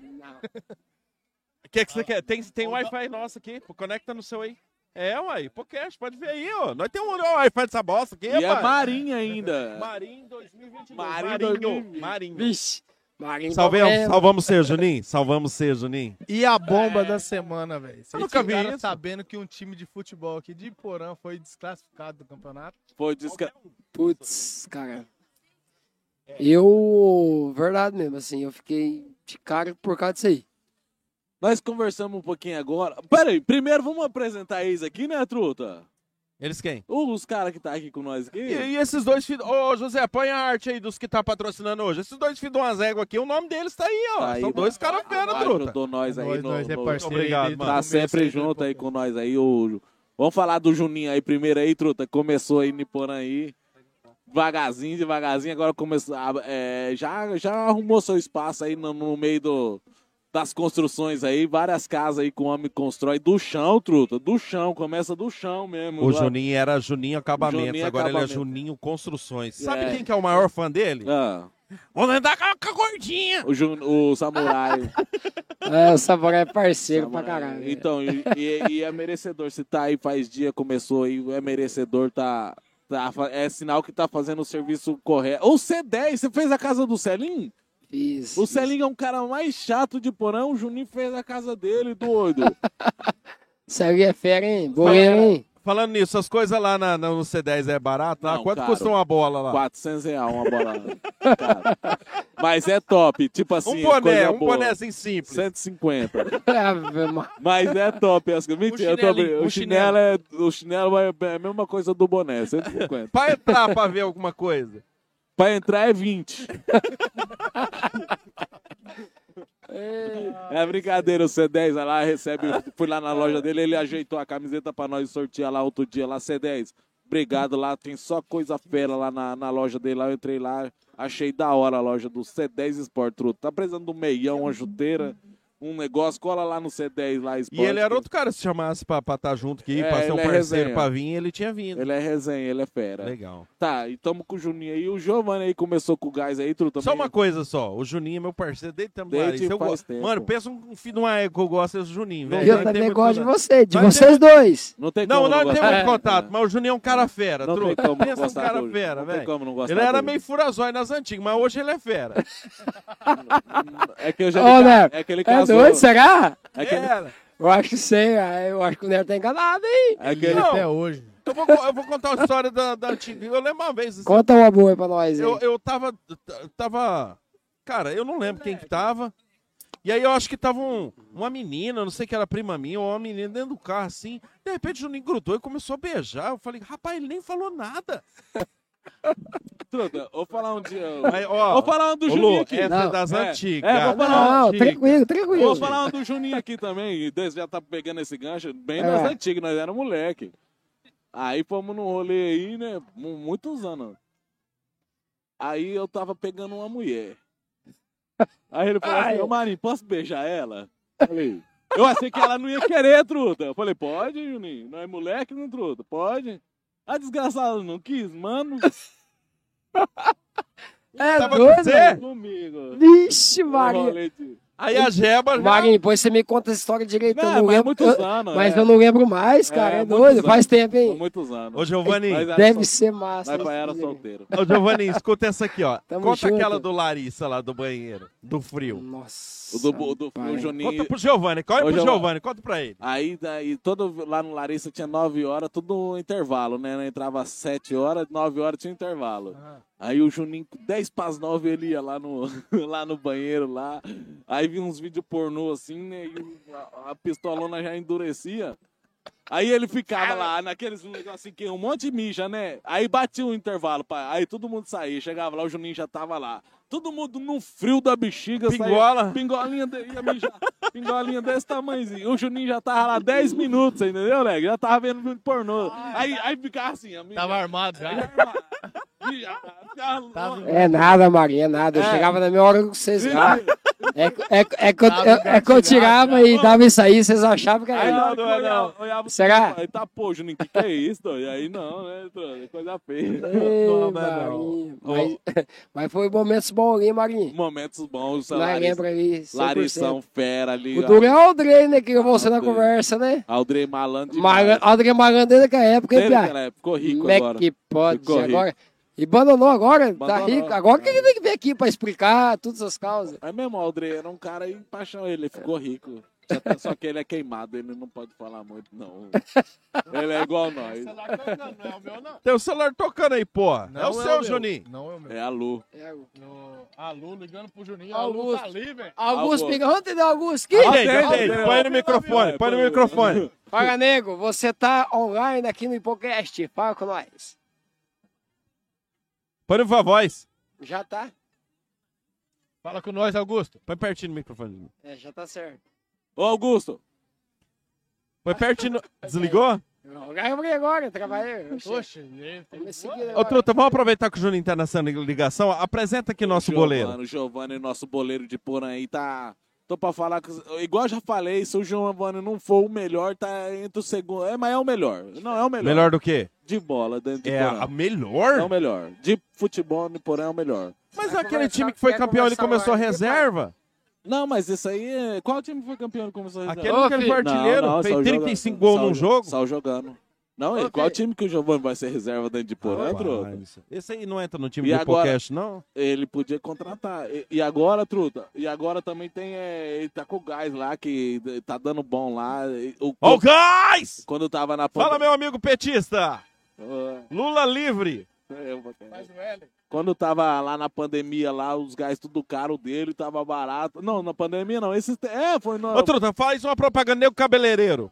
A: O que, que você quer? Tem, tem um Wi-Fi nosso aqui. Pô, conecta no seu aí. É, uai. Podcast, pode ver aí, ó. Nós temos um Wi-Fi dessa bosta aqui,
B: E é
A: rapaz.
B: marinha ainda.
A: Marinho 2022.
B: Marinho
A: Marinho. Marinho.
G: Vixe, Marinho
A: Salvemos,
G: Borba-
A: salvamos você, Juninho. Salvamos você, Juninho.
C: E a bomba
A: É.
C: da semana, velho. Vocês
A: nunca vi
C: ficaram
A: isso.
C: sabendo que um time de futebol aqui de Porã foi desclassificado do campeonato?
B: Foi desca...
G: Putz, cara. Eu, verdade mesmo, assim, eu fiquei de cara por causa disso aí.
B: Nós conversamos um pouquinho agora. Pera aí, primeiro vamos apresentar eles aqui, né, truta?
A: Eles quem?
B: Os caras que tá aqui com nós aqui.
A: E, e esses dois filhos. Ô, José, põe a arte aí dos que tá patrocinando hoje. Esses dois filhos de umas éguas aqui, o nome deles tá aí, ó.
B: Tá aí,
A: São dois caras fera, truta.
B: Ajudou nós aí no- no-
A: obrigado,
C: desde o
A: mano.
B: Tá
C: começo,
B: sempre
C: desde o
B: junto aí
C: começo.
B: com nós aí. O... Vamos falar do Juninho aí primeiro aí, truta. Começou aí Niporã aí. Devagarzinho, devagarzinho. Agora começou. a- é, já, já arrumou seu espaço aí no, no meio do, das construções aí. Várias casas aí que o homem constrói. Do chão, truta. Do chão. Começa do chão mesmo.
A: O
B: Lá-
A: Juninho era Juninho Acabamentos,
B: Juninho
A: agora ele é
B: Acabamentos.
A: Juninho Construções. Sabe
B: É.
A: quem que é o maior fã dele?
B: Ah,
A: Vamos andar com a- com a gordinha.
B: o, Ju- o samurai.
G: É, o Samurai é parceiro pra
B: Samurai.
G: caralho.
B: Então, e, e- e é merecedor. Se tá aí faz dia, começou aí, é merecedor, tá. tá fa- é sinal que tá fazendo o serviço correto. Ou C10, você fez a casa do Celim?
G: Fiz.
B: O Celim é um cara mais chato de porão, o Juninho fez a casa dele, doido.
G: Sérgio é fera, hein? Boleiro, hein?
A: Falando nisso, as coisas lá na- na- no C10 é barato? lá?
B: Não,
A: Quanto
B: caro.
A: custa uma bola lá?
B: 400 reais uma bola. Cara. Mas é top. Tipo assim.
A: Um boné,
B: coisa
A: um
B: boa.
A: bonézinho simples.
B: 150.
G: Ave Maria.
B: Mas é top as coisas. Mentira, eu tô
A: Um chinelinho,
B: brincando.
A: o
B: o chinelo, é, o chinelo é é a mesma coisa do boné, 150.
A: Pra entrar pra ver alguma coisa.
B: Pra entrar é 20. É brincadeira, o C10 vai lá recebe. Fui lá na loja dele, ele ajeitou a camiseta pra nós sortear lá outro dia, lá C10. Obrigado lá, tem só coisa fera lá na, na loja dele. Lá eu entrei lá, achei da hora a loja do C10 Sport Truto. Tá precisando de um meião, uma chuteira, um negócio, cola lá no C10 lá Sport.
A: E ele era outro cara, se chamasse pra estar junto aqui,
B: É,
A: pra ser um
B: ele é
A: parceiro
B: resenha.
A: pra vir, ele tinha vindo.
B: Ele é resenha, ele é fera.
A: Legal.
B: Tá, e tamo com o Juninho aí. O Giovanni aí começou com o gás aí, Truto.
A: Só uma coisa só, o Juninho é meu parceiro desde tempo
B: Desde
A: Larissa, eu
B: faz
A: gosto.
B: tempo.
A: Mano, pensa um filho de uma égua que eu gosto, é o Juninho, velho.
G: E eu
A: Nós
G: também
A: temos
G: gosto de
A: tudo-
G: você, de
A: Nós temos-
G: vocês dois.
B: Não tem
A: Não,
B: como
A: não,
B: não
A: tem
B: gostar.
A: muito contato, mas o Juninho é um cara fera,
B: Não tem
A: truta.
B: como não
A: Pensa um
B: gostar
A: cara
B: do-
A: fera,
B: não tem
A: velho.
B: como não gostar
A: Ele era
B: dele.
A: meio furazói nas antigas, mas hoje ele é fera.
B: É que eu já
G: Ô,
B: me ca-
G: Nero,
B: é que ele
G: é
B: casou.
G: doido, será?
B: É que ele-
G: Eu acho que sei, ah, eu acho que o Nero tá enganado, hein?
B: É que ele-
A: até hoje. Então Eu vou, co- eu vou contar uma história da, da antiga. Eu lembro uma vez. assim,
G: Conta uma boa aí pra nós, hein?
A: Eu, eu tava. t- Tava. Cara, eu não lembro quem que tava. E aí eu acho que tava um- uma menina, não sei que era prima minha, ou uma menina dentro do carro, assim. De repente o Juninho grudou e começou a beijar. Eu falei, rapaz, ele nem falou nada.
B: Truta, vou falar um dia.
A: Mas, ó,
B: vou falar um do
A: ô, Lu,
B: Juninho aqui.
A: essa é das
B: é,
A: antigas.
B: É, vou falar um.
G: Não,
A: Antiga.
G: tranquilo, tranquilo.
B: Vou falar um do Juninho aqui também. E Deus já tá pegando esse gancho bem
G: É.
B: das antigas, nós era moleque. Aí fomos num rolê aí, né? mu- Muitos anos. Aí eu tava pegando uma mulher. Aí ele falou
G: Ai.
B: assim, ô Marinho, posso beijar ela? Falei. Eu achei que ela não ia querer, truta. Eu falei, pode, Juninho? Nós moleque, não, truta? Pode. A desgraçada não quis, mano.
G: É
A: Tava
G: doido?
A: com você?
B: Comigo.
G: Vixe,
B: No
G: Marinho.
B: rolê de-
A: Aí a Jeba. já-
G: Marinho, depois você me conta essa história direito.
B: Não,
G: eu não
B: mas
G: lembro,
B: muitos
G: eu-
B: anos,
G: mas
B: é.
G: eu não lembro mais, cara. É,
B: muitos
G: doido,
B: anos.
G: faz tempo,
B: Foi
G: hein?
B: muitos anos.
A: Ô, Giovanni.
B: Mas era
G: Deve
B: sol-
G: ser massa.
B: Mas pai
G: esse
B: era
G: filho.
B: solteiro.
A: Ô, Giovanni, escuta essa aqui, ó.
G: Tamo
A: Conta
G: junto.
A: aquela do Larissa lá do banheiro, do frio.
G: Nossa.
B: O do, o do
G: pai.
B: o Juninho.
A: Conta pro Giovanni, conta
B: Ô,
A: pro
B: Giovanni.
A: Giovanni, conta pra ele.
B: Aí daí, todo lá no Larissa tinha 9 horas, tudo intervalo, né? Entrava às 7 horas, 9 horas tinha intervalo.
G: Ah.
B: Aí o Juninho, 10 para as 9, ele ia lá no, lá no banheiro, lá. Aí vinha uns vídeos pornô assim, né? E o- a, a pistolona já endurecia. Aí ele ficava lá, naqueles negócios assim, que um monte de mija, né? Aí batia o intervalo, pá. aí todo mundo saía, chegava lá, o Juninho já tava lá. Todo mundo no frio da bexiga. saía-
A: Pingola.
B: pingolinha, de, ia mijar, pingolinha desse tamanhozinho. O Juninho já tava lá 10 minutos, entendeu, Leg? Já tava vendo filme pornô.
G: Ah,
B: aí, aí ficava assim, a mija,
K: Tava armado já.
B: mija, ficava-
K: Tava-
G: É nada, Marinho, é nada. Eu
B: É. chegava
G: chegava na minha hora com vocês lá. É, que, eu,
K: Dava eu- é que eu
G: tirava
K: engatilhado, tirava
G: e dava isso aí, vocês achavam que
B: Aí
G: era.
B: na
A: não,
B: hora que eu
A: não.
B: olhava- olhava o
G: Será?
B: filme, eu falei, tá, pô, Juninho, que que é isso, doido? Aí não, né, doido? coisa feia.
A: Não, não, não.
G: Mas, mas foi momentos bons ali, Marinho.
B: Momentos
G: Nós
B: bons, Larissa-
G: lembra ali. 100%.
B: Larissão fera ali.
G: O
B: ó.
G: duro é o Aldrey, né? Que você na
B: Aldrey.
G: conversa, né?
B: Aldrey malandro
G: Maga- Aldrey Magan desde aquela época, hein,
B: Desde
G: Piá?
B: aquela época, ficou rico
G: é Como é
B: agora.
G: que pode?
B: Ficou rico.
G: Agora, e abandonou agora, tá
B: Abandonou.
G: rico. Agora que ele tem que vir aqui pra explicar todas as causas.
B: É mesmo, o Aldrey era um cara em paixão, ele ficou rico. Só que- Só que ele é queimado, ele não pode falar muito, não. Ele é igual nós.
K: Não é o meu, não.
A: Tem o celular tocando aí, porra. é o seu,
K: meu.
A: Juninho.
K: Não é o meu.
B: É a Lu.
K: No... A Lu ligando pro Juninho. A Lu tá
G: Augusto.
K: ali, velho.
G: Augusto
B: Augusto.
G: Pigão, entendeu, Augusto? Que?
A: Tem,
B: tem,
A: tem,
B: tem.
A: Põe no microfone, põe no microfone.
G: Fala, nego, você tá online aqui no Hipocast. Fala com nós.
A: Põe no voz.
G: Já tá?
K: Fala com nós, Augusto.
A: Põe pertinho no microfone.
G: É, já tá certo.
B: Ô, Augusto,
A: Põe pertinho. no- Desligou?
G: Não, Gabriel agora, trabalhei. Oxe,
K: Oxe, ele tem-
G: me seguindo
A: Ô,
G: agora.
A: Truta, vamos aproveitar que o Juninho tá nessa ligação. Apresenta aqui nosso boleiro.
B: O Giovanni, nosso boleiro de porã aí, tá. Tô pra falar que. Igual eu já falei, se o Giovanni não for o melhor, tá entre o segundo. É, mas é o melhor. Não, é o melhor.
A: Melhor do que?
B: De bola dentro de
A: É
B: porã.
A: a melhor?
B: É o melhor. De futebol, no porã é o melhor.
A: Mas
G: Vai
A: aquele
G: conversar,
A: time que foi
G: quer
A: campeão, ele
G: conversar
A: começou
G: agora,
A: reserva.
B: Não, mas isso aí é. Qual time foi campeão que começou a
A: Aquele
G: Ô,
A: que ele
G: filho.
A: foi artilheiro,
B: Não, não,
A: fez
B: saiu
A: 35
B: jogando.
A: gols num
B: Saiu-
A: jogo.
B: Saiu jogando. Não, e
A: Ok.
B: qual time que o Giovanni vai ser reserva dentro de Porã,
A: Rapaz,
B: truta?
A: Esse aí não entra no time
B: E
A: do
B: agora-
A: podcast, não?
B: Ele podia contratar. E, e agora, truta, e agora também tem. é, ele tá com o gás lá, que d- tá dando bom lá. e O,
A: Ó o gás!
B: Quando tava na
A: Fala, meu amigo petista!
B: meu.
A: Lula livre!
B: É, Quando tava lá na pandemia, lá, os gás tudo caro dele, tava barato. Não, na pandemia não. Esse, é, foi no.
A: Ô, Truta, faz uma propaganda nego cabeleireiro.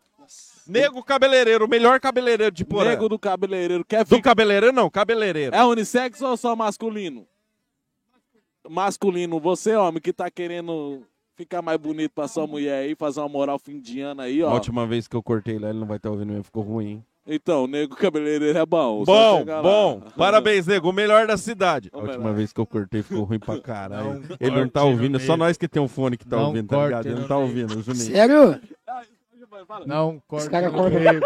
A: Nego cabeleireiro, o melhor cabeleireiro de Porã.
B: Nego do cabeleireiro. Quer
A: Do cabeleireiro não, cabeleireiro.
B: É unissex ou só masculino? Masculino, você, homem, que tá querendo ficar mais bonito pra sua mulher aí, fazer uma moral fim de ano aí,
A: A
B: ó.
A: última vez que eu cortei lá, ele não vai estar ouvindo mesmo, ficou ruim.
B: Então, nego cabeleireiro é bom. só
A: Bom,
B: chega lá.
A: bom. Parabéns, nego. O melhor da cidade. A última
B: melhor.
A: vez que eu cortei ficou ruim pra caralho.
B: Não
A: ele não tá
B: corte no
A: ouvindo. É só
B: meio.
A: nós que tem um fone que tá
K: Não
A: ouvindo, tá
K: corte
A: ligado? Ele
K: no
A: não tá
K: meio.
A: ouvindo, Juninho.
G: Sério?
K: Não corta
G: cara
K: no
G: corta.
K: meio.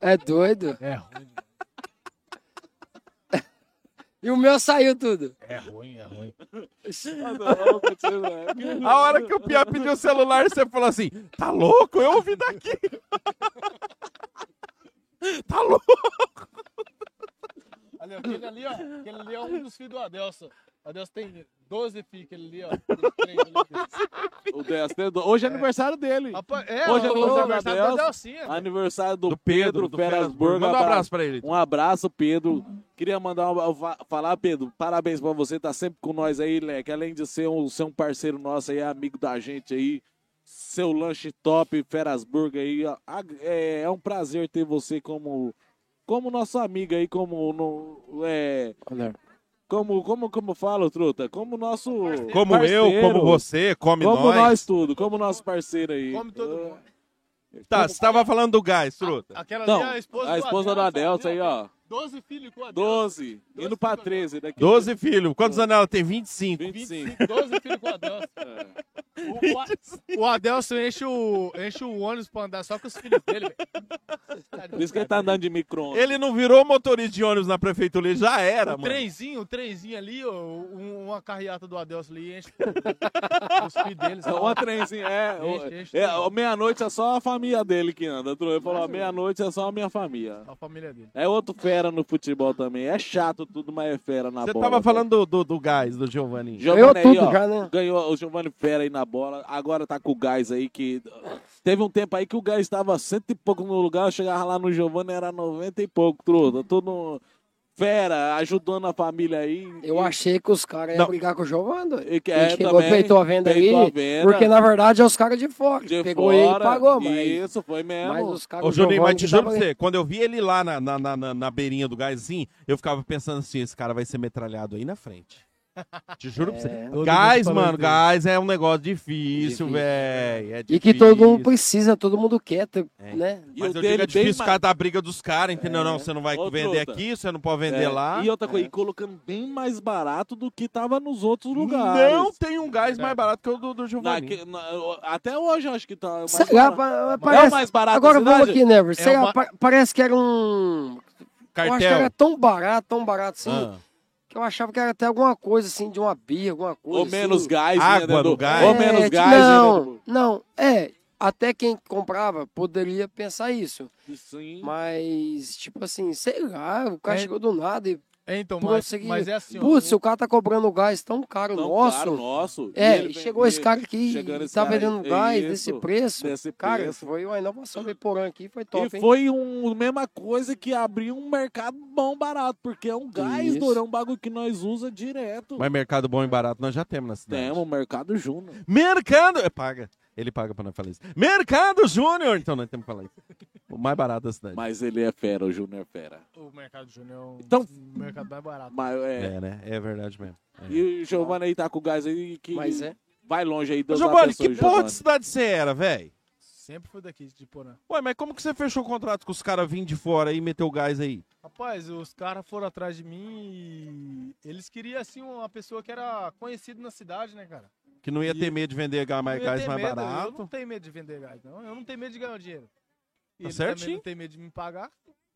G: É doido?
K: É ruim.
G: E o meu saiu tudo.
K: É ruim, é ruim.
A: A hora que o Pia pediu o celular, você falou assim: tá louco? Eu ouvi daqui. tá louco?
K: Ali, ó, aquele ali, ó. Aquele ali é um dos filhos do Adelson. O Adelson tem 12 filhos, aquele ali, ó.
B: O DST do- Hoje é aniversário dele.
K: Rapaz, é,
B: Hoje é
K: o
B: aniversário do
K: aniversário é. do
B: Adelson.
K: Adelcinha, velho.
B: Aniversário do, Pedro,
A: do
B: Feras
A: Ferasburg.
B: Burger.
A: Manda um
B: Abra-
A: abraço pra ele.
B: Um abraço, Pedro. Queria mandar um, fa- falar, Pedro, parabéns pra você, tá sempre com nós aí, Leque. Além de ser um, ser um parceiro nosso aí, amigo da gente aí. Seu lanche top, Feras Burger aí. ó. Ah, É, é um prazer ter você como, como nosso amigo aí, como. No, é, como, como, como eu falo, truta? Como nosso.
A: Como eu, como você, come
B: como
A: nós.
B: tudo, como nosso parceiro aí. É.
K: Come todo mundo.
A: Tá, você tava falando do gás, truta.
K: Aquela
B: Então,
K: ali é a esposa,
B: a esposa
K: do
B: do
K: Adelson.
B: Adelson aí, ó.
K: 12 filhos com o Adelson.
B: 12, indo pra 13 daqui.
A: 12 filhos. Quantos anos ela tem? 25.
B: 25.
K: 12 filhos com o Adelson.
B: É.
K: O, o, o Adelson enche o, enche o ônibus pra andar só com os filhos dele,
B: Por isso que ele tá andando de micro
A: Ele não virou motorista de ônibus na prefeitura, ele já era,
K: o
A: mano.
K: trenzinho, o trenzinho ali, ó, um- uma carreata do Adelson ali, enche os filhos deles.
B: É uma trenzinha, é.
K: Enche,
B: o-
K: enche
B: é ó, meia-noite é só a família dele que anda. Outro- Ele falou, ó, meia-noite é só a minha família.
K: a família dele.
B: É outro fera no futebol também. É chato tudo, mas é fera na
A: Você
B: bola.
A: tava falando do, do, do gás, do Giovanni.
B: Giovanni aí, ó,
G: né?
B: Ganhou o Giovanni Fera aí na bola. Agora tá com o gás aí que. Teve um tempo aí que o gás estava cento e pouco no lugar. Eu chegava lá no Giovanni, era noventa e pouco, truta. Tudo. Fera, ajudando a família aí.
G: Eu achei que os caras iam brigar com o Giovanni. doido.
B: E que-
G: Ele
B: é,
G: chegou,
B: também,
G: peitou a venda aí.
B: peitou a venda.
G: Porque na verdade é os caras de fora.
B: De
G: Pegou
B: fora,
G: ele e pagou, mas.
B: Isso, foi mesmo.
G: mas os caras-
A: Ô,
G: o
A: Juninho,
G: Giovanni
A: mas te
G: que
A: juro pra
G: tava
A: você,
G: ali.
A: quando eu vi ele lá na, na, na, na- na beirinha do gás, assim, eu ficava pensando assim, esse cara vai ser metralhado aí na frente. Te juro pra você.
G: Todo
A: Gás,
G: mundo falou
A: mano,
G: isso.
A: gás é um negócio difícil, velho. É
G: né? E que todo mundo precisa, todo mundo quer,
B: É
G: ter- né? É.
A: Mas eu digo, é difícil por causa da briga dos caras, entendeu? Não, você não vai
B: Ô,
A: vender
B: truta.
A: aqui, você não pode vender
B: É,
A: lá.
B: E outra coisa,
A: É.
B: e colocando bem mais barato do que tava nos outros lugares.
A: Não tem um gás
G: É.
A: mais barato que o do, do Giovanni.
B: Naque- na- até hoje eu acho que tá. Mais
G: Será,
B: barato.
G: pa-
B: É
G: parece-
B: o mais barato É
G: Agora
B: da
G: vamos
B: cidade?
G: aqui, né, Never. Será, pa- parece que era um. Eu acho que
B: Cartel.
G: era tão barato, tão barato assim.
B: Ah.
G: Que eu achava que era até alguma coisa assim, de uma bia, alguma coisa.
B: Ou menos
G: assim.
B: gás, né,
A: Água
B: Dedu?
A: no gás.
B: Ou
G: É,
B: menos
G: tipo,
B: gás, né, Dedu?
G: Não, não, é. Até quem comprava poderia pensar isso.
B: Sim.
G: Mas, tipo assim, sei lá, o cara
K: É.
G: chegou do nada e.
K: Então,
G: pô,
K: mas-
G: segui-
K: mas é assim, ó,
G: Putz,
K: o-
G: o cara tá cobrando gás tão caro
B: Tão
G: nosso.
B: caro nosso. E
G: É,
B: ele
G: e
B: vem-
G: chegou esse cara aqui
B: chegando
G: e
B: esse
G: tá
B: cara aí,
G: vendendo
B: é
G: gás
B: isso,
G: desse preço.
B: desse
G: cara,
B: preço.
G: foi uma inovação do Iporã aqui, foi
B: E
G: top, hein?
B: foi um mesma coisa que abrir um mercado bom barato, porque é um gás,
G: Isso.
B: Dourão, um bagulho que nós usa direto.
A: Mas mercado bom e barato nós já temos na cidade.
B: Temos o mercado Juno.
A: Mercado! É, paga. Ele paga pra nós falar isso. Mercado Júnior! Então nós temos que falar isso. O mais barato da cidade.
B: Mas ele é fera, o Júnior é fera.
K: O mercado júnior é o
B: Então-
K: mercado mais barato.
B: Mas, é,
A: É, né? É verdade mesmo. É.
B: E o Giovanni aí tá com o gás aí que
K: Mas é.
B: vai longe aí.
A: Ô,
B: Deus
A: Giovanni,
B: abençoe,
A: que porra de
B: Giovanni.
A: cidade é você era, velho?
K: Sempre foi daqui de Porã.
A: Ué, mas como que você fechou o contrato com os caras vindo de fora e meteu o gás aí?
K: Rapaz, os caras foram atrás de mim e eles queriam, assim, uma pessoa que era conhecida na cidade, né, cara?
A: Que não ia ter medo de vender ga- mais
K: Eu ia
A: gás
K: ter
A: mais
K: medo, Eu
A: barato.
K: não tenho medo de vender gás, não. Eu não tenho medo de ganhar dinheiro. E
A: Tá
K: eles também
A: certinho.
K: não tem medo de me pagar.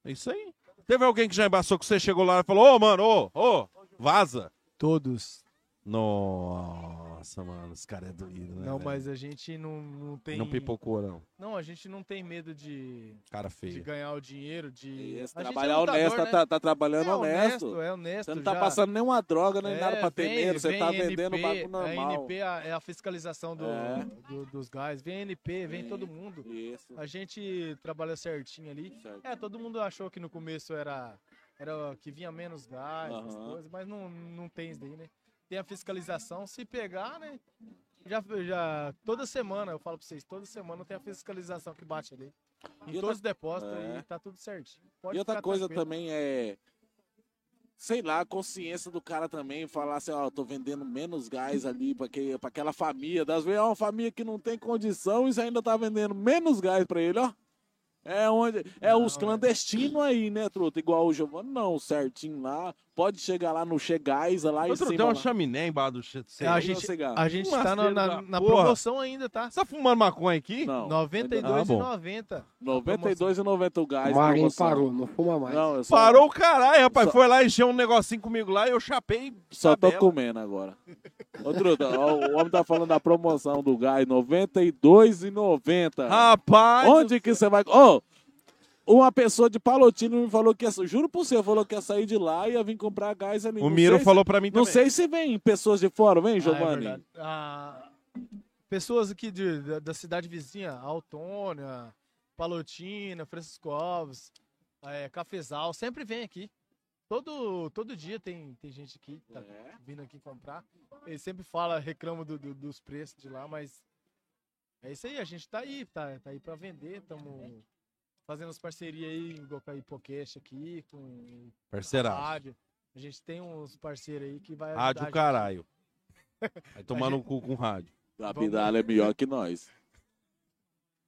A: É Isso aí. Teve alguém que já embaçou que você chegou lá e falou, ô, mano, ô, ô, vaza.
K: Todos.
A: Nossa. Nossa, mano, os caras é doído, né?
K: Não,
A: velho?
K: mas a gente não, não tem.
A: Não pipocou, não.
K: Não, a gente não tem medo de.
A: Cara feio.
K: De ganhar o dinheiro, de.
B: Esse
K: A gente
B: trabalhar
K: é lutador,
B: honesto,
K: né?
B: tá, tá trabalhando
K: É
B: honesto.
K: É honesto.
B: Você não tá
K: já.
B: passando nenhuma droga, nem
K: É,
B: nada pra ter
K: vem-
B: medo. Você
K: vem
B: tá
K: NP,
B: vendendo o bagulho normal.
K: A NP é a- é a fiscalização do,
B: É.
K: do- dos gás. Vem NP, vem
B: Sim,
K: todo mundo.
B: Isso.
K: A gente trabalha certinho ali. É, todo mundo achou que no começo era, era que vinha menos gás, essas
B: Aham.
K: coisas, mas não, não tem isso daí, né? Tem a fiscalização, se pegar, né? Já, já, toda semana, eu falo pra vocês, toda semana tem a fiscalização que bate ali. Em
B: E outra-
K: todos os depósitos
B: É.
K: e tá tudo certinho.
B: e outra
K: ficar
B: coisa
K: tranquilo.
B: também é. Sei lá, a consciência do cara também, falar assim, ó, tô vendendo menos gás ali pra, que, pra aquela família. Das vezes é uma família que não tem condição e você ainda tá vendendo menos gás pra ele, ó. É onde. É os clandestinos aí, né, truta? Igual o Giovanni, não, certinho lá. Pode chegar lá no Chegás, lá em
A: Outro,
B: cima.
A: tem um uma
B: lá.
A: chaminé embaixo do che-
K: É, a
A: sei-
K: gente-
A: cigarro.
K: a gente tá na- na-
A: Fumaceiro da
K: na
A: porra.
K: promoção ainda, tá?
A: Você tá fumando maconha aqui?
B: Não.
K: 92,90.
B: 92,90 o gás.
G: O Marinho
B: promoção.
G: Ah, parou, não fuma mais.
B: Não, eu só,
A: Parou o caralho, rapaz.
B: Só-
A: Foi lá encher um negocinho comigo lá e eu chapei.
B: só tô
A: tabela.
B: comendo agora. Ô, Truta, ó, o homem tá falando da promoção do gás, 92,90.
A: Rapaz!
B: Onde que você vai... Ô, uma pessoa de Palotino me falou que... ia- Juro por você, falou que ia sair de lá e ia vir comprar gás ali.
A: O
B: Não
A: Miro
B: sei
A: falou
B: se-
A: pra mim
B: Não
A: também.
B: sei se vem pessoas de fora, vem,
K: Ah, é
B: Giovanni?
K: verdade. Ah, pessoas aqui de- da, da cidade vizinha, Autônia, Palotina, Francisco Alves, eh, Cafezal, sempre vem aqui. Todo, todo dia tem, tem gente aqui que tá vindo aqui comprar. Ele sempre fala, reclama do- do- dos preços de lá, mas é isso aí, a gente tá aí, tá, tá aí pra vender, estamos fazendo as parcerias aí, igual com a Hipocast aqui, com
A: Parceiragem.
K: a rádio. A gente tem uns parceiros aí que vai ajudar É a
A: Rádio
K: gente.
A: caralho. Vai tomar
K: A
A: no
K: gente-
A: cu com rádio.
B: A Bidala é melhor que nós.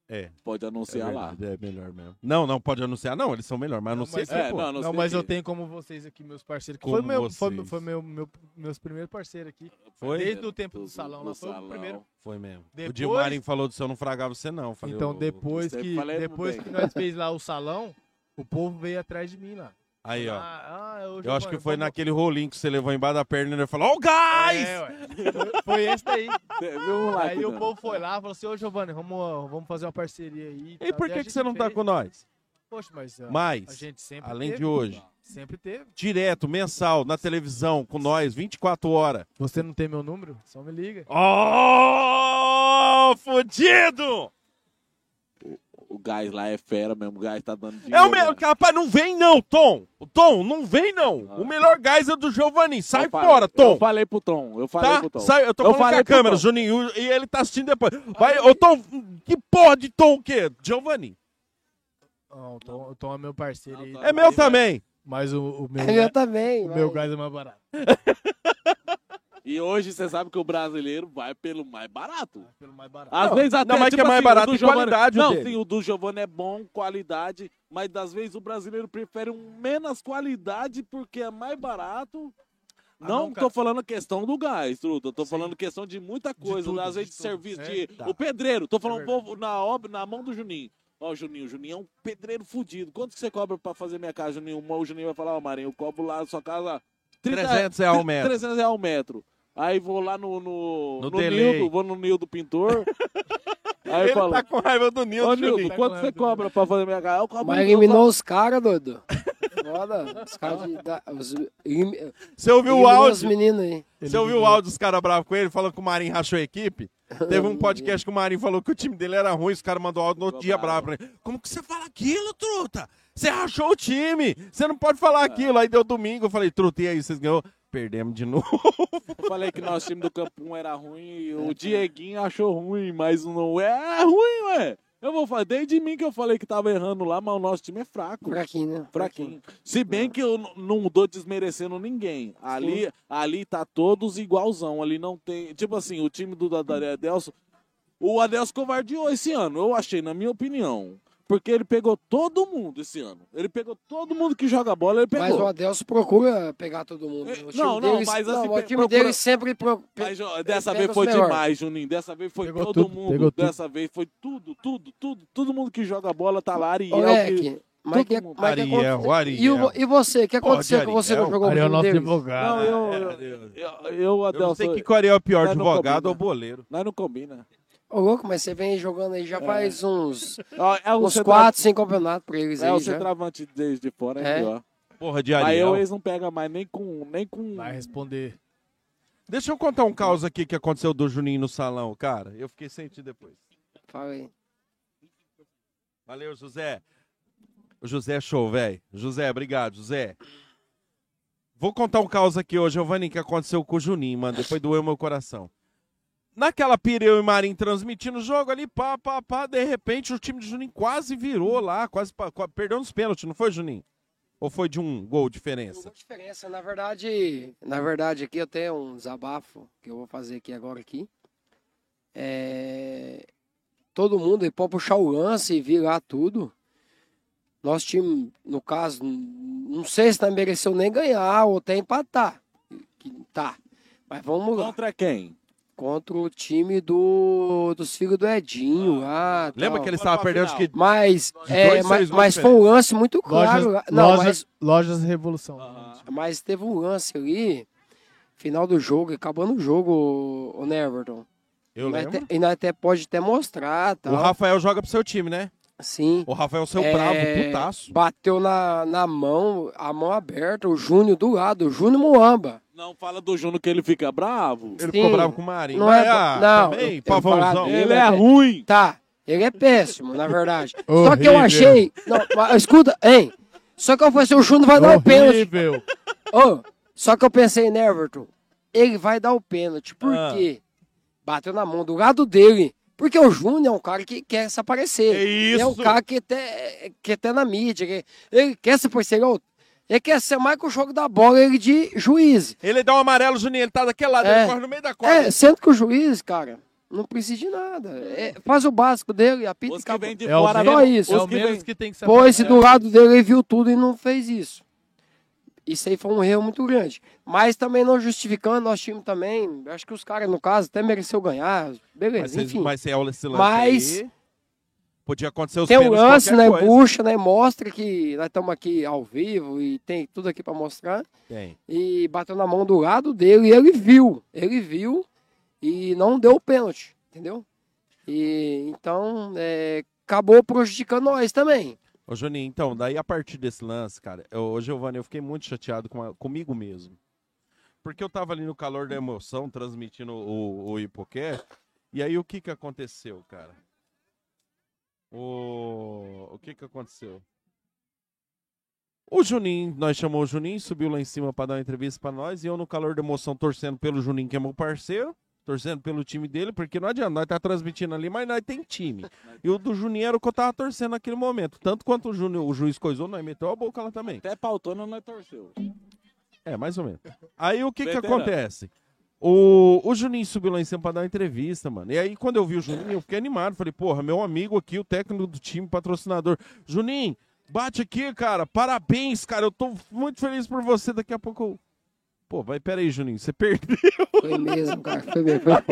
A: É.
B: Pode anunciar
A: é
B: lá.
A: verdade, É melhor mesmo. Não, não, pode anunciar. Não, eles são melhor, mas anuncia
K: mas-
A: aqui,
K: é,
A: pô.
B: não,
K: Não, mas eu tenho como vocês aqui, meus parceiros. Que
A: Como
K: foi meu, foi, meu-
A: vocês.
K: foi meu, meu- meus primeiros parceiros aqui.
A: Foi?
K: Desde o tempo do
A: Do-
K: salão
A: do
K: lá. Foi o
A: salão.
K: primeiro.
A: Foi mesmo. O
K: Depois-
A: Dilmarin falou do seu não fragava você, não. Eu Falei,
K: Então,
A: ô,
K: depois
A: Gustavo.
K: que, depois que nós fez lá o salão, o povo veio atrás de mim lá.
A: Aí, ó.
K: Ah, ah, ô,
A: eu acho
K: Giovanni,
A: que foi
K: vamos-
A: naquele rolinho que você levou embaixo da perna e ele falou, ô gás!
K: É, ué. Foi- Foi esse daí.
B: moleque, né?
K: Aí o
B: Dan?
K: povo foi lá e falou assim, ô Giovanni, vamos, vamos fazer uma parceria aí.
A: e por que, que você não tá com nós?
K: Poxa, mas, ó,
A: Mas,
K: a gente sempre
A: além
K: teve,
A: de hoje.
K: Sempre teve.
A: Direto, mensal, na televisão, com nós, 24 horas.
K: Você não tem meu número? Só me liga.
A: Oh, fudido!
B: O gás lá é fera mesmo, o gás tá dando dinheiro.
A: É o melhor. Rapaz, não vem não, Tom. O Tom, não vem não. O melhor gás é do Giovanni. Sai fora, Tom.
B: Eu falei pro Tom, eu falei
A: Tá?
B: pro Tom.
A: Sai, eu tô falando
B: falei
A: com a
B: pro
A: câmera,
B: Tom.
A: Juninho, e ele tá assistindo depois. Vai, ô Tom, que porra de Tom o quê? Giovanni.
K: Não, o Tom, o Tom é meu parceiro aí.
A: É meu também.
K: Mas o, o meu.
G: É meu também,
K: O meu
G: vai.
K: gás é mais barato.
B: E hoje você sabe que o brasileiro vai pelo mais barato.
K: Pelo mais barato.
B: Às
A: Não,
B: vezes até tipo assim,
A: não, mas que é mais
B: o
A: barato
B: do
A: em qualidade o
B: Não,
A: dele.
B: sim, o do Giovanni é bom, qualidade, mas às vezes o brasileiro prefere um menos qualidade porque é mais barato.
K: Ah,
B: Não,
K: não,
B: tô
K: cara.
B: falando questão do gás, truta. Tô falando questão de muita coisa.
K: tudo,
B: às
K: de
B: vezes de,
K: tudo.
B: serviço
K: É,
B: de.
K: tá.
B: O pedreiro, tô falando
K: É
B: povo na obra, na mão do Juninho. Ó, o Juninho, o Juninho é um pedreiro fudido. Quanto que você cobra pra fazer minha casa, Juninho? O Juninho vai falar, ó, Marinho, eu cobro lá na sua casa
A: 300 reais o metro.
B: 300 reais o metro. Aí vou lá no. No,
A: No
B: no,
A: delay.
B: Nildo, vou no Nildo Pintor. aí eu
A: ele
B: falo.
A: tá com raiva do
B: Ô,
A: Nildo,
B: Nildo,
A: Juninho.
B: quanto você cobra pra fazer minha casa? Eu cobro. um
G: Mas
B: eu
G: eliminou
B: falo-
G: os caras, doido. Foda. Os caras de. Da, os, elim-
A: Você ouviu o
G: eliminou Os
A: áudio?
G: meninos aí.
A: Você ouviu o áudio dos caras bravos com ele, falando que o Marinho rachou a equipe? Teve um podcast que o Marinho falou que o time dele era ruim, os caras mandou áudio no outro dia bravo pra ele. Como que você fala aquilo, truta? Você rachou o time! Você não pode falar aquilo. Aí deu domingo, eu falei, truta, e aí, vocês ganhou? Perdemos de novo.
B: Eu falei que nosso time do campo 1 era ruim. e
G: É, tá.
B: O Dieguinho achou ruim, mas não é ruim, ué. Eu vou falar, desde mim que eu falei que tava errando lá, mas o nosso time é fraco.
G: Fraquinho, né?
B: Fraquinho. Se bem que eu n- não tô desmerecendo ninguém. Ali, ali tá todos igualzão. Ali não tem. Tipo assim, o time do Dadaré Adelson. O Adelson covardeou esse ano, eu achei, na minha opinião. Porque ele pegou todo mundo esse ano. Ele pegou todo mundo que joga bola, ele pegou.
G: Mas o Adelso procura pegar todo mundo. né? O time
B: É, não, não,
G: deles-
B: mas assim,
G: não, o
B: pe-
G: time
B: procura-
G: dele sempre. Pro, pe-
B: Mas ó, dessa
G: pega
B: vez
G: os
B: foi
G: melhores.
B: demais, Juninho. Dessa vez foi
K: Pegou
B: todo
K: tudo,
B: mundo.
K: pegou tudo.
B: Dessa vez foi tudo, tudo, tudo. Todo mundo que joga bola tá lá e
G: Ô,
B: é o que-
G: Leque, Mas que,
A: mundo.
G: mas que
A: Ariel,
G: aconte-
A: Ariel.
G: E, o- e você? O que
A: Pode,
G: aconteceu que você não
A: Ariel.
G: jogou
A: Ariel é
G: o
A: nosso
G: deles?
A: advogado.
B: Não, eu, eu, eu,
A: é, Eu não sei
B: Adelson,
A: que o Ariel é pior,
B: nós não
A: advogado
B: combina.
A: ou boleiro.
B: Nós não combina.
G: Ô, louco, mas você vem jogando aí já faz uns,
B: É. Ó, é um
G: uns
B: centra-
G: 4, 5 campeonatos pra eles
B: É
G: aí
B: o
G: já.
B: centroavante desde de fora, é,
G: É.
B: pior.
A: Porra de
B: Aí
A: Ariel.
B: o ex não pega mais nem com. Nem com...
K: Vai responder.
A: Deixa eu contar um caos aqui que aconteceu do Juninho no salão, cara. Eu fiquei sentido depois.
G: Fala aí.
A: Valeu, José. O José é show, velho. José, obrigado, José. Vou contar um caos aqui hoje, Giovanni, que aconteceu com o Juninho, mano. Depois doeu meu coração. Naquela pira, eu e Marinho transmitindo o jogo ali, pá, pá, pá. De repente, o time do Juninho quase virou lá, quase, pa- qua- perdeu nos pênaltis, não foi, Juninho? Ou foi de um gol diferença?
G: diferença. Na verdade, na verdade aqui até um desabafo que eu vou fazer aqui agora aqui. É, todo mundo aí pode puxar o lance e virar tudo. Nosso time, no caso, n- não sei se tá mereceu nem ganhar ou até empatar. Que- Tá. Mas vamos lá.
B: Contra quem?
G: Contra o time do, dos filhos do Edinho lá.
A: Ah, Lembra
G: tal.
A: que eles estavam perdendo, acho que.
G: Mas,
A: de
G: é,
A: dois,
G: mas,
A: três gols
G: mas
A: de
G: foi um
A: diferença.
G: lance muito claro.
K: lojas,
G: lá. não,
K: lojas,
G: mas
K: lojas Revolução.
G: mas teve um lance ali, final do jogo, acabando o jogo, o, o Neverton.
A: Eu
G: e nós
A: lembro.
G: até- e nós até pode até mostrar, tá?
A: O Rafael joga pro seu time, né?
G: Sim.
A: O Rafael seu
G: É,
A: bravo, putaço.
G: Bateu na, na mão, a mão aberta, o Júnior do lado, o Júnior Muamba.
B: Não fala do Juno que ele fica bravo.
G: Sim.
A: Ele ficou bravo com o Marinho.
G: Não
A: Mas,
G: é,
A: ah,
G: não,
A: também,
G: eu- eu
A: pavãozão.
G: falava dele,
B: é
G: né?
B: ruim.
G: Tá, ele é péssimo, na verdade. Só que eu
K: Horrível.
G: achei. Não, mas escuta, hein? Só que eu pensei, o Júnior vai dar o pênalti.
K: Horrível.
G: Ô, só que eu pensei, né, Everton? Ele vai dar o pênalti. Por
K: Ah.
G: quê? Bateu na mão do lado dele. Porque o Júnior é um cara que quer se aparecer.
A: É
G: Ele É um
A: isso.
G: cara que até, que até na mídia. que- ele quer se aparecer. Ele, é o- ele quer ser mais que o jogo da bola, ele de juiz.
A: Ele dá um amarelo, Juninho. Ele tá daquele lado,
G: É.
A: ele corre no meio da corda.
G: É, sendo que o juiz, cara, não precisa de nada. É, faz o básico dele, apita
B: Os
G: e
B: que
G: acabou.
B: vêm de
K: É o
B: fora.
G: menos-
B: não.
G: isso.
K: É
B: Os
K: o
B: que
K: menos
B: vem-
K: que tem que É. se
G: Pô, esse
K: aparecer.
G: do lado dele ele viu tudo e não fez isso. Isso aí foi um erro muito grande. Mas também não justificando, nosso time também. Acho que os caras, no caso, até mereceu ganhar.
A: Mas,
G: Beleza,
A: vocês-
G: enfim.
A: mas se é esse lance
G: Mas-
A: aí, podia acontecer os
G: tem um
A: pênaltis,
G: lance, né?
A: qualquer coisa.
G: Bucha, né? Mostra que nós estamos aqui ao vivo e tem tudo aqui pra mostrar.
A: Tem.
G: E bateu na mão do lado dele e ele viu. Ele viu e não deu o pênalti, entendeu? E então é, acabou prejudicando nós também.
A: Ô, Juninho, então, daí a partir desse lance, cara, eu, ô, Giovanni, eu fiquei muito chateado com a- comigo mesmo. Porque eu tava ali no calor da emoção, transmitindo o, o hipoqué, e aí o que que aconteceu, cara? O, o que que aconteceu? O Juninho, nós chamamos o Juninho, subiu lá em cima pra dar uma entrevista pra nós, e eu no calor da emoção torcendo pelo Juninho, que é meu parceiro, torcendo pelo time dele, porque não adianta, nós tá transmitindo ali, mas nós tem time. E o do Juninho era o que eu tava torcendo naquele momento. Tanto quanto o, Júnior, o juiz coisou, nós meteu a boca lá também.
B: Até pautando, nós torceu.
A: É, mais ou menos. Aí o que que
B: Veterano.
A: acontece? O, o Juninho subiu lá em cima pra dar uma entrevista, mano. E aí, quando eu vi o Juninho, eu fiquei animado. Falei, porra, meu amigo aqui, o técnico do time, patrocinador. Juninho, bate aqui, cara. Parabéns, cara. Eu tô muito feliz por você. Daqui a pouco. eu- Pô, vai, pera aí, Juninho. Você perdeu.
G: Foi mesmo, cara. Foi mesmo, foi foda.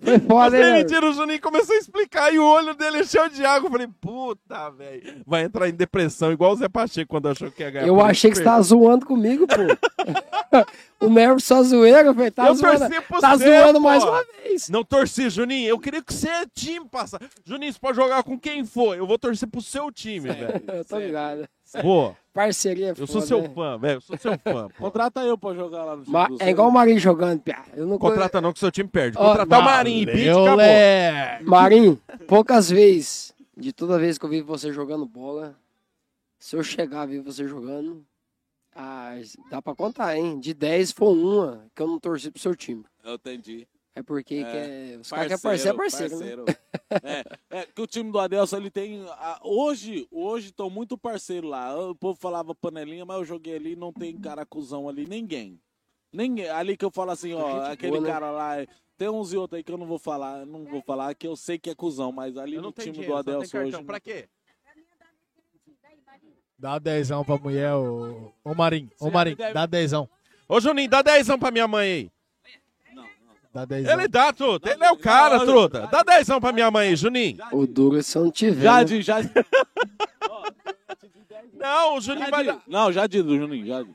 G: Foi foda, né?
A: Você
G: hein,
A: me
G: Léo?
A: tira o Juninho e começou a explicar. E o olho dele encheu de água. Eu falei, puta, velho. Vai entrar em depressão, igual o Zé Pacheco quando achou que ia ganhar.
G: Eu
A: É, Por isso
G: achei que você
A: perdeu.
G: tava zoando comigo, pô. o Nervo só zoeira, velho. Tá
A: eu
G: zoando,
A: torci pro
G: tá
A: Zé,
G: zoando
A: pô.
G: mais uma vez.
A: Não torci, Juninho. Eu queria que seu time passasse. Juninho, você pode jogar com quem for. Eu vou torcer pro seu time, velho.
G: Eu tô ligado.
A: Pô,
G: Parceria é
A: eu
G: foda,
A: sou seu
G: né?
A: fã, velho. Eu sou seu fã. Pô.
B: Contrata eu pra jogar lá no time
G: Ma-
B: do
G: É igual o Marinho jogando, piá. Eu não
A: Contrata não que seu time perde.
G: Ó,
A: Contratar o Marinho e Bit, acabou.
K: Lé.
G: Marinho, poucas vezes, de toda vez que eu vi você jogando bola, se eu chegar a ver você jogando, ah, dá pra contar, hein? De 10 foi uma que eu não torci pro seu time.
B: Eu entendi.
G: É porque
B: É,
G: quer- os caras querem parceiro, é parceiro, né?
B: parceiro. É, é que o time do Adelson, ele tem... a- hoje, hoje estão muito parceiro lá. O povo falava panelinha, mas eu joguei ali não tem cara cuzão ali, ninguém. ninguém. Ali que eu falo assim, ó,
G: Gente
B: aquele
G: boa, né?
B: cara lá... Tem uns e outros aí que eu não vou falar, não vou falar, que eu sei que é cuzão, mas ali
A: Eu
B: no
A: não tenho
B: time
A: dinheiro,
B: do
A: só tenho
B: Adelson hoje...
A: cartão. Pra quê?
K: Dá dezão pra mulher, ô, ô Marim. Ô Marim, dá dezão.
A: Ô, Juninho, dá dezão pra minha mãe aí.
B: Não, não.
K: Dá 10
A: Ele dá, truta. Ele é o cara, truta. Dá dezão pra minha mãe, Juninho.
G: O duro se eu não tiver.
B: Jade,
G: né?
B: Jade.
A: Não, o Juninho vai dar.
B: Não, Jade do Juninho, Jade.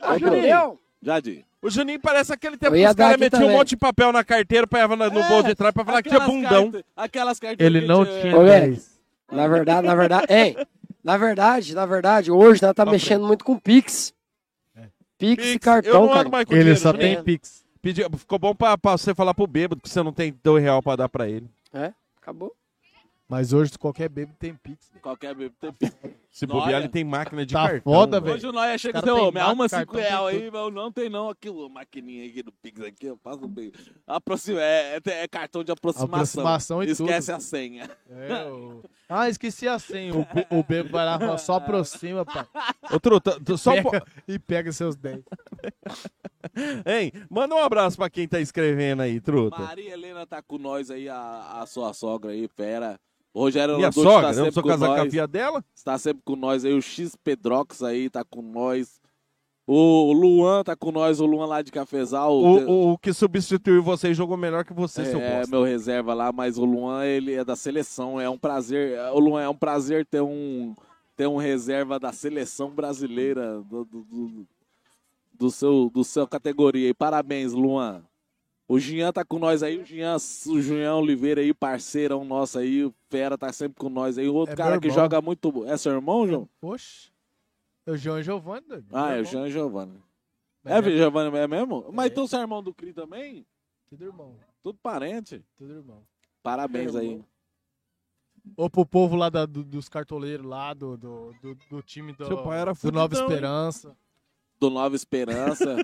A: Ah,
B: Ô,
A: Juninho.
B: Bruno, Jade.
A: O Juninho parece aquele tempo
B: Eu
A: que
B: ia
A: os
B: dar
A: caras
B: aqui
A: metiam um
B: também.
A: monte de papel na carteira, apanhava na- no bolso de trás pra falar que tinha bundão.
B: carte- aquelas É, cartas
K: Ele não
B: é.
K: tinha
G: Ô, velho,
K: 10.
G: Na verdade, na verdade, hein? Na verdade, na verdade, hoje nós tá mexendo muito com Pix. Pix, e cartão,
A: eu não
G: cara.
A: ando mais com
K: Ele
A: dinheiro, né?
K: só
A: Juninho.
K: tem Pix.
A: Pedi- ficou bom pra, pra você falar pro bêbado que você não tem dois real pra dar pra ele.
G: É, acabou.
K: Mas hoje qualquer bebê tem Pix.
B: Qualquer bebê tem Pix.
A: Se bobear,
B: Nóia.
A: ele tem máquina de
K: Tá
A: cartão.
K: foda,
A: mano.
B: Hoje o Noia chega e
K: Os
B: diz,
K: cara
B: ô,
K: tem
B: me
K: mato,
B: arruma
K: cartão,
B: 5
K: tem
B: reais aí,
K: tudo.
B: mas não tem não aquilo, maquininha aqui do Pix aqui, eu passo bem. Aproxima, é, é- é cartão de aproximação.
K: Aproximação e
B: Esquece
K: tudo.
B: a senha.
K: É, o- Ah, esqueci a senha. O, be- o bebo vai lá e fala, só aproxima, pai.
A: Ô, truta, tu- só um po-
K: Pega- E pega seus 10.
A: Hein? Manda um abraço pra quem tá escrevendo aí, truta.
B: Maria Helena tá com nós aí, a, a sua sogra aí, pera. O Rogério
A: Minha
B: Landucci
A: sogra, eu não
B: sempre
A: sou
B: com
A: casar com a
B: nós.
A: filha dela?
B: Está sempre com nós aí, o X Pedrox aí tá com nós. O Luan tá com nós, o Luan lá de Cafezal.
A: O, o, o que substituiu você jogou melhor que você, seu
B: é,
A: bosta.
B: meu reserva lá, mas o Luan, ele é da seleção, é um prazer, o Luan, é um prazer ter um, ter um reserva da seleção brasileira, do, do, do- do seu, do seu categoria, e parabéns, Luan. O Jean tá com nós aí, o Jean, o Jean Oliveira aí, parceirão nosso aí, o Fera tá sempre com nós aí, o outro
K: É
B: cara
K: meu
B: que
K: irmão.
B: joga muito, é seu irmão, João?
K: Oxe. É o João Giovanni, doido.
B: Ah, é o
K: Irmão.
B: Jean Giovanni.
K: Mas
B: É,
K: é-
B: Giovanni, é mesmo? Mas então seu irmão do Cri também?
K: Tudo irmão.
B: Tudo parente.
K: Tudo irmão.
B: Parabéns
K: Meu
B: aí.
K: irmão. Ou pro povo lá da- do- dos cartoleiros lá, do, do, do, do time do,
A: Seu pai era
K: Então, do Nova
A: fudidão, hein?
K: Esperança.
B: Do Nova Esperança.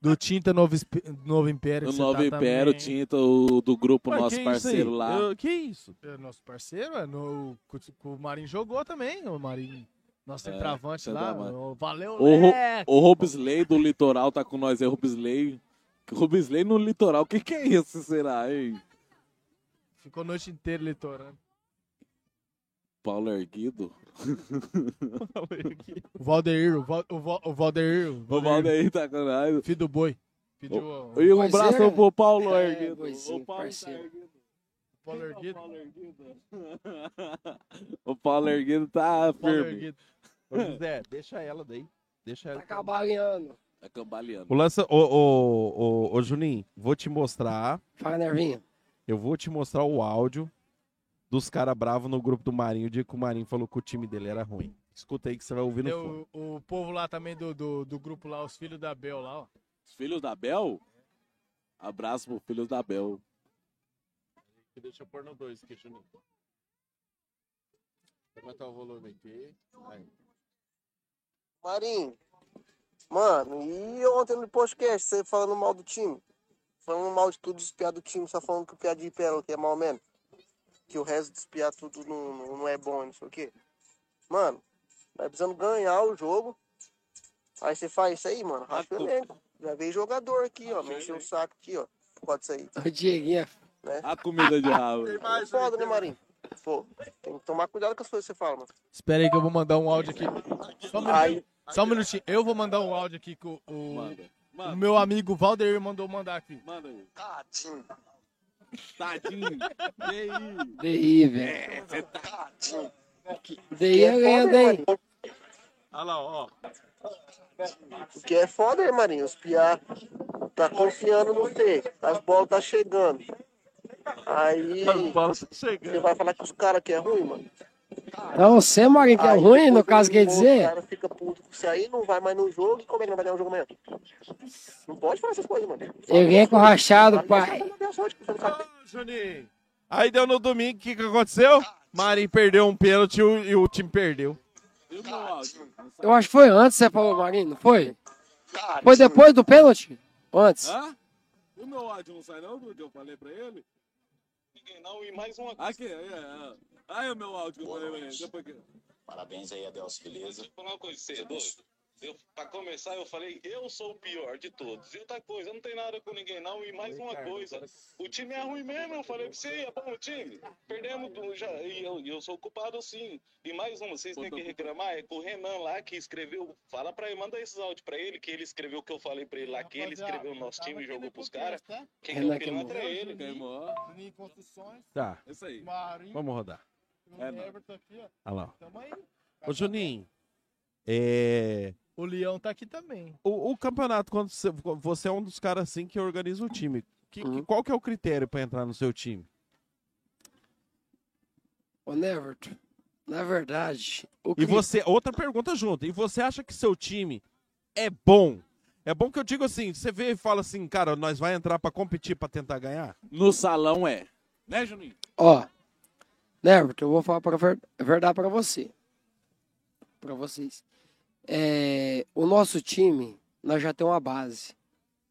K: Do Tinta Novo, Espe- Novo Império.
B: O
K: que você
B: Novo
K: tá
B: Império
K: também.
B: Tinta, o do grupo
A: Ué,
B: nosso
A: que
B: parceiro
A: isso aí?
B: lá.
A: Eu- que isso?
K: É, Nosso parceiro, é, no, co- co- o Marinho jogou também, o Marinho. Nosso
B: É,
K: centroavante lá.
B: centroavante.
K: o- Valeu,
B: O, Ro-
K: Leco!
B: o Robisley do Litoral tá com nós aí, Robisley. Robisley no Litoral, o que que é isso, será, hein?
K: Ficou a noite inteira litorando.
B: Paulo erguido?
K: O Valdeir, o, Val, o, Val- o Valdeir. O
B: O Valdeir tá com nós.
K: Filho do boi. Filho do
B: E um
G: Parceiro?
B: abraço pro Paulo
G: É,
B: erguido.
G: boizinho,
B: O Paulo tá
G: parceiro.
B: erguido.
K: Paulo
B: Quem é o
K: Erguido.
B: Paulo erguido? O Paulo erguido tá
K: Paulo
B: firme.
K: Erguido.
A: Ô, José, deixa ela daí. Deixa ela.
G: Tá cambaleando.
B: Tá cambaleando.
A: O lance, ô, ô, ô, ô, Juninho, vou te mostrar.
G: Fala, Nervinha.
A: Eu vou te mostrar o áudio dos caras bravos no grupo do Marinho, o dia que o Marinho falou que o time dele era ruim. Escuta aí que você vai ouvir no
K: Tem
A: fundo.
K: o, o povo lá também do, do, do grupo lá, os filhos da Bel lá, ó.
B: Os filhos da Bel? Abraço pro filhos da Bel.
A: Deixa eu pôr no 2 aqui, Juninho. Vou botar o volume aqui.
L: Marinho, mano, e ontem no podcast, você falando mal do time? Falando mal de tudo, despiado do time, só falando que o piado de pênalti é mal mesmo. Que o resto despiar tudo não, não, não é bom, não sei o quê. Mano, nós precisamos ganhar o jogo. Aí você faz isso aí, mano, racha o elenco. Já veio jogador aqui, ó, mexeu o saco aqui, ó. Pode sair,
G: O Dieguinho é
L: né?
B: A comida de rabo.
L: É foda, né, Marinho? Pô, tem que tomar cuidado com as coisas que você fala, mano.
K: Espera aí que eu vou mandar um áudio aqui. Só um minutinho.
L: Aí-
K: Só um minutinho. Eu vou mandar um áudio aqui que o, o,
B: Manda.
K: o
B: Manda,
K: meu amigo Valdeir mandou mandar aqui.
B: manda aí.
L: Tadinho.
B: Tadinho. E
G: DI, velho.
B: aí? Você tá.
G: DI é
L: né,
G: lenda, hein?
A: Olha lá, ó.
L: O que é foda, hein, Marinho? Os piá tá confiando no T. As bolas tá chegando. Aí você vai falar que os caras que é ruim, mano.
G: Então, você, Marinho, que é
L: Aí
G: ruim, no
L: depois
G: caso,
L: o-
G: quer dizer?
L: O cara fica puto com isso aí, não vai mais no jogo. E como é que não vai ganhar o jogo amanhã? Não pode falar essas coisas, mano.
G: Elenco rachado,
L: Vai
G: pai.
L: deixar pra dar sorte, porque tipo, você tá não sabe.
A: Juninho. Aí deu no domingo, o que, que aconteceu? Marinho perdeu um pênalti e o, e o time perdeu.
B: Viu meu áudio?
G: Eu acho que foi antes que você falou, Marinho, não foi? Foi depois do pênalti? Ou Antes?
B: Hã? O meu áudio não sai não, do que eu falei pra ele?
M: Não, e mais uma coisa.
B: Aqui, é, é. Aí o meu áudio que eu falei pra ele. Depois que...
M: Parabéns aí, Adelso, beleza? Vou falar uma coisa pra você. é Eu, pra começar, eu falei, eu sou o pior de todos. E outra coisa, eu não tenho nada com ninguém, não. E mais uma coisa, o time é ruim
K: tá
M: mesmo. Eu falei pra você, é bom o time. Perdemos, do- já, e eu, e eu sou culpado sim. E mais uma, vocês têm que reclamar, é com o Renan lá que escreveu. Fala pra ele, manda esses áudios pra ele, que ele escreveu o que eu falei pra ele lá, que ele escreveu o
K: tá
M: nosso time e jogou pros caras. Quem é
G: Renan
M: o pilantra
G: queimou.
M: é ele.
K: Juninho né? Construções.
A: Tá.
K: Isso aí. Marinho.
A: Vamos rodar.
K: É, Everton aqui, ó.
A: Olha lá.
K: Tamo aí.
A: Ô, Juninho, é...
K: O Leão tá aqui também.
A: o, o campeonato, quando você, você é um dos caras assim que organiza o time, que- que- qual que é o critério pra entrar no seu time?
G: Ô, Neverton, na verdade. o
A: E
G: cri-
A: você, outra pergunta junto, e você acha que seu time é bom? É bom que eu digo assim, você vê e fala assim, cara, nós vai entrar pra competir, pra tentar ganhar?
B: No salão é. Né, Juninho?
G: Ó, Neverton, eu vou falar pra ver- a verdade pra você. Pra vocês. É, o nosso time, nós já temos uma base.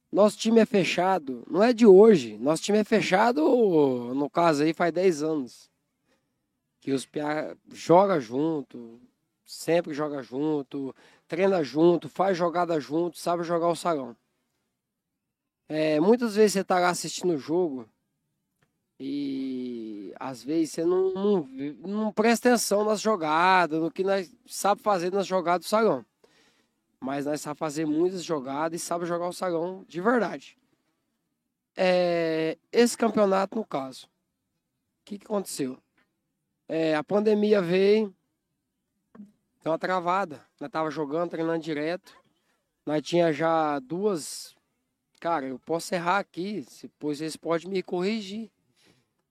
G: Nosso time é fechado, não é de hoje. Nosso time é fechado, no caso aí, faz 10 anos. Que os piá joga junto, sempre joga junto, treina junto, faz jogada junto, sabe jogar o salão. É, muitas vezes você tá lá assistindo o jogo, e às vezes você não, não, vê- não presta atenção nas jogadas, no que nós sabe fazer nas jogadas do salão. Mas nós sabe fazer muitas jogadas e sabe jogar o salão de verdade. É, esse campeonato, no caso, o que, que aconteceu? É, a pandemia veio, deu uma travada. Nós tava jogando, treinando direto. Nós tinha já duas. Cara, eu posso errar aqui, se- pois eles podem me corrigir.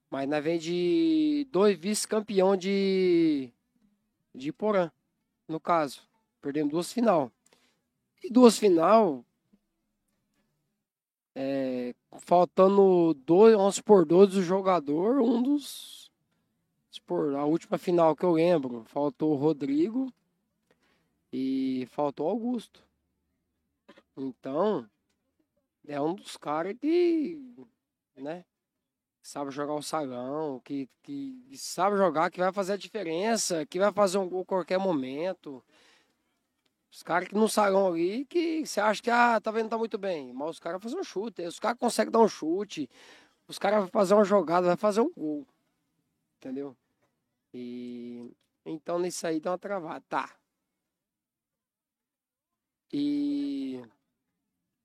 G: Mas nós vem de dois vice-campeão de de Porã, no caso. Perdemos duas final. E duas final é, faltando dois, 11 por 12 do jogador, um dos por a última final que eu lembro, faltou o Rodrigo e faltou o Augusto. Então, é um dos caras que, né, sabe jogar o salão, que, que sabe jogar, que vai fazer a diferença, que vai fazer um gol a qualquer momento. Os caras que no salão ali, que você acha que, ah, tá vendo, tá muito bem. Mas os caras fazem um chute, os caras conseguem dar um chute, os caras vão fazer uma jogada, vai fazer um gol. Entendeu? E então nisso aí dá uma travada. Tá. E.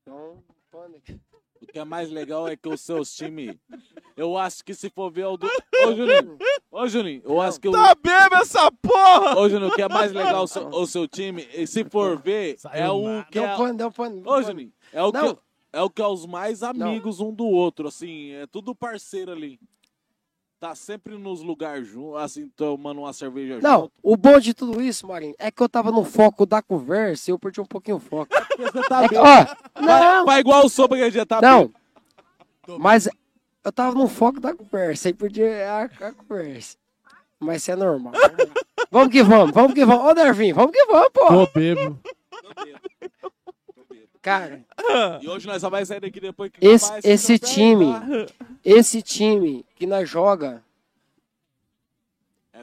G: Então, pânico.
B: O que é mais legal é que os seus times. Eu acho que se for ver o do. Ô, Juninho. Ô, Juninho. Eu acho que o.
A: Tá bebo essa porra!
B: Ô, Juninho, o que é mais legal o seu, o seu time, e se for ver, é o que.
G: Deu
B: é-
G: pane, deu pane.
B: Ô, Juninho, é o,
G: Não.
B: que, é o que é os mais amigos um do outro, assim, é tudo parceiro ali. Tá sempre nos lugares juntos, assim, tomando uma cerveja
G: Não,
B: junto.
G: o bom de tudo isso, Marinho, é que eu tava no foco da conversa e eu perdi um pouquinho o foco.
B: Você tá
G: É que,
B: bem.
G: ó, não.
B: Vai, vai igual o sopa que a gente tá
G: Não,
B: bem.
G: mas eu tava no foco da conversa e perdi a, a conversa. Mas isso é normal. Vamos que vamos, vamos que vamos. Ô, Darvin, vamos que vamos, pô.
K: Tô bebo.
G: Cara,
B: E hoje nós só vai sair daqui depois que
G: esse,
B: acabar
G: esse
B: campeonato.
G: time, esse time que nós joga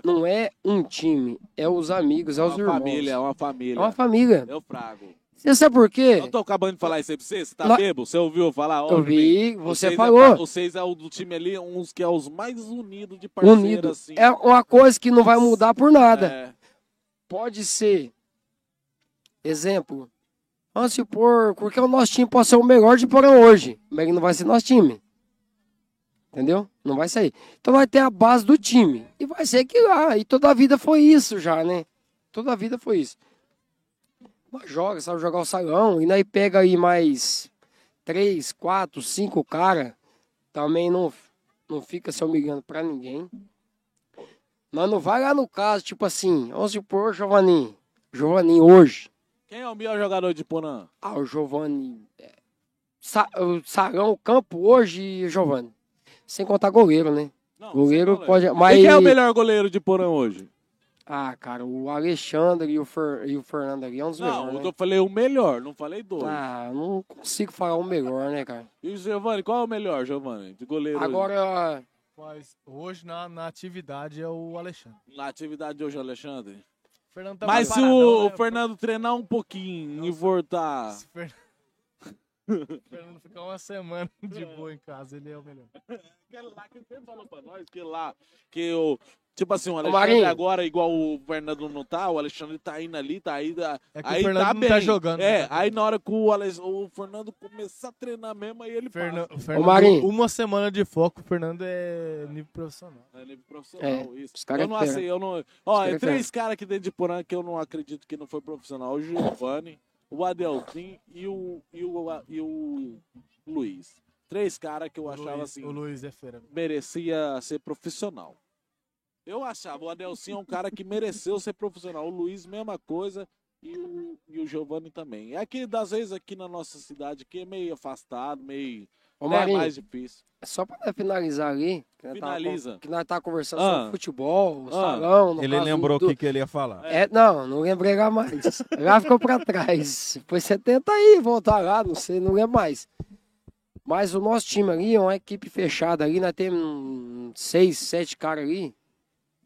G: não é um time, é os amigos, é os
B: uma
G: irmãos.
B: família, tá? é uma família.
G: É uma família.
B: Eu frago.
G: Você sabe por quê?
B: Eu tô acabando de falar isso aí pra você, você tá
G: Lá-
B: bebo? Você ouviu eu falar? Ó,
G: Eu vi,
B: Juninho,
G: você
B: vocês é-
G: falou.
B: vocês é o do time ali, uns que é os mais unidos de parceiro,
G: Unido.
B: assim.
G: É uma coisa que não vai mudar por nada.
B: É.
G: Pode ser, exemplo, vamos supor, porque o nosso time pode ser o melhor de porão hoje, mas ele não vai ser nosso time. Entendeu? Não vai sair. Então vai ter a base do time. E vai ser que lá. E toda a vida foi isso já, né? Toda a vida foi isso. Nós joga, sabe jogar o salão. E aí pega aí mais três, quatro, cinco cara. Também não, não fica se humilhando pra ninguém. Nós não vai lá no caso, tipo assim, vamos supor, Giovanni. Giovanni hoje.
B: Quem é o melhor jogador de Porã?
G: Ah, o Giovanni. é, Sa o Sarão, o campo hoje, o Giovanni. Sem contar goleiro, né? goleiro pode. Mas...
B: E quem é o melhor goleiro de Porã hoje?
G: Ah, cara, o Alexandre e o, Fer... e o Fernando ali é um dos
B: Não,
G: melhores.
B: eu
G: Né?
B: falei o melhor, não falei dois.
G: Ah, não consigo falar o melhor, né, cara?
B: E o Giovanni, qual é o melhor, Giovanni? De goleiro hoje?
G: Agora.
K: Mas hoje na, na atividade é o Alexandre.
B: Na atividade de hoje, Alexandre.
K: Fernando tá mais
B: Mas se
K: paradão,
B: o,
K: né?
B: Fernando treinar um pouquinho e voltar.
K: Se o Fernando- o Fernando ficar uma semana de boa em casa, ele é o melhor.
E: Aquele lá que sempre falou pra nós que
B: lá, que o. Tipo assim, o Alexandre
K: Marinho.
B: agora, igual o Fernando não tá, o Alexandre tá indo ali, tá aí. Tá,
K: É que o
B: aí
K: Fernando
B: tá
K: não
B: bem.
K: tá jogando,
B: É,
K: né?
B: aí na hora que o, Alex, o Fernando começar a treinar mesmo, aí ele
K: Fernan- o
B: passa.
K: Fernando,
G: Marinho.
K: uma semana de foco, o Fernando é nível profissional.
B: É nível profissional,
G: É,
B: isso.
G: os cara
B: eu não
G: é fera.
B: aceito, eu não. Ó,
G: cara
B: é
G: é
B: três caras aqui dentro de Porã que eu não acredito que não foi profissional. O Giovanni, o Adelfim e o, e o, e o Luiz. Três caras que eu achava
K: Luiz-
B: assim,
K: O Luiz é fera.
B: merecia ser profissional. Eu achava, o Adelcinho é um cara que mereceu ser profissional. O Luiz, mesma coisa. E o, e o Giovanni também. É que, das vezes, aqui na nossa cidade, que é meio afastado, meio.
G: Ô,
B: né,
G: Marinho.
B: mais difícil.
G: Só para finalizar ali, que nós tava con-
B: Finaliza.
G: que nós tá conversando
B: Ah.
G: sobre futebol, o
B: Ah.
G: salão, no
A: Ele
G: caso
A: lembrou o
G: do-
A: que, que ele ia falar.
G: É, não, não lembrei lá mais. Lá ficou pra trás. Depois você tenta aí voltar lá, não sei, não lembro mais. Mas o nosso time ali é uma equipe fechada ali, nós temos hum, seis, sete caras ali.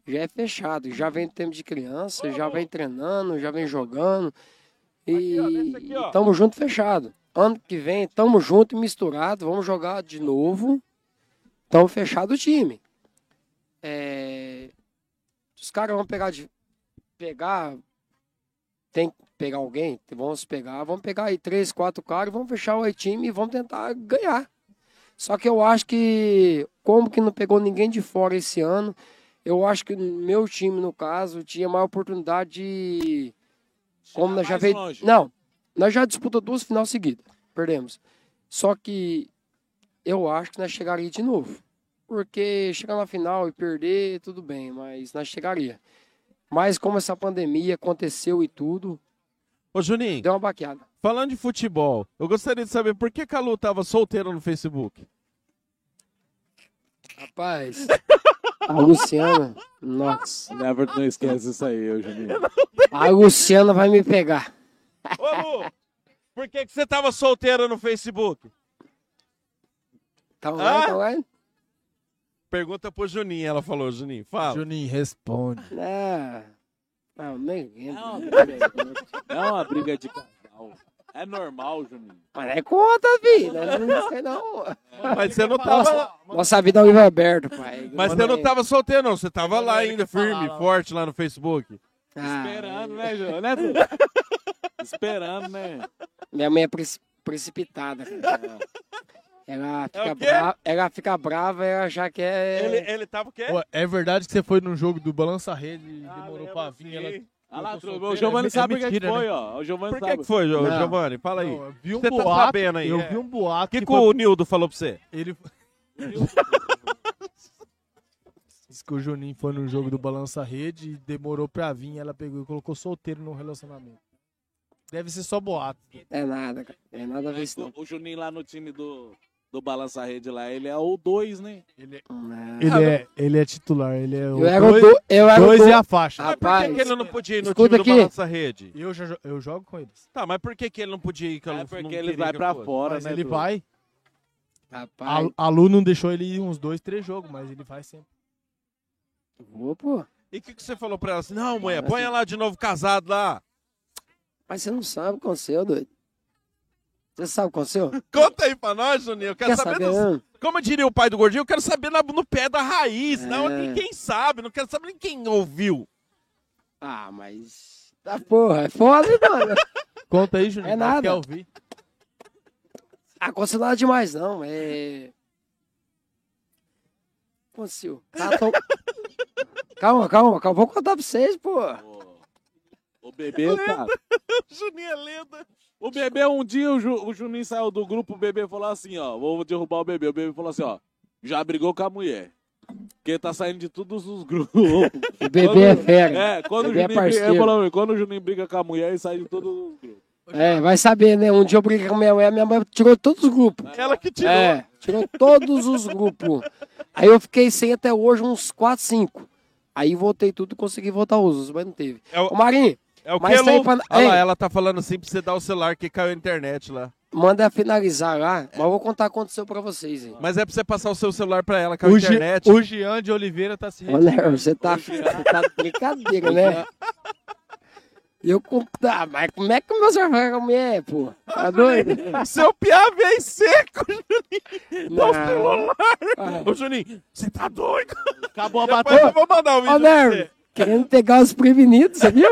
G: Já é fechado, já vem do tempo de criança, já vem treinando, já vem jogando. E tamo junto fechado. Ano que vem, tamo junto e misturado, vamos jogar de novo. Tamo fechado o time. É, Os caras vão pegar de, pegar, tem que pegar alguém, vamos pegar, vamos pegar aí três, quatro caras, e vamos fechar o time e vamos tentar ganhar. Só que eu acho que, como que não pegou ninguém de fora esse ano, eu acho que no meu time, no caso, tinha mais oportunidade de. Como nós já
B: mais
G: veio.
B: longe.
G: Não, nós já disputamos duas finais seguidas, perdemos. Só que eu acho que nós chegaria de novo. Porque chegar na final e perder, tudo bem, mas nós chegaria. Mas como essa pandemia aconteceu e tudo.
A: Ô, Juninho.
G: Deu uma baqueada.
A: Falando de futebol, eu gostaria de saber por que que a Lu tava solteira no Facebook?
G: Rapaz. A Luciana. Nossa.
B: Never não esquece isso aí, Eugenio.
G: A Luciana vai me pegar.
A: Ô, Lu, por que, que você tava solteira no Facebook?
G: Tá
A: online,
G: tá
A: Pergunta pro Juninho, ela falou, Juninho. Fala.
K: Juninho, responde.
G: É. Não, nem lembro.
B: É uma briga de casal. É normal, Juninho.
G: Mas é conta, filho. Nós Não sei não.
A: Mas você não
G: Nossa,
A: tava.
G: nossa vida é um livro aberto, pai.
A: Mas você não tava solteiro, não. Você tava lá ainda, firme, forte lá no Facebook.
B: Esperando, né, Ju? Né, Du? Esperando, né?
G: Minha mãe é preci- precipitada. cara. Ela fica,
A: É o quê?
G: brava, ela fica brava, ela já quer.
A: Ele, ele tava o quê?
K: Ué, é verdade que você foi num jogo do Balança Rede e demorou pra vir. Ela...
B: Ah lá,
K: Eu tô
B: trouxe.
K: solteiro,
B: O
K: é
B: Giovanni
K: me-
B: sabe
K: é
B: o que que
K: mentira,
B: foi,
K: né?
B: ó. O Giovanni
A: Por
B: sabe.
A: que, que foi, Gio-
K: Não.
A: Giovanni? Fala aí.
K: Não, eu vi um
A: você
K: boato,
A: tá sabendo aí?
K: eu
A: é.
K: vi um boato
A: O que,
K: que
A: que
K: foi-
A: o Nildo falou pra você?
K: Ele. Diz que o Juninho foi num jogo do Balança Rede e demorou pra vir. Ela pegou e colocou solteiro no relacionamento. Deve ser só boato.
G: É nada, cara. É nada a ver isso, não.
B: O Juninho lá no time do, do Balança Rede lá, ele é o 2, né?
K: Ele é.
G: Ah,
K: Ele é, ele é titular, ele é o
G: Eu era o
K: dois,
G: do- eu era o
K: dois
G: do-
K: e a faixa.
G: Mas por que Rapaz,
A: que ele não podia ir no
G: escuta
A: time
G: aqui.
A: do Balança Rede?
K: Eu, já, jo- eu jogo com eles.
A: Tá, mas por que, que ele não podia ir? Que é
B: porque ele vai pra fora,
K: Mas
B: né,
K: ele
B: Du?
K: vai.
G: Rapaz,
K: A, a Lu não deixou ele ir uns dois, três jogos, mas ele vai sempre.
G: vou, pô.
A: E o que, que você falou pra ela? Assim, não, mulher, põe ela de novo casado lá.
G: Mas você não sabe o que aconteceu, doido. Você sabe o que aconteceu?
A: Conta aí pra nós, Juninho. Eu quero
G: Quer
A: saber,
G: saber,
A: dos-
G: né?
A: Como diria o pai do gordinho, eu quero saber na- no pé da raiz. Não,
G: É.
A: nem quem sabe. Não quero saber nem quem ouviu.
G: Ah, mas... Tá porra, é foda, hein, mano.
K: Conta aí, Juninho.
G: É nada.
K: Quer ouvir?
G: Aconteceu nada demais, não. É. Aconteceu. Ela to- ah, calma, calma, calma. Vou contar pra vocês, pô.
B: O
K: É
B: bebê tá.
A: Juninho é lenda.
B: O bebê, um dia o, Ju- o Juninho saiu do grupo, o bebê falou assim, ó, vou derrubar o bebê. O bebê falou assim, ó, já brigou com a mulher. Porque tá saindo de todos os grupos. O
G: bebê é fera.
B: É, quando o
G: Bebê é
B: Juninho, briga,
G: parceiro.
B: eu falo, quando o Juninho briga com a mulher, ele sai de todos os grupos.
G: É, vai saber, né? Um dia eu briguei com minha mãe, minha mãe tirou todos os grupos.
A: Ela que tirou.
G: É, tirou todos os grupos. Aí eu fiquei sem até hoje uns 4, 5. Aí voltei tudo e consegui voltar os outros, mas não teve.
A: É o-
G: Ô, Marinho,
A: É o que,
G: mas isso aí
A: Lu?
G: pra-
A: Olha lá,
G: Ei.
A: ela tá falando assim pra você dar o celular que caiu a internet lá.
G: manda finalizar lá, mas eu vou contar o que aconteceu pra vocês, hein?
A: Mas é pra você passar o seu celular pra ela, caiu a
K: Gi-
A: internet.
K: o Jean de Oliveira tá se
G: Ô, Léo, você tá, você tá de brincadeira, né? E eu com. Ah, mas como é que o meu senhor vai comer, pô? Tá doido?
A: Seu piá vem seco, Juninho. Dá Tá o
G: Não.
A: celular.
G: Ah.
A: Ô, Juninho, você tá doido? Acabou
G: a
A: Depois eu vou mandar o vídeo.
G: Ô,
A: pra
G: Nervo,
A: você.
G: querendo pegar os prevenidos, você viu?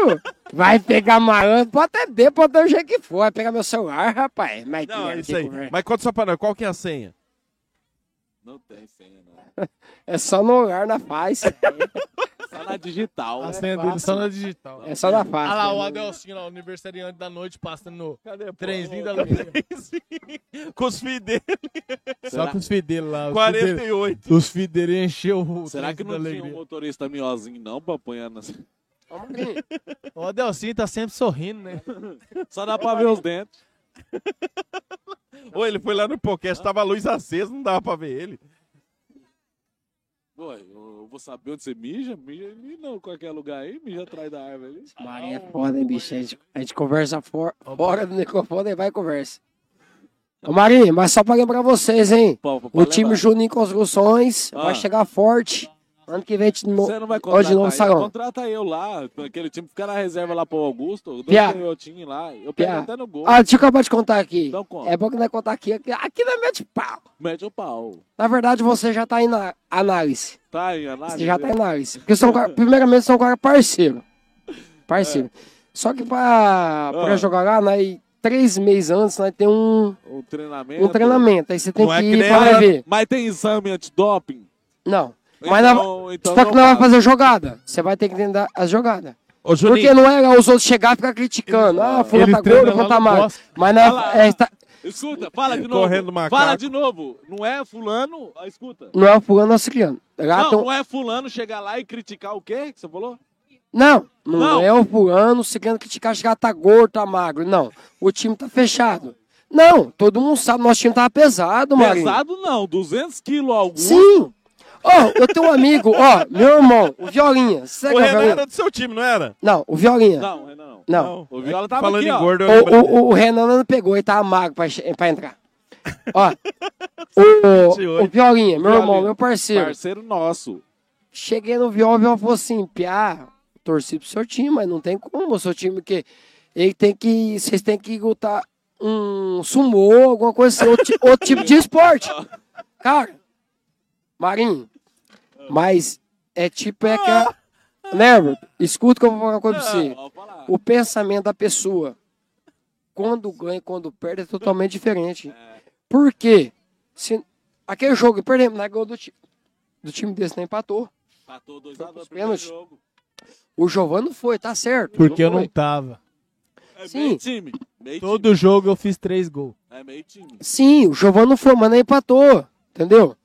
G: Vai pegar malandro, pode até ver, pode dar o jeito que for. Vai pegar meu celular, rapaz. Mas
A: Não,
G: tem
A: é
G: que
A: isso aí.
G: conver-
A: Mas conta só pra nós, qual que é a senha?
B: Não tem né? senha, não.
G: É só no lugar, na face.
B: Só na É digital. né?
K: A senha dele só na digital.
G: É só na face.
K: Olha lá, o
G: né?
K: Adelcinho, lá, o aniversariante da noite, passando no
A: Cadê,
K: trenzinho da
A: porra?
K: alegria.
A: Com os filhos dele.
K: Só com os filhos dele lá. os
A: 48.
K: filhos dele- Os filhos dele encheu o
B: Será que
K: trenzinho da
B: não tinha um
K: alegria.
B: motorista miozinho, não, pra apanhar nas...
K: O Adelcinho tá sempre sorrindo, né?
B: Só dá pra ver os dentes.
A: Ô, ele foi lá no podcast, tava a luz acesa, não dava pra ver ele.
B: Pô, eu vou saber onde você mija? Mija em mim, não. Qualquer lugar aí, mija atrás da árvore ali.
G: Maria é foda, hein, bicho? A gente, a gente conversa for- fora do microfone e vai e conversa. Ô, Marinho, mas só pra lembrar vocês, hein?
B: Pô, pô,
G: o
B: pode
G: time
B: lembrar.
G: Juninho Construções
B: Ah.
G: vai chegar forte. Ano que vem a gente no...
B: Você não vai
G: ó,
B: contratar
G: de novo
B: eu,
G: salão.
B: Contrata eu lá, aquele time fica na reserva lá pro Augusto. Eu dou
G: Piá.
B: um canhotinho lá. Eu pego
G: Piá.
B: até no gol.
G: Ah, deixa eu acabar de contar aqui.
B: Então conta.
G: É bom que não é contar aqui. Aqui, aqui não é mete pau.
B: Mete o pau.
G: Na verdade, você já tá em na- análise.
B: Tá aí, análise.
G: Você já tá em análise. Porque são, cara- primeiramente, são cara parceiro. Parceiro. Só que pra, pra
B: É. Ah.
G: jogar lá, nós, três meses antes, nós tem um,
B: Um treinamento.
G: um treinamento. Aí você tem
B: Não
G: que
B: é
G: ir
B: nem
G: pra
B: mas-
G: ver.
B: Mas tem exame antidoping?
G: Não. Mas nós-
B: então
G: só que
B: não
G: nós vamos
B: passa.
G: fazer jogada. Você vai ter que entender a jogada.
A: Ô, Juninho.
G: Porque não é os outros chegar e ficar criticando. ah, fulano
B: Ele
G: tá
B: treina
G: gordo,
B: lá
G: fulano tá
B: no
G: magro.
B: Boston.
G: Mas nós,
B: Olha lá.
G: é, tá-
B: Escuta, fala de novo.
A: Correndo macaco.
B: Fala de novo. Não é fulano? Ah, Escuta.
G: não é o fulano, nós criando. Lá um
B: Não,
G: tão-
B: não é fulano chegar lá e criticar o quê que você falou?
G: Não, não,
B: Não.
G: é o fulano, cigano criticar, chegar tá gordo, tá magro. Não, o time tá fechado. Não, todo mundo sabe, nosso time tava pesado, Marinho.
B: Pesado não, 200 quilos algum.
G: Sim. Ó, eu tenho um amigo, ó, meu irmão, o Violinha. Você
A: O
G: é
A: Renan
G: Violinha?
A: era do seu time, não era?
G: Não, o Violinha.
B: Não, Renan não.
G: Não.
B: O Viola tava
A: Falando
B: aqui,
A: em
B: ó.
A: gordo, eu
G: O, o- o Renan não pegou, ele tava magro pra, che- pra entrar. Ó, o, o Violinha, meu irmão,
B: Violinha.
G: meu parceiro.
B: Parceiro nosso.
G: Cheguei no Viol, o Viol falou assim, Piá, torci pro seu time, mas não tem como, o seu time que ele tem que, vocês tem que lutar um sumô, alguma coisa assim, outro, ti- outro tipo de esporte. Cara, Marinho, Ah. mas é tipo, é que a, lembra, escuta que eu Ah, vou falar uma coisa pra você, o pensamento da pessoa, quando ganha e quando perde é totalmente diferente. Por quê? Se, aquele jogo, por exemplo, na gol do, ti- do time desse, não empatou.
B: Matou dois a dois no primeiro
G: Pênalti.
B: jogo.
G: O Giovanni não foi, tá certo.
K: Porque eu não
G: foi.
K: tava.
G: Sim.
B: É Meio time. Meio
K: Todo jogo eu fiz três gols.
B: time. É meio time.
G: Sim, o Giovanni não foi, mas não empatou. Entendeu?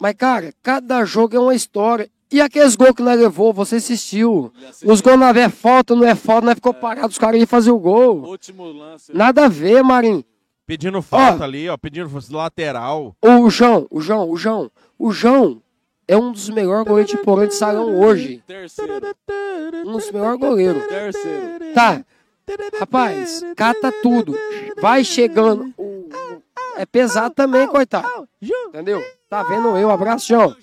G: Mas, cara, cada jogo é uma história. E aqueles gols que nós levou, você assistiu. Os gols na é falta, não é falta, nós ficou parado, os caras iam fazer o gol.
B: Último lance.
G: Nada a ver, Marinho.
A: Pedindo falta ali, ó, pedindo falta, lateral.
G: Ô, O João, o João, o João, o João é um dos melhores goleiros de porão de salão hoje.
B: Terceiro.
G: Um dos melhores goleiros.
B: Terceiro.
G: Tá. Rapaz, cata tudo. Vai chegando. O- o- É pesado também, coitado. Entendeu? Tá vendo eu? Abraço, João.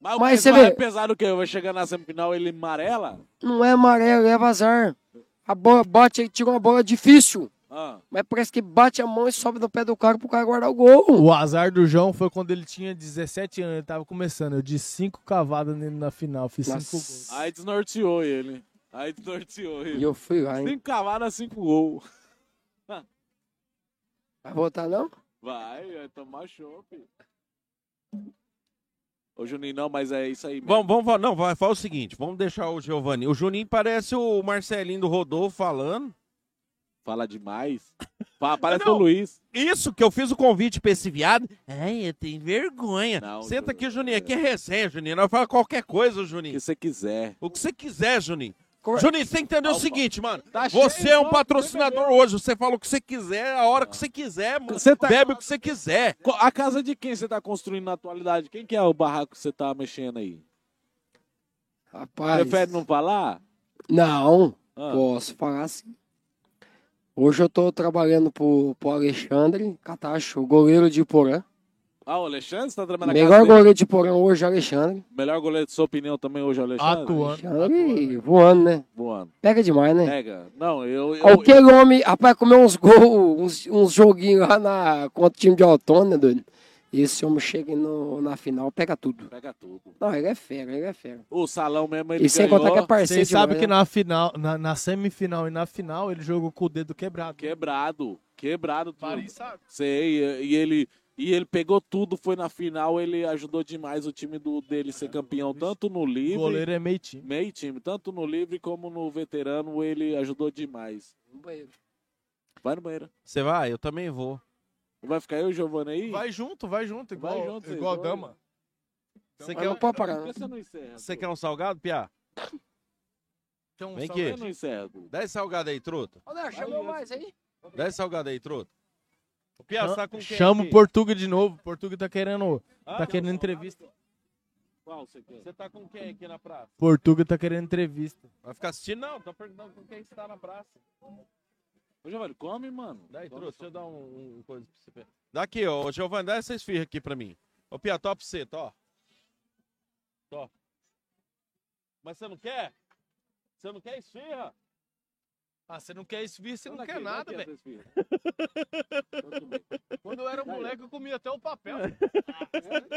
B: Mas, o
G: Mas
B: pessoal
G: você vê-
B: é pesado o quê? Vai chegar na semifinal ele amarela?
G: Não é amarelo, é azar. A bola bate, ele tira uma bola é difícil.
B: Ah.
G: Mas parece que bate a mão e sobe no pé do cara pro cara guardar o gol.
K: O azar do João foi quando ele tinha 17 anos, ele tava começando. Eu dei cinco cavadas nele na final, fiz cinco gols.
B: Aí desnorteou ele. Aí desnorteou ele.
G: E eu fui lá, hein?
B: Cinco cavadas, Tá cinco gols.
G: Vai voltar, não?
B: Vai, vai tomar chope. Ô, Juninho, não, mas é isso aí.
A: Vamos, vamos, falar- não, vai, fala o seguinte, vamos deixar o Giovanni. O Juninho parece o Marcelinho do Rodolfo falando.
B: Fala demais. Pa- parece
A: Não.
B: o Luiz.
A: Isso, que eu fiz o convite pra esse viado. Ai, eu tenho vergonha.
B: Não,
A: Senta aqui, Juninho. Aqui é resenha, Juninho. Nós fala qualquer coisa, Juninho. O que
B: você quiser.
A: O que você quiser, Juninho. Juninho, você tem que entender o
B: Opa.
A: seguinte, mano.
B: é? Tá
A: você
B: cheio,
A: é um
B: ó,
A: patrocinador hoje. Você fala o que você quiser, a hora que você quiser, mano.
B: Você tá-
A: Bebe o que você quiser.
B: Co- A casa de quem você tá construindo na atualidade? Quem que é o barraco que você tá mexendo aí?
G: Rapaz.
B: Prefere não falar?
G: Não,
B: Ah.
G: posso falar assim. Hoje eu tô trabalhando pro, pro Alexandre Catacho, goleiro de Porã.
B: Ah, o Alexandre está trabalhando na
G: Melhor
B: casa dele?
G: goleiro de porão hoje, Alexandre.
B: Melhor goleiro de sua opinião também hoje, Alexandre?
G: Alexandre voando, né?
B: Voando.
G: Pega demais, né?
B: Pega. Não, É, eu... eu
G: Qualquer homem, rapaz, comeu uns gols, uns, uns joguinhos lá na, contra o time de Autônomo, né, doido? Esse homem chega no, na final, pega tudo.
B: Pega tudo.
G: Não, ele é fera, ele é fera.
B: O salão mesmo, ele
G: E sem
B: ganhou.
G: contar que é parceiro
K: Vocês sabem
G: demais,
K: que
G: né?
K: na final, na, na semifinal e na final, ele jogou com o dedo quebrado.
B: Quebrado. Quebrado tudo.
K: Paris sabe.
B: Sei, e e ele... E ele pegou tudo, foi na final, ele ajudou demais o time do, dele ser campeão, tanto no livre...
K: O goleiro é meio time.
B: Meio time, tanto no livre como no veterano, ele ajudou demais. Vai no banheiro.
A: Você vai? Eu também vou.
B: Vai ficar eu e o Giovanni aí?
K: Vai junto, vai junto, igual,
B: Vai junto,
K: igual
B: igual.
K: dama.
A: Você
B: Mas
A: quer,
B: não
A: um-
B: pode parar, não. Por que você não encerra,
A: Você quer um salgado, Piá?
K: Tem um
A: Vem
G: salgado?
A: aqui.
G: Eu não
A: Dá esse salgado aí, truta.
G: chamou mais aí?
A: Dá esse salgado aí, truta. O Piá, você tá com quem
K: Chama
A: aqui?
K: o Portuga de novo. O Portuga tá querendo, tá
A: Ah,
K: querendo entrevista.
B: Qual você quer? Você
A: tá com quem aqui na praça?
K: Portuga tá querendo entrevista.
A: Vai ficar assistindo? Não, tô perguntando com quem você tá na praça.
B: Ô, Giovanni, come, mano.
A: Daí, trouxe, deixa eu dar um, um coisa pra você. pegar. Dá aqui, ó. Giovanni, dá essa esfirra aqui pra mim. Ô, Pia, top você, ó. Tó. Mas você não quer? Você não quer esfirra?
K: Ah, você não quer esfirra, você não
A: Olha
K: quer
A: aqui, olha
K: nada,
A: aqui
K: velho.
A: essa
K: Quando eu era um
A: Daí, ó.
K: moleque, eu comia até o papel. moleque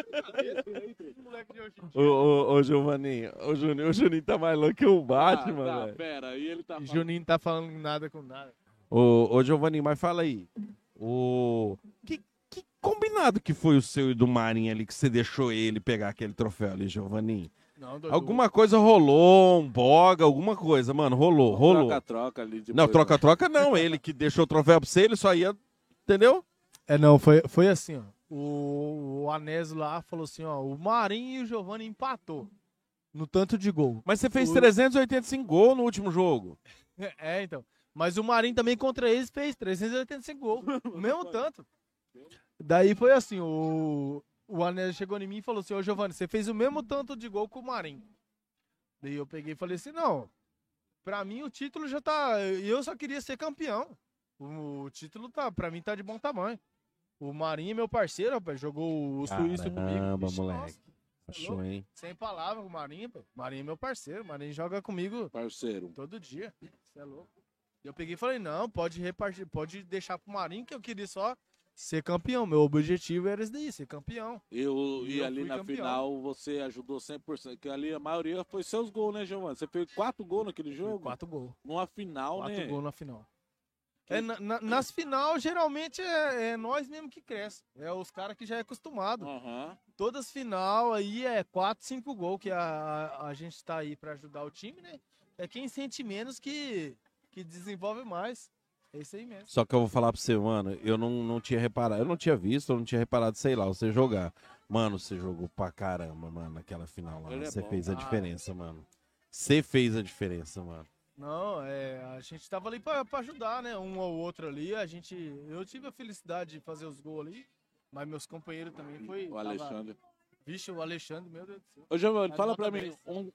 K: de hoje. em dia.
A: Ô, ô, ô, Giovanni, ô, Juninho, o Juninho tá mais louco que o
B: Ah,
A: Batman,
K: tá,
A: velho.
B: Pera, aí ele tá falando.
K: Juninho não tá falando nada com nada.
A: Ô, ô, Giovanni, mas fala aí. O... Que, que combinado que foi o seu e do Marinho ali que você deixou ele pegar aquele troféu ali, Giovanni?
K: Não, Dudu.
A: Alguma coisa rolou, um boga, alguma coisa, mano, rolou, rolou.
B: Troca-troca ali. depois,
A: não,
B: né?
A: troca-troca não, ele que deixou o troféu pra você, ele só ia, entendeu?
K: É, não, foi, foi assim, ó. O, o Anésio lá falou assim, ó. O Marinho e o Giovanni empatou. No tanto de gol.
A: Mas você fez
K: O-
A: 385 gols no último jogo.
K: É, então. Mas o Marinho também contra eles fez 385 gols. o mesmo tanto. Daí foi assim, o, o Anésio chegou em mim e falou assim, ô Giovanni, você fez o mesmo tanto de gol que o Marinho. Daí eu peguei e falei assim, não, pra mim o título já tá, eu só queria ser campeão. O, título tá, pra mim tá de bom tamanho. O Marinho é meu parceiro, rapaz, jogou o Suíço comigo.
A: Caramba,
K: Ixi,
A: moleque. Achou, hein?
K: Sem palavra, o Marinho, pô. O Marinho é meu parceiro. O Marinho joga comigo.
B: Parceiro.
K: Todo dia. Você é louco. E Eu peguei e falei, não, pode repartir, pode deixar pro Marinho que eu queria só ser campeão. Meu objetivo era isso daí, ser campeão.
B: Eu,
K: E
B: e
K: eu
B: ali
K: fui
B: na
K: campeão.
B: final você ajudou 100%, que ali a maioria foi seus gols, né, Giovanni? Você fez quatro gols naquele jogo?
K: Quatro gols.
B: Numa final,
K: Quatro
B: né?
K: gols na final. É, na- na- nas final, geralmente, é, é nós mesmo que cresce. É os caras que já é acostumado. Todas final aí é 4, 5 gols que a- a, a gente tá aí pra ajudar o time, né? É quem sente menos que, que desenvolve mais. É isso aí mesmo.
A: Só que eu vou falar pra você, mano, eu não, não tinha reparado, eu não tinha visto, eu não tinha reparado, sei lá, você jogar. Mano, você jogou pra caramba, mano, naquela final lá.
K: Ele é
A: Você
K: bom.
A: fez a
K: Ah.
A: diferença, mano. Você fez a diferença, mano.
K: Não, é, a gente tava ali pra, pra ajudar, né? Um ao outro ali. A gente, eu tive a felicidade de fazer os gols ali, mas meus companheiros também foi.
B: O
K: tava-
B: Alexandre.
K: Vixe, o Alexandre, meu Deus do céu.
B: Ô, Giovanni,
K: Mas
B: fala
K: nota
B: pra
K: dez.
B: mim, um,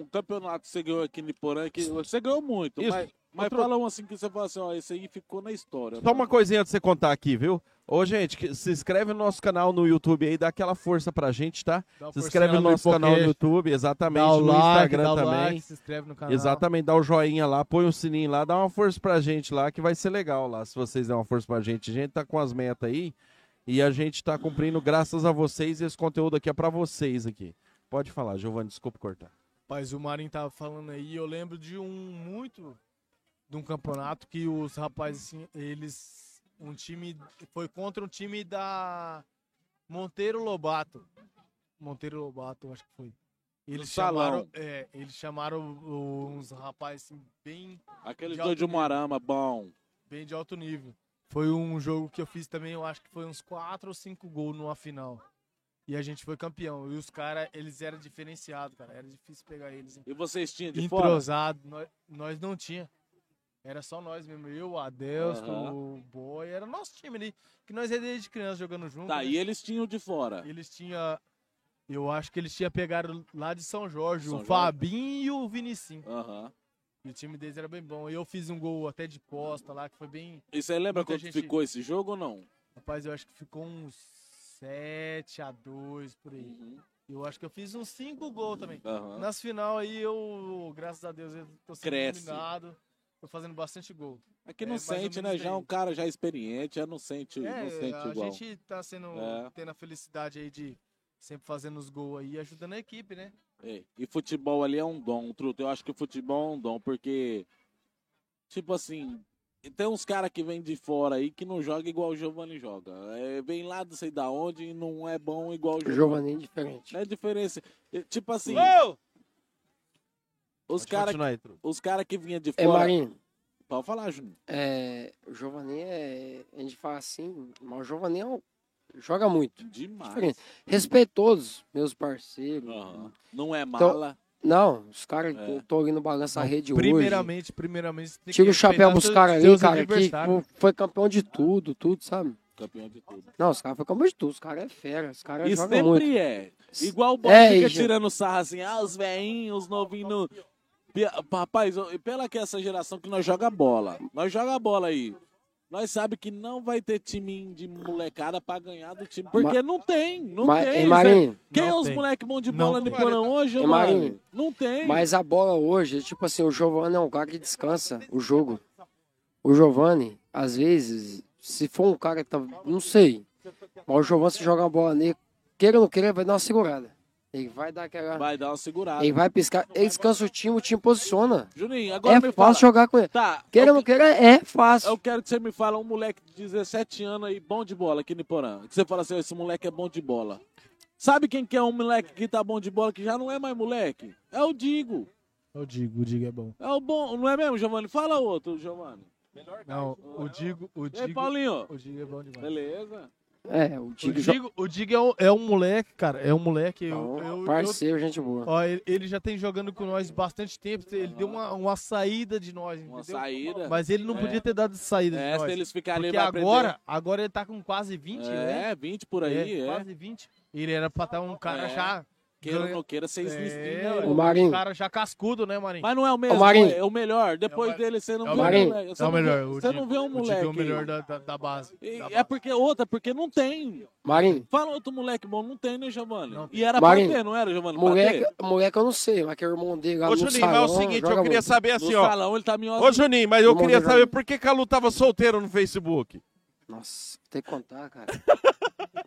B: um campeonato que você ganhou aqui em Porã, que você ganhou muito,
A: Isso.
B: mas, mas
A: Outro-
B: fala um assim que você fala assim, ó, esse aí ficou na história.
A: Só uma coisinha pra você contar aqui, viu? Ô, gente, que- se inscreve no nosso canal no YouTube aí, dá aquela força pra gente, tá?
K: Dá uma
A: Se
K: forcinha
A: inscreve no
K: lá no
A: nosso canal no
K: Hipoquê.
A: YouTube, exatamente,
K: Dá o
A: no
K: like,
A: Instagram
K: dá o
A: também.
K: like, se inscreve no canal.
A: Exatamente, dá o joinha lá, põe o sininho lá, dá uma força pra gente lá, que vai ser legal lá, se vocês dão uma força pra gente. A gente tá com as metas aí e a gente tá cumprindo graças a vocês, esse conteúdo aqui é pra vocês aqui. Pode falar, Giovanni, desculpa cortar.
K: Mas o Marinho tava falando aí, eu lembro de um muito de um campeonato que os rapazes assim, eles um time foi contra um time da Monteiro Lobato. Monteiro Lobato, acho que foi. Eles
B: salão.
K: chamaram, é, eles chamaram o- uns rapazes assim, bem
B: Aquele
K: de
B: dois
K: alto
B: de Moarama, bom.
K: bem de alto nível. Foi um jogo que eu fiz também, eu acho que foi uns 4 ou 5 gols numa final. E a gente foi campeão. E os caras, eles eram diferenciados, cara. Era difícil pegar eles. hein?
B: E vocês tinham de fora?
K: Entrosado. Nós, nós não tinha. Era só nós mesmo. Eu, o Adeus,
B: Aham.
K: o Boi. Era nosso time ali. Que nós é desde criança jogando junto.
B: Tá,
K: né?
B: e eles tinham de fora.
K: Eles tinham... Eu acho que eles tinham pegado né? lá de São Jorge.
B: São
K: o
B: Jorge?
K: Fabinho e o Vinicinho.
B: Aham.
K: E o time deles era bem bom. E eu fiz um gol até de costa lá, que foi bem...
B: E você lembra
K: Muita
B: quando
K: gente-
B: ficou esse jogo ou não?
K: Rapaz, eu acho que ficou uns 7 a 2 por aí. Eu acho que eu fiz uns 5 gols também.
B: Uhum. Aham.
K: Nas final aí eu, graças a Deus, eu tô sendo
B: Cresce.
K: iluminado. Tô fazendo bastante gol.
B: Aqui
K: É,
B: não
K: mais ou
B: sente,
K: menos
B: né? Já é
K: daí.
B: um cara já experiente, já não sente, não
K: É,
B: sente
K: a
B: igual.
K: gente tá sendo,
B: É.
K: tendo a felicidade aí de sempre fazendo os gols aí, e ajudando a equipe, né?
B: É, E futebol ali é um dom, truta. Eu acho que futebol é um dom, porque, tipo assim, tem uns caras que vêm de fora aí que não joga igual o Giovanni joga. É, vem lá, não sei da onde, e não é bom igual o
G: O
B: Giovanni.
G: Giovanni é diferente.
B: É diferença. É, Tipo assim.
G: Uou!
B: Os
G: Pode
B: caras
G: continuar aí, truta.
B: os cara que vinha de
G: É,
B: fora.
G: Marinho.
B: Pode falar, Juninho.
G: É, o Giovanni é. A gente fala assim, mas o Giovanni é um- joga muito.
B: Demais.
G: Diferente. Respeito todos, meus parceiros.
B: Não é
G: Então,
B: mala.
G: não, os caras,
K: É.
G: que eu tô ali no Balança Rede hoje.
K: Primeiramente, primeiramente, você tem que
G: Tira o chapéu
K: respeitar
G: pros
K: seus-
G: caras ali,
K: seus
G: cara, que
K: adversários.
G: pô, foi campeão de tudo, tudo, sabe?
B: Campeão de tudo.
G: Não, os caras foram campeão de tudo, os caras é fera, os caras
B: E
G: jogam
B: sempre
G: muito.
B: é. Igual o Bob
G: É,
B: fica
G: e já-
B: tirando sarra assim, ah, os veinhos, os novinhos. no- Pe- Rapaz, eu- e pela que essa geração que nós joga bola. Nós joga bola aí. Nós sabe que não vai ter time de molecada pra ganhar do time. Porque
G: Ma-
B: não tem, não
G: Ma-
B: tem.
G: Ei,
B: Zé.
G: Marinho.
B: Quem é
G: Não
B: os
G: tem.
B: moleque bom de
G: Não
B: bola de
G: tem.
B: Porão hoje,
G: Ei,
B: mano?
G: Marinho.
B: Não tem.
G: Mas a bola hoje, tipo assim, o Giovanni é um cara que descansa o jogo. O Giovanni, às vezes, se for um cara que tá. Não sei. Mas o Giovanni, se jogar uma bola nele, queira ou não queira, ele vai dar uma segurada. Ele vai dar aquela.
B: Vai dar uma segurada.
G: Ele vai piscar. Ele descansa o time, o time posiciona.
B: Juninho, agora
G: É
B: me
G: fácil
B: fala.
G: jogar com ele.
B: Tá,
G: Queira ou não queira, é fácil.
B: Eu quero que você me fale um moleque de 17 anos aí, bom de bola aqui no Porã. Que você fala assim, ó, esse moleque é bom de bola. Sabe quem que é um moleque que tá bom de bola, que já não é mais moleque? É o Digo.
K: Eu digo, o Digo é bom.
B: É o bom, não é mesmo, Giovanni? Fala outro, Giovanni.
K: Não, o Digo, o
B: E aí,
K: Digo,
B: Paulinho?
K: o Digo é bom demais.
B: Beleza.
G: É, o
K: O
G: Digo. jo-
K: Digo, o Digo é, um, é um moleque, cara. É um moleque. Eu, eu- eu-
G: Parceiro, gente boa.
K: ó, ele, ele já tem jogando com nós bastante tempo. Ele deu uma, uma saída de nós, entendeu?
B: Uma saída.
K: Mas ele não
B: É.
K: podia ter dado saída de
B: É, se
K: nós.
B: eles ficarem ali,
K: Porque
B: vai aprender.
K: agora, agora ele tá com quase 20,
B: É,
K: né?
B: 20 por aí, é.
K: Quase 20. Ele era pra estar um cara
B: É.
K: já...
B: Queira ou
K: ganha-
B: não queira, vocês
K: É,
B: listinham.
K: um
G: Ô, Marinho.
K: cara já cascudo, né, Marinho?
B: Mas não é o mesmo,
G: Ô, Marinho.
B: é o melhor. Depois dele você não
K: É o
B: vê
K: melhor.
B: um moleque.
K: É
B: Você
K: o
B: não vê-
K: melhor. o
B: Você
K: Digo-
B: não vê um
K: o Digo
B: moleque.
K: é o melhor da, da, da base.
B: E É porque outra, porque não tem.
G: Marinho.
B: Fala outro moleque bom, não tem, né, Giovanni? E era
G: Marinho.
B: pra ter, não era, Giovanni? Pra
G: Moleque,
B: ter?
G: moleque eu não sei, mas que é o irmão dele lá
A: Ô,
G: no
A: Juninho,
G: salão,
A: mas é o seguinte,
G: joga
A: eu queria
G: muito.
A: saber assim, ó.
B: ele tá minhozinho.
A: Ô, Juninho, mas eu
G: Irmão
A: queria
G: dele
A: saber
G: joga-
A: por que, que a Lu tava solteira no Facebook.
G: Nossa, tem que contar, cara.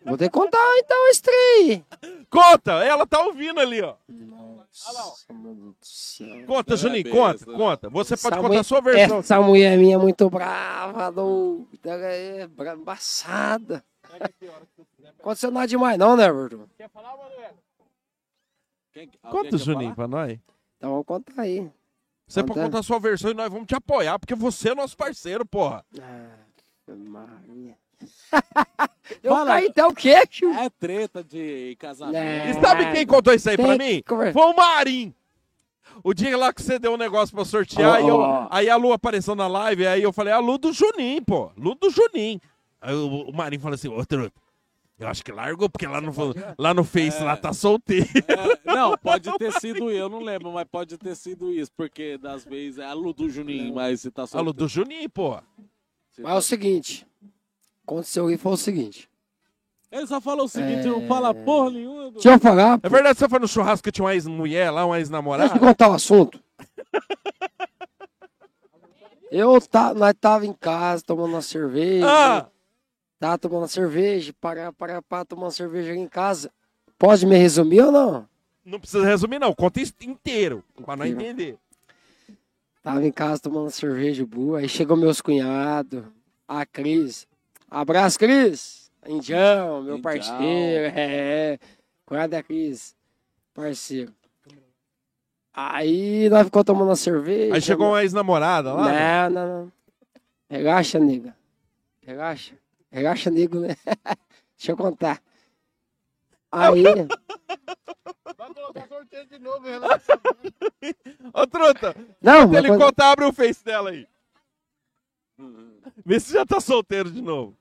G: Vou ter que contar então esse trem.
A: Conta, ela tá ouvindo ali, ó.
G: Nossa, meu Deus do céu.
A: Conta, Juninho, conta, conta. Você pode contar a sua
G: mulher-
A: versão.
G: Essa mulher minha é muito brava, do... ela é bra- embaçada. Aconteceu nada demais não, né, Bruno?
B: Quem- alguém
A: Conta,
B: quer
A: Juninho, pra
B: falar?
A: nós.
G: Então vamos contar aí.
A: Você pode
G: Contando.
A: contar a sua versão e nós vamos te apoiar, porque você é nosso parceiro, porra.
G: Ah, Maria. Eu caí até o queixo.
B: É treta de casamento.
G: Né.
A: E sabe quem contou isso aí pra mim?
G: conversar.
A: Foi o Marim. O dia lá que você deu um negócio pra sortear,
B: Ó,
A: e eu-
B: ó.
A: aí a Lu apareceu na live, aí eu falei, a Lu do Juninho, pô. Lu do Juninho. Aí o, o Marim falou assim, ô, truta, eu acho que largou, porque lá no, lá no Face, lá tá solteiro.
B: É. Não, pode ter sido eu, não lembro, mas pode ter sido isso, porque das vezes é a Lu do Juninho, mas você tá
A: A Lu do Juninho, pô.
G: Mas é o seguinte, aconteceu e foi o seguinte.
B: Ele só falou o seguinte,
G: É.
B: não fala porra nenhuma. do-
G: Deixa eu falar,
A: É verdade, você foi no churrasco que tinha uma ex-mulher lá, uma
G: Deixa eu
A: ex-namorada?
G: contar o assunto. Eu tá, nós tava em casa tomando uma cerveja.
A: Ah!
G: Tava tomando uma cerveja, parar, parar, parar, tomando uma cerveja ali em casa. Pode me resumir ou não?
A: Não precisa resumir, não. Conta isso inteiro, pra não entender.
G: Tava em casa tomando uma cerveja boa, aí chegou meus cunhados, a Cris. Abraço, Cris! Indião, meu
B: Indião.
G: parceiro, é, é. Cunhado da Cris, parceiro. Aí nós ficamos tomando uma cerveja.
A: Aí chegou uma ex-namorada lá?
G: Não, não, não. Relaxa, nega. Relaxa. Relaxa, nego, né? Deixa eu contar. Aí,
K: Vai colocar sorteio de novo, relaxa.
A: Ô, truta,
G: Não,
A: se
G: mas
A: ele
G: quando-
A: contar, abre o Face dela aí. Vê se já tá solteiro de novo.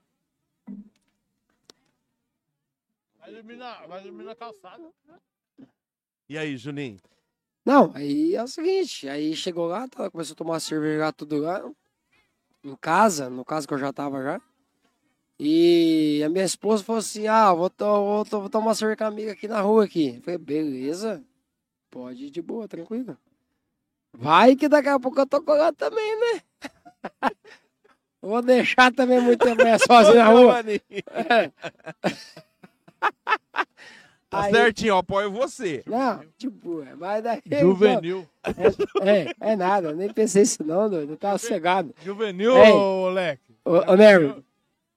K: Vai dormir na, vai dormir na calçada.
A: E aí, Juninho?
G: não, aí é o seguinte. Aí chegou lá, tá, começou a tomar cerveja lá, tudo lá. Em casa, no caso que eu já tava já. E a minha esposa falou assim: ah, vou, to- vou to- vou tomar uma cerveja com a amiga aqui na rua aqui. Eu falei, beleza, pode ir de boa, tranquilo. Vai que daqui a pouco eu tô colado também, né? Vou deixar também muita mulher sozinha assim na rua. É.
A: Tá
G: Aí-
A: certinho, eu apoio você.
G: Não, tipo, é mais daí. então.
A: Juvenil.
G: não. É, é, é nada, eu nem pensei isso não, doido. Eu tava sossegado.
K: Juvenil,
G: Ei,
K: moleque.
G: Ô, ô Nero,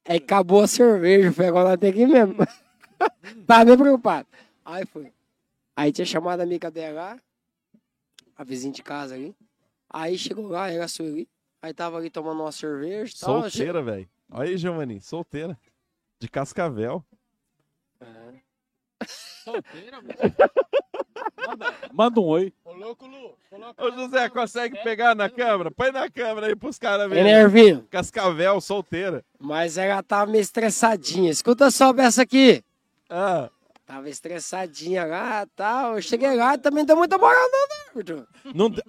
G: é que acabou a cerveja, foi agora nós tem que ir mesmo. Tava bem preocupado. Aí foi. Aí tinha chamado a amiga dela lá, a vizinha de casa ali. Aí chegou lá, era a Sueli. Aí tava ali tomando Tá uma cerveja e tal.
A: Solteira, velho. Olha aí, Giovanni, solteira. De Cascavel.
G: É.
K: Solteira, mano.
A: Manda um oi.
K: Ô, louco, Lu. Coloca
A: Ô, José, consegue pegar na câmera? Põe na câmera aí pros caras verem.
G: Nervinho.
A: Cascavel, solteira.
G: é Mas é, ela tava meio estressadinha. Escuta só essa aqui.
A: Ah.
G: Tava estressadinha lá e tal. Eu cheguei lá e também não deu muita moral, não, né, Arthur?
A: Não de-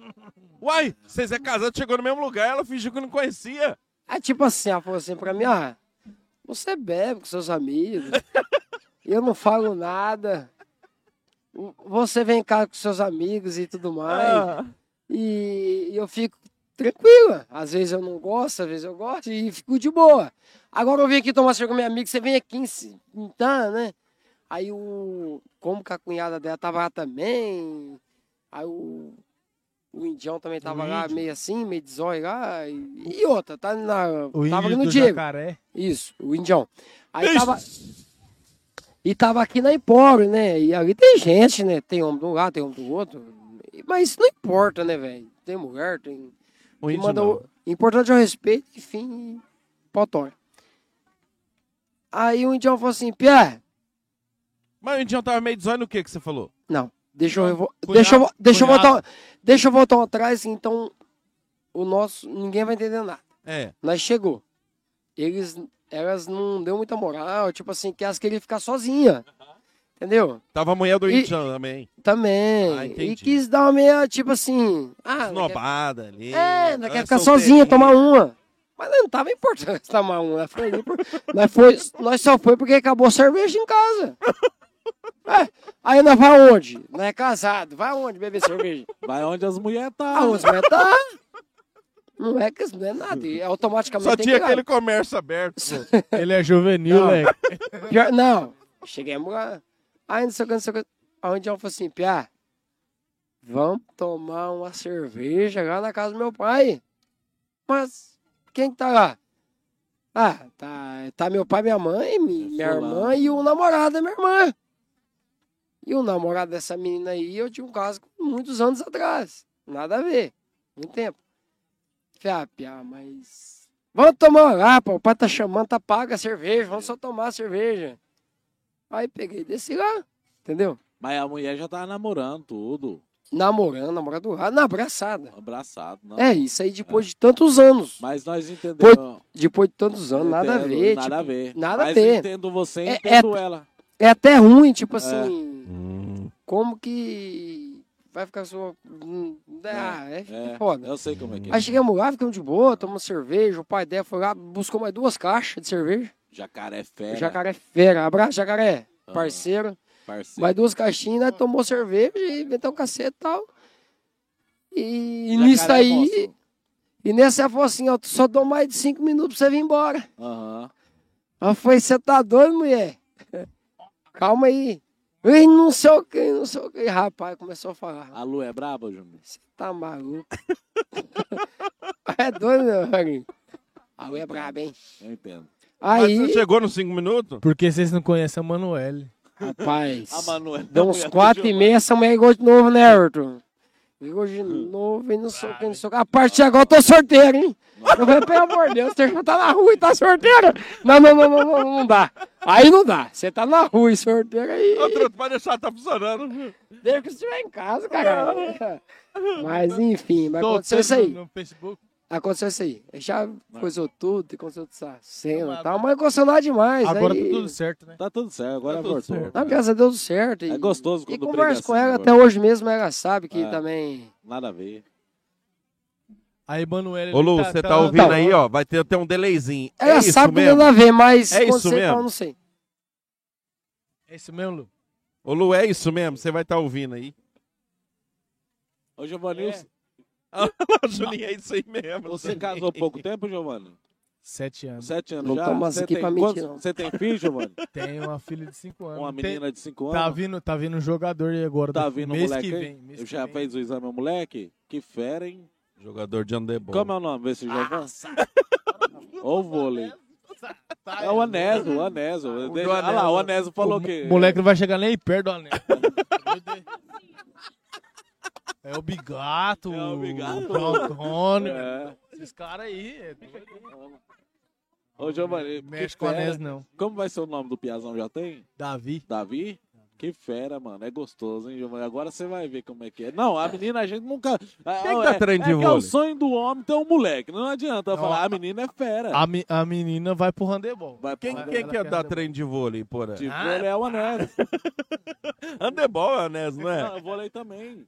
A: Uai, vocês é casado, chegou no mesmo lugar, ela fingiu que não conhecia.
G: É tipo assim, ela falou assim pra mim, ó, você bebe com seus amigos, eu não falo nada, o- você vem cá com seus amigos e tudo mais,
A: Ah.
G: e eu fico tranquila. Às vezes eu não gosto, às vezes eu gosto, e fico de boa. Agora eu vim aqui tomar cerveja com minha amiga, você vem aqui em si- então, né? Aí o... como que a cunhada dela tava lá também, aí o... O indião também tava lá,
K: índio.
G: meio assim, meio de zóio lá. E, e outra, tá na,
K: O
G: tava
K: índio
G: ali no
K: do
G: Diego.
K: jacaré.
G: Isso, o Indião. Aí tava. E tava aqui na Empório, né? E ali tem gente, né? Tem homem de um lado, tem homem do outro. E- Mas isso não importa, né, velho? Tem mulher, tem.
A: O
G: que
A: índio
G: manda
A: não.
G: o- Importante é o respeito, enfim, potório. Aí o Indião falou assim: Pierre,
A: Mas o Indião tava meio desolado no que que você falou?
G: Não, deixa eu, revo-
A: Cunhado-
G: deixa eu, deixa eu
A: cunhado.
G: voltar, deixa eu voltar atrás, então o nosso, ninguém vai entender nada.
A: É.
G: Nós chegou. Eles, elas não deu muita moral, tipo assim, que elas queriam ficar sozinha. Entendeu?
A: Tava a mulher do
G: E-
A: Indião também.
G: Também.
A: Ah, entendi.
G: e quis dar uma meia, tipo assim, ah, não quer,
A: Esnobada ali.
G: é, não
A: Ah,
G: quer ficar
A: solteira.
G: sozinha, tomar uma. Mas nós não tava importando tomar uma, nós, né? foi ali por- nós, foi- nós só foi porque acabou a cerveja em casa. É, aí nós vai onde? Nós é casado, vai onde beber cerveja?
B: Vai onde as mulheres tá.
G: Ah, os mulheres tá. Não é que isso não é nada. E automaticamente.
A: Uhum. Só
G: tem
A: tinha
G: que ir lá.
A: aquele comércio aberto. né?
K: Ele é juvenil,
G: Não.
K: moleque.
G: Pior, não. Chegamos lá. Aí não sei o que, não sei o que. Aonde eu falei assim, Piá, vamos tomar uma cerveja lá na casa do meu pai. Mas quem que tá lá? Ah, tá, tá meu pai, minha mãe, mi- minha irmã e o namorado da minha irmã. E o namorado dessa menina aí, eu tinha um caso muitos anos atrás. Nada a ver. Muito tempo. Falei, ah, Piá, mas Vamos tomar lá, pô. O pai tá chamando, tá paga a cerveja. Vamos só tomar a cerveja. Aí peguei, desci lá, entendeu?
B: Mas a mulher já tava namorando tudo.
G: Namorando, namorado lá, na abraçada.
B: Abraçado. Não.
G: É, isso aí depois de tantos anos.
B: Mas nós
G: Depois,
B: entendemos.
G: depois de tantos anos, nada a
B: Entendo,
G: ver.
B: Nada
G: tipo,
B: a ver.
G: Nada a
B: Mas
G: ver.
B: entendo você e
G: É-
B: entendo
G: é-
B: ela.
G: É até ruim, tipo
B: É.
G: assim. Como que vai ficar sua. hum, Ah, é,
B: É,
G: foda.
B: Eu sei como é que é.
G: Aí chegamos lá, ficamos de boa, tomamos cerveja. O pai dela foi lá, buscou mais duas caixas de cerveja.
B: Jacaré
G: O
B: fera.
G: Jacaré Fera. Abraço, Jacaré. Parceiro.
B: Parceiro.
G: Mais duas caixinhas, nós tomou cerveja e inventou um cacete e tal. E,
B: Jacaré
G: nisso aí.
B: moço.
G: E nessa ela falou assim: ó, só dou mais de cinco minutos pra você vir embora.
B: Aham.
G: Ela foi: você tá doido, mulher? Calma aí. Ei, não sei o que, não sei o que. Rapaz, começou a falar.
B: A Lu é braba, Júnior?
G: Tá maluco? é doido, meu amigo. A Lu é braba, hein?
B: Eu entendo.
G: Aí.
A: Mas você chegou nos cinco minutos?
K: Porque vocês não conhecem a Manoel.
G: Rapaz.
K: A
B: é
K: Manoel.
G: Deu uns quatro e meia, essa mulher ligou de novo, né, Everton? Ligou de
B: Hum.
G: novo e não sei o que, não sei o que. A partir de agora eu tô sorteiro, hein? Eu falei, pelo amor de Deus, você já tá na rua e tá sorteiro? Não, não, não, não, não, não dá. Aí não dá. Você tá na rua e sorteiro aí.
A: Ô, Truto, pode deixar, tá funcionando.
G: Deixa que estiver em casa, cara. Mas enfim, mas aconteceu isso aí.
K: No Facebook.
G: Aconteceu isso aí. Já coisou tudo, aconteceu essa cena e tal, mas aconteceu nada demais.
B: Agora
G: aí...
B: tá tudo
K: certo, né?
B: Tá tudo certo, né? agora
G: tudo
B: voltou.
G: Ah, graças a Deus deu certo. E,
B: É gostoso
G: e
B: quando briga
G: converso com
B: assim,
G: ela
B: amor.
G: até hoje mesmo, ela sabe que
B: É.
G: também
B: Nada a ver.
K: A Emanuele.
A: Ô, Lu, você tá ouvindo aí, ó. Vai ter até um delayzinho.
G: Então, Ela
A: é isso
G: sabe
A: mesmo?
G: nada a ver, mas
A: É
G: quando você
A: isso
G: fala,
A: mesmo?
G: não sei.
K: É isso mesmo, Lu?
A: Ô, Lu, é isso mesmo? Você vai estar ouvindo aí.
B: Ô, Giovanilson.
A: Julinho, é isso aí mesmo.
B: Você casou pouco tempo, Giovanni?
K: Sete anos.
B: Sete anos
K: Não
B: já?
K: toma
B: Você
K: aqui
B: tem
K: pra mentir,
B: quantos-
K: não.
B: Você tem filho, Giovanni?
K: Tem uma filha de cinco anos.
B: Uma
K: Tem-
B: menina de cinco
K: Tá
B: anos?
K: vindo, tá vindo um jogador aí agora.
B: Tá
K: do-
B: vindo o
K: mês
B: moleque
K: que
B: aí?
K: vem. mês que
B: Já
K: vem.
B: fez o exame ao moleque? Que fera, hein?
A: Jogador de handebol.
B: Como é o nome desse jogador? Ou vôlei?
K: Tá,
B: É o Aneso, o Aneso. Deixa- Olha lá, o Aneso falou
K: O
B: que...
K: moleque não vai chegar nem perto do anel. é o Bigato. É o Bigato. O Antônio.
B: É.
K: Esses caras aí. É doido.
B: Ô, Giovanni,
K: Mexe
B: que
K: com a
B: fera.
K: Nes, não.
B: Como vai ser o nome do Piazão? Já tem?
K: Davi.
B: Davi? Que fera, mano. É gostoso, hein, Giovanni? Agora você vai ver como é que é. Não, a menina a gente nunca. Quem
K: que tá
B: é,
K: treinando de
B: é que é o
K: vôlei?
B: sonho do homem ter um moleque. Não adianta falar, a menina é fera.
K: A, me- a menina vai pro handebol.
A: Quem, quem que é dar treino de vôlei, porra?
B: De vôlei é o Anés.
A: Tipo, né? Handebol é o Anés, não
B: Não,
A: é?
B: eu vou ler também.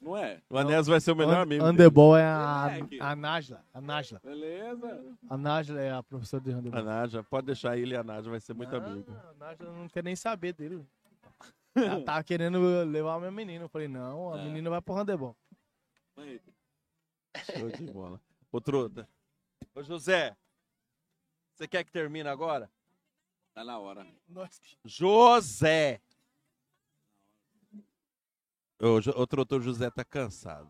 B: Não é?
A: O Anés vai ser o melhor amigo. dele.
K: Handebol é a, a Najla. A Najla.
B: Beleza.
K: A Najla é a professora de handebol.
A: A Naja, pode deixar ele e a Naja, vai ser muito amigo.
K: A Najla não quer nem saber dele. Ela tava querendo levar a minha menina. Eu falei, não, a
B: É.
K: menina vai pro handebol.
A: Show de bola. Ô, Truta. Ô, José. Você quer que termine agora?
B: Tá na hora.
A: José. Ô, Jo- ô Truta, o José tá cansado.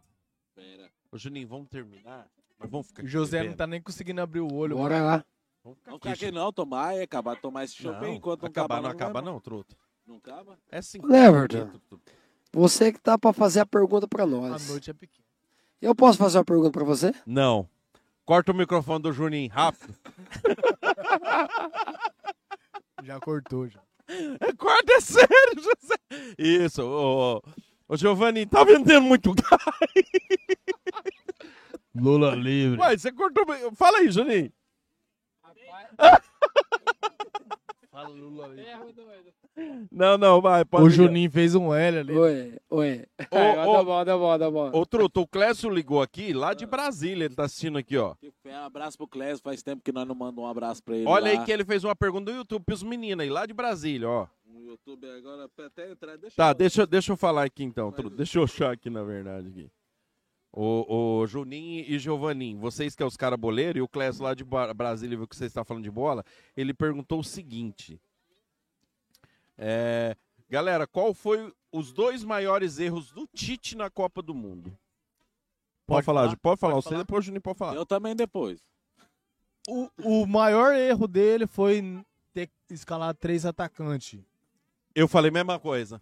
B: Pera.
A: Ô, Juninho, vamos terminar? Mas vamos ficar
K: O
A: aqui
K: José não
A: bebendo?
K: tá nem conseguindo abrir o olho.
A: Bora
K: mano.
A: lá.
B: Não fica aqui não, tomar, é acabar de tomar esse chope
A: Não,
B: enquanto
A: acabar não
B: não vai,
A: acaba
B: mano.
A: não, Truta.
B: Não acaba?
A: É sim.
G: Leverton, você que tá pra fazer a pergunta pra nós.
K: A noite é pequena.
G: Eu posso fazer uma pergunta pra você?
A: Não. Corta o microfone do Juninho, rápido.
K: Já cortou, já.
A: Corta, é sério, José. Isso, ô, ô, ô Giovanni, tá vendendo muito gás.
K: Lula livre.
A: Ué, você cortou. bem- Fala aí, Juninho.
K: Fala, Lula livre.
A: Não, não, vai. Pode
K: O
A: ligar.
K: Juninho fez um L ali.
G: Oi, oi.
A: Ô,
B: tá
A: ô, Ô, Truto, o Clécio ligou aqui, lá de Brasília, ele tá assistindo aqui, ó.
B: É, um abraço pro Clésio, faz tempo que nós não mandamos um abraço pra ele
A: Olha
B: lá.
A: aí que ele fez uma pergunta do YouTube pros meninos aí, lá de Brasília, ó.
B: No Um YouTube agora, pra até entrar, deixa
A: Tá,
B: eu-
A: deixa, deixa eu falar aqui então, Truto. Deixa eu achar aqui, na verdade. Aqui. O, o Juninho e Giovaninho, vocês que é os caras boleiros, e o Clécio lá de Ba- Brasília, viu que você está falando de bola, ele perguntou o seguinte. É, galera, qual foi os dois maiores erros do Tite na Copa do Mundo? Pode, falar, Ju, pode falar, você depois o Juninho pode falar.
B: Eu também depois.
K: O, o maior erro dele foi ter escalado três atacantes.
A: Eu falei a mesma coisa.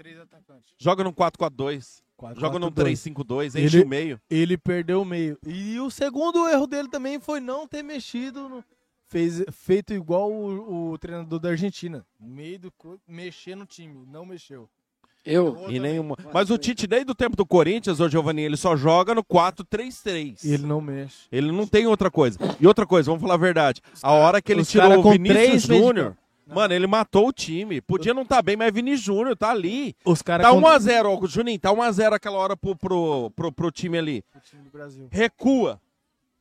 A: Joga num 4-4-2.
K: 4-4-2.
A: Joga num 3-5-2, enche
K: Ele-
A: o meio.
K: Ele perdeu o meio. E o segundo erro dele também foi não ter mexido no- Fez, feito igual o, o treinador da Argentina. Meio do co- mexer no time. Não mexeu. Tá
A: Eu? E nenhuma. Mas o Tite, desde o tempo do Corinthians, ô Giovanni, ele só joga no 4-3-3.
K: Ele não mexe.
A: Ele não tem outra coisa. E outra coisa, vamos falar a verdade. A hora que ele
K: os cara
A: tirou o
K: com
A: Vinícius
K: três meio de
A: Júnior, mano, ele matou o time. Podia não estar bem, mas Vini Júnior tá ali.
K: Os cara
A: tá
K: com-
A: 1x0, ó, Juninho, tá 1x0 aquela hora pro, pro, pro, pro time ali.
K: No Brasil.
A: Recua.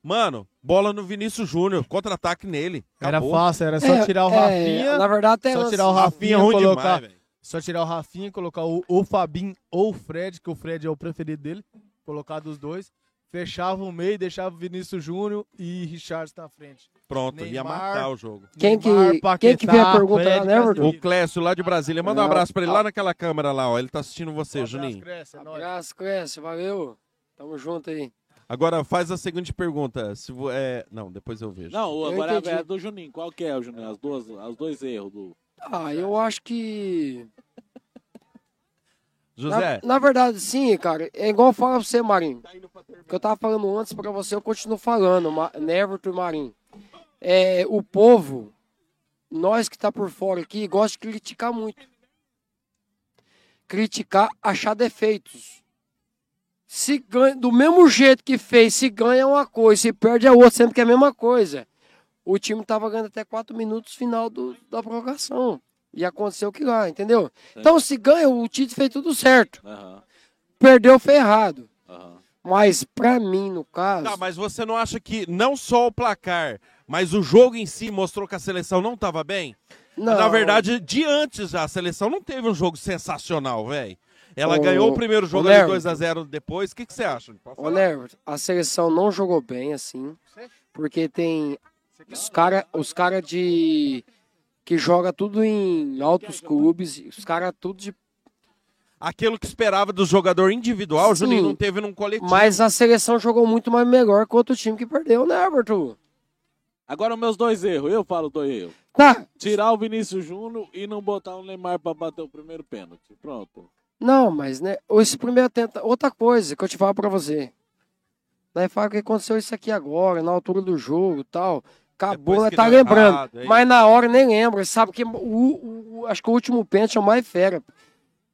A: Mano, bola no Vinícius Júnior, contra-ataque nele.
K: Era
A: Acabou.
K: fácil, era só tirar o Rafinha.
G: É, na verdade, até
K: só
G: antes.
K: tirar o
A: Rafinha é
K: Rafinha,
A: ruim
K: colocar,
A: demais, velho.
K: só tirar o Rafinha, colocar o, o Fabinho ou o Fred, que o Fred é o preferido dele, colocar dos dois. Fechava o meio, deixava o Vinícius Júnior e Richards na frente.
A: Pronto, ia matar o jogo.
G: Quem que-
K: Neymar,
G: quem que vê a pergunta
K: Fred,
G: lá, né, Everton?
A: O Clécio lá de Brasília. Manda um
G: Não,
A: abraço pra ele
G: tá.
A: lá naquela câmera lá, ó. Ele tá assistindo você, Juninho.
K: Cresce,
G: Abraço, cresce, valeu. Tamo junto aí.
A: Agora faz a seguinte pergunta. Se vo- é... Não, depois eu vejo.
B: Não,
G: Eu
B: agora
G: entendi.
B: é a do Juninho. Qual que é, o Juninho? As duas, os dois erros do.
G: Ah, eu acho que.
A: José.
G: Na, na verdade, sim, cara. É igual eu falo pra você, Marinho.
K: Tá
G: que eu tava falando antes pra você, eu continuo falando, Ma Neverton e Marinho. É, o povo, nós que tá por fora aqui, gosta de criticar muito. Criticar, achar defeitos. Se ganha, do mesmo jeito que fez, se ganha é uma coisa, se perde é outra, sempre que é a mesma coisa. O time tava ganhando até 4 minutos final do, da prorrogação. E aconteceu o que lá, entendeu? Então, se ganha, o Tite fez tudo certo.
B: Aham,
G: Perdeu, foi errado.
B: aham.
G: Mas pra mim, no caso.
A: Tá, mas você não acha que não só o placar, mas o jogo em si mostrou que a seleção não tava bem?
G: Não.
A: Na verdade, de antes já, a seleção não teve um jogo sensacional, velho. Ela
G: Ô,
A: ganhou o primeiro jogo
G: ô,
A: ali
G: Léo.
A: 2x0 depois. O que que você acha? Pode
G: Ô,
A: falar.
G: Nervo, a seleção não jogou bem, assim, porque tem os cara, os cara de... que joga tudo em altos clubes, os cara tudo de...
A: Aquilo que esperava do jogador individual, o
G: Sim.
A: Juninho não teve num coletivo.
G: Mas a seleção jogou muito mais melhor que o outro time que perdeu, né, Arthur?
B: Agora meus dois erros, eu falo dois erros.
G: Tá.
B: Tirar o Vinícius Júnior e não botar o Neymar pra bater o primeiro pênalti. Pronto.
G: Não, mas, né, esse primeiro tenta... Outra coisa que eu te falo pra você. Daí fala que aconteceu isso aqui agora, na altura do jogo e tal. Acabou,
A: Depois
G: né,
A: que
G: tá
A: deu
G: lembrando.
A: errado, é aí-
G: mas na hora nem lembra. Sabe que o, o- o- acho que o último pênalti é o mais fera.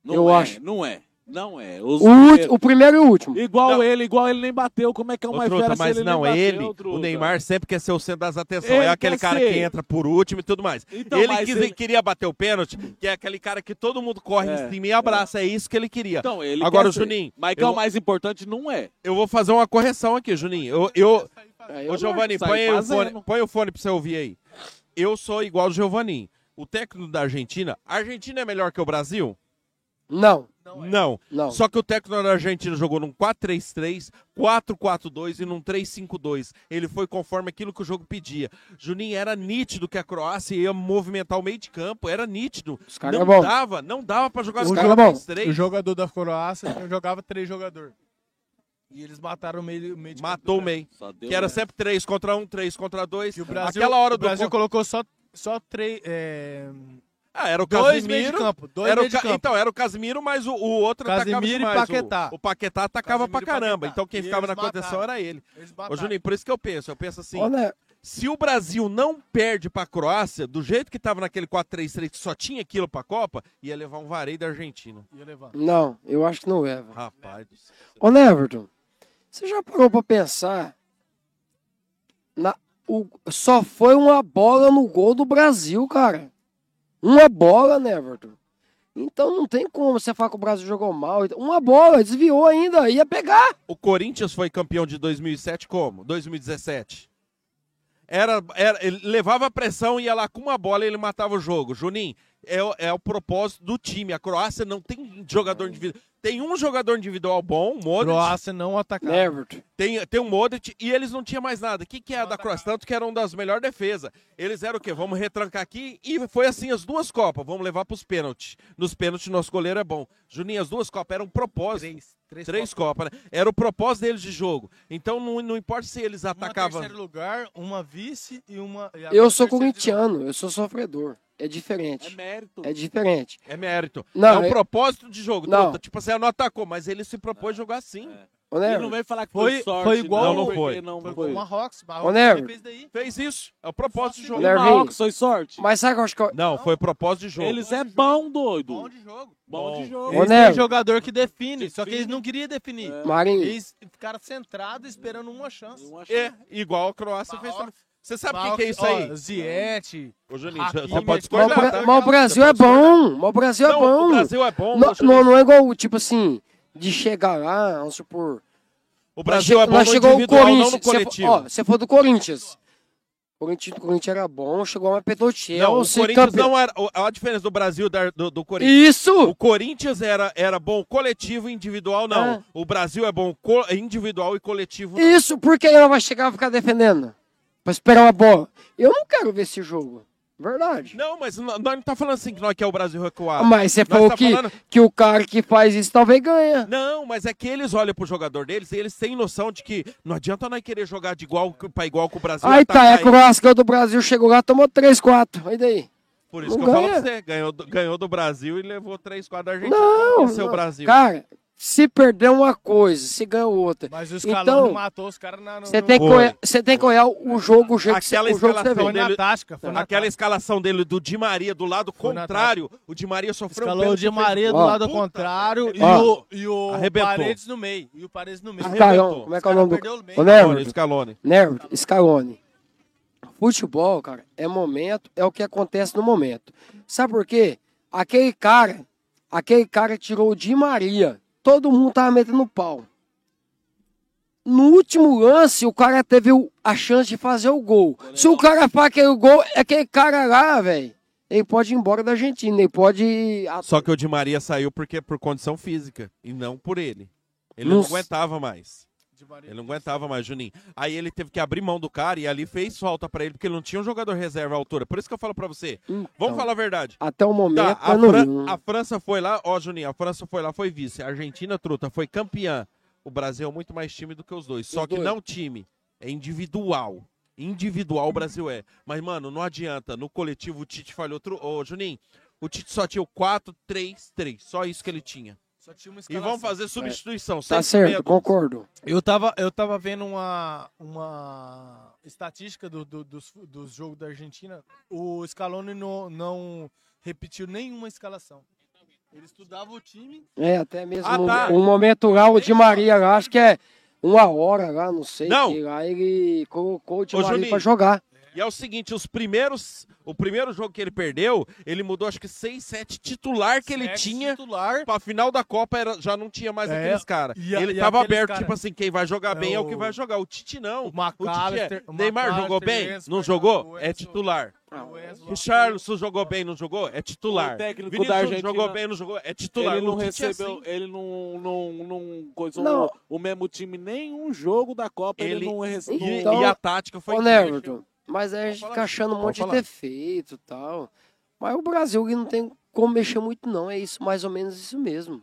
B: Não
G: eu
B: é,
G: acho.
B: Não é. Não é.
G: O,
B: Os
G: ulti-
B: primeiros-
G: o primeiro e o último.
B: Igual ele, igual ele nem bateu. Como é que é
A: Ô,
B: uma
A: Truta,
B: fera se
A: mas
B: ele
A: não,
B: nem bateu,
A: ele, o
B: Truta?
A: Neymar sempre quer ser o centro das atenções.
B: Ele
A: é aquele
B: quer
A: cara
B: ser.
A: que entra por último e tudo mais.
B: Então,
A: ele,
B: mas
A: quis-
B: ele-
A: queria bater o pênalti, que é aquele cara que todo mundo corre
B: É,
A: em cima e abraça. É isso que ele queria.
B: Então, ele
A: Agora,
B: quer
A: o
B: ser.
A: Juninho.
B: Mas que é o mais importante não é.
A: Eu vou fazer uma correção aqui, Juninho. Eu,
B: É,
A: eu...
B: eu
A: Ô, Giovanni,
B: saí
A: põe, aí o
B: fazendo.
A: fone, põe o fone pra você ouvir aí. Eu sou igual o Giovanni. O técnico da Argentina. A Argentina é melhor que o Brasil?
G: Não.
B: é.
A: Não. Só que o técnico da Argentina jogou num 4-3-3, 4-4-2 e num 3-5-2. Ele foi conforme aquilo que o jogo pedia. Juninho, era nítido que a Croácia ia movimentar o meio de campo, era nítido.
G: caras
A: não
G: é bom.
A: dava, não dava pra jogar os
G: Os
A: caras
G: caras é bom.
A: 3-3.
K: O jogador da Croácia um tinha- jogava três jogadores. E eles mataram o meio, o meio de
A: Matou o meio. Que
K: um
A: era sempre 3 contra 1, 3 contra 2.
K: O Brasil,
A: Aquela hora
K: o Brasil
A: do... con-
K: colocou só, só três. é,
A: Ah, era o
K: dois
A: Casimiro.
K: meio de campo. Dois
A: era o
K: meio de
A: Ca-
K: campo.
A: Então, era o Casimiro, mas o, o outro atacava
K: Casimiro e
A: demais. o-
K: Paquetá.
A: O, Paquetá atacava
K: Casimiro e
A: pra caramba.
K: Paquetá.
A: Então quem
K: E
A: ficava na
K: eles
A: contenção
K: mataram.
A: era ele.
K: Eles
A: Ô,
K: mataram.
A: Juninho, por isso que eu penso. Eu penso assim.
G: Olha-
A: Se o Brasil não perde pra Croácia, do jeito que tava naquele 4-3-3, que só tinha aquilo pra Copa, ia levar um vareio da Argentina.
K: Ia levar.
G: Não, eu acho que não é. velho.
A: Rapaz do céu.
G: Ô, Neverton, você já parou pra pensar? Na, o, só foi uma bola no gol do Brasil, cara. Uma bola, Neverton. Então não tem como você falar que o Brasil jogou mal. Uma bola, desviou ainda, ia pegar.
A: O Corinthians foi campeão de 2007 como? 2017. Era, era, ele levava a pressão, ia lá com uma bola e ele matava o jogo. Juninho, é, o- é o propósito do time. A Croácia não tem jogador individual. Tem um jogador individual bom, o Modric.
K: Croácia não atacava.
A: Tem, tem um Modric e eles não tinham mais nada. O que, que é a da Croácia? Tanto que era uma das melhores defesas. Eles eram o quê? Vamos retrancar aqui e foi assim as duas Copas. Vamos levar para os pênaltis. Nos pênaltis nosso goleiro é bom. Juninho, as duas Copas eram um propósito. Três,
K: três
A: Copas. né? Era o propósito deles de jogo. Então não, não importa se eles
K: Uma
A: atacavam.
K: terceiro lugar, uma vice e uma. e a-
G: Eu sou corintiano, eu sou sofredor. É diferente. É
B: mérito.
G: É diferente.
A: É mérito.
G: Não,
A: é um
G: eu-
A: propósito de jogo.
G: Não.
A: Truta. Tipo assim, ela não atacou, mas ele se propôs a jogar assim.
G: Ô,
A: Ele
G: Neverton,
B: falar
A: que foi sorte,
K: foi igual
A: não, não
K: porque
A: foi.
B: não
K: Foi
A: foi.
K: com o Marrocos.
A: Ô,
K: Marrocos
A: Never.
K: fez daí.
A: Fez isso. É o propósito de jogo.
G: Nervinho.
A: Marrocos,
B: foi sorte.
G: Mas sabe o que eu acho que. eu-
A: Não, foi propósito de jogo.
B: Eles é bom, doido. Bom
K: de jogo.
B: Bom, de jogo.
K: Eles
G: Never.
K: têm jogador que define, só que eles não queriam definir.
G: Marinho.
K: Eles ficaram centrados esperando uma chance.
A: É, igual a Croácia fez também. Você sabe o que, que é isso
K: Ó,
A: aí?
K: Ziete.
A: Ô, Juninho, você
K: Hakimi,
A: pode
G: Mas
A: discordar,
G: o Bra-
A: tá?
G: mas o Brasil é bom. Mas o Brasil é
A: Não,
G: bom.
A: o Brasil é bom,
G: Não,
A: mas-
G: não, não é igual, tipo assim, de chegar lá, vamos supor.
A: O Brasil é bom
G: nós
A: no
G: chegou o
A: individual, não
G: Corinthians.
A: no
G: Você for-
A: coletivo.
G: ó, Você for do Corinthians. O Corinthians, o Corinthians era bom, chegou uma Petotinha.
A: Não, o Corinthians
G: campeão.
A: não era. o- A diferença do Brasil da- do, do Corinthians.
G: Isso!
A: O Corinthians era, era bom coletivo e individual, não.
G: É.
A: O Brasil é bom co- individual e coletivo. não. é-
G: Isso, porque ela vai chegar e ficar defendendo. Pra esperar uma bola. Eu não quero ver esse jogo. Verdade.
A: Não, mas n- nós não tá falando assim que nós quer o Brasil recuar.
G: Mas você
A: Nós
G: falou
A: tá
G: que,
A: falando-
G: que o cara que faz isso talvez ganha.
A: Não, mas é que eles olham pro jogador deles e eles têm noção de que não adianta nós querer jogar de igual co- pra igual com o Brasil.
G: Aí tá,
A: atacar
G: é
A: ele.
G: Croácia ganhou do Brasil, chegou lá, tomou 3, 4. Aí daí.
A: Por isso
G: Não
A: que eu
G: ganha.
A: falo pra você, ganhou, do- ganhou do Brasil e levou 3, 4 da Argentina.
G: Não,
A: Esse é o
G: não.
A: Brasil.
G: Cara, se perder uma coisa, se ganhar outra.
K: Mas o Scaloni
G: então,
K: matou os caras na. no-
G: você
K: no-
G: tem, que olhar- você tem que olhar o jogo, o jeito que você-
A: Aquela
G: o jogo que você
A: escalação
G: vê.
A: dele,
K: tática, foi na
A: aquela escalação dele do Di Maria do lado contrário, o Di Maria sofreu
K: Escalou o
A: pênalti,
K: Di
A: fez-
K: Maria do
A: Ó. é
K: lado contrário e
A: Ó.
K: o, e o
A: Arrebentou.
K: Paredes no meio. E o Paredes no meio.
G: Escalão, como é que é o nome do. Ô, Nervo,
A: Scaloni.
G: Nervo, Scaloni. Futebol, cara, é momento, é o que acontece no momento. Sabe por quê? Aquele cara, aquele cara tirou o Di Maria. Todo mundo tava metendo pau. no último lance, o cara teve o- a chance de fazer o gol. Se o cara faz aquele gol, é aquele cara lá, velho. Ele pode ir embora da Argentina, ele pode.
A: Só que o Di Maria saiu porque por condição física e não por ele. Ele não,
G: Não s-
A: aguentava mais. Ele não aguentava mais, Juninho. Aí ele teve que abrir mão do cara e ali fez falta pra ele, porque ele não tinha um jogador reserva à altura. Por isso que eu falo pra você.
G: Hum. Então.
A: Vamos falar a verdade.
G: Até o momento,
A: Tá, a,
G: eu não né?
A: Fran-
G: vi, não.
A: a França foi lá, ó, Juninho, a França foi lá, foi vice. A Argentina, truta, foi campeã. O Brasil é muito mais time do que os dois. Só
G: Os
A: que
G: dois.
A: não time, é individual. Individual o Brasil é. Mas, mano, não adianta. No coletivo o Tite falhou. Tru... Ô, Juninho, o Tite só tinha o 4-3-3. Só isso que ele tinha.
K: Só tinha uma
A: E
K: escalação. É.
A: vão fazer substituição.
G: Tá
A: sem
G: certo,
A: medo.
G: concordo.
K: Eu tava, eu tava vendo uma, uma estatística do, do- dos, dos jogos da Argentina. O Scaloni não, não repetiu nenhuma escalação. Ele estudava o time.
G: É, até mesmo
K: Ah, tá.
G: um momento lá, o Di Maria lá, acho que é uma hora lá, não sei.
A: Não.
G: Que, lá ele colocou o Di
A: Ô,
G: Maria
A: Juninho.
G: pra jogar.
A: E é o seguinte, os primeiros, o primeiro jogo que ele perdeu, ele mudou acho que 6, 7 titular que ele tinha.
K: Titular.
A: Pra final da Copa era, já não tinha mais
K: É,
A: aqueles caras.
K: e a-
A: Ele
K: e
A: tava
K: aqueles
A: aberto,
K: cara-
A: tipo assim, quem vai jogar
K: É
A: bem é o
K: o-
A: que vai jogar. O Tite não. O, Tite
K: McAllister-
A: é.
K: o
A: Neymar jogou
K: McAllister,
A: bem?
K: Enzo,
A: Não jogou? É titular. O Charlson jogou bem, não jogou? É titular.
B: O técnico
A: Vinícius
B: da Argentina-
A: jogou bem, não jogou? É titular.
B: Ele não
A: O Tite é assim.
B: recebeu, ele não, não, não coisou
G: Não.
B: o mesmo time nenhum jogo da Copa, ele,
A: Ele-
B: não recebeu.
A: e- e a tática
G: Então, Ô, Neverton, mas aí a gente fica achando um monte de defeito e tal. Mas o Brasil que não tem como mexer muito, não. É isso, mais ou menos isso mesmo.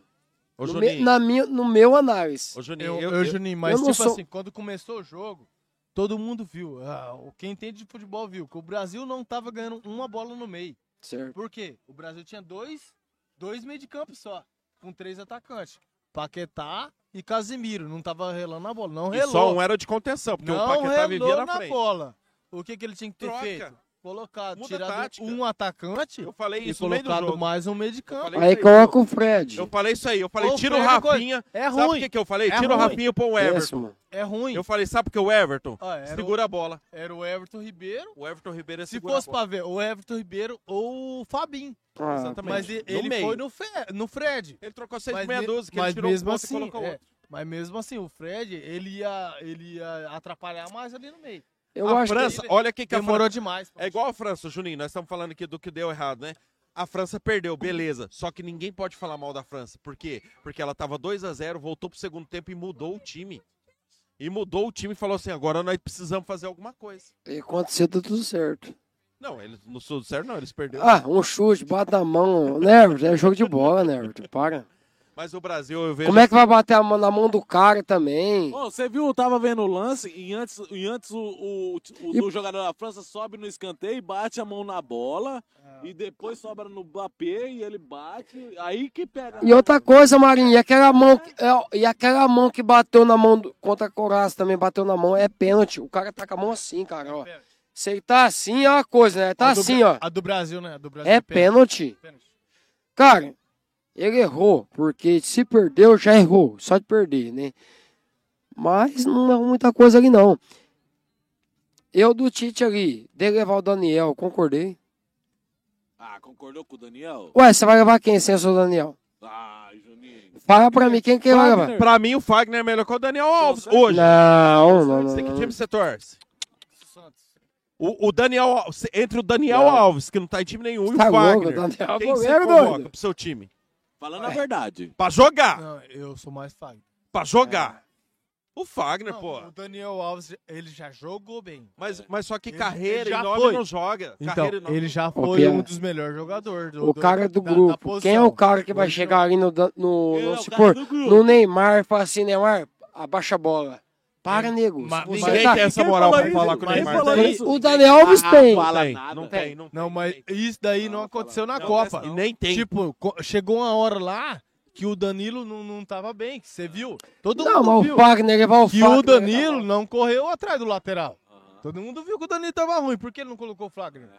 A: Ô,
G: no,
A: Juninho.
G: me, na minha, no meu análise.
A: Ô, Juninho,
K: Eu,
A: eu-
K: eu,
A: eu-
K: Juninho,
G: eu
K: mas
G: não
K: tipo
G: sou-
K: assim, quando começou o jogo, todo mundo viu. Ah, o- quem entende de futebol viu que o Brasil não tava ganhando uma bola no meio.
G: Certo.
K: Por quê? O Brasil tinha dois, dois meio de campo só, com três atacantes. Paquetá e Casimiro. Não tava relando a bola. Não
A: E
K: relou.
A: só um era de contenção, porque
K: não
A: o Paquetá
K: relou
A: vivia na,
K: na
A: frente.
K: bola. O que, que ele tinha que ter
A: Troca.
K: feito? Colocado,
A: Muda a
K: tirado
A: tática.
K: um atacante
A: Eu falei
K: e
A: isso no meio do
K: colocado
A: jogo.
K: mais um meio de campo.
G: Aí coloca o Fred.
A: Eu falei isso aí, eu falei,
K: Ô,
A: tira o
K: Fred,
A: Rafinha.
K: coi- é
A: Sabe
K: ruim.
A: o que, que eu falei?
K: É
A: tira o
K: ruim.
A: Rafinha e põe o Everton.
G: Péssimo.
K: É ruim.
A: Eu falei, sabe porque o Everton
K: Ah, era
A: segura a bola.
K: Era o Everton Ribeiro.
A: O Everton Ribeiro é
K: Se fosse pra ver, o Everton Ribeiro ou o Fabinho.
A: Ah, Exatamente.
K: Mas e-
A: No
K: ele
A: meio.
K: foi no, Fe, no Fred.
A: Ele trocou seis
K: Mas
A: meia
K: me-
A: dúzia, que ele
K: mas
A: tirou um
K: mesmo
A: ponto e
K: assim,
A: colocou
K: é,
A: outro.
K: Mas mesmo assim, o Fred, ele ia, ele ia atrapalhar mais ali no meio.
G: Eu
A: a
G: acho que-
A: França, olha o que, que a
K: Demorou
A: França...
K: demais.
A: É igual a França, Juninho, nós estamos falando aqui do que deu errado, né? A França perdeu, beleza. Só que ninguém pode falar mal da França. Por quê? Porque ela tava 2 a 0 voltou pro segundo tempo e mudou o time. E mudou o time e falou assim, agora nós precisamos fazer alguma coisa.
G: E aconteceu tá tudo certo.
A: Não, eles não sou certo não, eles perderam.
G: Ah, um chute, bate a mão. Neverton, é jogo de bola, Neverton. Para.
A: Mas o Brasil, eu vejo... assim,
G: Como é
B: assim.
G: que vai bater a mão na mão do cara também?
B: Ô, você viu, eu tava vendo o lance e antes, e antes o, o, o- do jogador da França sobe no escanteio, bate a mão na bola e depois sobra no Mbappé e ele bate, aí que pega.
G: E outra coisa, Marinho, e aquela mão que, é, e aquela mão que bateu na mão do, contra a Coraça também bateu na mão, é pênalti. O cara tá com a mão assim, cara, ó. Se ele tá assim, é uma coisa, né? Tá
K: A do
G: assim,
K: Bra-
G: ó.
K: A do Brasil, né? A do Brasil
G: É pênalti. Cara, ele errou, porque se perdeu, já errou. Só de perder, né? Mas não é muita coisa ali, não. Eu do Tite ali, de levar o Daniel, concordei.
B: Ah, concordou com o Daniel?
G: Ué, você vai levar quem sem o seu Daniel?
B: Ah, Juninho.
G: Fala pra mim, quem que é, vai levar?
A: Pra mim, o Fagner é melhor que o Daniel Alves hoje.
G: Não, um, não, não.
A: Você que
G: não.
A: time você torce? O, o Daniel, Al- cê- entre o Daniel Alves, que não tá em time nenhum, e o
G: Tá louco,
A: Fagner.
G: o Daniel
A: quem
G: é
A: você
G: goleiro,
A: convoca
G: doido.
A: pro seu time?
B: Falando a verdade.
A: Pra jogar,
K: Não, eu sou mais Fagner.
A: pra jogar. O Fagner, pô.
K: É. O Daniel Alves, ele já jogou bem. É.
A: Mas, mas só que
K: Ele-
A: carreira
K: ele já
A: e nome
K: foi.
A: não joga.
K: Então,
A: carreira e nome
K: ele
A: não-
K: já
G: Ô,
K: foi
G: Pia,
K: um dos melhores jogadores. do-
G: O cara do
K: da- da
G: grupo. Quem é o
K: posição.
G: cara que vai
K: Hoje
G: chegar ali no, dan- no,
K: Ele é
G: no,
K: o
G: se
K: cara
G: pôr,
K: do grupo.
G: no Neymar e falar assim, Neymar, abaixa a bola. Para, nego.
K: Mas-
G: Você tá
K: ninguém tem essa
G: Quem
K: moral
G: falou
K: pra
G: isso?
K: falar que o
G: Quem
K: Neymar
G: falou
K: tem.
G: isso? O Daniel Alves
K: Ah,
G: tem.
K: fala
A: Tem,
K: nada.
A: não tem, não
K: Não, mas isso daí não, aconteceu na
A: Não,
K: Copa.
A: mas não. E nem tem.
K: Tipo, co- chegou uma hora lá que o Danilo não, não tava bem, que você viu? Todo
G: Não,
K: mundo
G: mas
K: viu.
G: o Fagner levar o tá
K: que
G: Fagner. né?
K: o Danilo não correu atrás do lateral. Todo mundo viu que o Danilo tava ruim. Por que ele não colocou o Fagner?
A: É.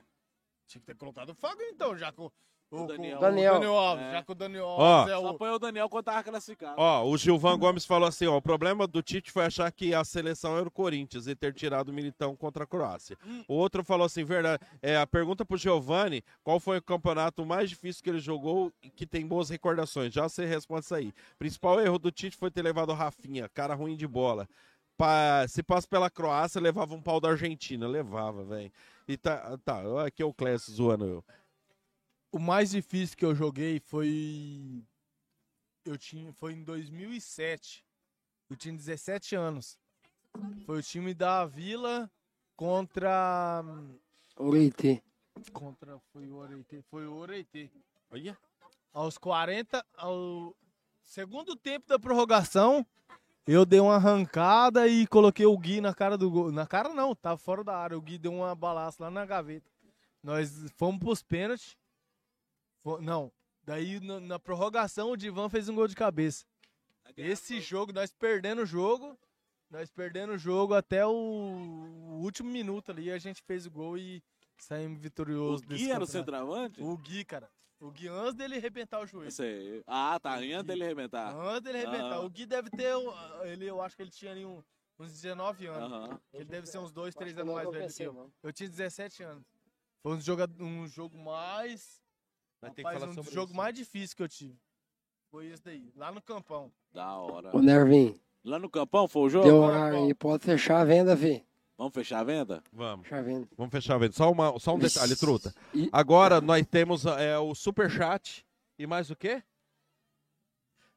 K: Tinha que ter colocado o Fagner então, já com o, com-
B: Daniel.
K: o Daniel. Alves.
B: É.
K: Já que o Daniel
A: Ó.
K: Alves é
B: Só
K: o...
B: põe o Daniel quando tava classificado.
A: Ó, o Gilvan Gomes falou assim, ó, o problema do Tite foi achar que a seleção era o Corinthians e ter tirado o Militão contra a Croácia. O outro falou assim, verdade, é, a pergunta pro Giovanni, qual foi o campeonato mais difícil que ele jogou e que tem boas recordações? Já você responde isso aí. Principal erro do Tite foi ter levado o Rafinha, cara ruim de bola. pa- se passa pela Croácia, levava um pau da Argentina. Levava, velho. E tá, tá, ó, aqui é o Clécio zoando eu.
K: O mais difícil que eu joguei foi. Eu tinha. Foi em 2007. Eu tinha 17 anos. Foi o time da Vila contra. hum,
G: Oreite.
K: Contra. Foi o Oreite. Foi o Oreite.
A: Olha.
K: Aos 40. Ao segundo tempo da prorrogação, eu dei uma arrancada e coloquei o Gui na cara do gol. Na cara não, tava fora da área. O Gui deu uma balaça lá na gaveta. Nós fomos pros pênaltis. Fo- Não. Daí na, na prorrogação o Divan fez um gol de cabeça. Esse jogo, nós perdendo o jogo. Nós perdendo o jogo até o, o último minuto ali. A gente fez o gol e saímos vitorioso.
B: O
K: desse
B: Gui era o
K: campeonato.
B: centroavante?
K: O Gui, cara. O Gui antes dele arrebentar o joelho.
B: Eu sei. Ah, tá. Antes dele arrebentar.
K: Antes dele arrebentar.
B: Ah.
K: O Gui deve ter. um- Ele, eu acho que ele tinha ali um- uns 19 anos.
B: Aham.
K: Ele deve ser uns 2,
B: Acho
K: 3
B: que eu
K: anos
B: não
K: mais velho que
B: pensei,
K: eu.
B: não.
K: Eu tinha 17 anos. Foi um jogo, um jogo mais.
A: Vai ter que
K: rapaz,
A: falar
K: um dos
A: sobre
K: jogos
A: isso.
K: mais difíceis que eu tive. Foi isso daí. Lá no campão.
B: Da hora.
G: Ô, Nervinho.
B: Lá no campão foi o jogo?
G: Deu horário aí. Pode fechar a venda, fi.
B: Vamos fechar a venda?
A: Vamos.
G: Fechar a venda.
A: Vamos fechar a venda. Só, uma, só um detalhe, truta. Agora nós temos é, o superchat e mais o quê?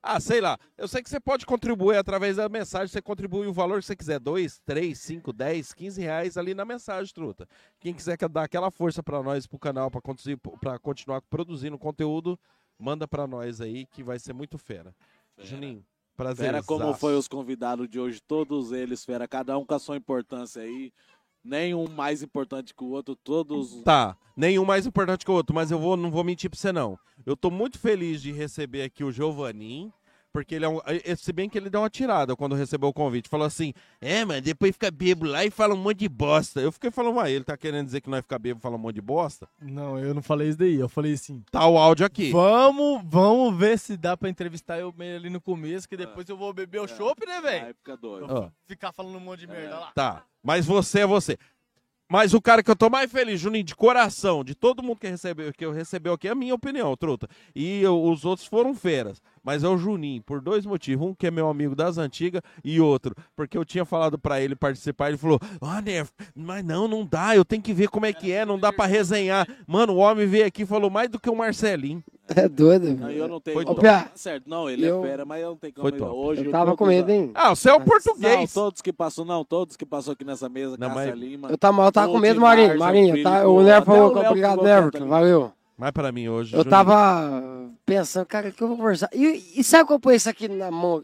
A: Ah, sei lá. Eu sei que você pode contribuir através da mensagem. Você contribui o valor que você quiser. 2, 3, 5, 10, 15 reais ali na mensagem, truta. Quem quiser que- dar aquela força pra nós, pro canal, pra, conduzir- pra continuar produzindo conteúdo, manda pra nós aí que vai ser muito fera. Juninho, prazer.
B: Fera como foi os convidados de hoje, todos eles, fera, cada um com a sua importância aí. Nenhum mais importante que o outro, todos.
A: Tá, nenhum mais importante que o outro, mas eu vou, não vou mentir pra você não. Eu tô muito feliz de receber aqui o Giovanin, porque ele é um. eh, Se bem que ele deu uma tirada quando recebeu o convite. Falou assim: é, mano, depois fica bebo lá e fala um monte de bosta. Eu fiquei falando, ué, ele tá querendo dizer que nós fica bebo e fala um monte de bosta?
K: Não, eu não falei isso daí. Eu falei assim.
A: Tá o áudio aqui.
K: Vamos, vamos ver se dá pra entrevistar eu meio ali no começo,
A: É.
K: que depois eu vou beber o chopp, né, velho?
B: época doida.
A: Ó.
K: Ficar falando um monte de merda lá.
A: Tá, mas você é você. Mas o cara que eu tô mais feliz, Juninho, de coração, de todo mundo que recebeu, que eu recebeu aqui, é a minha opinião, truta. E eu- os outros foram feras. Mas é o Juninho, por dois motivos. Um que é meu amigo das antigas e outro, porque eu tinha falado pra ele participar, ele falou, ah, Nerf, mas não, não dá, eu tenho que ver como é que é, não dá pra resenhar. Mano, o homem veio aqui e falou mais do que o Marcelinho.
G: É doido,
B: Não, eu não tenho
A: Foi
B: como.
A: top.
B: Tá certo, não, ele
A: Eu-
B: é fera, mas eu não tenho como.
A: Foi top.
B: Hoje
A: Eu tava
B: todos
A: com medo,
B: a-
A: hein? Ah, o céu é o português.
B: Não, todos que passou, não, todos que passou aqui nessa mesa,
A: Não, mas-
B: Cássia Lima.
G: Eu tava, eu tava com
B: Ruth,
G: medo, Marinho.
B: Márcia,
G: Marinho,
B: Filipe,
G: tá, o Nervo
B: até
G: falou
B: o
G: que
B: Léo
G: obrigado,
B: ficou quieto
G: Nervo. Valeu.
A: Mas pra mim hoje,
G: Eu
A: Juninho,
G: tava pensando, cara, o que eu vou conversar? E, e sabe que eu ponho isso aqui na mão,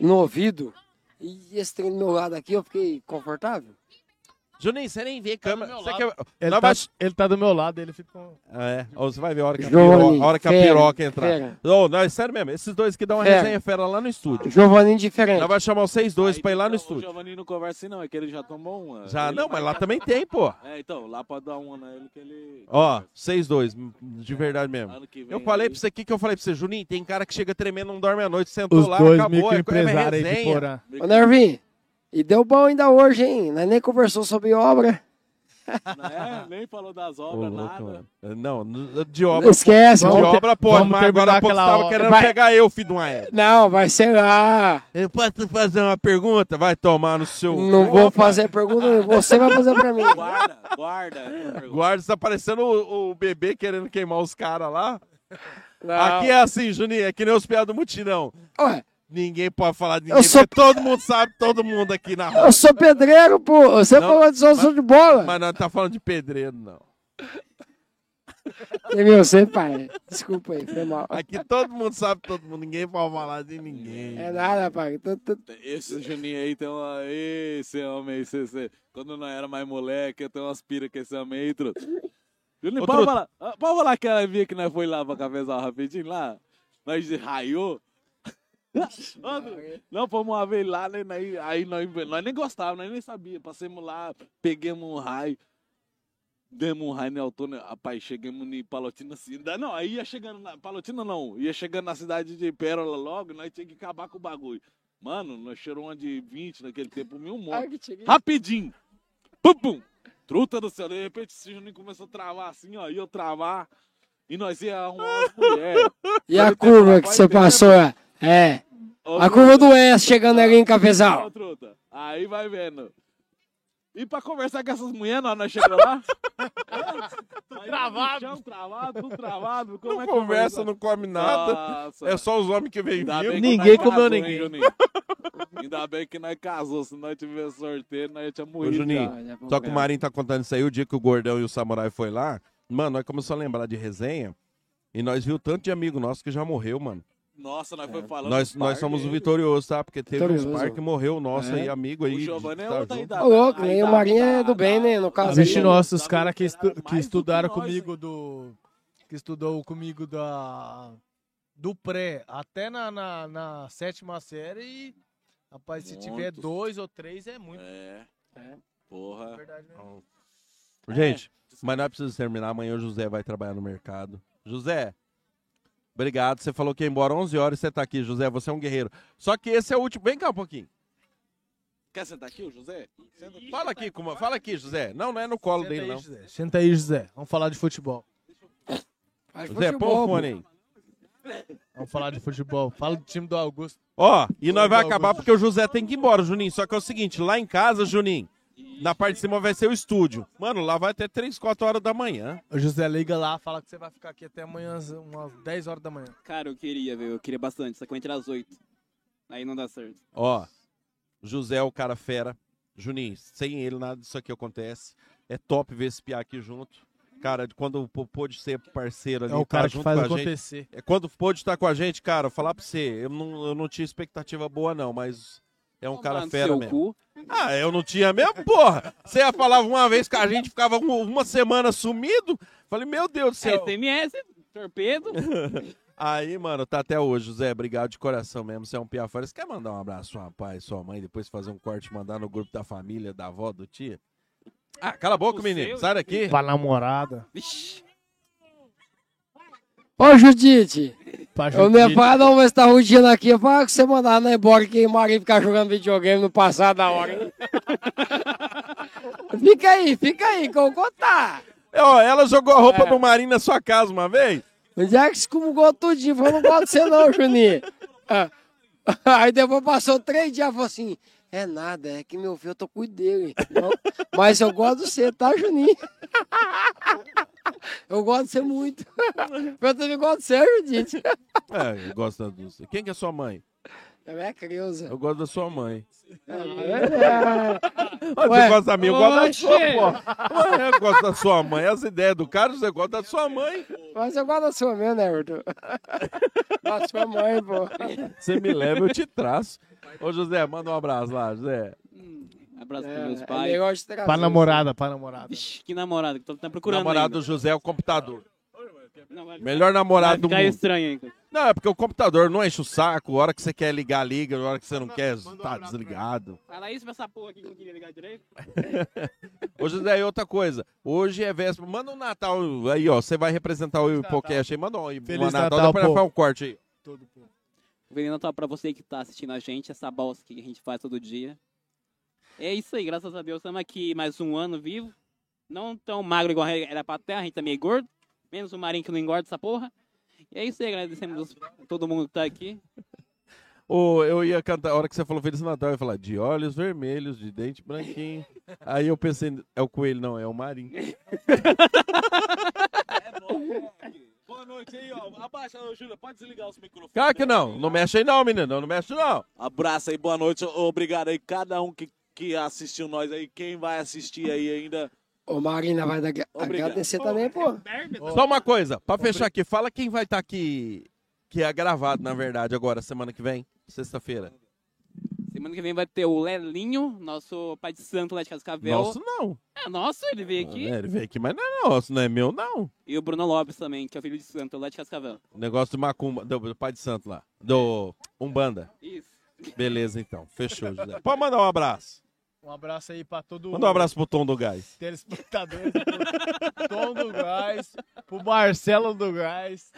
G: no ouvido? E esse trem do meu lado aqui, eu fiquei confortável?
A: Juninho, você nem vê câmera. Você quer...
K: Ele,
A: Nós
K: tá,
A: vai-
K: ele tá do meu lado, ele fica com.
A: É, ó, você vai ver a hora que a,
G: Giovanni,
A: piro- a hora que a
G: fera,
A: piroca entrar.
G: fera.
A: Ô, não, é sério mesmo, esses dois que dão uma
G: Fera.
A: resenha fera lá no estúdio.
G: Giovanni diferente.
A: Nós vai chamar vocês dois pra ir lá no
B: O
A: estúdio.
B: Giovanni não conversa assim, não, é que ele já tomou uma.
A: Já,
B: Ele
A: não,
B: vai-
A: mas lá também tem, pô.
B: É, então, lá pode dar uma nele que ele.
A: Ó, vocês dois, de verdade mesmo.
B: Ano que vem
A: Eu falei
B: aí.
A: pra você aqui que eu falei pra você, Juninho, tem cara que chega tremendo, não dorme a noite, sentou
K: Os
A: lá,
K: dois
A: acabou, é- é
K: microempresários aí de
A: resenha.
K: Porã.
G: Ô, Nervinho, e deu bom ainda hoje, hein? Nós nem conversou sobre obra.
B: É, nem falou das
A: Ô,
B: obras,
A: louco,
B: nada.
A: mano. Não, n- de obra.
G: Esquece,
A: de
G: vamos ter-
A: obra, pô,
G: vamos
A: mas agora
G: terminar
A: há pouco você
G: aquela
A: tava
G: obra.
A: querendo
G: Vai.
A: pegar eu, filho de uma égua.
G: Não, vai ser lá.
A: Eu posso fazer uma pergunta? Vai tomar no seu.
G: Não vou fazer pergunta, nenhuma, você vai fazer pra mim.
B: Guarda, é guarda.
A: Guarda, tá parecendo o, o bebê querendo queimar os caras lá.
G: Não.
A: Aqui é assim, Juninho, é que nem os piados do mutirão.
G: Ué.
A: Ninguém pode falar de ninguém,
G: Eu sou-
A: porque todo mundo sabe, todo mundo aqui na roda.
G: Eu sou pedreiro, pô. Você
A: Não,
G: falou de solução
A: mas-
G: de bola.
A: Mas não tá falando de pedreiro, não.
G: Entendeu? Você, pai. Desculpa aí, foi mal.
A: Aqui todo mundo sabe, todo mundo, ninguém pode falar de ninguém.
G: É nada, pai. Tô- tô-
B: Esse Juninho aí tem uma. Esse homem aí, você, você- quando não era mais moleque, eu tenho umas piras com esse homem aí, truta. Juninho,
A: Ô,
B: pode
A: truta.
B: falar, ah, pode falar aquela via que nós foi lá pra cafezal rapidinho lá? Nós raiou. Mano, não, fomos uma vez lá, né? Aí, aí nós, nós nem gostávamos, nós nem sabíamos. Passamos lá, pegamos um raio. Demos um raio no autônomo, rapaz, chegamos em Palotina cidade. Não, aí ia chegando na. Palotina não, ia chegando na cidade de Pérola logo, nós tinha que acabar com o bagulho. Mano, nós cheirou uma de 20 naquele tempo, um mil
G: Ai,
B: monte.
G: que cheguei.
B: Rapidinho! Pum, pum! Truta do céu, de repente esse Juninho começou a travar assim, ó, ia travar. E nós ia arrumar as mulheres.
G: E a curva que você passou, é? É.
B: Ô,
G: A curva do S chegando ali em Cafezal.
B: Ô, truta, Aí vai vendo. E pra conversar com essas mulheres, nós, nós chegamos lá?
K: Tá
B: Aí,
A: travado.
B: no Chão, travado, tudo travado. Como
A: Não
B: é que
A: conversa, não come nada.
B: Nossa.
A: É só os homens que vêm
B: Ainda bem
A: vindo.
B: que nós casou, hein, Juninho? Ainda bem que nós casou, se nós tivesse sorteio, nós tínhamos
A: Ô,
B: morrido.
A: Juninho,
B: já.
A: só que o Marinho tá contando isso aí, o dia que o Gordão e o Samurai foi lá, mano, nós começamos a lembrar de resenha e nós viu tanto de amigo nosso que já morreu, mano.
B: Nossa, nós foi falando.
A: Nós,
B: do
A: nós
B: parque.
A: somos o vitorioso, tá? Porque teve
G: Vitorioso.
A: uns par que morreu nosso
G: É.
A: aí, amigo aí. tá
B: O Giovanni é outro aí da.
G: Ô, louco, né? E o Marinho é do bem, né? No
K: Os
G: caso aí.
K: bichos nossos, os caras que, estu- que estudaram comigo do. Que estudou comigo da. Do pré até na, na, na sétima série. Rapaz, se tiver
B: Muitos.
K: dois ou três é muito. É
B: É. Porra.
K: Verdade né?
B: né?
A: Gente, mas nós precisamos terminar. Amanhã o José vai trabalhar no mercado. José, obrigado. Você falou que ia embora 11 horas e você tá aqui, José. Você é um guerreiro. Só que esse é o último. Vem cá um pouquinho.
B: Quer sentar aqui, o José? Senta aqui.
A: Fala aqui, Kuma. Fala aqui, José. Não, não é no colo dele, não.
K: José. Senta aí, José. Vamos falar de futebol.
A: José, põe o fone aí.
K: Vamos falar de futebol. Fala do time do Augusto.
A: Ó, e nós
K: Fala
A: vai
K: do
A: acabar
K: Augusto.
A: porque o José tem que ir embora, Juninho. Só que é o seguinte, lá em casa, Juninho, na parte de cima vai ser o estúdio. Mano, lá vai até 3, 4 horas da manhã.
K: O José liga lá, fala que você vai ficar aqui até amanhã, às- umas 10 horas da manhã.
N: Cara, eu queria, velho. Eu queria bastante. Só que eu entrei às 8. Aí não dá certo.
A: Ó, José é o cara fera. Juninho, sem ele nada disso aqui acontece. É top ver esse piá aqui junto. Cara, de quando pô- pôde ser parceiro ali,
K: É o
A: tá
K: cara que
A: junto
K: faz
A: com a gente.
K: acontecer.
A: É quando pôde estar com a gente, cara, falar pra você, eu não, eu não tinha expectativa boa não, mas é um cara
N: no
A: fera
N: seu
A: mesmo. Ah, eu não tinha mesmo, porra. Você ia falava uma vez que a gente ficava um- uma semana sumido. Falei, meu Deus do céu.
N: SMS, torpedo.
A: Aí, mano, tá até hoje, José. Obrigado de coração mesmo. Você é um piafora. Você quer mandar um abraço, pro rapaz, sua mãe, depois fazer um corte e mandar no grupo da família, da avó, do tia? Ah, cala a boca, menino. Sai daqui.
K: Pra namorada.
G: Ô, Judite.
K: Pra
G: Eu não é
K: Judite.
G: para não, mas tá rugindo aqui. Para que você mandar nós embora que o Marinho ficar jogando videogame no passado da hora. hein? fica aí, fica aí, que eu vou contar.
A: É, Ó, ela jogou a roupa do Marinho na sua casa uma vez?
G: Mas é que se comungou tudinho. Falou, não gosto de você não, Juninho. Ah. Aí depois passou três dias e falou assim, é nada, é que meu filho, eu tô cuidando dele. Então, mas eu gosto de você, tá, Juninho? Eu gosto de você muito. Eu também gosto de você, Judite.
A: É, eu gosto da Dulce. Quem que é sua mãe?
G: É minha Creuza.
A: Eu gosto da sua mãe.
G: É.
A: Mas
G: Ué,
A: você gosta da minha, eu gosto da
G: oxe.
A: sua, pô. Ué, eu gosto da sua mãe. As ideias do cara, você gosta da sua mãe.
G: Mas eu gosto da sua mesmo, né, Arthur? Da sua mãe, pô.
A: Você me leva, eu te traço. Ô, José, manda um abraço lá, José.
N: Abraço
G: É,
N: pros meus
G: é
N: pais.
G: negócio de trazer.
K: Pra namorada, pra namorada.
N: Vixe, que namorada que eu tô tá procurando.
A: assim. Namorado
N: ainda.
A: do José é o computador.
N: Não, vai-
A: Melhor namorado do
N: Vai ficar
A: mundo.
N: estranho, hein? cara.
A: Não, é porque o computador não enche o saco. A hora que você quer ligar, liga. A hora que você não quer, tá desligado.
N: Fala isso pra essa porra aqui que eu não queria ligar direito.
A: Ô, José, e é outra coisa. Hoje é véspera. Manda um Natal aí, ó. Você vai representar o Hipocast aí. Manda um uma
K: Feliz
A: Natal.
K: Natal,
A: Dá pra
K: pô.
A: fazer um corte aí.
N: Feliz Natal pra você que tá assistindo a gente, essa bosta que a gente faz todo dia. É isso aí, graças a Deus, estamos aqui mais um ano vivo. Não tão magro igual era pra terra, a gente tá meio gordo. Menos o Marinho que não engorda essa porra. E é isso aí, agradecemos os- todo mundo que tá aqui.
A: Ô, eu ia cantar. A hora que você falou Feliz Natal, eu ia falar de olhos vermelhos, de dente branquinho. aí eu pensei, é o coelho, não, é o marinho.
B: É Boa noite aí, ó. Abaixa, ô, Júlia, pode desligar os microfones.
A: Cara que não. Não mexe aí, não, menino. Não mexe, não.
B: Abraço aí, boa noite. Obrigado aí, cada um que, que assistiu nós aí. Quem vai assistir aí ainda.
G: Ô, Marina, vai agra-
B: Obrigado.
G: agradecer também, pô.
A: Só uma coisa, pra fechar aqui, fala quem vai estar aqui, que é gravado, na verdade, agora, semana que vem, sexta-feira.
N: Semana que vem vai ter o Lelinho, nosso pai de santo lá de Cascavel.
A: Nosso não.
N: É nosso, ele veio aqui.
A: É, ele veio aqui, mas não é nosso, não é meu, não.
N: E o Bruno Lopes também, que é o filho de santo lá de Cascavel.
A: O negócio do Macumba, do, do Pai de Santo lá, do Umbanda.
N: Isso.
A: Beleza, então. Fechou, José. Pode mandar um abraço.
K: Um abraço aí pra todo
A: Manda um abraço pro Tom do Gás.
K: telespectadores, pro Tom do Gás, pro Marcelo do Gás,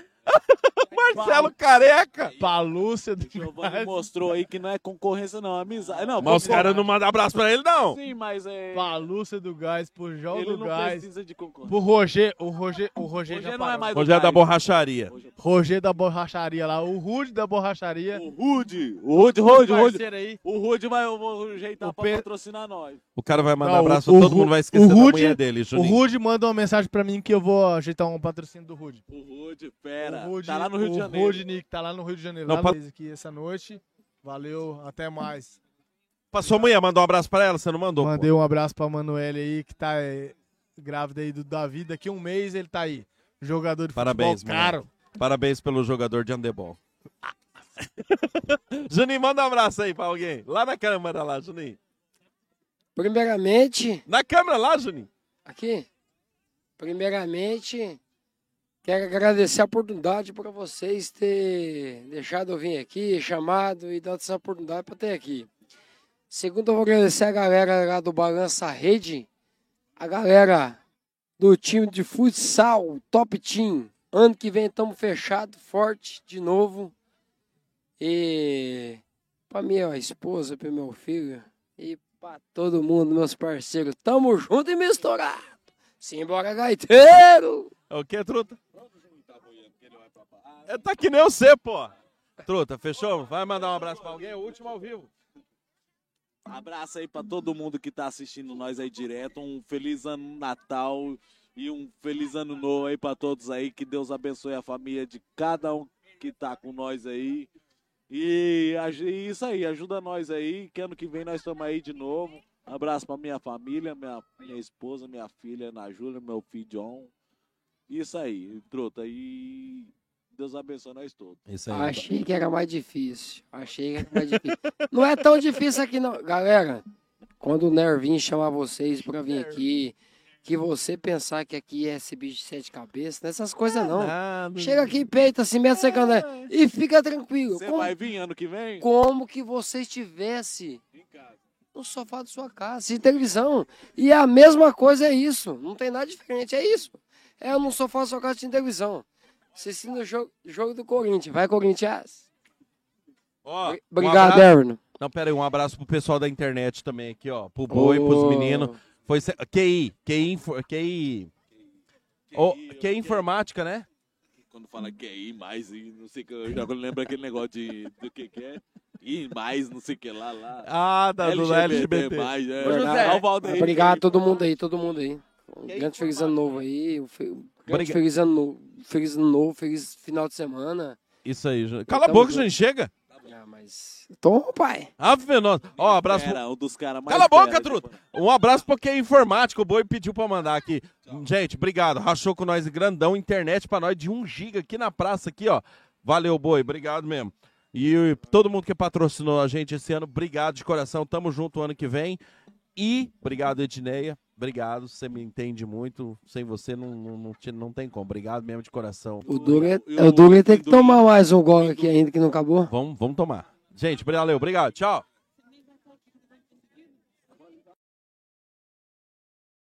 A: Marcelo Careca!
K: Palúcia do
B: Giovanni mostrou aí que não é concorrência, não, é amizade. Não,
A: Mas os caras não mandam abraço pra ele, não.
B: Sim, mas é.
K: Palúcia do Gás, pro João
B: Ele
K: do
B: não
K: Gás.
B: precisa de concorrência.
K: Pro Roger, o Roger, o Roger, já
B: Roger não
K: parou.
B: é mais
A: Rogério da borracharia.
K: Roger da borracharia lá, o Rude da borracharia. O
B: Rude, o Rude, Rude, Rude.
K: aí.
B: O Rude vai eu vou ajeitar pra patrocinar nós.
A: O cara vai mandar
K: Não, o-
A: abraço,
K: o
A: todo
K: Ru-
A: mundo vai esquecer
K: o
A: da
K: Rude-
A: mulher dele,
K: O
A: Juninho.
K: Rude manda uma mensagem pra mim que eu vou ajeitar um patrocínio do Rude.
B: O Rude, pera.
K: O Rude-
B: tá lá no Rio de Janeiro.
K: O Rude, Nick, tá lá no Rio de Janeiro.
A: Não,
K: lá
A: pa-
K: Luiz, aqui essa noite. Valeu, até mais.
A: Pra sua mulher, mandou um abraço pra ela, você não mandou?
K: Mandei um abraço pra Manoel aí, que tá eh, grávida aí do Davi. Daqui um mês ele tá aí. Jogador de
A: Parabéns,
K: futebol
A: moleque.
K: caro.
A: Parabéns pelo jogador de handebol. Juninho, manda um abraço aí pra alguém. Lá na câmera, lá, Juninho.
G: Primeiramente.
A: Na câmera lá, Juninho?
G: Aqui. Primeiramente, quero agradecer a oportunidade para vocês ter deixado eu vir aqui, chamado e dado essa oportunidade para ter aqui. Segundo, eu vou agradecer a galera lá do Balança Rede, a galera do time de futsal, o Top Team. Ano que vem estamos fechados, forte de novo. E para minha esposa, para meu filho e para todo mundo, meus parceiros, tamo junto e misturado. Simbora, gaiteiro!
A: É o que, truta? É, tá que nem você, pô. Truta, fechou? Vai mandar um abraço pra alguém, é o último ao vivo.
B: Abraço aí pra todo mundo que tá assistindo nós aí direto. Um feliz ano Natal e um feliz ano novo aí pra todos aí. Que Deus abençoe a família de cada um que tá com nós aí. E a ge- isso aí, ajuda nós aí, que ano que vem nós estamos aí de novo. Abraço pra minha família, minha, minha esposa, minha filha, Ana Júlia, meu filho John. Isso aí, truta. E Deus abençoe nós todos.
A: Isso
G: Achei que era mais difícil. Achei que era mais difícil. não é tão difícil aqui, não. Galera, quando o Nervinho chamar vocês pra vir aqui, que você pensar que aqui é esse bicho de sete cabeças, nessas coisas não. Chega aqui, peita, assim se mete secando né? e fica tranquilo.
B: É. Você
G: Como-
B: vai vir ano que vem?
G: como que você estivesse no sofá da sua casa, sem televisão. E a mesma coisa é isso. Não tem nada diferente, é isso. É no sofá da sua casa, sem televisão. Assistindo o jogo, jogo do Corinthians. Vai, Corinthians.
A: Ó, um
G: Obrigado,
A: abraço-
G: Everno.
A: Não, pera aí, um abraço pro pessoal da internet também aqui, ó. Pro Boi, pros
G: Ô.
A: meninos. Foi se... QI, QI, info- QI... Ô, QI Informática, né?
B: Quando fala que é ir mais e não sei o que, eu já lembro aquele negócio de do que que é. Ir mais, não sei o que lá, lá.
A: Ah, da- do LGBT.
B: Mais, é.
A: Ô, José.
B: Olha o Valdeir.
G: Obrigado a todo mundo aí, todo mundo aí. Um grande feliz ano novo aí. Um fe- um grande
A: Obriga-
G: feliz ano novo. Feliz ano novo, feliz final de semana.
A: Isso aí, Ju- Cala a
G: Tamo
A: boca,
G: junto.
A: Juninho, chega.
G: Ah, mas. Então, pai.
A: Ave nossa. Ó, abraço pro...
B: Era um dos caras mais.
A: Cala a boca,
B: fera,
A: truta! Um abraço pro QI Informática, o Boi pediu pra mandar aqui. Gente, obrigado. Rachou com nós grandão, internet pra nós de 1 giga aqui na praça, aqui, ó. Valeu, Boi, obrigado mesmo. E todo mundo que patrocinou a gente esse ano, obrigado de coração. Tamo junto ano que vem. E obrigado, Edneia. Obrigado, você me entende muito. Sem você não, não, não, te- não tem como. Obrigado mesmo de coração.
G: O Duro, é- o Duro tem que tomar mais um gol aqui ainda que não acabou.
A: Vamos, vamos tomar. Gente, valeu, obrigado. Tchau.